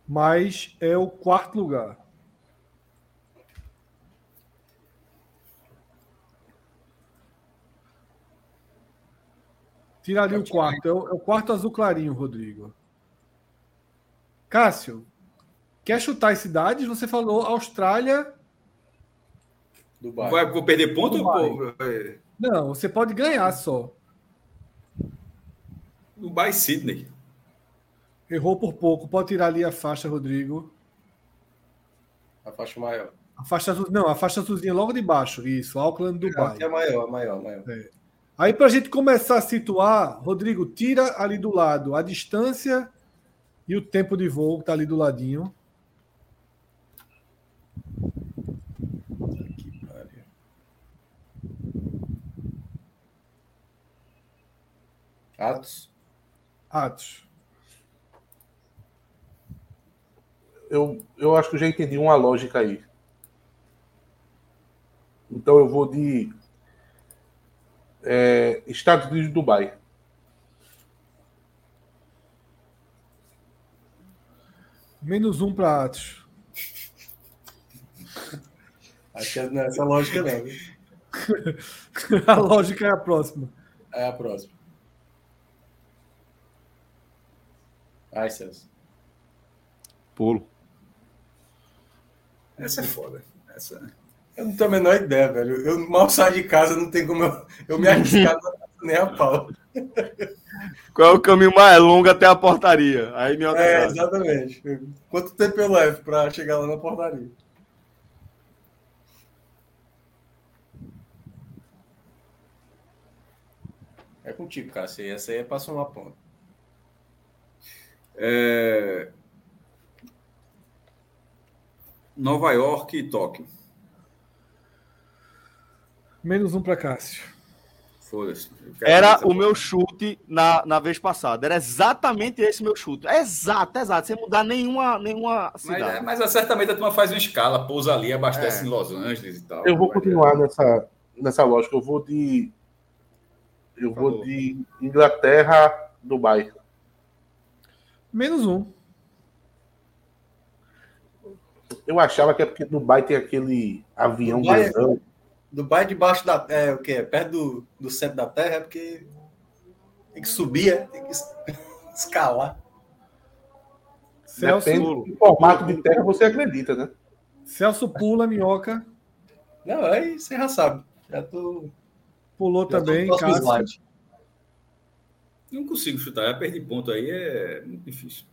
S2: mas é o quarto lugar. Tira ali o quarto. É o, é o quarto azul clarinho, Rodrigo. Cássio, quer chutar as cidades? Você falou Austrália.
S7: Dubai.
S3: Vai, vou perder ponto?
S2: Dubai.
S3: Pô, é,
S2: Não, você pode ganhar só.
S3: Dubai e Sydney.
S2: Errou por pouco. Pode tirar ali a faixa, Rodrigo.
S7: A faixa maior.
S2: A faixa azul, não, a faixa azulzinha logo de baixo, isso, Auckland, Dubai.
S7: Aqui é maior, maior, maior.
S2: Aí para a gente começar a situar, Rodrigo, tira ali do lado a distância e o tempo de voo que tá ali do ladinho.
S7: Atos.
S2: Atos.
S6: Eu, eu acho que eu já entendi uma lógica aí. Então eu vou de é, Estados Unidos e Dubai.
S2: Menos um para Atos.
S7: Acho que é nessa lógica não. viu?
S2: a lógica é a próxima.
S7: É a próxima. Ai, Celso.
S5: Pulo.
S3: Essa é foda. Essa...
S7: Eu não tenho a menor ideia, velho. Eu mal saio de casa, não tem como eu, eu me arriscar nem a pau.
S5: Qual é o caminho mais longo até a portaria? Aí minha
S7: É, exatamente. Quanto tempo eu levo pra chegar lá na portaria? É contigo, Cássio. Essa aí é pra somar ponto.
S3: É, Nova York e Tóquio.
S2: Menos um para Cássio.
S3: Foda-se. Eu quero
S5: Era
S3: essa
S5: o
S3: porra.
S5: meu chute na, na vez passada. Era exatamente esse meu chute. Exato, exato. Sem mudar nenhuma, nenhuma
S3: Mas, é,
S5: cidade.
S3: mas é, certamente a turma faz uma escala, pousa ali, abastece em Los Angeles e tal.
S6: Eu vou
S3: Vai
S6: continuar nessa, nessa lógica. Eu vou de. Eu vou
S5: Falou.
S6: de Inglaterra, Dubai.
S2: Menos um.
S6: Eu achava que é porque Dubai tem aquele avião
S7: Dubai é-
S6: grandão.
S4: Dubai debaixo da é, o que é perto do, do centro da Terra é porque tem que subir, é, tem que es- escalar.
S2: Celso,
S6: Depende do né? formato de terra você acredita, né?
S2: Celso pula, minhoca.
S4: Não, aí você já sabe. Já tô,
S2: Pulou
S4: já tô
S2: também,
S4: no próximo
S2: Cássio.
S4: slide.
S3: Não consigo chutar, já perdi ponto aí, é muito difícil.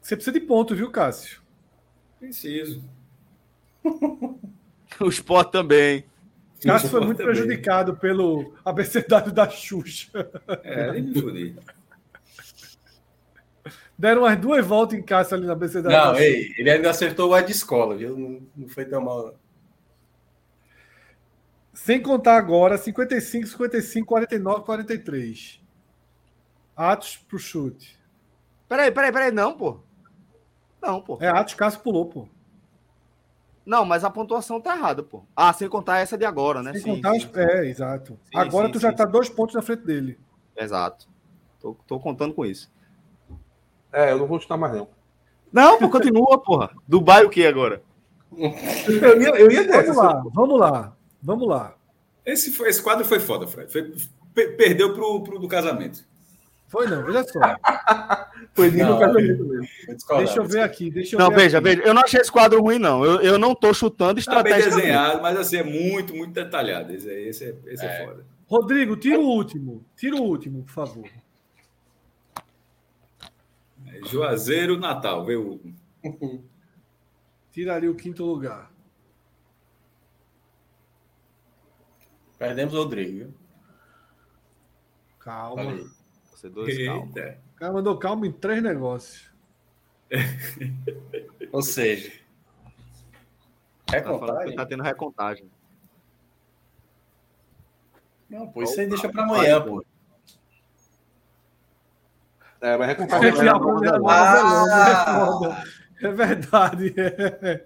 S2: Você precisa de ponto, viu, Cássio?
S3: Preciso.
S5: O Sport também.
S2: Cássio foi muito
S3: também.
S2: prejudicado pelo abecedário da Xuxa.
S3: É, nem me fudi.
S2: Deram umas duas voltas em Cássio ali na abecedário da
S4: Não,
S2: Xuxa.
S4: ei, ele ainda acertou o ar de escola, viu? Não, não foi tão mal. não.
S2: Sem contar agora 55, 55, 49, 43. Atos pro chute.
S5: Peraí, peraí, peraí. Não, pô. Não, pô.
S2: É, Atos Cássio pulou, pô.
S5: Não, mas a pontuação tá errada, pô. Ah, sem contar essa de agora, né?
S2: Sem
S5: Sim,
S2: contar.
S5: sim.
S2: os- É, exato.
S5: Sim,
S2: agora
S5: sim,
S2: tu já
S5: sim,
S2: tá dois pontos na frente dele.
S5: Exato. Tô, tô contando com isso.
S6: É, eu não vou chutar mais, não.
S5: Não, pô, continua, porra. Dubai o que agora?
S6: Eu ia, eu ia
S2: Vamos lá, vamos lá, vamos lá.
S3: Esse, foi- esse quadro foi foda, Fred. Foi- pe- perdeu pro, pro do casamento.
S2: Foi não, veja só.
S6: Foi lindo
S4: Não,
S6: o casamento mesmo.
S4: Foi discordado.
S2: Deixa eu ver aqui, deixa eu
S5: Não,
S2: ver
S5: veja,
S2: aqui.
S5: veja. Eu não achei esse quadro ruim, não. Eu, eu não tô chutando
S3: Tá bem
S5: estratégia.
S3: desenhado, mas assim, é muito, muito detalhado. Esse, é- esse, é, esse é. foda.
S2: Rodrigo, tira o último. Tira o último, por favor.
S3: É, Juazeiro Natal, veio o último.
S2: Tira ali o quinto lugar.
S4: Perdemos o Rodrigo. viu?
S2: Calma.
S4: Olha aí.
S5: Torcedores, é calma.
S3: Eita.
S2: O cara mandou calma em três negócios.
S4: Ou seja, é
S5: Tá falando que
S4: contagem?
S5: tá tendo recontagem.
S4: Não, pô, isso aí deixa pra amanhã, pô.
S6: É, mas recontagem
S2: É que a
S6: agora não
S2: banda era
S6: dá, não.
S2: Nova Zelândia,
S4: Ah!
S2: é foda. É verdade. é.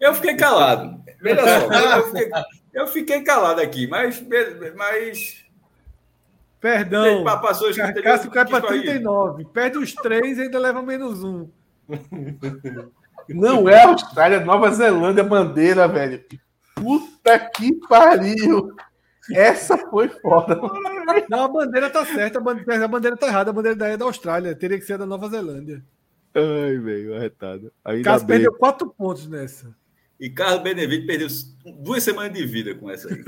S3: Eu fiquei calado. Veja só, eu fiquei, eu fiquei calado aqui, mas. mas
S2: Perdão.
S3: passou os
S2: Cássio cai para 39.
S3: 39.
S2: Perde os três e ainda leva menos um.
S6: Não é Austrália, Nova Zelândia, bandeira, velho. Puta que pariu! Essa foi foda.
S2: Não, a bandeira tá certa, a bandeira, a bandeira tá errada, a bandeira daí é da Austrália, teria que ser da Nova Zelândia.
S5: Ai, velho, arretado. Ainda
S2: Cássio
S5: bem.
S2: perdeu quatro pontos nessa.
S3: E Carlos Benevides perdeu duas semanas de vida com essa aí.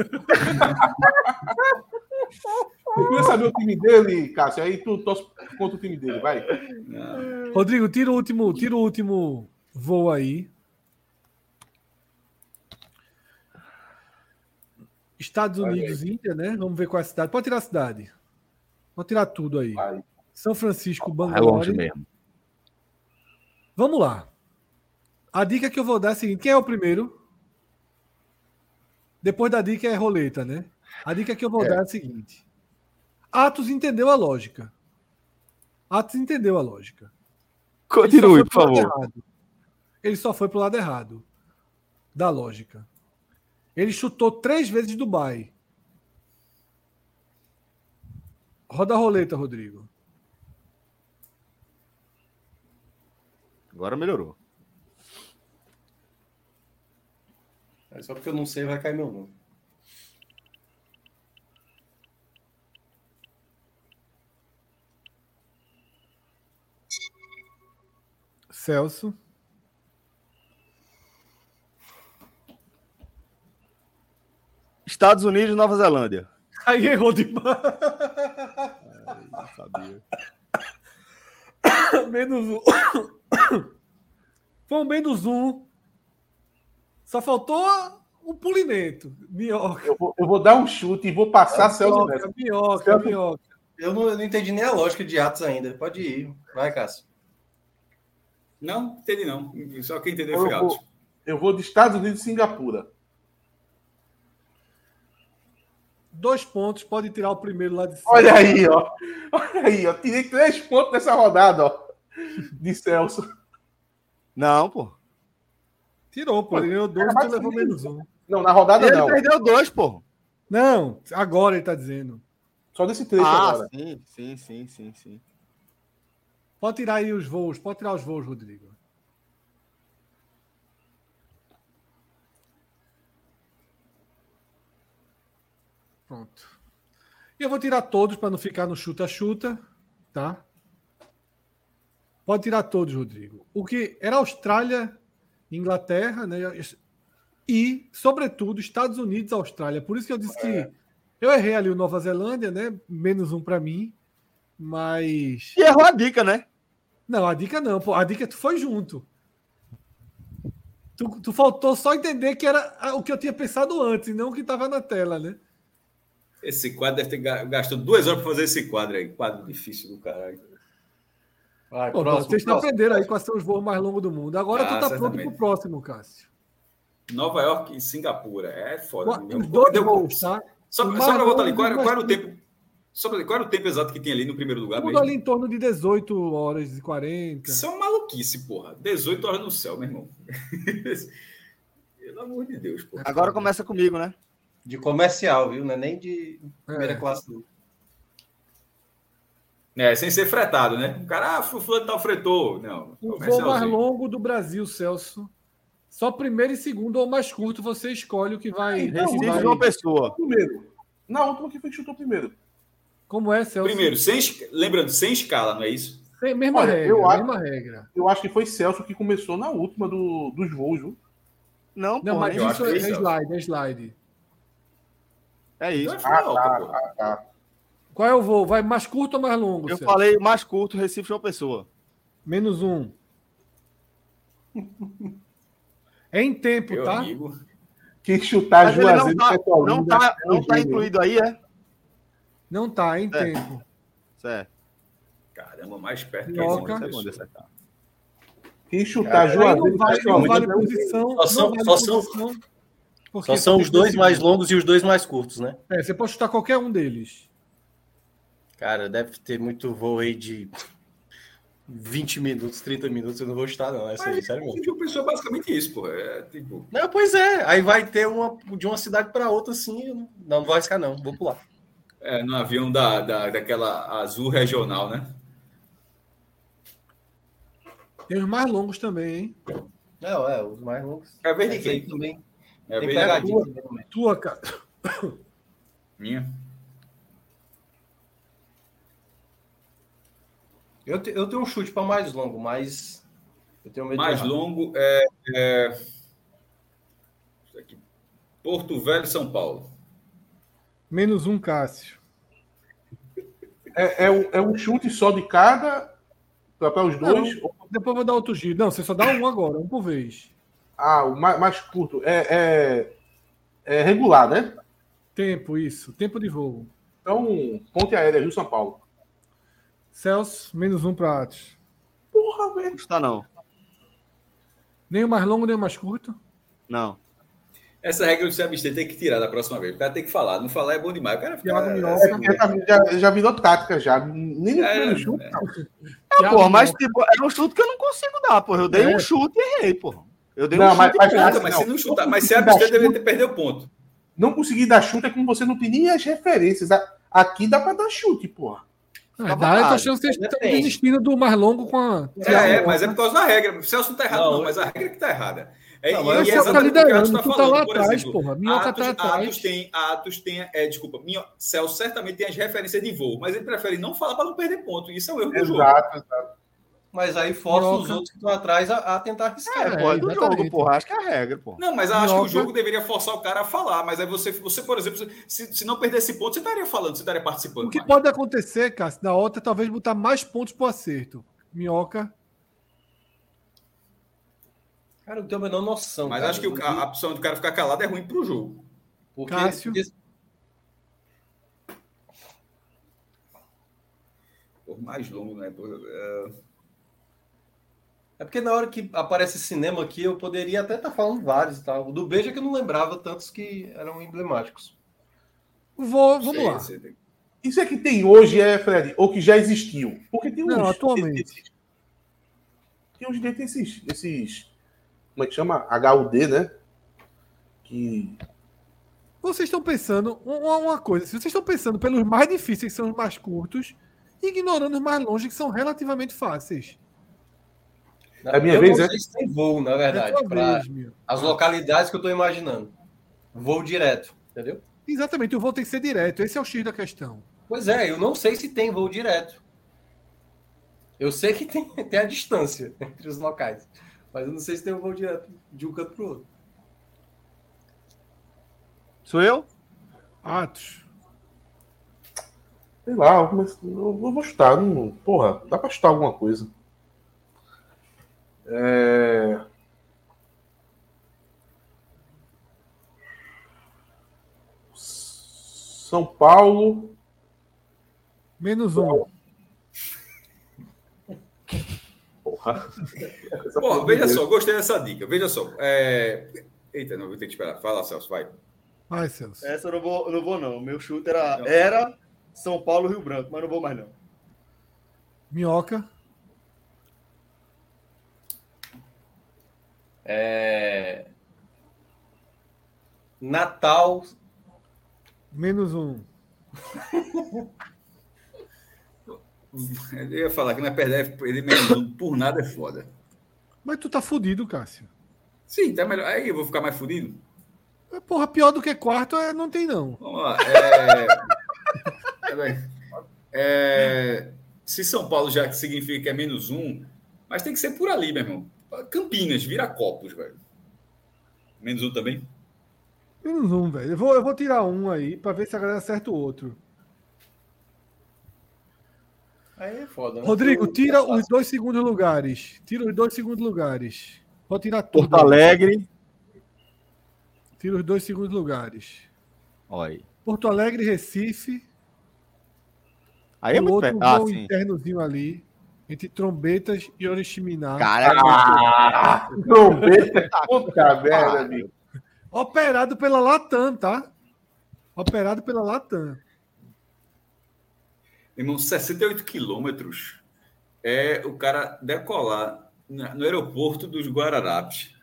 S6: Eu queria saber o time dele, Cássio. Aí tu torce contra o time dele, vai.
S3: Não.
S2: Rodrigo, tira o último, tira o último voo aí. Estados
S6: Olha aí.
S2: Unidos, Índia, né? Vamos ver qual é a cidade. Pode tirar a cidade. Pode tirar tudo aí.
S6: Vai.
S2: São Francisco,
S5: É longe
S2: Bangalore.
S5: mesmo.
S2: Vamos lá. A dica que eu vou dar é a seguinte: quem é o primeiro? Depois da dica é roleta, né? A dica que eu vou dar é a seguinte: Atos entendeu a lógica. Atos entendeu a lógica. Ele só
S5: Continue,
S2: foi
S5: por
S2: pro lado
S5: favor.
S2: errado. Ele só foi pro lado errado da lógica. Ele chutou três vezes Dubai. Roda a roleta, Rodrigo.
S5: Agora melhorou.
S4: É só porque eu não sei, vai cair meu nome.
S2: Celso.
S5: Estados Unidos e Nova Zelândia.
S2: Aí errou demais.
S5: Sabia.
S2: Menos um. Foi um menos um. Só faltou um pulimento. Minhoca.
S6: Eu vou, eu vou dar um chute e vou passar Celso Neto.
S2: minhoca, minhoca,
S6: Celso-
S2: minhoca.
S4: Eu não, eu não entendi nem a lógica de Atos ainda. Pode ir. Vai, Cássio.
S3: não, entendi não. Só quem entendeu
S6: Eu
S3: foi Alto.
S6: vou, eu vou de Estados Unidos e Singapura.
S2: Dois pontos, pode tirar o primeiro lá de cima.
S6: Olha aí, ó. Olha aí, ó. Tirei três pontos nessa rodada, ó. De Celso.
S5: Não, pô.
S2: Tirou, pô. Ele ganhou dois,
S6: Cara,
S2: tu levou
S6: mas-
S2: menos um.
S6: Não, na rodada
S5: Ele
S6: não.
S5: perdeu dois, pô.
S2: Não, agora ele tá dizendo.
S6: Só desse trecho agora.
S5: sim, sim, sim, sim, sim.
S2: Pode tirar aí os voos, pode tirar os voos, Rodrigo. Pronto. E eu vou tirar todos para não ficar no chuta-chuta, tá? Pode tirar todos, Rodrigo. O que era Austrália, Inglaterra, né? E, sobretudo, Estados Unidos, Austrália. Por isso que eu disse que eu errei ali o Nova Zelândia, né? Menos um para mim. Mas.
S5: E errou a dica, né?
S2: Não, a dica não, pô. A dica é tu foi junto. Tu, tu faltou só entender que era o que eu tinha pensado antes, e não o que estava na tela, né?
S3: Esse quadro deve ter ga- gastou duas horas para fazer esse quadro aí. Quadro difícil do caralho.
S2: Pô, vocês estão aprendendo aí quais são os voos mais longos do mundo. Agora
S3: Ah,
S2: tu tá pronto
S3: certamente.
S2: pro próximo, Cássio.
S3: Nova York e Singapura. É foda. meu.
S2: Os dois
S3: Deu- um
S2: voos, tá?
S3: Só,
S2: o
S3: só
S2: mais
S3: para voltar ali,
S2: longo,
S3: qual era,
S2: mais
S3: qual era o tempo? Só pra, qual era o tempo exato que tinha ali no primeiro lugar
S2: Tudo
S3: mesmo?
S2: ali em torno de 18 horas e 40.
S3: Isso é uma maluquice, porra. 18 horas no céu, meu irmão. Pelo amor de Deus, porra.
S5: Agora começa comigo, né?
S4: De comercial, viu? Não é nem de primeira
S2: É.
S4: classe. não.
S3: É, sem ser fretado, né? O cara, ah, fu- fulano tal fretou. Não, é
S2: O voo mais
S3: comercialzinho.
S2: longo do Brasil, Celso. Só primeiro e segundo ou mais curto você escolhe o que vai.
S6: Então,
S2: o que
S6: Recife,
S2: vai-
S5: Recife uma pessoa.
S6: Primeiro. Na última, quem foi que chutou primeiro?
S2: Como é, Celso?
S3: Primeiro, sem, esca- lembrando, sem escala, não é isso?
S2: Tem- mesma
S6: Olha,
S2: regra.
S6: eu acho-
S2: mesma regra.
S6: Eu acho que foi Celso que começou na última do, dos voos, viu?
S5: Não,
S2: Não,
S5: pô,
S2: mas
S3: eu
S2: isso
S3: acho
S2: é,
S3: que é isso.
S2: slide, é slide.
S5: é
S3: Então
S5: isso.
S3: é Floripa,
S6: tá,
S3: porra.
S2: Qual é o voo? Vai mais curto ou mais longo?
S5: Eu
S2: Celso?
S5: falei mais curto, Recife uma pessoa.
S2: Menos um. É em tempo,
S3: Meu
S2: tá?
S3: amigo.
S6: Quem chutar
S5: Mas ele não
S6: Juazeiro
S5: tá-
S6: Petrolina,
S5: Não tá,
S6: é um
S5: não tá
S6: gênio.
S5: incluído aí, é?
S2: Não tá, é em
S5: É.
S2: tempo.
S5: Certo.
S3: Caramba, mais perto
S2: Minhoca.
S3: que
S5: Isso é
S3: a
S5: bom
S3: gente
S5: dessa
S3: pensa.
S5: cara.
S6: Quem chutar
S2: Aí não vale,
S6: Juazeiro
S2: não
S6: Petrolina,
S2: vale
S6: é um gênio.
S2: posição.
S4: Só
S2: não
S4: são-
S2: vale
S4: só são-
S2: posição, porque
S4: Só são os dois mais longos e os dois mais curtos, né?
S2: É, você pode chutar qualquer um deles.
S4: Cara, deve ter muito voo aí de 20 minutos, 30 minutos. Eu não vou chutar, não. Essa aí, sério mesmo.
S3: Recife é uma pessoa é basicamente isso, porra. É tipo.
S4: Não, pois é. Aí vai ter uma de uma cidade para outra, assim. eu Não, não vou arriscar, não. Vou pular.
S3: É, no avião da, da, daquela azul regional, né?
S2: Tem os mais longos também, hein?
S4: Não, é, os mais longos.
S3: É verde
S4: Esse aí
S3: quem?
S4: também.
S3: É
S4: tem
S3: verde
S4: pegadinha. né?
S3: quem?
S4: também.
S2: Tua, cara.
S3: Minha.
S4: Eu, te- eu tenho um chute para mais longo, mas. Eu tenho medo de
S3: Mais
S4: errar.
S3: longo é. é- isso aqui. Porto Velho, São Paulo.
S2: Menos um, Cássio.
S6: É, é, um, é um chute só de cada para os dois.
S2: Depois eu vou dar outro giro. Não, você só dá um agora, um por vez.
S6: Ah, o mais, mais curto. É, é, é regular, né?
S2: Tempo, isso. Tempo de voo.
S6: Então, ponte aérea Rio-São Paulo.
S2: Celso, menos um para Atos.
S6: Porra, velho.
S5: Não está, não.
S2: Nem o mais longo, nem o mais curto.
S5: Não.
S3: Essa regra do se abster tem que tirar da próxima vez. O cara tem que falar. Não falar é assim, né? bom demais. O cara fica.
S2: Thiago
S6: É,
S2: Minhoca.
S6: porque tá- já, já virou tática já. Nem no
S3: É,
S6: primeiro chute. não.
S5: Ah,
S2: Thiago
S5: porra, mas
S2: Minhoca.
S5: tipo, é um chute que eu não consigo dar, porra. Eu dei
S2: É.
S5: um chute e errei, porra. Eu dei
S6: Não,
S5: um
S6: mas-
S5: chute
S6: mas-
S5: e errei.
S3: Puta, mas se não chutar, mas se abster, deve ter perdido o ponto.
S6: Não conseguir dar chute é como você não tem nem as referências. A- Aqui dá pra dar chute, porra.
S2: Ah, dá, eu tô achando que vocês
S4: Depende.
S2: estão desistindo do mais longo com a. Thiago
S3: É, é,
S2: Minhoca.
S3: mas é por causa da regra. O Celso não tá errado,
S4: Não,
S3: não,
S4: eu-
S3: mas a regra que tá errada. É,
S4: Não,
S3: e-
S4: mas
S3: e
S2: o
S3: é
S2: Celso tá
S3: exatamente o que o Atos
S2: liderando, tu
S3: tá
S2: tá lá
S3: falando, por
S2: atrás,
S3: exemplo.
S2: porra. Minhoca
S3: Atos,
S2: tá atrás.
S3: Atos tem, Atos tem, é, desculpa, minho, Celso certamente tem as referências de voo, mas ele prefere não falar para não perder ponto. Isso é um erro do jogo.
S6: Exato.
S4: Mas aí força os
S2: Minhoca.
S4: outros que estão atrás a, a tentar arriscar.
S5: É, pô, é do
S2: exatamente.
S5: jogo, porra. Acho que é a regra, porra.
S3: Não, mas eu acho que o
S2: Minhoca.
S3: jogo deveria forçar o cara a falar, mas aí você, você por exemplo, se, se não perdesse ponto, você estaria falando, você estaria participando.
S2: O que
S3: mais.
S2: pode acontecer, Cássio, na outra, talvez botar mais pontos pro acerto. Minhoca.
S4: Cara, eu não tenho a menor noção.
S3: Mas
S4: cara.
S3: acho que o ca- a opção do cara ficar calado é ruim para o jogo.
S4: Porque-
S2: Cássio.
S4: porque-
S3: Por mais longo, né? Por- é,
S4: É porque na hora que aparece cinema aqui, eu poderia até
S7: tá
S4: estar falando vários e tal. O do beijo é que eu não lembrava tantos que eram emblemáticos.
S2: Vou, vamos
S3: sei,
S2: lá.
S3: sei, tem-
S6: Isso é que tem hoje, é, Fred, ou que já existiu. Porque tem uns.
S2: Não, atualmente.
S6: Tem uns direitos esses, esses. Como é que chama? HUD, né? Que.
S2: Vocês estão pensando uma, uma coisa. Se vocês estão pensando pelos mais difíceis, que são os mais curtos, e ignorando os mais longe, que são relativamente fáceis.
S6: É a minha
S4: eu
S6: vez,
S4: não
S6: é?
S4: sei se tem voo, na
S2: É
S4: verdade,
S2: tua
S4: para
S2: vez, meu.
S4: as localidades que eu estou imaginando. Voo direto, entendeu?
S2: Exatamente, o voo tem que ser direto. Esse é o X da questão.
S7: Pois é, eu não sei se tem voo direto. Eu sei que tem, tem a distância entre os locais, mas eu não sei se tem um voo direto de um canto para o outro.
S5: Sou eu?
S2: Atos.
S6: Sei lá, mas eu vou chutar. Não, porra, dá pra chutar alguma coisa. É... São Paulo.
S2: Menos um.
S6: Porra.
S3: Bom, veja só, gostei dessa dica. Veja só. É... Eita, não, vou ter que esperar. Fala, Celso, vai.
S2: Vai, Celso.
S5: Essa eu não vou, eu não vou não. Meu chute era, era São Paulo Rio Branco, mas não vou mais não.
S2: Minhoca.
S7: É... Natal.
S2: Menos um.
S3: Eu ia falar que não é perder, perder menos um por nada é foda.
S2: Mas tu tá fudido, Cássio.
S3: Sim, tá melhor. Aí eu vou ficar mais fudido.
S2: É, Porra, pior do que quarto é, não tem, não.
S3: Vamos lá. É... Peraí. É, Se São Paulo já significa que é menos um, mas tem que ser por ali, meu irmão. Campinas, vira copos, velho. Menos um também?
S2: Menos um, velho. Eu vou, eu vou tirar um aí pra ver se a galera acerta o outro.
S7: Aí é foda. né?
S2: Rodrigo,
S7: Eu-
S2: tira os dois segundos lugares. Tira os dois segundos lugares. Vou tirar tudo.
S5: Porto Alegre.
S2: Tira os dois segundos lugares.
S5: Olha aí.
S2: Porto Alegre, Recife.
S5: Aí é
S2: o
S5: muito
S2: outro
S5: perto. Ah,
S2: voo
S5: sim.
S2: internozinho ali. Entre trombetas e Oriximiná.
S5: Caraca.
S6: Trombeta. Puta merda, amigo.
S2: Operado pela Latam, tá? Operado pela Latam.
S3: Meu irmão, 68 quilômetros é o cara decolar na- no aeroporto dos Guararapes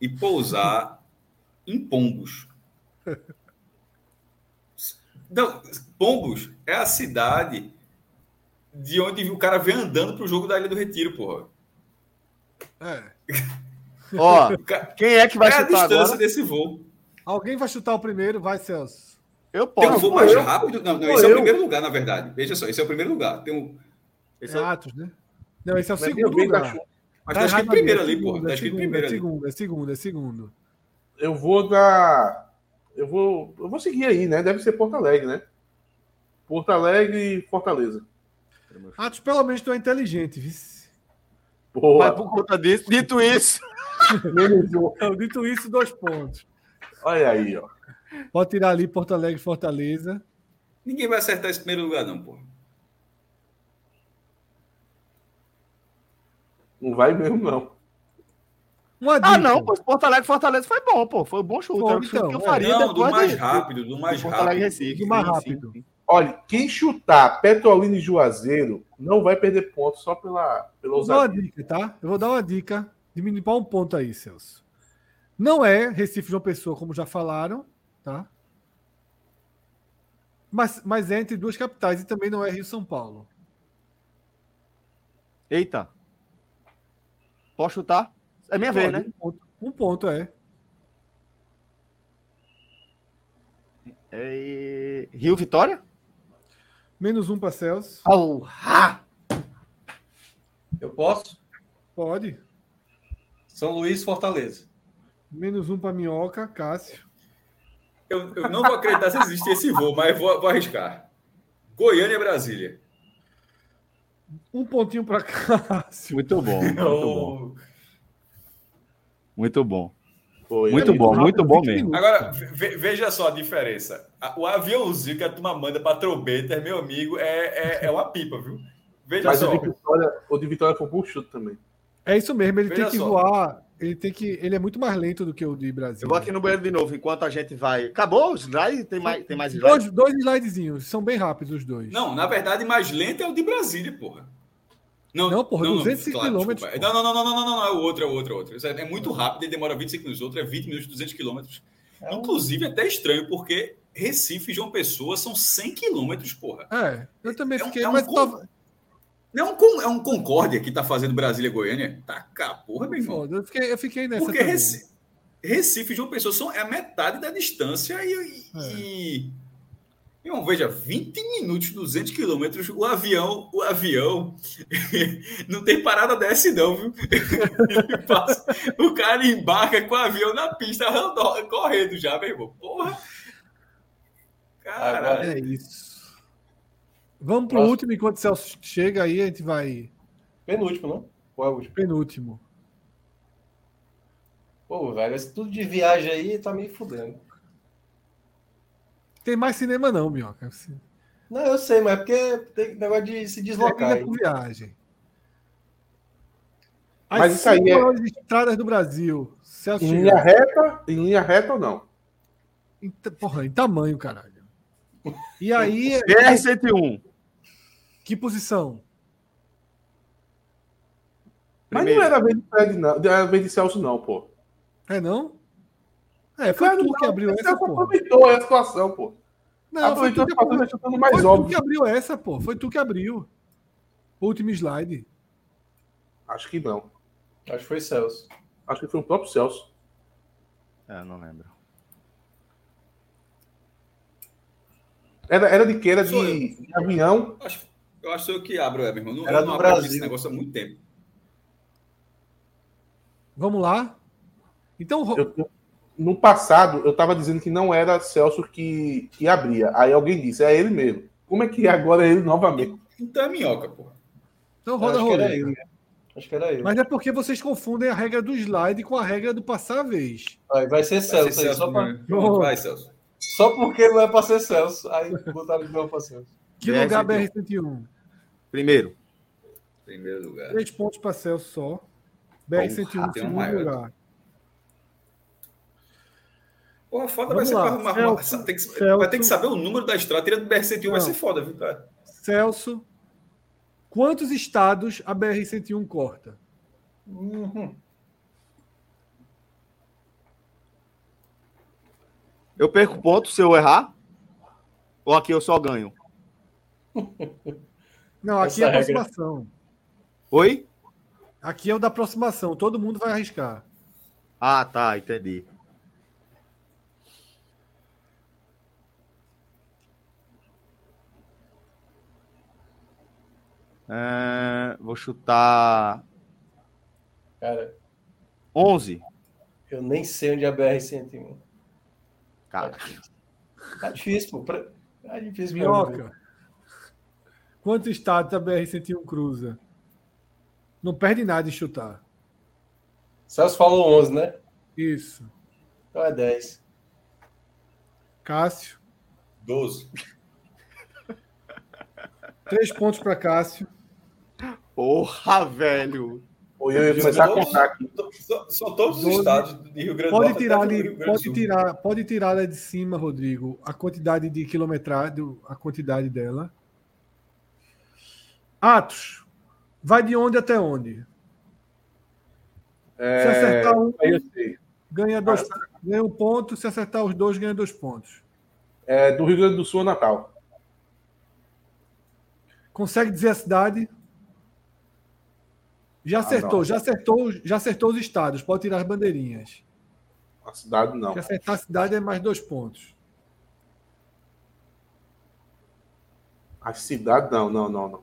S3: e pousar em Pombos. Não, Pombos é a cidade de onde o cara vem andando pro jogo da Ilha do Retiro, porra.
S2: É.
S5: Ó,
S3: O ca-
S5: quem é que
S3: É
S5: vai
S3: a
S5: chutar
S3: distância
S5: agora?
S3: desse voo.
S2: Alguém vai chutar o primeiro? Vai, Celso.
S5: Eu
S3: Tem um
S5: posso.
S3: voo mais rápido? Não, não,
S6: Sou
S3: esse é o
S6: eu.
S3: primeiro lugar, na verdade. Veja só, esse é o primeiro lugar. Tem um... esse
S2: É
S3: é o-
S2: Atos, né? Não, esse é o
S6: Mas
S2: segundo
S6: ninguém tá
S2: lugar.
S6: chutando.
S3: Mas
S2: Tá
S3: tá escrito
S2: errado ali,
S3: primeiro
S2: é
S3: ali, porra.
S2: segundo,
S3: Tá
S2: é
S3: escrito
S2: segundo,
S3: primeiro
S2: é
S3: ali.
S2: segundo, é segundo, é segundo.
S6: Eu vou dar. Eu vou. Eu vou seguir aí, né? Deve ser Porto Alegre, né? Porto Alegre e Fortaleza.
S2: Atos, pelo menos tu é inteligente, vice.
S6: Boa.
S5: Mas por conta disso, dito isso,
S6: Menos um.
S2: Então, dito isso, dois pontos.
S6: Olha aí, ó.
S2: Pode tirar ali Porto Alegre e Fortaleza.
S3: Ninguém vai acertar esse primeiro lugar, não, porra.
S6: Não vai mesmo, não.
S2: Uma dica.
S5: Ah, não, pô. Porto Alegre e Fortaleza foi bom, pô. Foi um bom chute.
S2: Foi,
S5: Era o chute
S2: então,
S5: que eu
S2: é.
S5: faria
S3: Não, do
S5: depois
S3: mais
S5: de-
S3: rápido, do mais
S5: de Porto Alegre e
S3: rápido.
S5: Recife.
S2: Do mais
S5: Sim, sim,
S2: rápido.
S5: sim.
S6: Olha, quem chutar Petrolina e Juazeiro não vai perder ponto só pela, pela
S2: Vou dar uma
S6: ousadia.
S2: dica, tá? Eu vou dar uma dica. Diminuir pra um ponto aí, Celso. Não é Recife João Pessoa, como já falaram, tá? Mas, mas é entre duas capitais e também não é Rio São Paulo.
S5: Eita. Posso chutar? É minha vez,
S2: Pode,
S5: né?
S2: um, ponto, um ponto é.
S5: É, Rio Vitória?
S2: Menos um para Celso.
S7: Eu posso?
S2: Pode.
S7: São Luís, Fortaleza.
S2: Menos um para Minhoca, Cássio.
S3: Eu, eu não vou acreditar se existe esse voo, mas vou, vou arriscar. Goiânia, Brasília.
S2: Um pontinho para Cássio.
S5: Muito bom, muito bom. Muito bom.
S6: Foi,
S5: Muito
S6: amigo.
S5: bom, muito bom
S2: 20
S5: mesmo.
S2: minutos.
S3: Agora, ve- veja só a diferença. A- O aviãozinho que a turma manda para trombeta, meu amigo, é, é, é uma pipa, viu? Veja
S6: Mas o
S3: só.
S6: de Vitória, o de Vitória foi por chute também.
S2: É isso mesmo, ele
S3: Veja
S2: tem que
S3: só.
S2: voar. Ele tem que. Ele é muito mais lento do que o de Brasil.
S5: Eu vou aqui no banheiro de novo, enquanto a gente vai. Acabou o slide? Tem mais, tem mais slide?
S2: Dois, dois slidezinhos, são bem rápidos os dois.
S3: Não, na verdade, mais lento é o de Brasília, porra.
S2: Não, porra, 205 quilômetros,
S3: desculpa. Não, não, não, não, não, não, não, é o outro, é o outro, é o outro. Isso É é muito rápido, ele demora 25 minutos, o outro é 20 minutos, 200 quilômetros. Inclusive, é até estranho, porque Recife e João Pessoa são 100 quilômetros, porra.
S2: É, eu também
S3: É um-
S2: fiquei.
S3: é um
S2: mas
S3: gol.
S2: tava-
S3: Não é um, con- é um Concórdia que tá fazendo Brasília e Goiânia? Tá cá, porra, meu irmão.
S2: foda, eu fiquei, eu fiquei nessa.
S3: Porque
S2: também.
S3: Recife, Recife e João Pessoa são é a metade da distância e. É. e irmão, veja, 20 minutos, 200 quilômetros, o avião, o avião, não tem parada dessa não, viu? Passa, o cara embarca com o avião na pista, andando, correndo já, meu irmão. Porra!
S2: Caralho. É isso. Vamos pro Nossa. último, enquanto o Celso chega aí, a gente vai...
S7: Penúltimo, não?
S2: Qual é o último? Penúltimo.
S7: Pô, velho, esse tudo de viagem aí tá meio fudendo.
S2: Tem mais cinema não, Minhoca.
S7: Não, eu sei, mas é porque tem negócio de se deslocar.
S2: É viagem. As mas isso aí é... estradas do Brasil.
S6: Celso em Chega. linha reta? Em linha reta ou não?
S7: é.
S2: Em, porra, em tamanho, caralho. E aí...
S5: BR-101.
S2: Que posição?
S6: Mas não era a vez de Fred, não. Era a vez de Celso, não, pô.
S2: É não? É, foi claro, tu não, que abriu essa, essa
S6: pô. aproveitou a situação, pô.
S2: Não, aproveitou foi, tu que, apro... mais foi óbvio. tu que abriu essa, pô. Foi tu que abriu. O último slide.
S6: Acho que não.
S7: Acho que foi Celso.
S6: Acho que foi o próprio Celso.
S5: É, não lembro.
S6: Era, era de que? Era de, de, avião?
S3: Acho, eu acho eu que abro, é, meu irmão. Não,
S7: era
S3: do
S7: não Brasil.
S3: esse negócio há muito tempo.
S2: Vamos lá? Então.
S6: Eu, no passado, eu estava dizendo que não era Celso que, que abria. Aí alguém disse, é ele mesmo. Como é que agora é ele novamente?
S3: Então é minhoca, pô.
S2: Então roda
S7: acho
S2: roda.
S7: Que eu, né? Acho que era ele.
S2: Mas é porque vocês confundem a regra do slide com a regra do passar a vez.
S7: Aí vai ser Celso. Vai ser Celso,
S3: só, pra... oh. vai, Celso.
S7: só porque não é para ser Celso. Aí botaram de novo para Celso.
S2: Que BR lugar BR-101?
S5: Primeiro.
S3: Primeiro lugar.
S2: Três pontos para Celso só. BR-101, segundo maior. lugar.
S3: Porra, foda Vamos vai lá. ser para arrumar. Celso, tem que, Celso, vai ter que saber o número da estrada. Tirando BR-101 vai ser foda, viu, cara?
S2: Celso, quantos estados a BR-101 corta?
S7: Uhum.
S5: Eu perco ponto se eu errar? Ou aqui eu só ganho?
S2: Não, aqui Essa é aproximação. Regra.
S5: Oi?
S2: Aqui é o da aproximação, todo mundo vai arriscar.
S5: Ah, tá, entendi. É, vou chutar.
S7: Cara.
S5: 11.
S7: Eu nem sei onde é a BR-101.
S5: Cara.
S7: Tá difícil, pô. Pra... Tá difícil,
S2: Minhoca. Quanto estado a BR-101 cruza? Não perde nada em chutar.
S7: Celso falou 11, né?
S2: Isso.
S7: Então é 10.
S2: Cássio.
S3: 12.
S2: Três pontos para Cássio.
S5: Porra, velho.
S6: Oi, eu ia começar a contar aqui.
S3: São todos os estados de Rio Grande do
S2: Norte. Pode tirar ali, pode tirar, pode tirar lá de cima, Rodrigo, a quantidade de quilometragem, a quantidade dela. Atos. Vai de onde até onde?
S6: É... Se acertar um,
S2: ganha, dois, ganha um ponto. Se acertar os dois, ganha dois pontos.
S6: É, do Rio Grande do Sul, Natal.
S2: Consegue dizer a cidade? Já acertou, ah, já acertou, já acertou os estados. Pode tirar as bandeirinhas.
S6: A cidade não.
S2: Se acertar a cidade é mais dois pontos.
S6: A cidade não, não, não, não.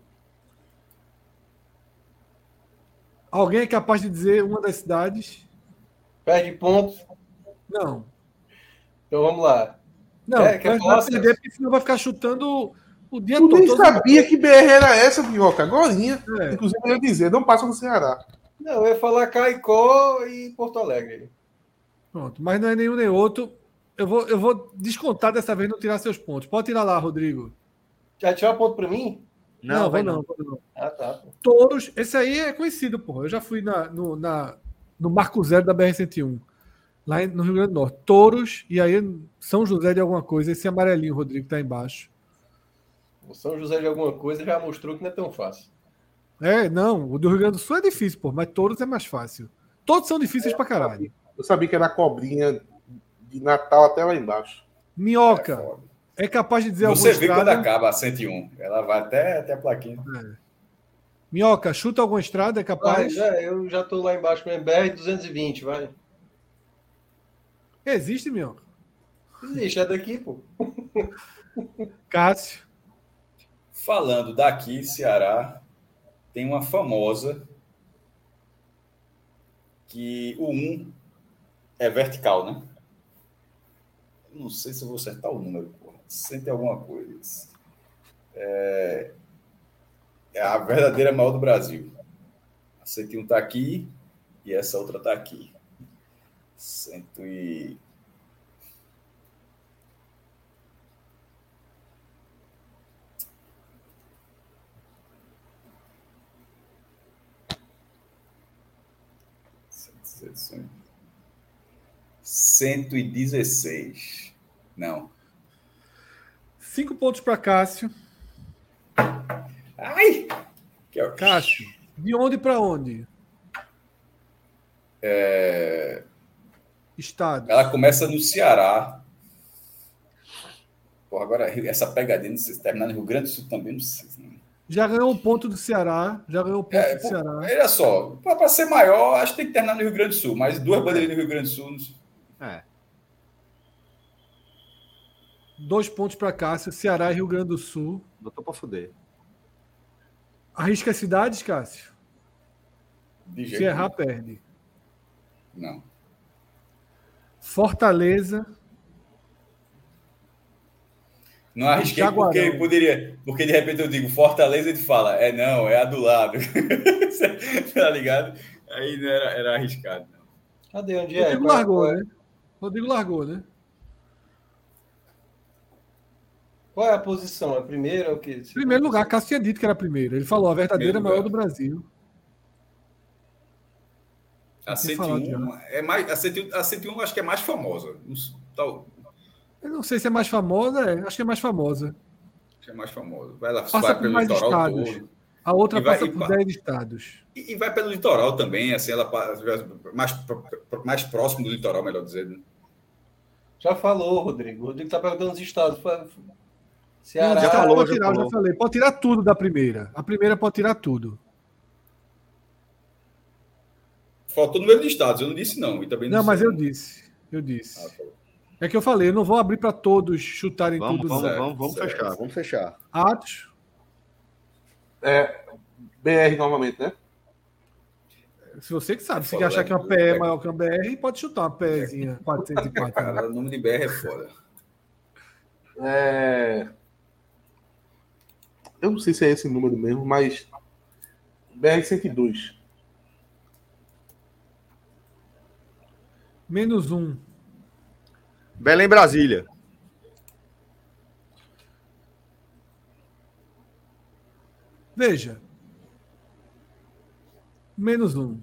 S2: Alguém é capaz de dizer uma das cidades?
S7: Perde pontos?
S2: Não.
S7: Então vamos lá.
S2: Não, é, quer vai perder, porque senão vai ficar chutando o dia
S6: tu
S2: todo.
S6: nem sabia que BR era essa, Minhoca, agora. É. Inclusive, eu ia dizer, não passa no Ceará.
S7: Não, eu ia falar Caicó e Porto Alegre.
S2: Pronto, mas não é nenhum nem outro. Eu vou, eu vou descontar dessa vez, não tirar seus pontos. Pode tirar lá, Rodrigo.
S7: Já tirou ponto para mim?
S2: Não, não vai não. não. não.
S7: Ah, tá. Pô.
S2: Todos. Esse aí é conhecido, porra. Eu já fui na, no, na, no Marco Zero da BR-101. Lá no Rio Grande do Norte. Touros, e aí São José de alguma coisa. Esse amarelinho, Rodrigo, tá embaixo.
S7: O São José de alguma coisa já mostrou que não é tão fácil.
S2: É, não. O do Rio Grande do Sul é difícil, porra. Mas touros é mais fácil. Todos são difíceis é, pra caralho.
S6: Eu sabia, eu sabia que era cobrinha de Natal até lá embaixo.
S2: Minhoca. É é capaz de dizer
S3: Você vê estrada... quando acaba a 101. Ela vai até, até a plaquinha.
S2: É. Minhoca, chuta alguma
S4: Ah,
S2: estrada, é capaz?
S7: Vai, já, eu já estou lá embaixo com o MBR 220, vai.
S2: Existe, Minhoca?
S4: Existe, é daqui, pô.
S2: Cássio.
S3: Falando daqui, Ceará, tem uma famosa que o 1 é vertical, né? Não sei se eu vou acertar o número, porra. Sente alguma coisa. É, é a verdadeira maior do Brasil. A 101 tá aqui e essa outra tá aqui. Cento e... Cento e dezesseis. Não.
S2: Cinco pontos para Cássio.
S3: Ai! Que
S2: Cássio, de onde para onde?
S3: É...
S2: Estado.
S3: Ela começa no Ceará. Pô, agora essa pegadinha, se terminar no Rio Grande do Sul também, não sei. Né?
S2: Já ganhou um ponto do Ceará. Já ganhou um ponto
S3: É,
S2: do
S3: pô,
S2: Ceará.
S3: Olha só, para ser maior, acho que tem que terminar no Rio Grande do Sul, mas duas bandeirinhas no Rio Grande do Sul. não sei.
S1: É.
S2: Dois pontos para Cássio, Ceará e Rio Grande do Sul.
S5: Botou pra fuder.
S2: Arrisca as cidades, Cássio?
S3: De jeito
S2: Se errar, perde.
S3: nenhum. Não.
S2: Fortaleza.
S3: Não arrisquei
S2: Jaguarão.
S3: porque poderia. Porque de repente eu digo Fortaleza e tu fala, é não, é a do lado. tá ligado? Aí não era, era arriscado. não.
S4: Cadê? Onde é?
S2: Rodrigo
S4: Qual-
S2: largou,
S4: qual é?
S2: né? Rodrigo largou, né?
S4: Qual é a posição? É primeiro ou o quê?
S2: Primeiro lugar, Cássio tinha dito que era primeiro. Ele falou a verdadeira
S3: Primeiro
S2: maior
S3: lugar.
S2: do Brasil.
S3: A
S2: Sem falar de
S3: 101 é mais. A 101, a 101 acho que é mais famosa. Não s- Tal,
S2: Eu não sei se é mais famosa, é. acho que é mais famosa.
S3: acho que é mais famosa. Vai lá,
S2: Passa
S3: vai
S2: por
S3: pelo
S2: mais
S3: litoral
S2: estados.
S3: todo.
S2: A outra
S3: E vai-
S2: passa
S3: e
S2: por
S3: pa-
S2: 10 estados.
S3: E, e vai pelo litoral também, assim, ela pa- mais, pro- pro- mais próximo do litoral, melhor dizendo.
S4: Já falou, Rodrigo. O Rodrigo tá perguntando os estados. Fa- Ceará.
S2: Não,
S5: já falou,
S2: pode
S5: já
S2: tirar, eu
S5: falou.
S2: falei. Pode tirar tudo da primeira. A primeira pode tirar tudo.
S3: Faltou o número de estados, eu não disse não. E também
S2: Não, mas
S5: é.
S3: sei.
S2: eu disse. Eu
S3: Ah,
S2: disse.
S3: tá.
S2: É que eu falei, eu não vou abrir para todos chutarem
S5: Vamos,
S2: tudo.
S5: vamos,
S2: não.
S3: certo,
S5: vamos, vamos
S3: certo.
S5: fechar, vamos fechar.
S2: Atos,
S6: É, BR novamente, né?
S2: se você que sabe, se
S3: Fala,
S2: achar que uma
S3: eu
S2: PE é
S3: pego.
S2: maior que uma BR, pode chutar uma PEzinha 404.
S3: Cara, o nome de BR é foda.
S6: É... Eu não sei se é esse número mesmo, mas BR-102.
S2: Menos um.
S5: Belém, Brasília.
S2: Veja. Menos um.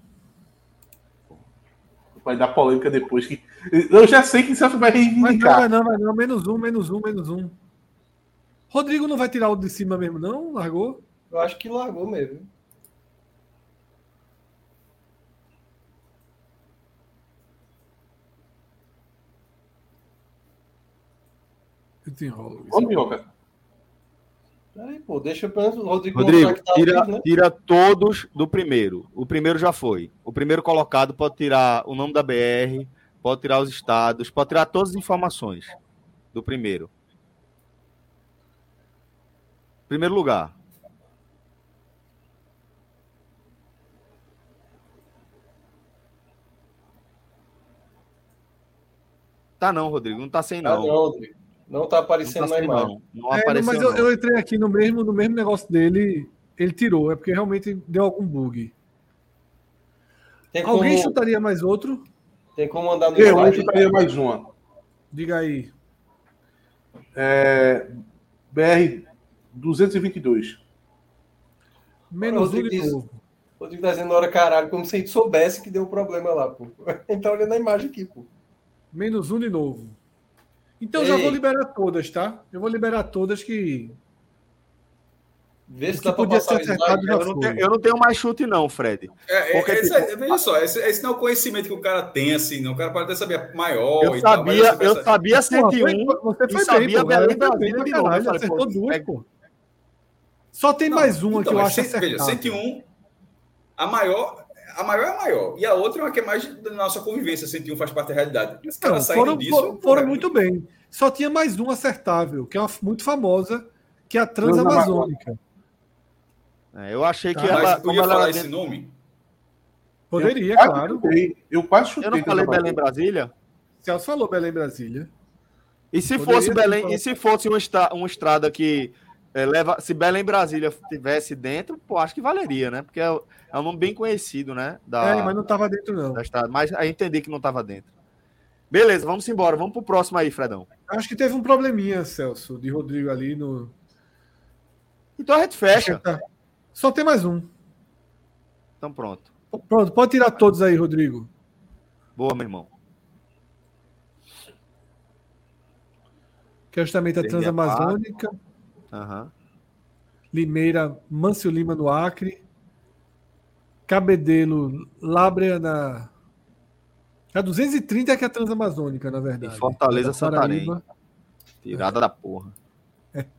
S6: Vai dar polêmica depois que. Eu já sei que Celso vai
S2: Mas não,
S6: reivindicar.
S2: vai não, vai não. Menos um, menos um, menos um. Rodrigo não vai tirar o de cima mesmo, não? Largou?
S4: Eu acho que largou mesmo.
S2: Eu te enrolo.
S6: Ô, Minhoca,
S4: Peraí, pô, deixa pelo menos o Rodrigo
S5: Rodrigo,
S4: mostrar que tá vivo, né?
S5: tira, tira todos do primeiro. O primeiro já foi. O primeiro colocado pode tirar o nome da BR, pode tirar os estados, pode tirar todas as informações do primeiro. Primeiro lugar. Tá não, Rodrigo, não tá sem
S4: Ah,
S5: não.
S4: não,
S5: Não
S4: Rodrigo. Não tá
S5: tá
S4: aparecendo na
S5: sem
S4: imagem.
S5: não. Não
S2: É,
S5: apareceu
S2: mas eu,
S5: não.
S2: eu entrei aqui no mesmo, no mesmo negócio dele, ele tirou. É porque realmente deu algum
S5: É,
S2: bug.
S4: Tem como,
S2: Alguém chutaria mais outro?
S4: tem como andar no
S6: eu
S4: site?
S6: hoje faria mais uma.
S2: Diga aí.
S6: É, BR-222.
S2: Menos um
S4: Rodrigo
S2: de
S4: disse-
S2: novo.
S4: O Rodrigo tá dizendo na hora, caralho, como se a gente soubesse que deu um problema lá, pô. A gente tá olhando a imagem aqui, pô.
S2: Menos um de novo. Então já
S4: Ei.
S2: vou liberar todas, tá? Eu vou liberar todas que.
S4: Vê
S2: O
S4: se
S2: que
S4: dá pra
S2: podia
S4: passar o
S2: ser
S4: slide.
S2: acertado já
S5: Eu não
S2: foi.
S5: tenho- eu não tenho mais chute não, Fred.
S3: É,
S5: Porque,
S3: é, esse- é,
S2: tipo,
S3: veja só, esse, esse não é o conhecimento que o cara tem, assim, não. O cara pode até saber a maior
S5: Eu
S3: e tal, então,
S5: sabia,
S3: mas você
S5: eu
S3: pensa-
S5: sabia
S2: Porra, foi-
S5: 101.
S2: você
S5: e sabia
S2: cara.
S5: Belém,
S2: Foi
S5: Brasília
S2: pra
S5: de novo. Eu
S2: caralho,
S5: falei,
S2: acertou
S5: pô,
S2: duas,
S5: é-
S2: pô. Só tem
S3: Não,
S2: mais uma
S3: então,
S2: um que eu
S3: mas
S2: acho
S3: cem- veja,
S2: acertada.
S3: 101, a maior, a maior é a maior. E a outra é uma que é mais da nossa convivência, 101 faz parte da realidade. Os
S2: Não,
S3: caras saíram
S2: foram,
S3: disso.
S2: foram- foram muito bem. Só tinha mais uma acertável, que é uma f- muito famosa, que é a Transamazônica.
S5: É, eu achei que
S2: Tá,
S3: Mas
S5: ela,
S3: tu
S5: como
S3: ia
S5: ela
S3: falar
S5: era
S3: esse
S5: dentro-
S3: nome?
S2: Poderia,
S5: É
S2: É
S6: Quase
S2: claro.
S6: chutei. Eu quase chutei.
S5: Eu não falei
S6: Tampa Bay.
S5: Belém Brasília.
S2: Celso falou Belém Brasília.
S5: E se
S2: Poderia
S5: fosse
S2: ter
S5: Belém,
S2: falado.
S5: e se fosse uma, estra- uma estrada que é, leva, se Belém Brasília tivesse dentro, pô, acho que valeria, né? Porque é, é um nome bem conhecido, né? Da,
S2: É, mas não estava dentro, não.
S5: da estrada. Mas aí entendi que não estava dentro. Beleza, vamos embora. Vamos pro próximo aí, Fredão.
S2: Acho que teve um probleminha, Celso, de Rodrigo ali no.
S5: Então a gente fecha.
S2: Só tem mais um.
S5: Então pronto.
S2: Pronto, pode tirar todos aí, Rodrigo.
S5: Boa, meu irmão.
S2: Que é justamente a
S5: Perdi a
S2: Transamazônica,
S5: Aham.
S2: Limeira, Mâncio Lima no Acre, Cabedelo, Lábrea na. A 230 é que é a Transamazônica, na verdade.
S5: Em Fortaleza,
S2: Da Paraíba.
S5: Tirada da porra.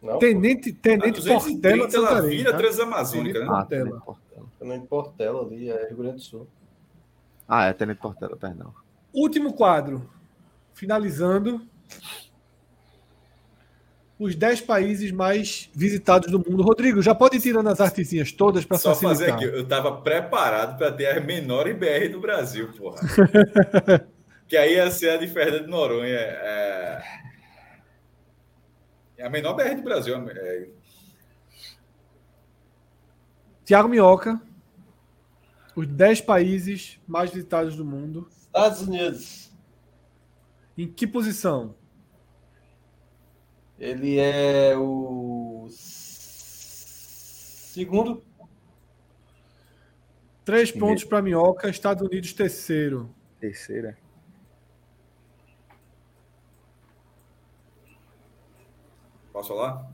S4: Não,
S2: Tenente,
S3: A
S2: tenente
S3: 230
S2: Portela É de
S3: ela
S2: Santarém.
S3: vira
S2: tá?
S3: Transamazônica, né?
S5: Ah,
S2: Portela.
S5: Tenente Portela.
S4: não em Portela ali, é Rio Grande do Sul.
S5: Ah, é Tenente Portela, perdão.
S2: Último quadro. Finalizando. Os 10 países mais visitados do mundo. Rodrigo, já pode ir tirando as artezinhas todas para
S3: Só
S2: facilitar.
S3: fazer aqui, eu tava preparado para ter a menor IBR do Brasil, porra. que aí ia ser a de Fernando de Noronha. É... é a menor BR do Brasil. é-
S2: Tiago Minhoca. Os 10 países mais visitados do mundo.
S4: Estados Unidos.
S2: Em que posição?
S4: Ele é o segundo.
S2: Três pontos para Minhoca, Estados Unidos terceiro.
S5: Terceira.
S3: Posso falar?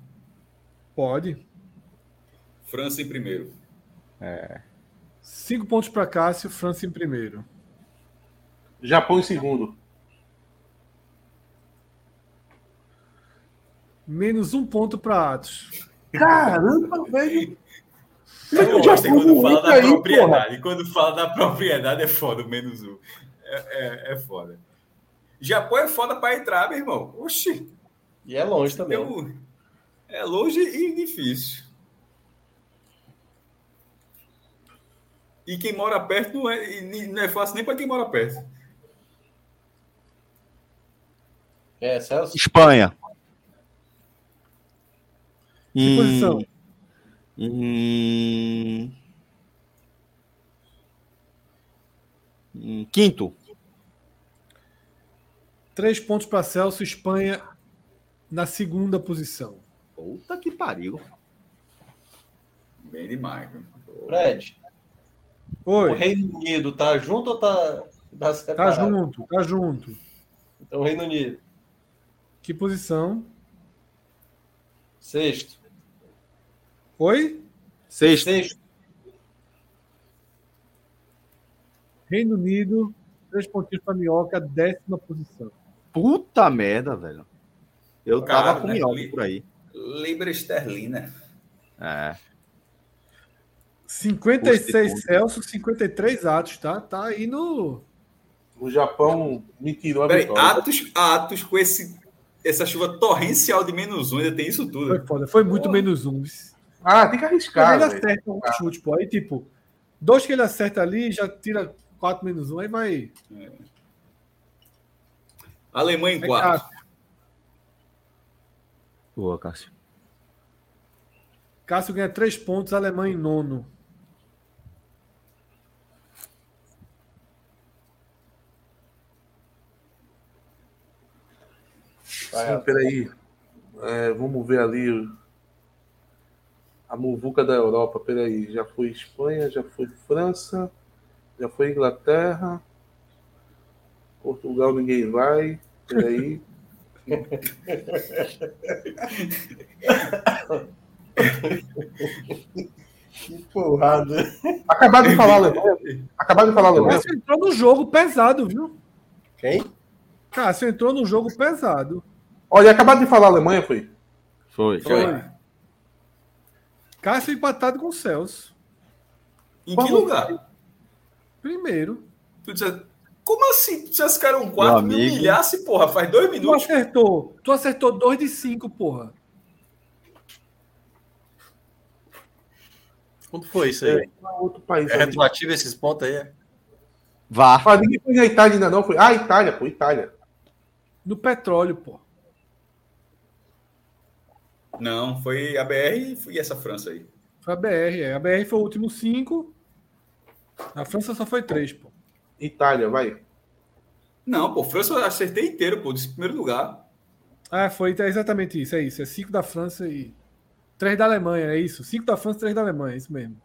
S2: Pode.
S3: França em primeiro.
S2: Cinco pontos para Cássio, França em primeiro.
S6: Japão em segundo.
S2: Menos um ponto para Atos.
S6: Caramba, velho.
S3: Eu gosto quando fala da
S6: aí,
S3: propriedade. Quando fala da propriedade é foda, o menos um. É, é, é foda. Japão é foda para entrar, meu irmão. Oxi,
S4: E é longe também.
S3: eu... é longe e difícil. E quem mora perto não é, e ni- não é fácil nem para quem mora perto.
S4: É, Celso?
S5: Espanha.
S1: Hum.
S2: Que
S5: Hum,
S2: posição?
S5: Em... em hum, Quinto.
S2: Três pontos para Celso, Espanha na segunda posição.
S5: Puta que pariu.
S3: Bem demais. meu irmão.
S4: Fred, o
S2: Oi,
S4: Reino Unido tá junto ou tá, tá
S2: tá
S4: separado?
S2: junto, tá junto.
S4: Então, Reino Unido,
S2: Que posição?
S4: sexto.
S2: Oi?
S5: Sexto.
S4: Sexto,
S2: Reino Unido, três pontinhos para Minhoca, décima posição.
S5: Puta merda, velho. Eu
S3: Caro,
S5: tava com
S3: né?
S5: minhoca por aí.
S3: Libra esterlina.
S5: É.
S2: 56 Celso, 53 Atos, tá? Tá aí no.
S6: O Japão me tirou a
S3: Peraí,
S6: vitória.
S3: Atos, Atos com esse, essa chuva torrencial de menos um, ainda tem isso tudo.
S2: Foi foda, foi muito menos um.
S6: Ah, tem que
S2: Mas
S6: arriscar.
S2: ele
S6: velho.
S2: acerta um chute, pô. Aí, tipo, dois que ele acerta ali, já tira 4 menos um, aí vai.
S3: Alemanha em
S2: vai
S3: quarto.
S2: Cássio.
S5: Boa, Cássio.
S2: Cássio ganha três pontos, Alemanha em nono.
S6: Ah, peraí. É, vamos ver ali o- a muvuca da Europa. Peraí, já foi Espanha, já foi França, já foi Inglaterra, Portugal ninguém vai. Peraí.
S4: empurrado.
S6: Acabaram de falar Alemanha. Acabaram de falar Alemanha.
S2: Cássio entrou no jogo pesado, viu?
S4: Quem?
S2: Cássio entrou no jogo pesado.
S6: Olha, acabaram de falar Alemanha, foi.
S5: Foi.
S3: Foi.
S2: Cássio empatado com o Celso.
S3: Em
S6: Qual
S3: que
S6: foi?
S3: lugar?
S2: Primeiro.
S3: Tu disse, como assim? Tu dissesse que era um 4, me
S5: amigo.
S3: humilhasse, porra, faz dois
S2: Tu
S3: minutos.
S2: acertou. Tu acertou 2 de 5, porra.
S4: Quanto foi isso aí?
S6: Outro país.
S4: É
S6: ali.
S4: retroativo esses pontos aí? é?
S5: Vá.
S6: Ah, ninguém foi na Itália ainda não. Foi. Ah, Itália, pô, Itália.
S2: No petróleo, porra.
S3: Não, foi a BR e foi essa França aí.
S2: Foi a BR, é. A BR foi o último 5. A França só foi 3, pô.
S6: Itália, vai.
S3: Não, pô, França eu acertei inteiro, pô, disse primeiro lugar.
S2: Ah, foi é exatamente isso, é isso. É 5 da França e 3 da Alemanha, é isso. 5 da França, 3 da Alemanha, é isso mesmo.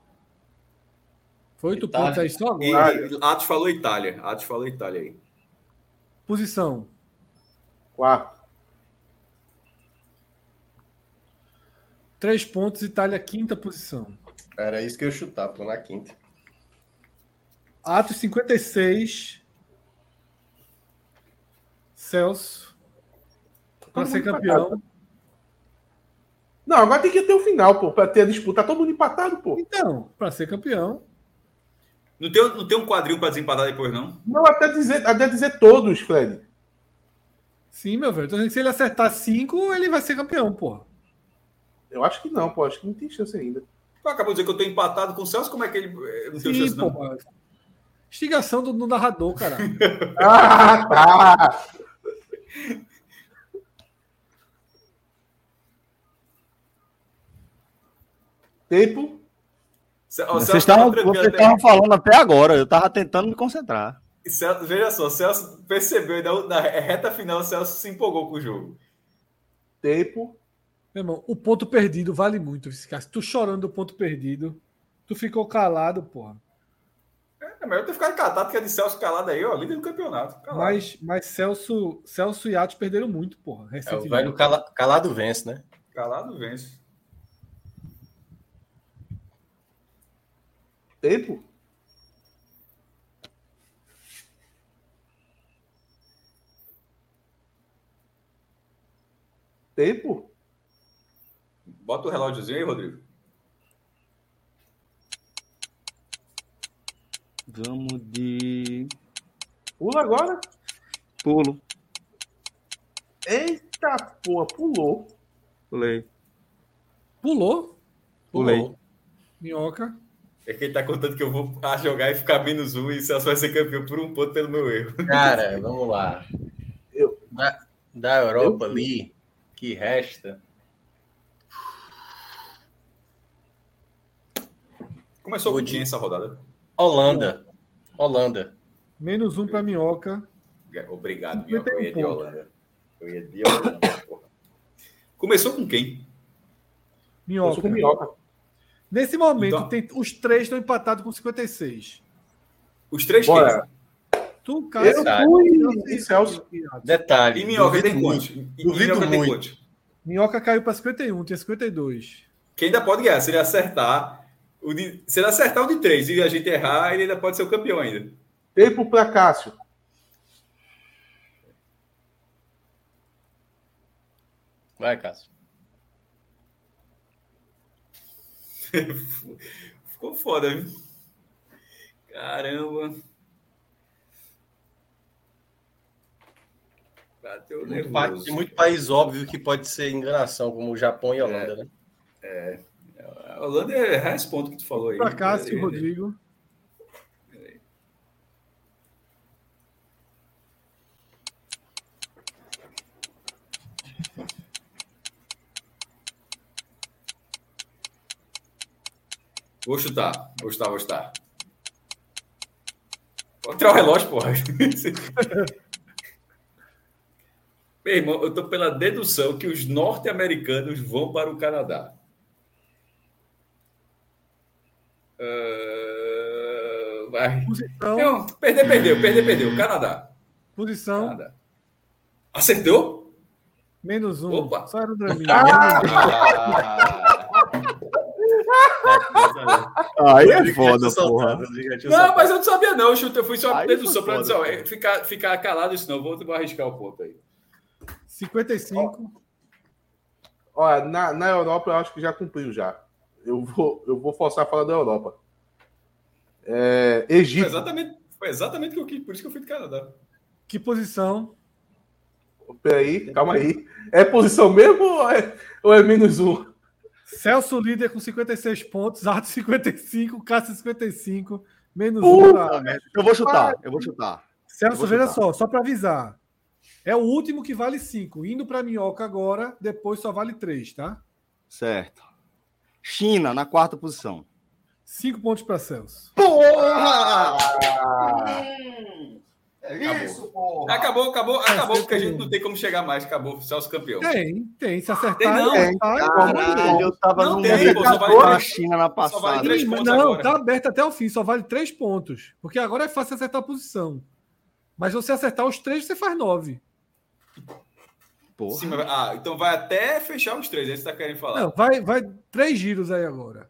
S2: Foi 8
S9: Itália.
S2: pontos aí só
S3: E
S2: agora.
S6: Itália.
S3: Atos falou Itália. Atos falou Itália aí.
S2: Posição.
S6: Quarto.
S2: 3 pontos, Itália, quinta posição.
S4: Era isso que eu ia chutar, pô, na quinta.
S2: Atos 56. Celso. Para
S6: Todo
S2: ser
S6: mundo
S2: campeão.
S6: Não, agora tem que ter o final, pô, pra ter a disputa. Tá todo mundo empatado, pô.
S2: Então, para ser campeão.
S3: Não tem, não tem um quadrinho pra desempatar depois, não?
S6: Não, até dizer, até dizer todos, Fred.
S2: Sim, meu velho. Tô dizendo que se ele acertar 5, ele vai ser campeão, porra.
S6: Eu acho que não, pô. Acho que não tem chance ainda.
S3: Tu acabou de dizer que eu tô empatado com o Celso, como é que ele. eh, Não tem chance,
S2: Sim,
S3: não.
S2: porra. Instigação do, do narrador, caralho.
S6: Ah, tá. Tempo.
S3: Ce- ó,
S5: Vocês
S3: tava
S5: estavam
S3: trancando
S5: vocês
S3: até-
S5: estavam falando até agora, eu tava tentando me concentrar.
S3: Celso- veja só, Celso percebeu, na, na reta final, Celso se empolgou com o jogo.
S6: Tempo.
S2: Meu irmão, o ponto perdido vale muito, esse cara. Se tu chorando do ponto perdido, tu ficou calado, porra.
S3: É melhor ter ficado catado que a de Celso calado aí, ó, líder do campeonato. Calado.
S2: Mas, mas Celso, Celso e Atos perderam muito, porra.
S4: É o
S2: Recentemente.
S4: velho cala- calado vence, né?
S3: Calado vence.
S6: Tempo. Tempo.
S3: Bota o relógiozinho aí, Rodrigo.
S5: Vamos de
S6: Pula agora.
S5: pulo.
S6: Eita porra, pulou.
S5: Pulei.
S2: Pulou,
S5: Pulei.
S2: minhoca.
S3: É que ele tá contando que eu vou a jogar e ficar menos um e Celso vai ser campeão por um ponto pelo meu erro.
S4: Cara, vamos lá.
S6: Eu-
S4: Da, da Europa ali, que resta.
S3: Começou
S4: Vou
S3: com
S4: de-
S3: quem essa rodada?
S4: Holanda. Holanda.
S2: Menos um pra minhoca.
S3: Obrigado,
S2: Meteu
S3: Minhoca. Eu ia
S2: um
S3: de
S2: ponto.
S3: Holanda. Eu ia de Holanda, porra. Começou com quem?
S6: Eu
S2: Minhoca.
S6: sou com minhoca.
S2: Nesse momento,
S3: Então-
S2: tem, os três estão empatados com 56.
S3: Os três
S6: Bora.
S2: Tu,
S6: Eu
S2: Cássio,
S6: fui. E Celso.
S2: e Atos.
S3: quem?
S4: Detalhe.
S3: E Minhoca tem
S4: muito.
S3: quantos? E- e
S4: Duvido
S3: Minhoca tem
S4: muito.
S3: quantos?
S2: Minhoca caiu pra 51, tinha 52.
S3: Que ainda pode ganhar. Se ele acertar. O de, se ele acertar o de três e a gente errar, ele ainda pode ser o campeão ainda.
S6: Tempo pra Cássio.
S4: Vai, Cássio.
S3: Ficou foda, viu? Caramba. Bateu
S4: Muito pa-
S3: nervoso.
S4: Tem muito país óbvio que pode ser enganação, como o Japão e a Holanda, né?
S3: A Holanda é responde o que tu falou aí. né?
S2: Pra Cássio e
S3: Ele-
S2: Rodrigo.
S3: Vou chutar, vou chutar, vou chutar. Vou tirar o relógio, porra. Meu irmão, eu tô pela dedução que os norte-americanos vão para o Canadá. Ah, vai.
S2: Posição,
S3: Eu, perder, perdeu, perder, perdeu. Canadá.
S2: posição,
S3: Canadá. Acertou?
S2: menos um.
S3: Opa.
S2: Só era o Draminha.
S5: Aí é
S4: Rodrigo já
S5: foda,
S4: tinha
S5: porra.
S4: soltado, Rodrigo já tinha
S3: Não,
S4: soltado.
S3: mas eu não sabia, não. Eu chutei, eu fui só
S5: Aí
S3: dedução
S5: foi
S3: para
S5: foda,
S3: dizer, ó, ficar, ficar calado isso não. Vou, vou arriscar o ponto aí.
S2: 55.
S6: Olha, na, na Europa eu acho que já cumpriu já. Eu vou, eu vou forçar a falar da Europa. É, Egito.
S3: Foi exatamente, foi exatamente o que eu quis, por isso que eu fui do Canadá.
S2: Que posição?
S6: Peraí, calma aí. É posição mesmo ou é, ou é menos um?
S2: Celso líder com 56 pontos, Arthur 55, Cássio 55, menos um.
S5: Puta
S2: da-
S5: Eu vou chutar, eu vou chutar. eu
S2: Celso,
S5: vou
S2: veja
S5: chutar.
S2: só, só para avisar. É o último que vale 5. Indo para minhoca agora, depois só vale 3, tá?
S5: Certo. China, na quarta posição.
S2: 5 pontos para Celso.
S5: Porra!
S9: Isso, porra.
S3: Acabou, acabou, acabou, porque a gente não tem como chegar mais. Acabou, Celso campeão.
S2: Tem, tem. Se acertar,
S3: Tem não.
S2: é, tá,
S5: Caralho, eu tava
S3: Não
S5: no
S3: tem,
S5: meio
S3: pô, só vai-
S5: da China na
S3: só vai
S5: passada.
S3: três
S2: Ih, mas
S3: pontos
S2: não,
S3: agora.
S2: tá aberto até o fim, só vale 3 pontos. Porque agora é fácil acertar a posição. Mas você acertar os 3, você faz 9.
S5: Porra.
S3: Sim, mas- ah, então vai até fechar os três, é isso que você tá querendo falar.
S2: Não, vai, vai 3 giros aí agora.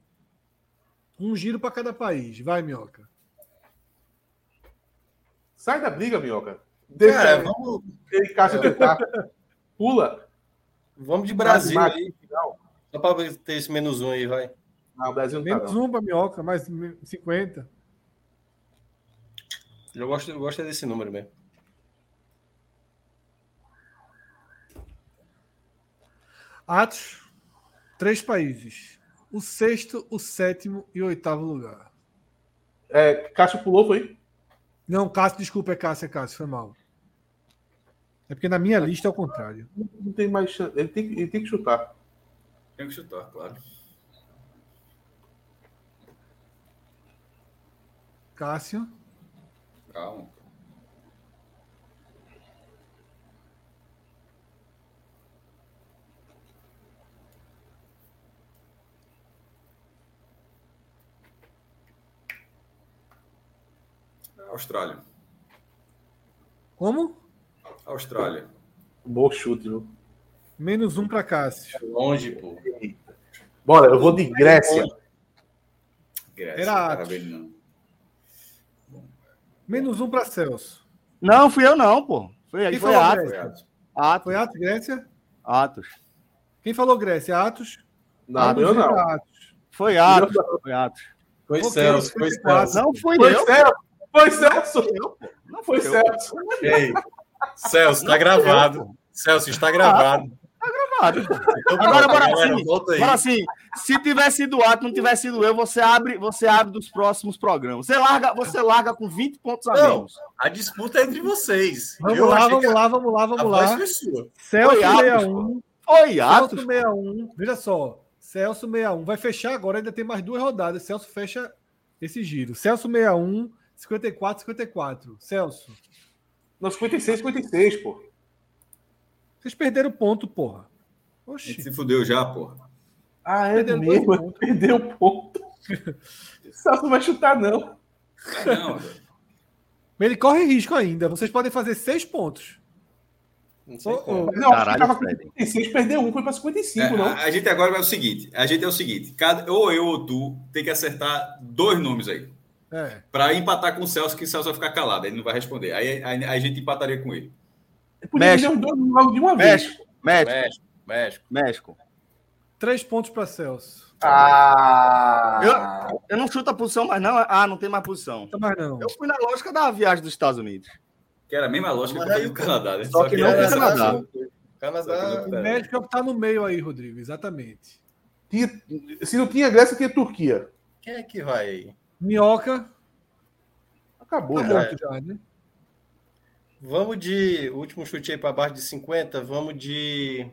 S2: Um giro para cada país. Vai,
S5: Tá
S2: minhoca.
S6: Sai da briga, minhoca. Deixa
S7: Cara,
S6: ele-
S7: vamos,
S6: ele caixa tentar. Pula.
S7: vamos de Brasil
S6: Bate,
S7: aí. Só para ter esse menos um aí, vai.
S6: Não, o Brasil não tá,
S2: Menos
S6: não.
S2: um para minhoca, mais 50.
S7: Eu gosto, eu gosto é desse número mesmo.
S2: Atos, três países. O sexto, o sétimo e o oitavo lugar.
S6: É, Cássio pulou, foi?
S2: Não, Cássio, desculpa, é Cássio, é Cássio, foi mal. É porque na minha lista é o contrário.
S6: Não tem mais chance. Ele tem, que- ele tem que chutar.
S3: Tem que chutar, claro.
S2: Cássio,
S3: Calma. Austrália.
S2: como?
S3: Austrália.
S6: Bom chute, viu?
S2: Menos um para Cássio.
S7: Longe, pô.
S6: Bora, eu vou de Grécia.
S3: Grécia.
S2: Era Atos.
S3: parabéns, não.
S2: Menos um para Celso.
S5: Não, fui eu não, pô. Foi aí,
S2: Quem
S5: foi
S2: falou
S5: Atos.
S3: Foi Atos.
S5: Atos.
S2: Foi Atos, Grécia?
S5: Atos.
S2: Quem falou Grécia? Atos?
S6: Não, eu
S2: Menos um
S6: não.
S2: pra Atos.
S5: Foi Atos. Foi Atos.
S7: Foi
S2: Ok,
S7: Celso, foi Celso.
S5: Não fui
S6: Foi
S5: eu.
S6: Celso. Foi Celso.
S5: Não fui
S6: Foi
S5: eu.
S6: Celso.
S4: Ei, Celso, tá gravado. Celso, está gravado.
S5: Claro.
S7: Ah,
S4: Então,
S5: Agora,
S4: volta,
S5: bora
S4: galera,
S5: sim.
S4: Volta aí.
S5: Agora assim, se tivesse sido Atos, não tivesse sido eu, você abre, você abre dos próximos programas. Você larga, você larga com 20 pontos a
S4: Não.
S5: menos.
S4: A disputa é entre vocês.
S2: Vamos
S4: Eu
S2: lá,
S4: achei que
S2: vamos lá, vamos lá,
S4: a- a
S2: vamos
S4: voz
S2: lá.
S4: foi sua.
S2: Celso
S5: Foi Atos,
S2: 61.
S5: Foi
S2: Celso
S5: Atos.
S2: 61. Veja só. Celso 61. Vai fechar agora, ainda tem mais duas rodadas. Celso fecha esse giro. Celso 61, 54, 54. Celso,
S6: Não, 56, 56, pô.
S2: vocês perderam ponto, porra.
S3: A gente
S2: Oxi.
S3: se fudeu já, porra.
S6: Ah, é
S2: Perdeu dois
S6: mesmo.
S2: pontos.
S6: Perdeu ponto. Celso não vai chutar, não.
S3: Ah, não, velho.
S2: Mas Ele corre risco ainda. Vocês podem fazer seis pontos.
S7: Não sei
S2: Ô,
S7: como.
S2: ô,
S6: Não,
S5: Caralho,
S6: tava com
S5: Fred.
S6: 56, perdeu um, foi pra 55,
S3: É,
S6: não.
S3: a, a gente agora vai o seguinte. A gente é o seguinte. Cada, ou eu ou tu tem que acertar dois nomes aí.
S2: É.
S3: Pra empatar com o Celso, que o Celso vai ficar calado, ele não vai responder. Aí, aí- aí a gente empataria com ele.
S6: Podia
S5: México.
S6: fazer um dois logo de uma vez.
S5: México. México.
S4: México, México.
S5: México.
S2: Três pontos para Celso.
S6: Ah!
S5: Eu, eu não chuto a posição mais, não. Ah, não tem mais posição.
S2: Não, Mas não.
S5: Eu fui na lógica da viagem dos Estados Unidos.
S3: Que era a mesma lógica
S4: Mas
S3: que
S4: aí
S3: o Canadá, né?
S5: Só que não
S4: É,
S5: assim,
S3: era-
S5: o Canadá.
S3: Só
S4: Canadá.
S3: que
S2: O
S3: não-
S2: médico é o que tá no meio aí, Rodrigo. Exatamente.
S6: Tinha- se não tinha Grécia, tinha Turquia.
S4: Quem é que vai aí?
S2: Minhoca.
S6: Acabou,
S2: tá
S6: já.
S2: morto já, né?
S4: Vamos de. o Último chute aí para baixo de 50. Vamos de.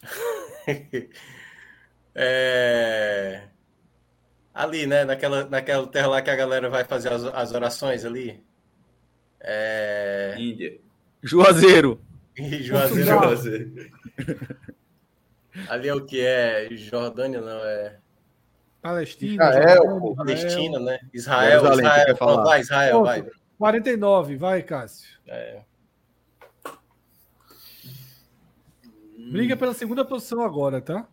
S4: É, Ali, né? Naquela, naquela terra lá que a galera vai fazer as, as orações ali.
S5: né?
S4: É...
S3: Índia.
S5: Juazeiro.
S4: e Juazeiro.
S2: Portugal.
S4: Ali é o que é Jordânia, não é?
S2: Palestina.
S6: Israel,
S2: Jordânia,
S6: pô,
S2: Israel.
S4: Palestina, né? Israel,
S5: Jerusalém, tu
S4: Israel.
S5: quer falar?
S4: Vai, Israel,
S2: Pronto.
S4: vai.
S2: 49. Vai, Cássio.
S4: É.
S2: Briga pela segunda posição agora, tá?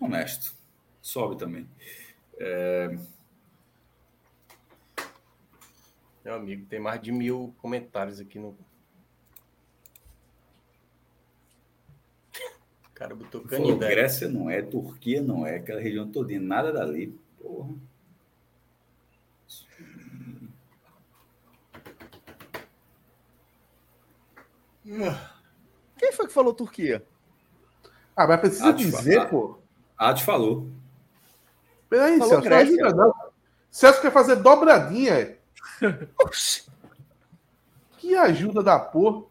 S3: Honesto. Sobe também.
S4: Meu amigo, tem mais de mil comentários aqui no. cara botou
S3: Falou,
S4: Canindé.
S3: Grécia não é, Turquia não é, aquela região todinha, nada dali. Porra.
S5: Quem foi que falou Turquia?
S6: Ah, mas precisa
S3: Ah,
S6: dizer,
S3: ah.
S6: pô.
S3: Atos falou.
S6: Peraí,
S5: Falou
S6: Celso, não
S5: Grécia.
S6: ajuda não. Celso quer fazer dobradinha, é. Que ajuda da porra.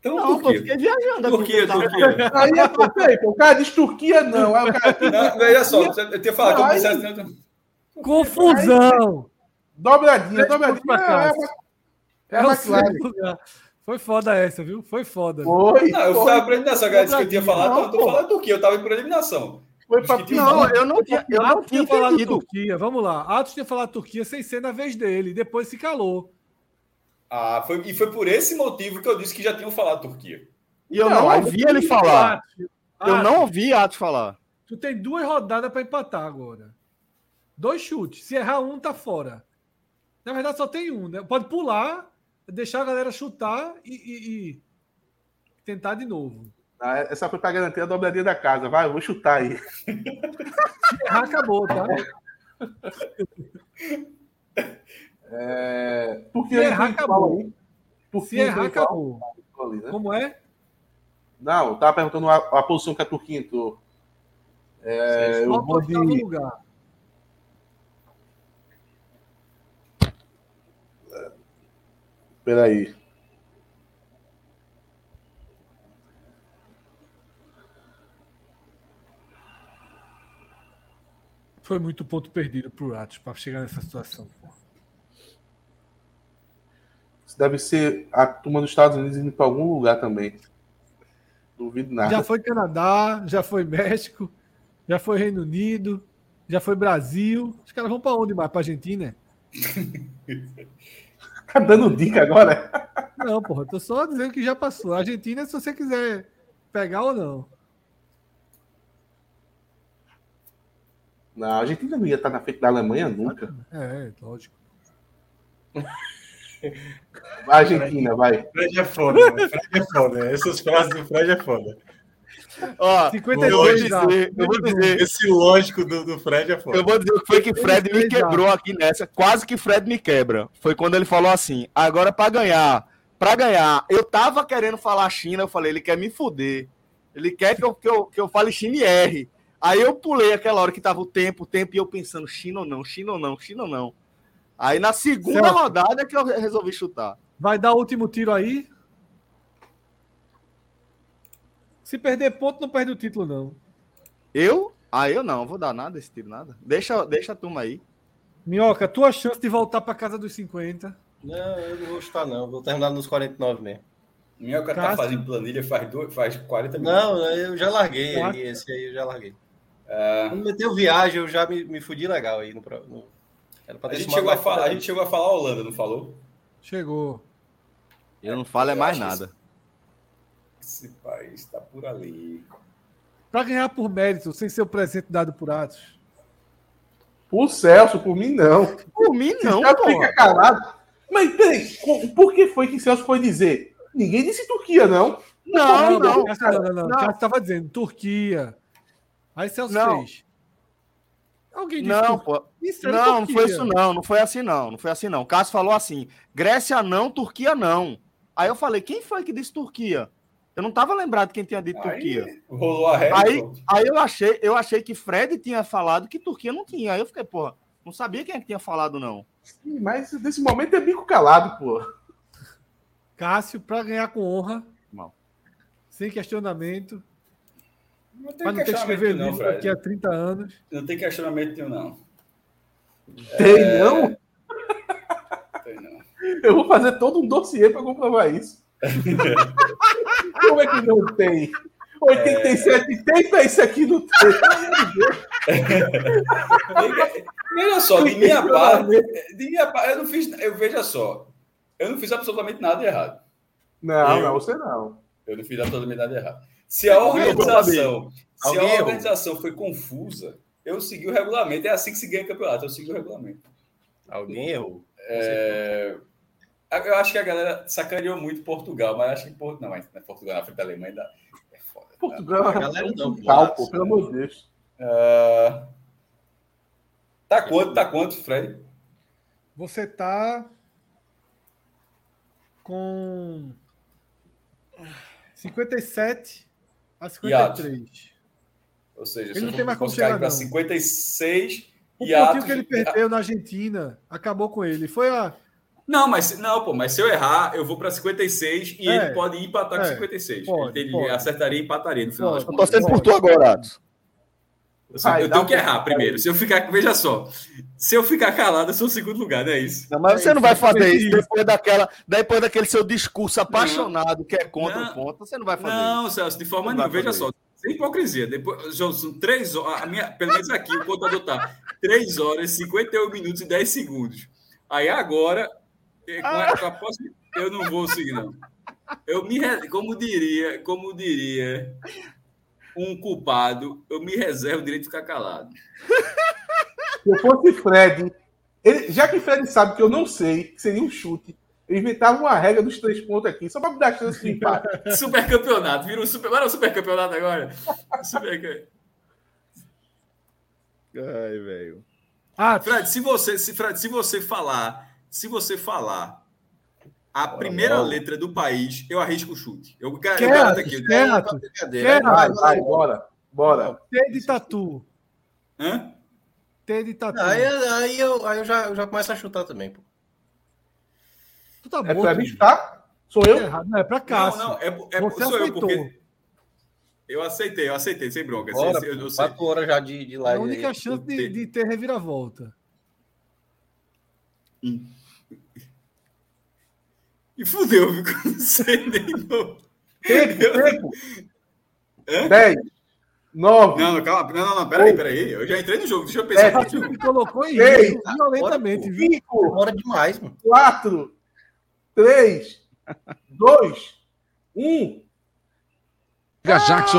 S3: Então,
S5: Não, pô,
S3: Turquia.
S5: fiquei viajando. aqui. tá?
S3: Turquia, Turquia.
S6: Aí, pô, peraí, pô, o cara diz Turquia não. Aí o cara diz
S3: Não, veja só, eu tinha falado que eu precisasse-
S2: Confusão!
S6: dobradinha, dobradinha.
S2: pra cá.
S6: É, é, uma- é
S2: É o
S6: uma classe.
S2: segundo lugar. Foi foda essa, viu? Foi foda.
S6: Foi,
S3: Não, eu
S6: foi,
S3: estava por eliminação, cara, disse que eu tinha falado,
S6: Não,
S3: eu tô
S6: pô.
S3: falando Turquia, eu estava em por eliminação.
S6: foi pra
S3: Não,
S6: não,
S5: Não, eu não tinha, eu não
S2: Atos
S5: tinha
S2: tinha falado
S5: entendido.
S2: Turquia, vamos lá. Atos tinha falado Turquia sem ser na vez dele, depois se calou.
S3: Ah, foi, e foi por esse motivo que eu disse que já tinham falado Turquia.
S5: E eu
S6: Não,
S5: não
S6: aí
S5: ouvi ele falar.
S2: Atos,
S5: Eu não ouvi Atos falar.
S2: Tu tem duas rodadas para empatar agora. Dois chutes. Se errar um, tá fora. Na verdade, só tem um, né? Pode pular, deixar a galera chutar e, e- e tentar de novo.
S6: Ah, Essa foi pra garantir a dobradinha da casa. Vai, eu vou chutar aí.
S2: Se errar, acabou, tá?
S6: É... Turquia
S2: Se
S6: e
S2: errar,
S6: Turquia,
S2: acabou.
S6: aí. Turquia
S2: Se
S6: e
S2: errar,
S6: Turquia,
S2: acabou.
S6: ali, né?
S2: Como é?
S6: Não, eu tava perguntando a, a posição que a Turquia entrou. É, eu
S2: Volta
S6: vou
S2: ao
S6: de.
S2: oitavo
S5: um.
S2: lugar.
S6: Peraí.
S2: Foi muito ponto perdido pro Atos para chegar nessa situação.
S6: Isso Deve ser a turma dos Estados Unidos indo pra algum lugar também. Duvido nada.
S2: Já foi Canadá, já foi México, já foi Reino Unido, já foi Brasil. Os caras vão para onde mais? Para Argentina?
S6: Tá dando dica agora?
S2: Não, porra, tô só dizendo que já passou. A Argentina, se você quiser pegar ou não.
S6: Não, a Argentina não ia estar na frente da Alemanha nunca.
S2: É, lógico.
S6: Vai, Argentina, vai.
S4: Fred é foda, né? Fred é foda. Essas frases do Fred é foda.
S5: Ó,
S2: 52
S5: Ah, eu vou
S2: já.
S5: dizer, eu vou dizer,
S4: Esse lógico do, do Fred é foda.
S5: eu vou dizer o que foi que Fred me
S2: 52 já.
S5: quebrou aqui nessa. Quase que Fred me quebra. Foi quando ele falou assim: agora pra ganhar, pra ganhar, eu tava querendo falar China, eu falei, ele quer me fuder. Ele quer que eu, que eu, que eu fale China e R. Aí eu pulei aquela hora que tava o tempo, o tempo, e eu pensando, China ou não, China ou não, China ou não. Aí na segunda
S2: Celso.
S5: rodada que eu resolvi chutar.
S2: Vai dar o último tiro aí? Se perder ponto, não perde o título, não.
S5: Eu? Ah, eu não, vou dar nada esse tiro, nada. Deixa, deixa a turma aí.
S2: Minhoca, tua chance de voltar para casa dos 50.
S4: Não, eu não vou chutar, não. Eu Vou terminar nos 49 mesmo.
S3: Minhoca tá
S2: Cássio.
S3: fazendo planilha faz, dois, faz 40 minutos.
S4: Não, eu já larguei aí. Esse aí eu já larguei.
S3: É,
S4: Quando meteu viagem, eu já me, me fudi legal aí no. pro- no... Era pra
S3: A
S4: ter
S3: gente,
S4: tomado
S3: chegou a,
S4: mais-
S3: falar, a gente chegou a falar Holanda, não falou?
S2: Chegou.
S5: Eu não falo é
S3: Eu
S5: mais
S3: acho
S5: nada.
S3: Esse país tá por ali.
S2: Para ganhar por mérito, sem ser o presente dado por Atos.
S6: Por Celso, por mim não.
S5: Por mim, não,
S6: Já
S5: pô.
S6: fica calado. Mas peraí, co- por que foi que Celso foi dizer? Ninguém disse Turquia, não.
S5: Não, não.
S2: Cássio, não, não, não.
S5: Não.
S2: Cássio tava dizendo Turquia. Aí Celso
S5: Não.
S2: fez. Alguém disse
S5: Não,
S2: Turquia.
S5: pô.
S2: Isso era
S5: Não, não
S2: Turquia.
S5: foi isso não, não foi assim não, não foi assim não. O Cássio falou assim, Grécia não, Turquia não. Aí eu falei, quem foi que disse Turquia? Eu não tava lembrado quem tinha dito
S3: Aí-
S5: Turquia.
S3: Rolou a régua.
S5: Aí-
S3: pronto.
S5: Aí eu achei, eu achei que Fred tinha falado que Turquia não tinha. Aí eu fiquei, porra, não sabia quem é que tinha falado não.
S6: Ih, Mas nesse momento é bico calado, pô.
S2: Cássio, para ganhar com honra.
S5: Mal.
S2: Sem questionamento.
S3: Não tem
S2: Para não ter que
S3: questionamento
S2: escrever
S3: não,
S2: livro
S3: Fred.
S2: daqui a 30 anos.
S3: Não tem questionamento nenhum, não.
S6: Tem, não?
S3: Tem, não.
S6: Eu vou fazer todo um dossiê pra comprovar isso. Como é que não tem? 87 tem, mas isso aqui não tem.
S3: Tem que- Veja só, de minha parte, de minha parte, eu não fiz, eu veja só, eu não fiz absolutamente nada errado.
S6: Não,
S3: Eu.
S6: não, você não.
S3: Eu não fiz absolutamente nada errado. Se a organização, se
S4: Alguém
S3: a
S4: errou.
S3: organização foi confusa, eu segui o regulamento. É assim que se ganha campeonato, eu segui o regulamento.
S4: Alguém errou.
S3: É, é Eu acho que a galera sacaneou muito Portugal, mas acho que Portugal. Não, mas Portugal na frente da Alemanha dá.
S9: foda.
S6: Portugal
S9: A galera
S6: é
S9: não,
S6: um tal,
S9: pô.
S6: pô, pelo amor de Deus.
S9: Ah, tá quanto, tá quanto, Fred?
S13: Você tá com 57 a 53.
S9: Ou seja,
S13: Ele
S9: se
S13: não
S9: eu
S13: tem mais como
S9: fosse cair
S13: chegar,
S9: pra
S13: não.
S9: 56
S13: O
S9: e
S13: pouquinho
S9: Atos...
S13: que ele perdeu na Argentina acabou com ele. Foi a.
S3: Não, mas se- não, pô, mas se eu errar, eu vou para 56 e
S13: É.
S3: ele pode empatar com
S13: É.
S3: 56.
S13: Pode,
S3: ele
S13: pode.
S3: teria- acertaria e empataria no final
S13: Pode.
S3: das
S5: Eu
S3: contas.
S5: tô sendo por tu agora, Atos.
S3: Eu, sou-
S6: Vai,
S3: eu
S6: dá
S3: tenho
S6: um
S3: que errar
S6: pouco.
S3: primeiro. Se eu ficar, veja só, se eu ficar calado, eu sou o segundo lugar, não é isso?
S5: Não, mas
S13: É,
S5: você não vai fazer
S13: exatamente
S5: isso depois, daquela, depois daquele seu discurso apaixonado que é contra
S3: Não.
S5: o ponto. Você não vai fazer isso.
S3: Não, Celso, de forma
S5: Não
S3: nenhuma.
S5: vai
S3: Veja
S5: fazer
S3: só, sem hipocrisia. Depois, já são três horas. A minha, pelo menos aqui, o contador tá 3 horas, 51 minutos e 10 segundos. Aí agora, eh, com a, com a possi- eu não vou seguir, não. Eu me, re- como diria, como diria um culpado, eu me reservo o direito de ficar calado.
S6: Se eu fosse Fred, ele- já que Fred sabe que eu não sei, que seria um chute, eu inventava uma regra dos três pontos aqui, só pra me dar chance de empate.
S3: Super campeonato, vira um super. Bora um super campeonato agora? Super campeonato.
S5: Ai, velho.
S13: Ah,
S3: Fred, se você, se, Fred, se você falar, se você falar a primeira letra do país, eu arrisco o chute. Eu gar- eu garanto
S13: Quer,
S3: tá aqui. né? eu-
S13: quer, Atos?
S2: É,
S4: Brincadeira.
S13: Quer,
S6: Vai, vai, bora. Bora.
S13: T de tatu.
S3: Hã?
S13: T de tatu.
S4: Aí,
S3: é-
S4: aí, eu, aí eu, já, eu já começo a chutar também, pô.
S13: Tu tá
S6: É
S13: bom.
S6: pra
S13: tu.
S6: mim, tá? Sou
S13: Tá
S6: eu?
S13: errado. Não, é pra
S3: Não,
S13: Cássio.
S3: não, é, po- é po-
S13: Você
S3: sou eu,
S13: aceitou.
S3: porque eu aceitei, eu aceitei, sem bronca. sem-
S4: Bora,
S3: sem- eu não
S4: pô,
S3: sei.
S4: quatro horas já de, de
S13: É
S4: live.
S13: a única
S4: aí.
S13: chance de, de ter reviravolta.
S3: E fudeu, viu? Não sei nem. Não,
S6: Tempo, tempo.
S3: Hã?
S6: 10, 9,
S3: não, não, calma. Não, não, não, peraí, peraí. Eu já entrei no jogo, deixa eu pensar.
S6: É,
S3: no
S13: Cássio
S3: jogo.
S13: me colocou em
S6: Ei,
S13: risco violentamente, viu?
S6: 5,
S4: Demora demais, mano.
S6: 4, 3, 2, 1.
S14: Jackson.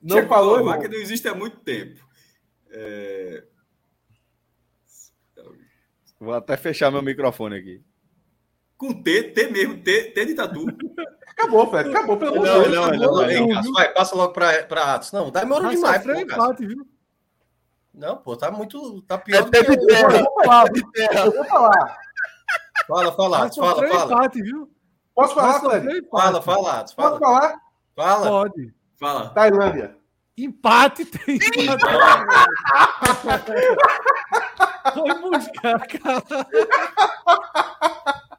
S6: Não falou, irmão.
S3: Tchecoslováquia não existe há muito tempo. É,
S5: Vou até fechar meu microfone aqui.
S3: com T, T mesmo, T, T de tatu.
S6: Acabou, Fred. Acabou, pelo amor de
S4: Não,
S6: Deus.
S4: não, não,
S6: acabou.
S4: não, vem, Cássio, Vai, passa logo pra, pra Atos. Não, demora
S13: Mas
S4: É demais,
S13: sofreu
S4: pô, Cássio.
S13: empate, viu?
S4: Não, pô, tá muito. Tá
S5: É
S4: pior do
S5: teve
S4: que.
S6: Eu
S5: terra.
S6: vou falar, eu vou falar.
S4: Fala, fala,
S13: Mas
S4: Atos, fala,
S13: sofreu
S4: fala.
S13: empate, viu?
S6: Posso falar,
S13: Mas
S6: Fred?
S13: sofreu empate.
S4: Fala, fala, Atos,
S6: Posso
S4: fala.
S6: falar?
S4: Fala.
S13: Pode.
S3: Fala.
S6: Tailândia.
S13: Empate tem. Foi buscar, cara.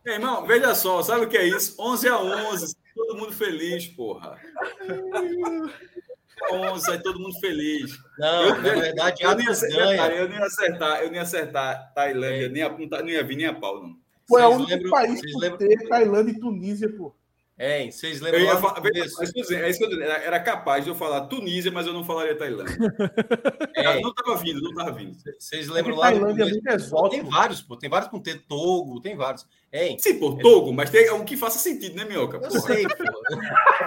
S3: Meu É, irmão, veja só, sabe o que é isso? 11 a 11, todo mundo feliz, porra. 11, aí todo mundo feliz.
S4: Não, na verdade,
S3: eu, nem
S4: Atos
S3: acertar,
S4: ganha.
S3: eu nem ia acertar, eu nem ia acertar Tailândia, nem apontar, não ia vir nem a pau, não.
S6: Pô, é o
S4: Vocês
S6: único
S4: lembram-
S6: país
S4: vocês
S6: que
S4: lembram-
S6: tem Tailândia e Tunísia, pô.
S4: Hein, vocês
S3: Eu
S4: lembram?
S3: ia
S4: lá
S3: fa-
S4: no
S3: veja
S4: começo?
S3: só, é isso que eu dizia, é isso que eu dizia, era, era capaz de eu falar Tunísia, mas eu não falaria Tailândia.
S4: Hein,
S3: Não tava vindo, não tava vindo.
S4: Vocês
S6: Porque
S4: lembram lá no
S6: Tailândia é
S4: começo?
S6: muito
S4: Pô, Tem
S6: exótico.
S4: vários, pô. Tem vários com T, Togo, tem vários. Hein,
S3: Sim, pô, Togo, mas tem um que faça sentido, né, Minhoca?
S4: eu
S3: Porra.
S4: sei, pô. Eu tô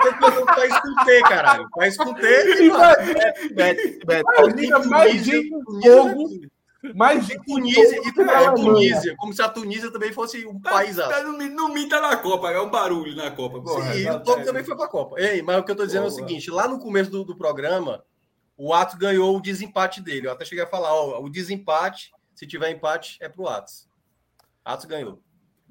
S4: pegando um país com T, caralho. País com T. tem vários.
S5: Beto, Beto.
S6: Tailândia, é mais gente em Togo, mais gente
S4: E Tunísia, e
S6: que na
S4: Tunísia,
S6: Alemanha.
S4: Tunísia, como se a Tunísia também fosse um país
S3: Tá,
S4: alto.
S3: tá, não, me- não minta na Copa, é um barulho na Copa. porra.
S4: Sim, e
S3: Tá,
S4: o Togo
S3: tá,
S4: também foi pra Copa. Ei, mas o que eu tô dizendo é o
S6: Boa.
S4: seguinte: lá no começo do, do programa, o Atos ganhou o desempate dele. Eu até cheguei a falar: ó, o desempate, se tiver empate, é pro Atos. Atos ganhou.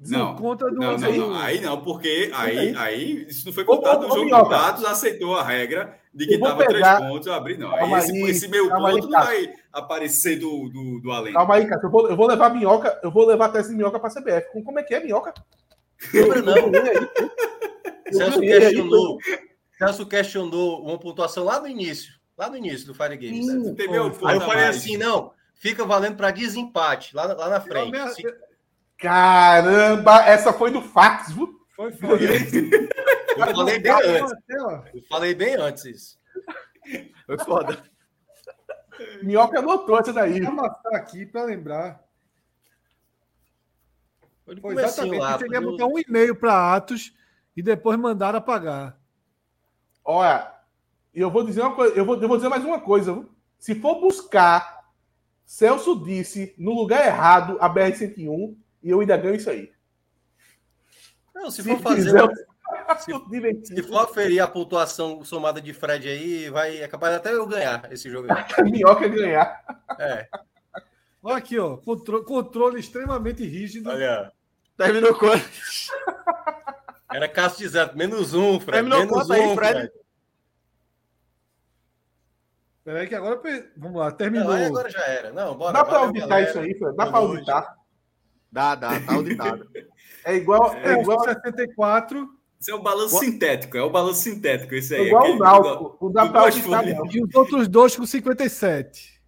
S3: Não.
S13: Conta do.
S3: Não, não, não. Aí não, porque aí, aí isso não foi
S6: Ô,
S3: contado no
S6: ô, ô,
S3: jogo.
S6: Minhoca.
S3: O Atos aceitou a regra de que
S6: Eu vou
S3: dava três
S6: pegar-
S3: pontos, eu abri, não. Aí
S6: Calma
S3: esse,
S6: aí,
S3: esse meio ponto
S6: calma aí,
S3: não
S6: Cássio.
S3: vai aparecer do, do, do além.
S6: Calma aí, cara. Eu vou, eu vou levar a minhoca, eu vou levar a tese de minhoca pra CBF. Como, como é que é minhoca?
S4: Lembra, não? é Celso
S6: ganhei aí,
S4: questionou, Celso questionou uma pontuação lá no início, lá no início do Fire Games. né?
S3: Não tem meio ponto.
S4: Aí eu
S3: a
S4: falei
S3: mais.
S4: assim: não, fica valendo pra desempate, lá, lá na frente.
S13: me-
S4: Se-
S6: Caramba, essa foi do fax, viu?
S13: Foi foda.
S4: Eu falei bem antes. Eu falei bem antes isso.
S5: Foi foda.
S6: Minhoca anotou essa daí.
S13: Vou amassar aqui pra lembrar.
S4: Foi no
S13: Foi
S4: comecinho
S2: assim,
S13: exatamente.
S4: lá,
S13: Você
S4: foi
S13: quer
S4: no-
S13: botar um e-mail pra Atos e depois mandar apagar.
S6: Olha, e eu vou dizer uma coisa, eu vou, eu vou dizer mais uma coisa, viu? Se for buscar, Celso um, disse no lugar errado a BR-101 e eu ainda ganho isso aí.
S4: Não, se, for fazer.
S6: quiser,
S4: um- Se, se for aferir a pontuação somada de Fred aí, vai, é capaz até eu ganhar esse jogo. aí.
S6: A minhoca ia é ganhar.
S4: É,
S2: Olha aqui, ó. Contro- controle extremamente rígido.
S4: olha.
S5: Terminou quanto?
S4: Era Cássio de Zé, menos um, Fred.
S5: Terminou
S4: menos
S5: quanto
S4: um,
S5: aí, Fred?
S2: Peraí, que agora. per- Vamos lá,
S4: Não,
S2: terminou.
S4: aí agora já era. Não, bora.
S6: Dá pra
S4: valeu,
S6: auditar
S4: galera.
S6: isso aí, Fred? Dá pra
S4: Boa noite.
S6: auditar.
S5: Dá, dá, tá auditado.
S6: É igual, é
S2: É,
S6: igual,
S2: 64.
S3: Isso é um balanço sintético, é o balanço sintético esse
S6: é
S3: aí.
S6: igual o
S3: aquele-
S6: Náutico. Não dá
S3: do
S6: pra
S3: Botafogo.
S6: auditar, não.
S2: E os outros dois com 57.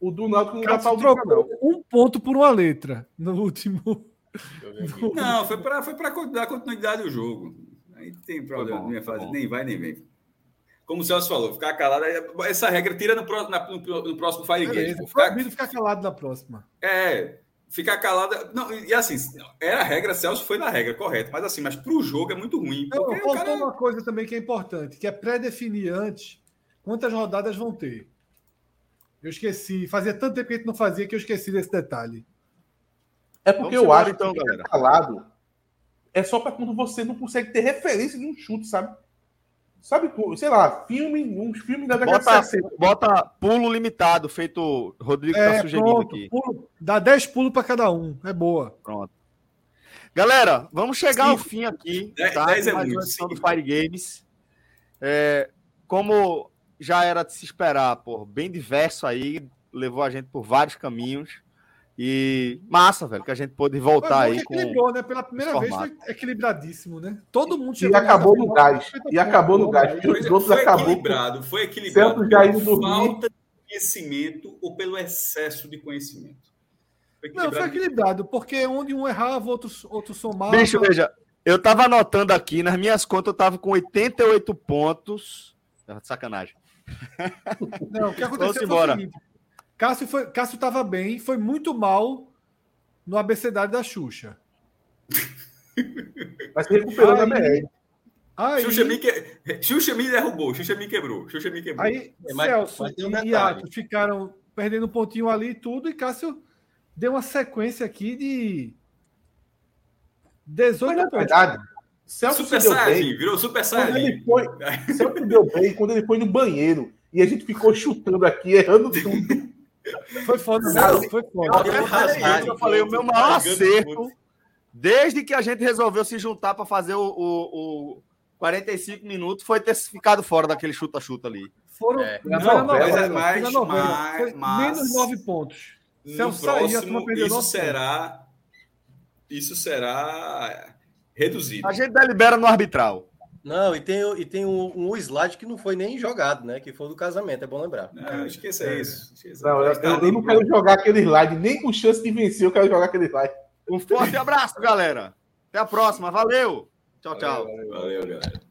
S6: O do Náutico não dá pra
S2: Cássio
S6: auditar, não.
S2: trocou um ponto por uma letra no último.
S4: Deixa eu ver aqui.
S3: Não, foi para foi pra co- dar continuidade ao jogo. Aí não tem problema,
S5: bom,
S3: não ia
S5: foi
S3: fazer,
S5: bom.
S3: nem vai nem vem. Como o Celso falou, ficar calado, aí essa regra tira no, pró- na- no- no próximo Fire Game.
S2: Beleza.
S3: pô. Ficar-
S2: Proibido ficar calado na próxima.
S3: É, ficar calado. Não, e e assim, era a regra, Celso foi na regra, correto. Mas assim, mas pro jogo é muito ruim.
S2: Não,
S3: Porque o
S2: faltou
S3: cara.
S2: uma coisa também que é importante, que é pré-definir antes quantas rodadas vão ter. Eu esqueci. Fazia tanto tempo que a gente não fazia que eu esqueci desse detalhe.
S6: É
S5: Vamos
S6: porque eu
S5: embora,
S6: acho
S5: então,
S6: que ficar
S5: galera.
S6: calado é só pra quando você não consegue ter referência de um chute, sabe? Sabe, co- sei lá, filme, uns filmes da década
S5: Bota,
S6: de 60.
S5: bota pulo limitado, feito o Rodrigo tá
S2: É,
S5: sugerindo
S2: pronto.
S5: aqui.
S2: Pulo- dá 10 pulos para cada um. É boa.
S5: Galera, vamos chegar ao
S3: Sim.
S5: fim aqui.
S3: Dez-
S5: Tá?
S3: dez é
S5: Mais uma
S3: muito,
S5: edição do
S3: sim.
S5: Fire Games. É, como já era de se esperar, pô, bem diverso aí, levou a gente por vários caminhos. E massa, velho, que a gente pôde
S2: Foi
S5: voltar
S2: bom que
S5: aí com.
S2: equilibrou, né? Pela primeira
S5: esse
S2: vez foi equilibradíssimo, né? Todo mundo
S6: E
S2: chegou nessa
S6: acabou no
S2: final,
S6: gás. E
S2: 50
S6: acabou no
S2: pontos.
S6: gás. E os
S3: Foi,
S6: outros
S3: foi
S6: acabou.
S3: equilibrado, foi equilibrado.
S6: Celso já indo
S3: pela
S6: dormir.
S3: falta de conhecimento ou pelo excesso de conhecimento. Foi
S2: Não, foi equilibrado, porque onde um errava, outro, outro somava.
S5: Bicho, veja, eu tava anotando aqui, nas minhas contas eu tava com 88 pontos. Ah, Sacanagem.
S2: Não, o
S5: Vamos
S2: que aconteceu foi
S5: embora.
S2: o seguinte. Cássio, foi, Cássio tava bem, foi muito mal no abecedário da Xuxa.
S6: Mas se recuperou
S2: Aí-
S6: na BR.
S2: Aí,
S3: Xuxa é me, que... Xuxa me derrubou, Xuxa me quebrou, Xuxa me quebrou.
S2: aí
S4: É, mas-
S2: Celso
S4: mas tem um
S2: e
S4: detalhe.
S2: Atos ficaram perdendo um pontinho ali e tudo, e Cássio deu uma sequência aqui de
S6: Mas
S2: 18
S6: na
S2: pontos.
S6: verdade, Celso
S3: Super
S6: se deu bem.
S3: Saiyajin, virou Super
S6: Quando
S3: Saiyajin.
S6: ele foi, Celso se deu bem quando ele foi no banheiro. E a gente ficou chutando aqui, errando tudo.
S2: Foi foda,
S6: Não,
S2: né? Foi
S5: Eu,
S2: foda.
S4: Eu
S5: falei
S4: rasgado,
S5: isso, eu falei, o meu maior
S4: rasgando
S5: acerto,
S4: tudo.
S5: desde que a gente resolveu se juntar para fazer o, o- o 45 minutos, foi ter ficado fora daquele chuta-chuta ali.
S2: Foram
S4: É.
S2: foi na
S6: Não,
S2: novela,
S3: mas é
S2: foi na
S3: mais-
S2: novela.
S3: mais-
S2: Foi
S3: mas-
S2: menos 9 pontos.
S3: No
S2: Celso saiu, a turma
S3: próximo,
S2: perdeu
S3: isso
S2: nove
S3: será. Isso será reduzido.
S5: A gente delibera no arbitral.
S4: Não, e tem, e tem um, um slide que não foi nem jogado, né? Que foi o do casamento, é bom lembrar.
S3: Não, esqueça
S6: É.
S3: isso. esqueça.
S6: Não, eu,
S3: Tá
S6: eu- eu não
S3: livre.
S6: quero jogar aquele slide, nem com chance de vencer, eu quero jogar aquele slide.
S5: Um forte abraço, galera. Até a próxima. Valeu. Tchau, tchau.
S3: Valeu, galera.